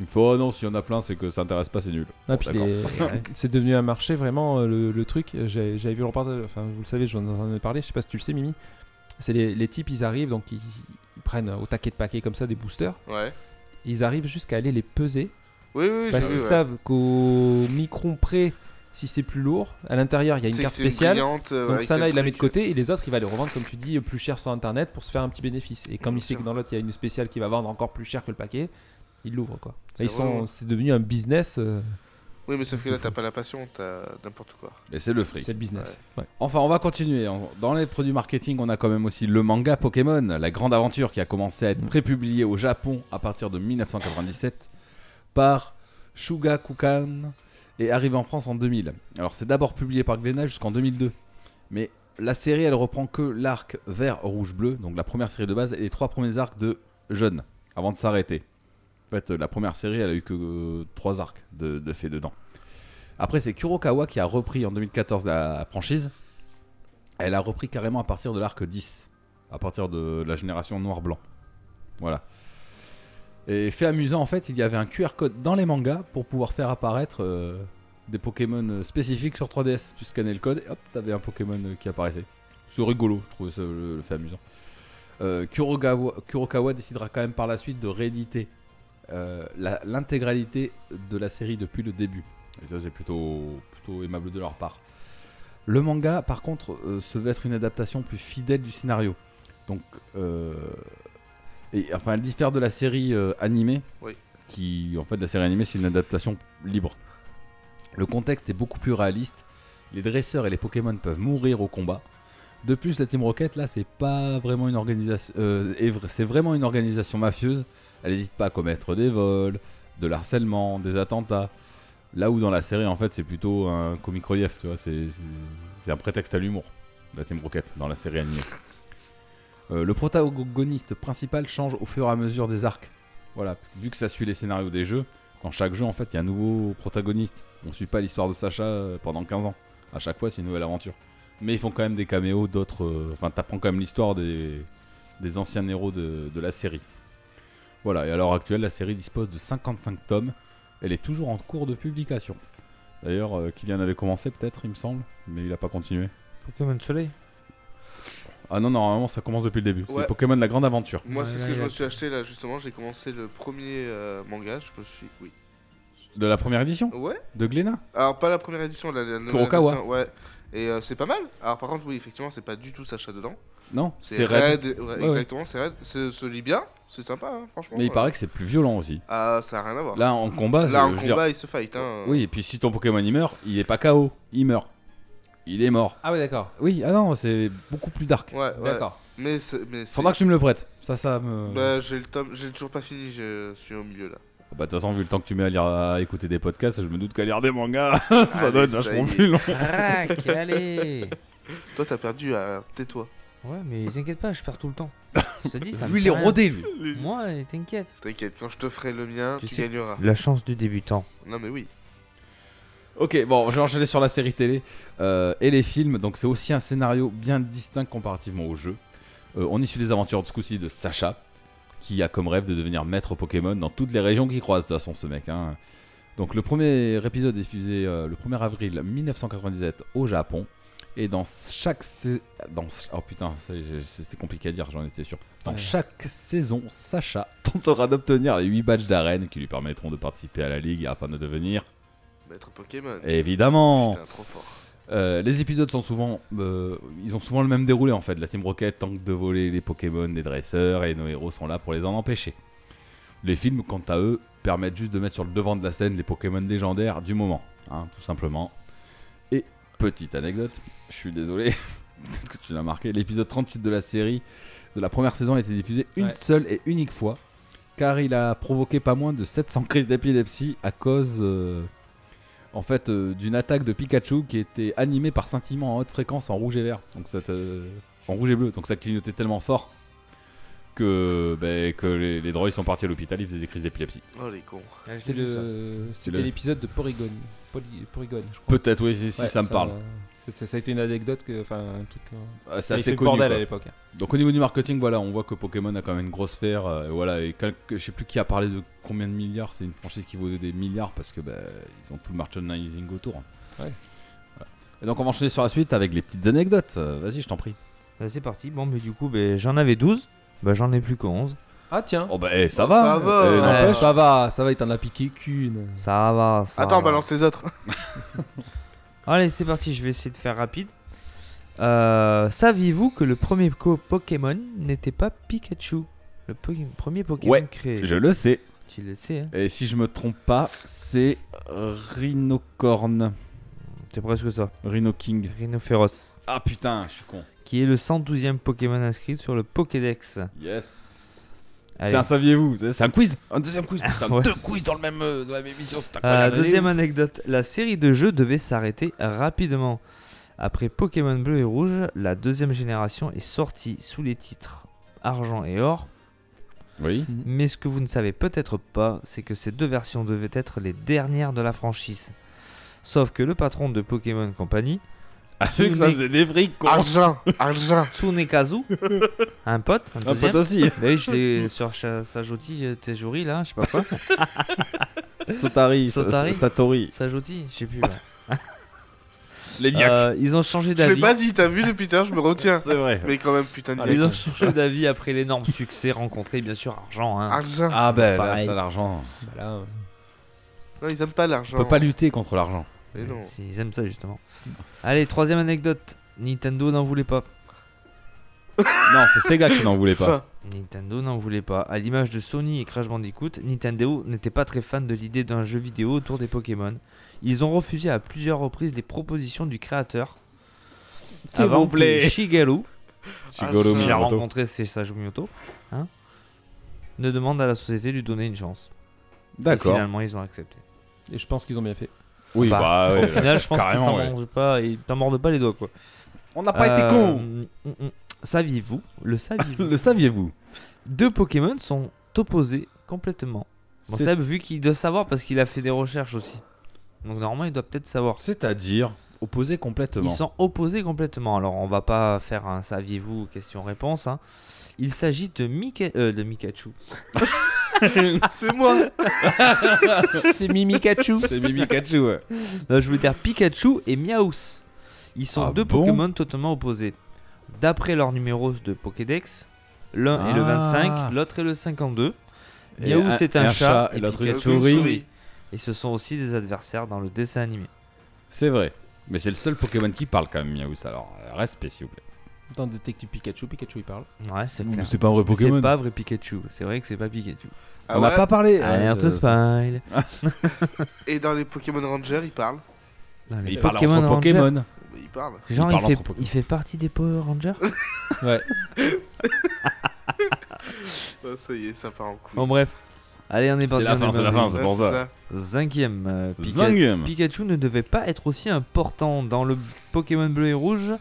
Il me faut oh non, s'il y en a plein c'est que ça intéresse pas, c'est nul.
Ah, puis
d'accord.
les- c'est devenu un marché vraiment euh, le, le truc. euh, j'ai- J'avais vu le reportage, enfin vous le savez, je vous en ai parlé, je sais pas si tu le sais, Mimi. C'est les, les types, ils arrivent, donc ils, ils prennent au taquet de paquets comme ça des boosters.
hein. Ouais.
Ils arrivent jusqu'à aller les peser
Oui, oui, oui,
parce
j'ai
qu'ils
vu, ouais.
savent qu'au micron près, si c'est plus lourd, à l'intérieur il y a
C'est
une
que
carte
c'est une
spéciale.
brillante, euh,
Donc
avec
ça là
tel
il la met de
truc.
côté et les autres il va les revendre comme tu dis plus cher sur internet pour se faire un petit bénéfice. Et comme
Bien
il sait
sûr.
que dans l'autre il y a une spéciale qui va vendre encore plus cher que le paquet, il l'ouvre quoi.
C'est hein.
Ils sont,
vraiment-
c'est devenu un business. euh,
Oui, mais sauf que
C'est
là t'as
fou.
pas la passion, t'as n'importe quoi.
Mais c'est le fric.
c'est le business. Ouais.
Enfin, on va continuer. On- Dans les produits marketing, on a quand même aussi le manga Pokémon, la grande aventure qui a commencé à être prépubliée au Japon à partir de 1997 par Shugakukan et arrivé en France en 2000. Alors, c'est d'abord publié par Glénat jusqu'en 2002. Mais la série, elle reprend que l'arc vert, rouge, bleu, donc la première série de base et les trois premiers arcs de Jeune avant de s'arrêter. En fait, la première série, elle a eu que euh, trois arcs de, de fait dedans. Après, c'est Kurokawa qui a repris en 2014 la franchise. Elle a repris carrément à partir de l'arc 10, à partir de la génération noir-blanc. Voilà. Et fait amusant, en fait, il y avait un QR code dans les mangas pour pouvoir faire apparaître euh, des Pokémon euh, spécifiques sur 3DS. Tu scannais le code et hop, t'avais un Pokémon euh, qui apparaissait. C'est rigolo, je trouvais ça le, le fait amusant. Euh, Kurogawa- Kurokawa décidera quand même par la suite de rééditer euh, la- l'intégralité de la série depuis le début. Et ça, c'est plutôt, plutôt aimable de leur part. Le manga, par contre, euh, se veut être une adaptation plus fidèle du scénario. Donc, euh, et, enfin, elle diffère de la série euh, animée,
Oui.
qui, en fait, la série animée, c'est une adaptation libre. Le contexte est beaucoup plus réaliste. Les dresseurs et les Pokémon peuvent mourir au combat. De plus, la Team Rocket, là, c'est pas vraiment une organisation, euh, est vra- c'est vraiment une organisation mafieuse. Elle n'hésite pas à commettre des vols, de l'harcèlement, des attentats. Là où dans la série, en fait, c'est plutôt un comic relief, tu vois, c'est- c'est c'est un prétexte à l'humour, la Team Rocket, dans la série animée. Euh, le protagoniste principal change au fur et à mesure des arcs. Voilà, vu que ça suit les scénarios des jeux, dans chaque jeu en fait, il y a un nouveau protagoniste. On suit pas l'histoire de Sacha euh, pendant 15 ans. À chaque fois, c'est une nouvelle aventure. Mais ils font quand même des caméos d'autres. euh, Enfin, t'apprends quand même l'histoire des, des anciens héros de, de la série. Voilà, et à l'heure actuelle, la série dispose de 55 tomes. Elle est toujours en cours de publication. D'ailleurs, euh, Kylian avait commencé peut-être, il me semble, mais il n'a pas continué.
Pokémon Soleil
Ah non, non, normalement ça commence depuis le début.
Ouais.
C'est Pokémon la grande aventure.
Moi,
Ouais,
c'est ce
là,
que
il y
je
a-
me suis acheté là, justement. J'ai commencé le premier euh, manga. Je me suis. Oui.
De la première édition
Ouais.
De Glénat
Alors, pas la première édition, la, la nouvelle
Kurokawa.
édition, Ouais. Et euh, c'est pas mal. Alors, par contre, oui, effectivement, c'est pas du tout Sacha dedans.
Non,
C'est
Red.
Red. ouais,
ouais.
Exactement, c'est Red. C'est- Se lit bien. C'est sympa, hein, franchement.
Mais il
ouais.
paraît que c'est plus violent aussi.
Ah, ça a rien à voir.
Là en combat,
Là,
je-
en
je veux
combat, il se fight. Hein.
dire- Oui, et puis si ton Pokémon il meurt, il est pas KO, il meurt. Il est mort.
Ah ouais, d'accord.
Oui, ah non, c'est beaucoup plus dark.
Ouais, ouais.
D'accord.
Mais c'est. mais c'est-
Faudra que tu me le prêtes. Ça, ça me. Bah,
Bah, j'ai le tome. J'ai toujours pas fini. Je suis au milieu là.
Ah de toute façon, vu le temps que tu mets à, lire, à écouter des podcasts, je me doute qu'à lire des mangas, ça
Allez,
doit être
ça
vachement
y est.
plus long.
Crac, allez
Toi, t'as perdu. alors Tais-toi.
Ouais, mais t'inquiète pas, je perds tout le temps. Je te dis, ça me
Lui, il
fait
est
rien.
rodé, lui.
Moi, eh, t'inquiète.
T'inquiète, quand je te ferai le mien,
Tu
tu,
sais-
gagneras.
La chance du débutant.
Non, mais oui.
Ok, bon, je vais enchaîner sur la série télé euh, et les films. Donc, c'est aussi un scénario bien distinct comparativement au jeu. Euh, on y suit les aventures de ce coup-ci de Sacha, qui a comme rêve de devenir maître Pokémon dans toutes les régions qu'il croise, de toute façon, ce mec. hein. Donc, le premier épisode est diffusé euh, le 1er avril 1997 au Japon. Et dans chaque. sais- Dans... Oh putain, ça y est, c'était compliqué à dire, j'en étais sûr. Dans
Ouais.
chaque saison, Sacha tentera d'obtenir les 8 badges d'arène qui lui permettront de participer à la ligue afin de devenir.
Maître Pokémon.
Évidemment!
Putain, trop fort.
Euh, les épisodes sont souvent, euh, ils ont souvent le même déroulé en fait. La Team Rocket tente de voler les Pokémon des dresseurs et nos héros sont là pour les en empêcher. Les films, quant à eux, permettent juste de mettre sur le devant de la scène les Pokémon légendaires du moment, hein, tout simplement. Et petite anecdote, je suis désolé, peut-être que tu l'as marqué, l'épisode 38 de la série de la première saison a été diffusé une
Ouais.
seule et unique fois, car il a provoqué pas moins de 700 crises d'épilepsie à cause euh, en fait euh, d'une attaque de Pikachu qui était animée par scintillement en haute fréquence en rouge et vert, donc ça te- en rouge et bleu, donc ça clignotait tellement fort que, ben, que les, les droïdes sont partis à l'hôpital, ils faisaient des crises d'épilepsie.
Oh les cons.
C'était le- c'était
le-
l'épisode de Porygon. Poly- Porygon, je crois.
Peut-être oui, si, si
Ouais,
ça me parle.
c'est- c'est- ça a été une anecdote, que- enfin un truc. euh,
Ah, C'est
ça a fait
assez
le
connu.
bordel
quoi.
à l'époque. hein.
Donc au niveau du marketing, voilà, on voit que Pokémon a quand même une grosse sphère. euh, voilà, et quelque- je sais plus qui a parlé de combien de milliards. C'est une franchise qui vaut des milliards parce que bah, ils ont tout le merchandising autour.
Ouais.
Voilà. Et donc on va enchaîner sur la suite avec les petites anecdotes. Euh, Vas-y, je t'en prie.
Bah, c'est parti. Bon, mais du coup, ben, j'en avais 12. Bah, j'en ai plus que 11.
Ah tiens.
Oh bah eh, ça
Oh,
va.
ça va.
Eh,
Ouais,
n'empêche.
Euh, ça va, ça va, il t'en a piqué qu'une.
Ça va, ça
Attends,
va.
balance les autres.
Allez, c'est parti, je vais essayer de faire rapide. Euh, Saviez-vous que le premier co- Pokémon n'était pas Pikachu Le po- premier Pokémon
Ouais,
créé.
Je le sais.
Tu le sais, hein
Et si je me trompe pas, c'est Rhinocorn,
C'est presque ça.
Rhino King.
Rhinophéros.
Ah putain, je suis con.
Qui est le 112e Pokémon inscrit sur le Pokédex.
Yes.
Allez.
C'est un saviez-vous C'est c'est un quiz. Ah, Un deuxième quiz. Putain,
Ouais.
Deux quiz dans le même euh, dans la même émission. c'est
Euh,
incroyable.
deuxième anecdote, la série de jeux devait s'arrêter rapidement. Après Pokémon bleu et rouge, la deuxième génération est sortie sous les titres argent et or.
Oui.
Mais ce que vous ne savez peut-être pas, c'est que ces deux versions devaient être les dernières de la franchise. Sauf que le patron de Pokémon Company,
Ah, vu que ça faisait des frics, quoi.
Argent, argent.
Tsunekazu, un pote, un
Un
deuxième,
pote aussi.
bah oui, je l'ai sur Cha- Sajoti, euh, Tejuri, là, je sais pas quoi.
Sotari,
Sotari.
S- Satori.
Sajoti, je sais plus. là.
Les
Euh, ils ont changé
Je l'ai
d'avis.
pas dit, t'as vu depuis tard, je me retiens.
C'est vrai. Ah,
Mais quand même, putain de
Ils
mec.
ont changé d'avis après l'énorme succès rencontré, bien sûr, argent. hein.
Argent.
Ah ben, là,
Pareil.
ça l'argent.
Voilà, euh,
Non, ils aiment pas l'argent.
On peut pas lutter contre l'argent.
Mais non.
Si, Ils aiment ça justement. Allez, troisième anecdote. Nintendo n'en voulait pas.
Non, c'est Sega qui n'en voulait pas.
Nintendo n'en voulait pas. À l'image de Sony et Crash Bandicoot, Nintendo n'était pas très fan de l'idée d'un jeu vidéo autour des Pokémon. Ils ont refusé à plusieurs reprises les propositions du créateur.
S'il
Avant
vous plaît.
que Shigeru,
Shigeru
Ah,
qui a
Miyamoto.
rencontré Seisaji Miyamoto, hein, ne demande à la société de lui donner une chance. Et
D'accord.
Finalement, ils ont accepté.
Et je pense qu'ils ont bien fait.
Oui,
Bah,
bah, ouais.
Au final, je pense qu'ils
Carrément,
s'en
ouais.
mangent pas, ils t'en mordent pas les doigts quoi.
On
Euh,
n'a pas été con.
mm, mm, mm. Saviez-vous Le saviez-vous
Le saviez-vous
Deux Pokémon sont opposés complètement. Bon,
C'est-
Seb, vu qu'il doit savoir parce qu'il a fait des recherches aussi. Donc normalement, il doit peut-être savoir.
C'est-à-dire opposé complètement.
Ils sont opposés complètement. Alors, on va pas faire un saviez-vous question-réponse. hein. Il s'agit de, Mika- euh, de Mikachu.
Ah, C'est moi
C'est Mimikachu.
C'est Mimikachu. ouais.
Non, je veux dire Pikachu et Miaus. Ils sont
Ah
deux
bon
Pokémon totalement opposés. D'après leurs numéros de Pokédex, l'un est le
Ah.
25, l'autre est le 52.
Et
Miaou,
un-
c'est
et
un,
un
chat,
chat, et l'autre
Pikachu,
une souris.
Et ce sont aussi des adversaires dans le dessin animé.
C'est vrai. Mais c'est le seul Pokémon qui parle quand même, Miaous. Alors, euh, respect s'il vous plaît.
Dans Détective Pikachu, Pikachu il parle.
Ouais, c'est clair.
pas un vrai
Mais C'est pas vrai Pikachu. C'est vrai que c'est pas Pikachu.
Ah
On n'a
ouais
pas parlé.
Alerte
euh, de-
Smile.
Et dans les Pokémon Rangers, il parle.
Non, les
Il parle
Pokémon
entre
Rangers.
Pokémon.
Il parle.
Genre,
Il
il,
parle
fait,
entre Pokémon.
il fait partie des Power Rangers
Ouais.
Ah, ça y est, ça part en couille. Ah,
Bon, bref. Allez, on est
C'est
parti.
la
on est
fin, c'est la
parti.
fin, c'est pour
Ouais,
Oh, ça.
Cinquième. euh, Pika-
Zingum.
Pikachu ne devait pas être aussi important dans le Pokémon bleu et rouge,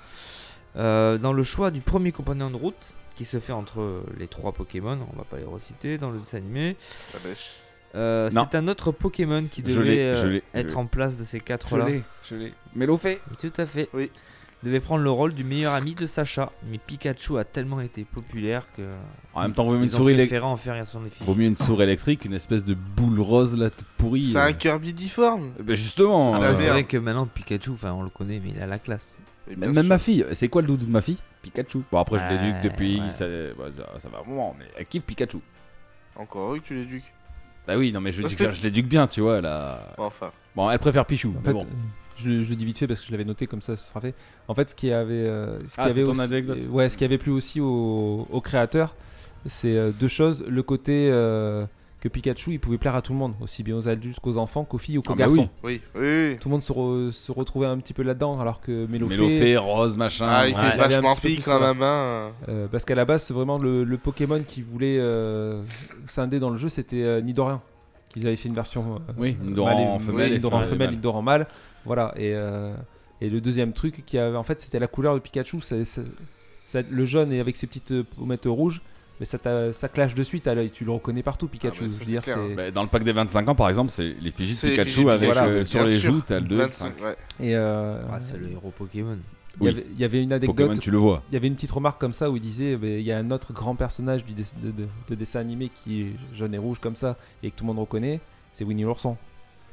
euh, dans le choix du premier compagnon de route qui se fait entre les trois Pokémon, on va pas les reciter dans le dessin animé.
Ça mèche.
Euh,
Non.
c'est un autre Pokémon qui
Je
devait
l'ai,
euh,
je l'ai, je
être
l'ai.
en place de ces quatre-là.
je l'ai. Mais l'eau fait.
Tout à fait.
Oui.
Devait prendre le rôle du meilleur ami de Sacha, mais Pikachu a tellement été populaire que euh,
En même temps, vaut mieux une
ils ont
souris électrique.
préféré en faire son effigie.
Vaut mieux une souris électrique, une espèce de boule rose là toute pourrie.
C'est
euh.
un Kirby difforme.
Euh, bah, justement.
Ah,
euh,
bah,
C'est
merde.
vrai que maintenant Pikachu, enfin on le connaît, mais il a la classe.
Et bien
Même même
sûr.
ma fille, c'est quoi le doudou de ma fille Pikachu. Bon, après, je
Ouais,
déduis que depuis,
ouais.
ça, bah, ça- ça va un moment, mais elle kiffe Pikachu.
Encore heureux que tu l'éduques.
Bah oui, non, mais je, dis que je l'éduque bien, tu vois. Là.
Bon, Enfin,
Bon, elle préfère Pichou.
En
mais
fait,
bon.
euh, je, je le dis vite fait parce que je l'avais noté comme ça, ce sera fait. En fait, ce qui avait, euh, ce qui
Ah,
avait
c'est ton
aussi-
anecdote.
euh, ouais, ce qui avait plu aussi au, au créateur, c'est euh, deux choses le côté euh, que Pikachu, il pouvait plaire à tout le monde, aussi bien aux adultes qu'aux enfants, qu'aux filles ou qu'aux
Ah, bah
garçons.
oui.
oui, oui.
Tout le monde se, re- se retrouvait un petit peu là-dedans, alors que Mélofée,
Mélofée, rose, machin.
Ah, il
ouais,
fait
il avait
vachement
un petit peu
fille
plus
quand
ça.
même. hein.
euh, parce qu'à la base, c'est vraiment le, le Pokémon qui voulait euh, scinder dans le jeu, c'était euh, Nidoran. Ils avaient fait une version euh,
Oui,
Euh,
Nidoran
mâle et-
en
oui,
femelle et
Nidoran en
femelle et
femelle,
mâle.
Nidoran en mâle. Voilà. Et, euh, et le deuxième truc qui avait, en fait, c'était la couleur de Pikachu. Ça- ça- ça- le jaune et avec ses petites euh, pommettes rouges, mais ça, t'a- ça clash de suite à l'œil. Tu le reconnais partout, Pikachu.
mais Ah, ça,
je
c'est
veux dire,
clair,
c'est-
Bah, dans le pack des 25 ans, par exemple, c'est l'effigie de
C'est l'effigie
Pikachu
de
avec
Pikachu,
euh,
bien
sur les
sûr.
joues, t'as le 2.
25, hein. ouais.
Et euh,
Ah, c'est le héros Pokémon.
il y
Oui.
avait- il y avait une anecdote.
Pokémon, tu le vois.
Il y avait une petite remarque comme ça où il disait mais il y a un autre grand personnage du dess- de, de- de dessin animé qui est jaune et rouge comme ça et que tout le monde reconnaît, c'est Winnie l'ourson.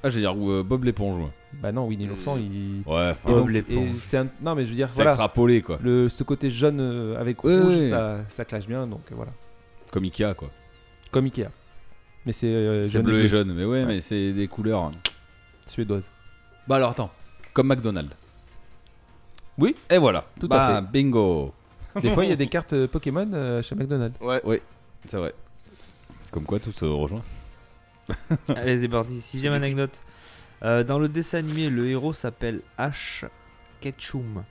Ah, je veux dire, ou euh, Bob l'éponge. ouais.
Bah non, Winnie
Hmm.
Euh,
l'ourson, il.
Ouais,
et
enfin,
Bob
donc- et
l'éponge.
c'est un- Non, mais je veux dire,
c'est
voilà.
extrapolé, quoi.
Le, ce côté jaune euh, avec
Ouais,
rouge,
ouais.
Ça, ça clash bien, donc euh, voilà.
Comme Ikea, quoi.
Comme Ikea. Mais c'est euh,
C'est
jaune
bleu
et
et
bleu,
jaune, mais ouais,
Ouais.
mais c'est des couleurs. hein.
suédoise.
Bah alors, attends. Comme McDonald's.
Oui.
Et voilà.
Tout à
Bah,
fait.
Bingo.
Des fois, il y a des cartes euh, Pokémon euh, chez McDonald's.
Ouais.
C'est vrai. Comme quoi, tout se rejoint.
Allez, c'est parti. Sixième anecdote. Euh, dans le dessin animé, le héros s'appelle Ash Ketchum.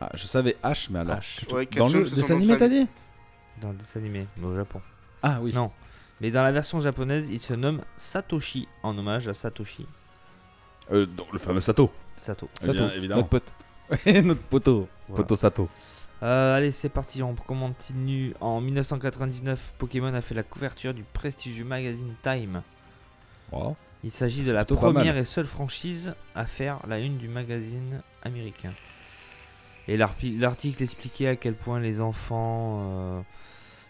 Ah, je savais H, mais alors.
Ash.
Ouais,
Dans
Ketchum,
le
c'est son
dessin
nom de
animé, t'as
famille.
dit
Dans le dessin animé, mais au Japon.
Ah oui.
Non. Mais dans la version japonaise, il se nomme Satoshi en hommage à Satoshi.
Euh, dans le fameux Sato.
Sato.
Eh bien,
Sato,
évidemment.
notre pote.
Ouais, notre poteau.
Voilà.
Poteau Sato.
Euh, allez, c'est parti, on continue. En 1999, Pokémon a fait la couverture du prestigieux magazine Time.
Wow.
Il s'agit de la
Plutôt pas
première et seule franchise à faire la une du magazine américain. Et l'arpi- l'article expliquait à quel point les enfants euh,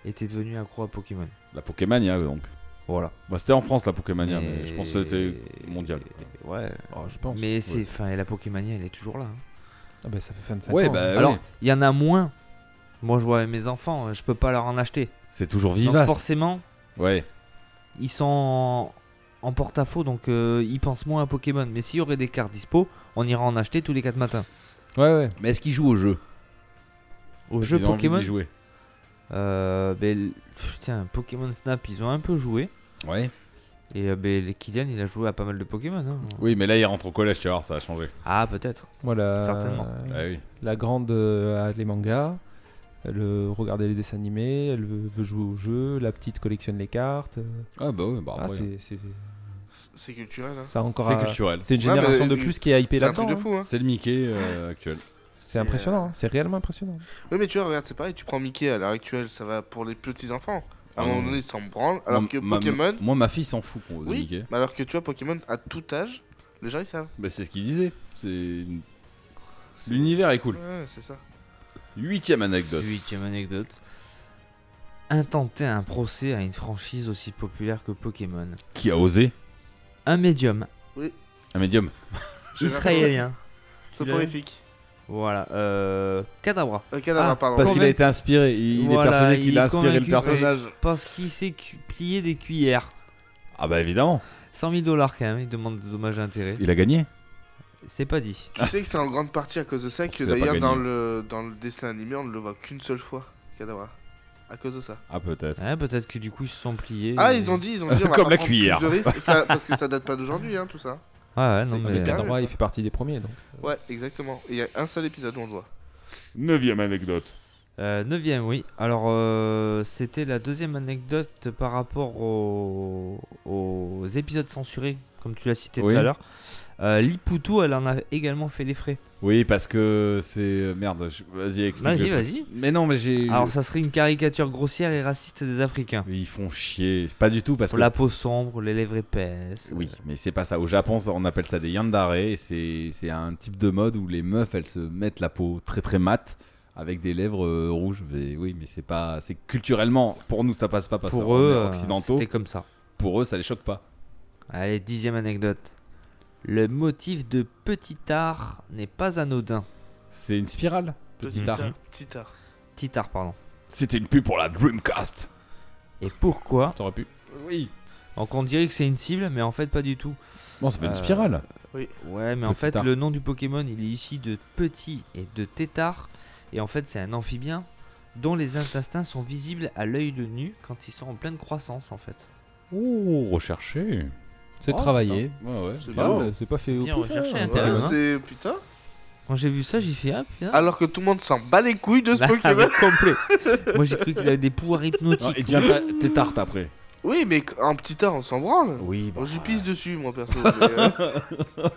étaient devenus accros à Pokémon.
La Pokémania, donc.
Voilà.
Bah, c'était en France, la Pokémania, mais je pense que c'était mondial.
Ouais.
Ah,
Oh, je pense.
Mais c'est, enfin, et la Pokémanie, elle est toujours là. hein.
Ah, bah, ça fait fin de 5
Ouais,
ans.
bah,
hein.
oui.
Alors, il y en a moins. Moi, je vois avec mes enfants, je peux pas leur en acheter.
C'est toujours
Donc
vivace.
forcément,
Ouais.
ils sont en, en porte-à-faux, donc euh, ils pensent moins à Pokémon. Mais s'il y aurait des cartes dispo, on ira en acheter tous les 4 matins.
Ouais, ouais.
Mais est-ce qu'ils jouent au jeu
Au jeu
Ils ont envie
Pokémon,
d'y jouer.
Euh, ben, pff, tiens, Pokémon Snap, ils ont un peu joué.
Ouais.
Et euh, ben, les Kylian, il a joué à pas mal de Pokémon. hein.
Oui, mais là, il rentre au collège, tu vas voir, ça a changé.
Ah, peut-être.
Voilà.
Certainement.
Ah oui.
La grande euh, a les mangas. Elle euh, regarde les dessins animés. Elle veut, veut jouer au jeu. La petite collectionne les cartes. euh.
Ah bah ouais, bah
Ah,
après,
c'est, c'est-
C'est culturel. Hein.
ça a encore.
c'est
euh,
un-
culturel.
C'est une
Ouais,
génération
mais-
de plus qui est hypée
C'est un truc
là-dedans.
de
hein.
fou. Hein.
C'est le Mickey euh, actuel.
C'est impressionnant, hein, c'est réellement impressionnant.
Oui, mais tu vois, regarde, c'est pareil, tu prends Mickey à l'heure actuelle, ça va pour les petits-enfants. À un
Mmh.
moment donné, ils s'en branlent, alors
Moi,
que
ma-
Pokémon.
Moi, ma fille s'en fout qu'on
Oui, mais alors que tu vois, Pokémon, à tout âge, les gens ils savent.
Bah, c'est ce qu'il disait. C'est... L'univers est cool.
Ouais, c'est ça.
Huitième anecdote.
Huitième anecdote. Intenter un procès à une franchise aussi populaire que Pokémon.
Qui a osé
Un médium
Un médium.
israélien.
Soporifique.
Voilà. Euh... Kadabra.
Euh, Kadabra,
Ah,
pardon.
Parce qu'il a
Convainc-
été inspiré. Il il est
Voilà,
persuadé qu'il
il
a
est
inspiré le
convaincu.
personnage.
Personnage.
Parce qu'il sait cu- plier des cuillères.
Ah, bah évidemment.
100 000 dollars quand même, il demande de dommages et intérêts.
Il a gagné.
C'est pas dit.
Tu sais que c'est en grande partie à cause de ça
Parce
que
qu'il a pas
d'ailleurs,
gagné.
dans le, dans le dessin animé, on ne le voit qu'une seule fois, Kadabra. À cause de ça.
Ah, peut-être.
Ouais, peut-être que du coup ils se sont pliés.
Ah,
et-
ils ont dit, ils ont dit. on va
Comme
pas
la
prendre
cuillère.
plus de risques, ça- parce que ça date pas d'aujourd'hui, hein, tout ça.
Ouais, ouais, non
C'est
mais.
hyper-
Cadabra, il fait partie des premiers, donc.
Ouais, exactement. Et il y a un seul épisode où on le voit.
Neuvième anecdote.
Euh, neuvième, oui. Alors, euh, c'était la deuxième anecdote par rapport aux, aux épisodes censurés, comme tu l'as cité
Oui.
tout à l'heure. Euh, Liputo, elle en a également fait les frais.
Oui, parce que c'est. euh, Merde, je- vas-y, explique.
Vas-y,
le-
vas-y.
Mais non, mais j'ai.
Alors, ça serait une caricature grossière et raciste des Africains.
Ils font chier. Pas du tout, parce que.
La peau sombre, les lèvres épaisses.
Oui, mais c'est pas ça. Au Japon, ça- on appelle ça des yandare. et C'est c'est un type de mode où les meufs, elles se mettent la peau très très mate avec des lèvres euh, rouges. Mais oui, mais c'est pas. C'est culturellement. Pour nous, ça passe pas parce
Pour
qu'on
eux,
est
euh,
occidentaux.
c'était comme ça.
Pour eux, ça les choque pas.
Allez, dixième anecdote. Le motif de petit art n'est pas anodin.
C'est une spirale. Petit art.
Petit tard.
Petit art, pardon.
C'était une pub pour la Dreamcast.
Et pourquoi
T'aurais pu. Oui.
Donc, on dirait que c'est une cible, mais en fait, pas du tout.
Bon, ça fait
Euh,
une spirale.
Ouais, mais en
Petit
fait,
art.
le nom du Pokémon, il est issu de petit et de tétard. Et en fait, c'est un amphibien dont les intestins sont visibles à l'œil le nu quand ils sont en pleine croissance, en fait.
Oh, recherché.
C'est
Oh,
travaillé.
putain. Bah Ouais, ouais.
C'est
bien.
beau.
Ah, C'est pas fait au
Bien
pif,
recherché,
hein.
Ouais,
Intéressant.
c'est. Putain.
Quand j'ai vu ça, j'ai fait ah putain.
Alors que tout le monde s'en bat les couilles de ce
Là,
Bah,
Pokémon.
complet. Moi, j'ai cru qu'il avait des pouvoirs
Non, et
hypnotiques.
bien, t'as- t'es tarte après.
Oui, mais qu- en petit tard, on s'en branle.
Oui, bah.
Bon, J'y pisse dessus, moi perso. mais, euh,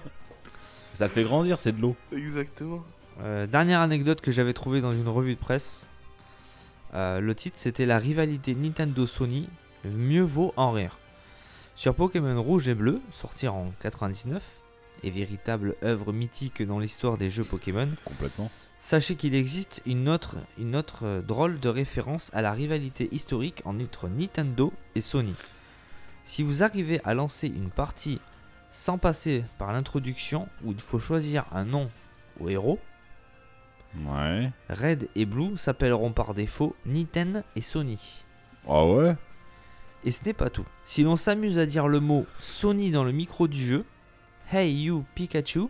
Ça le fait grandir, c'est de l'eau.
Exactement.
Euh, dernière anecdote que j'avais trouvée dans une revue de presse. Euh, le titre, c'était la rivalité Nintendo-Sony. Mieux vaut en rire. Sur Pokémon Rouge et Bleu, sorti en 99 et véritable œuvre mythique dans l'histoire des jeux Pokémon,
Complètement.
Sachez qu'il existe une autre, une autre euh, drôle de référence à la rivalité historique en- entre Nintendo et Sony. Si vous arrivez à lancer une partie sans passer par l'introduction où il faut choisir un nom au héros,
Ouais.
Red et Blue s'appelleront par défaut Nintendo et Sony.
Ah ouais
Et ce n'est pas tout. Si l'on s'amuse à dire le mot Sony dans le micro du jeu, Hey You Pikachu,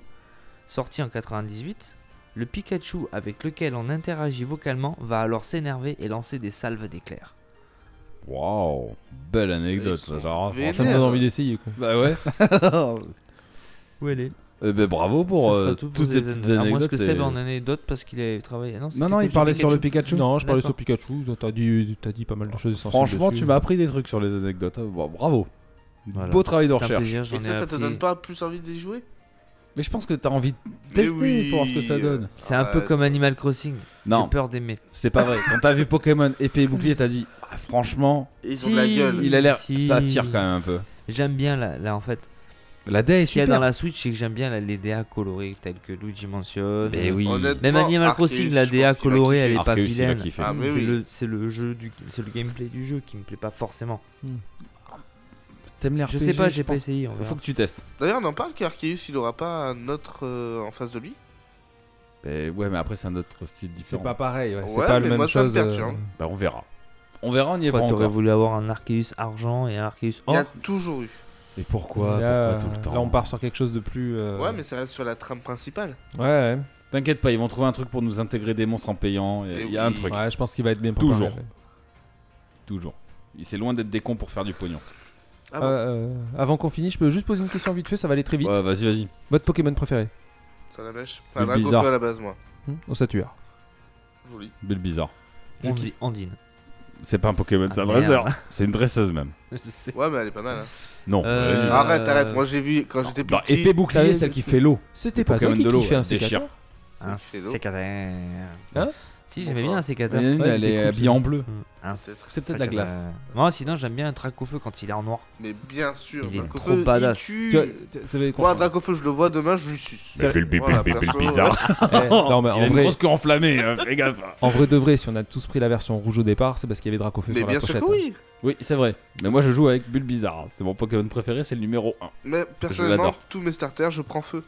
sorti en 98, le Pikachu avec lequel on interagit vocalement va alors s'énerver et lancer des salves d'éclairs.
Waouh, belle anecdote,
Ils sont
ça, genre,
vénères.
Ça me donne envie d'essayer, quoi.
Bah ouais.
Où elle est
Eh ben, bravo pour euh, toutes ces petites
À moins
anecdotes.
Ah, que
c'est-
Seb en anecdote parce qu'il avait travaillé. Non, c'était
non, non, il
que
parlait sur le Pikachu.
Non, je parlais
D'accord.
sur Pikachu, t'as dit, t'as dit pas mal de choses essentielles.
Franchement,
dessus.
tu m'as appris des trucs sur les anecdotes. Ah, bon, bravo.
Voilà.
Beau travail de
C'est un
recherche.
plaisir,
Et
j'en ai
ça, ça te
appris.
donne pas plus envie d'y jouer
Mais je pense que t'as envie de tester
Mais oui. euh,
pour voir ce que ça donne.
C'est un peu
Arrête.
comme Animal Crossing. J'ai
Non,
peur d'aimer.
c'est pas vrai. Quand t'as vu Pokémon épée et bouclier, t'as dit ah, franchement,
Ils ont de la
Si.
gueule.
il a l'air.
Si.
Ça attire quand même un peu.
J'aime bien là, là en fait.
La DA est
Ce qu'il y a
super.
dans la Switch, c'est que j'aime bien la- les DA colorées telles que Luigi mentionne.
Mais oui.
Honnêtement,
Même Animal
Arceus,
Crossing, la
je pense
DA
qu'il va
colorée,
kiffer.
elle est pas
Arceus, il va
vilaine.
kiffer.
Ah, mais
c'est
oui.
le c'est le jeu du c'est le gameplay du jeu qui me plaît pas forcément.
T'aimes les
Je
RPG,
sais pas, j'ai pas
pense.
essayé. on verra.
Faut que tu testes.
D'ailleurs, on en parle qu'Arceus, il aura pas un autre euh, en face de lui.
Mais ouais, mais après, c'est un autre style
C'est
différent.
pas pareil, ouais, c'est
Ouais,
pas
mais
le même
moi, ça me
chose. euh,
perturbe.
Bah, on verra. On verra, on y est pas
Pourquoi t'aurais
encore.
voulu avoir un Arceus argent et un Arceus
Il
or
y a
Oh.
toujours eu.
Et pourquoi,
là,
pourquoi tout le temps
Là, on part sur quelque chose de plus. euh,
Ouais, mais ça reste sur la trame principale.
Ouais,
T'inquiète pas, ils vont trouver un truc pour nous intégrer des monstres en payant.
Eh
Il y a un
oui.
truc,
ouais. Ouais, je pense qu'il va être bien préparé.
Toujours. toujours. Il- C'est loin d'être des cons pour faire du pognon.
Ah bon
Euh, euh, avant qu'on finisse, je peux juste poser une question vite fait, ça va aller très vite.
Ouais, vas-y, vas-y.
Votre Pokémon préféré
Ça la mèche.
Le
Enfin, Drago
bizarre.
à la base, moi.
Hmm On s'attire.
Joli.
Belle bizarre.
Ondi- Andine.
C'est pas un Pokémon, c'est
Ah,
un
merde.
dresseur. C'est une dresseuse même.
Ouais, mais elle est pas mal. hein.
Non.
Euh,
elle est nulle.
Ah, Arrête, arrête. Moi, j'ai vu quand j'étais plus
Dans
petit.
épée bouclier, celle qui hein, fait l'eau.
C'était
Pokémon de l'eau,
kiffais
déchire.
sécateur
Un
C'est l'eau.
sécataire.
Hein
Si, j'aimais bien un sécateur.
Il y en a une,
Ouais,
elle
il
est
t'écoute.
habillée en bleu.
Un
C'est peut-être
sécateur.
la glace.
Moi, sinon, j'aime bien un trac au feu quand il est en noir.
Mais bien sûr,
Il est
Dracofeu,
trop badass.
tue.
Tu vois, tu- ça va
Moi,
comprendre.
Dracofeu, je le vois demain, je lui suce.
Ça-
fait le bip,
Voilà,
bip, bip,
perso,
bip, bizarre.
Eh, non, mais
Il a
en
une
vrai,
grosse queue enflammée, hein, fais gaffe.
en vrai de vrai, si on a tous pris la version rouge au départ, c'est parce qu'il y avait Dracofeu
Mais
sur la
bien sûr
pochette.
que oui.
Oui, c'est vrai. Mais moi, je joue avec Bulbizarre. C'est mon Pokémon préféré, c'est le numéro 1.
Mais personnellement,
l'adore.
tous mes starters, je prends feu.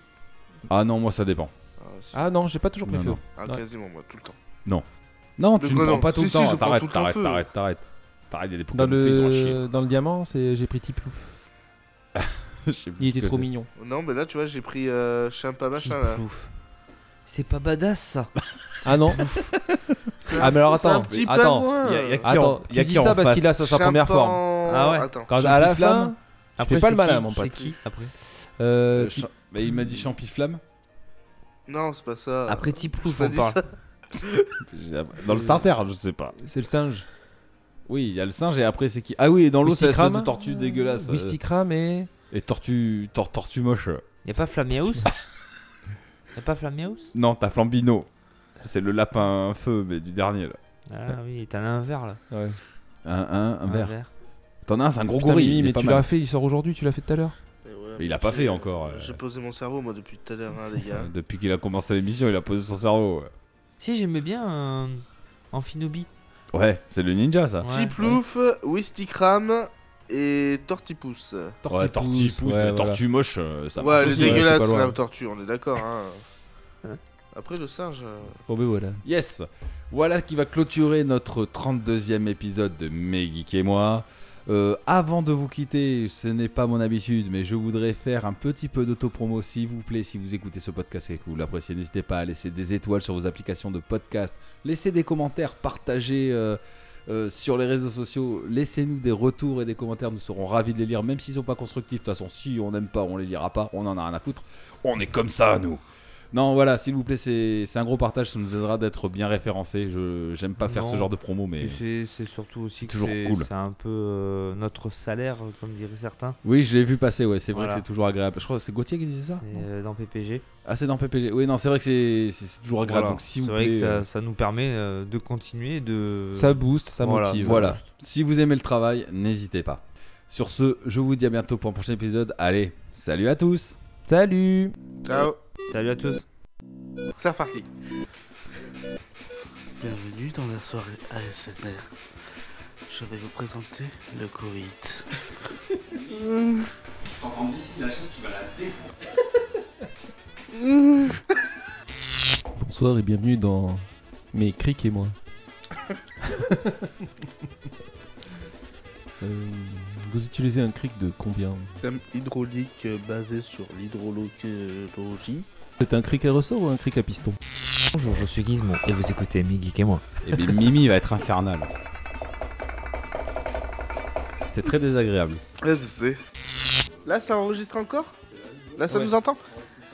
Ah non, moi, ça dépend.
Ah, si.
Ah non, j'ai pas toujours pris
Non,
feu.
non.
Ah,
ouais.
quasiment, moi, tout le temps.
Non,
Mais
tu ne
non,
prends pas tout
si,
le
si, je
temps.
prends
T'arrêtes,
tout le temps
t'arrêtes,
feu.
t'arrêtes, t'arrêtes. T'arrêtes, il y a des Pokémon
Dans
de feu, ils sont à chier.
le, dans le diamant, c'est- j'ai pris Tiplouf.
Je sais plus
Il était
ce que
trop
c'est.
mignon.
Non, mais là, tu vois, j'ai pris euh, je sais pas machin là.
Tiplouf. C'est pas badass ça.
Ah non Ah mais alors
C'est un
attends,
petit
attends,
pingouin.
Y a- y a qui en-
attends,
y a
tu dis
qui en
ça parce
face
qu'il a sa sa première forme.
Chimpan-
Ah ouais.
Attends.
Quand à la
Champiflame.
fin, fais pas
c'est
le malin,
qui-
mon pote.
C'est qui après
euh,
Euh,
tu-
Cha- Mais il m'a dit Champiflamme.
Non, c'est pas ça.
Après Tiplouf,
pas
on
dit
parle.
Dans le starter, je sais pas.
c'est le singe.
Oui, il y a le singe et après c'est qui Ah oui, et dans l'eau c'est l'espèce
Wistikram
de tortue dégueulasse. euh,
Wistikram et...
Et tortue, tor- tortue moche.
Y'a pas Flammeaus Y'a pas Flammeaus
Non, t'as Flambino. C'est le lapin feu, mais du dernier là.
Ah oui, t'en as un vert là.
Ouais.
Un, un, un
Un
vert.
vert.
Ah. T'en as un, c'est un gros
Putain,
gorille.
Mimi,
il est
mais
pas
tu
mal.
l'as fait, il sort aujourd'hui, tu l'as fait tout à l'heure.
Mais ouais,
Mais il a
mais
pas
j'ai-
fait encore, euh.
J'ai posé mon cerveau, moi, depuis tout à l'heure, hein, les gars.
Euh, Depuis qu'il a commencé l'émission, il a posé son cerveau. ouais.
Si, j'aimais bien euh, Amphinobi.
Ouais, c'est le ninja ça.
Ah.
Ouais,
Tiplouf, Wistikram et Tortipousse.
Ouais, tortue pousse,
ouais,
mais
voilà.
tortue moche, euh, ça
ouais,
marche
elle est
aussi, ouais.
dégueulasse,
c'est pas loin.
la tortue, on est d'accord. Hein. Après, le singe. euh,
Bon ben voilà.
Yes Voilà qui va clôturer notre 32e épisode de Megeek et moi. Euh, avant de vous quitter, ce n'est pas mon habitude, mais je voudrais faire un petit peu d'autopromo, s'il vous plaît, si vous écoutez ce podcast et que vous l'appréciez, n'hésitez pas à laisser des étoiles sur vos applications de podcast, laissez des commentaires, partagez euh, euh, sur les réseaux sociaux, laissez-nous des retours et des commentaires, nous serons ravis de les lire, même s'ils sont pas constructifs, de toute façon, si on n'aime pas, on les lira pas, on en a rien à foutre, on est comme ça, nous non, voilà, s'il vous plaît, c'est c'est un gros partage, ça nous aidera d'être bien référencés. Je j'aime pas faire
Non.
ce genre de promo, mais euh,
Puis C'est c'est surtout aussi
C'est
que
toujours
c'est
cool.
c'est un peu euh, notre salaire, comme diraient certains,
oui, je l'ai vu passer. Ouais, c'est vrai
Voilà.
que c'est toujours agréable. Je crois que c'est Gauthier qui
Ah.
disait ça.
c'est,
non
euh, dans PPG.
Ah, c'est dans PPG. Oui, non, c'est vrai que c'est- c'est c'est toujours agréable.
Voilà.
Donc, si
c'est
vous
vrai que
plaît, euh,
ça, ça nous permet euh, de continuer de.
Ça booste, ça
voilà.
motive.
voilà.
hein.
Si vous aimez le travail, n'hésitez pas. Sur ce, je vous dis à bientôt pour un prochain épisode. Allez, salut à tous.
Salut
Ciao,
Salut à tous.
c'est reparti.
Bienvenue dans la soirée ASMR. Je vais vous présenter le coït.
Bonsoir et bienvenue dans mes criques et moi. Euh, vous utilisez un cric de combien
Système hydraulique euh, basé sur l'hydrologie.
C'est un cric à ressort ou un cric à piston
Bonjour, je suis Gizmo et vous écoutez Migik et moi.
Et bien, Mimi va être infernal. C'est très désagréable.
Là, je sais. Là, ça enregistre encore Là, ça nous entend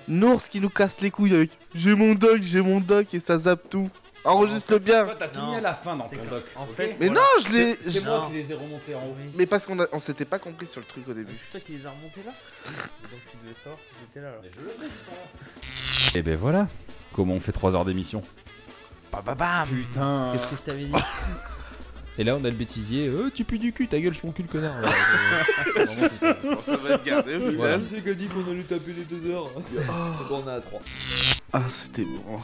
Nours qui nous casse les couilles avec J'ai mon doc, j'ai mon doc et ça zappe tout. Enregistre-le bien
t'as
tout mis à la
fin
C'est comme- En fait,
Mais
voilà.
non, je l'ai.
c'est moi qui
les ai remontés en haut.
Mais parce qu'on a- on s'était pas compris sur le truc au début.
toi qui les as remontés là Donc tu devais savoir qu'ils étaient là.
Et ben voilà, comment on fait 3 heures d'émission.
Bah, bah, bam
Putain.
Qu'est-ce que je t'avais dit
Et là on a le bêtisier, euh, tu pues du cul, ta gueule, je mon cul, connard.
ça va être gardé au
Voilà.
C'est qu'a dit qu'on allait taper les deux heures. On est à 3.
Ah, c'était bon.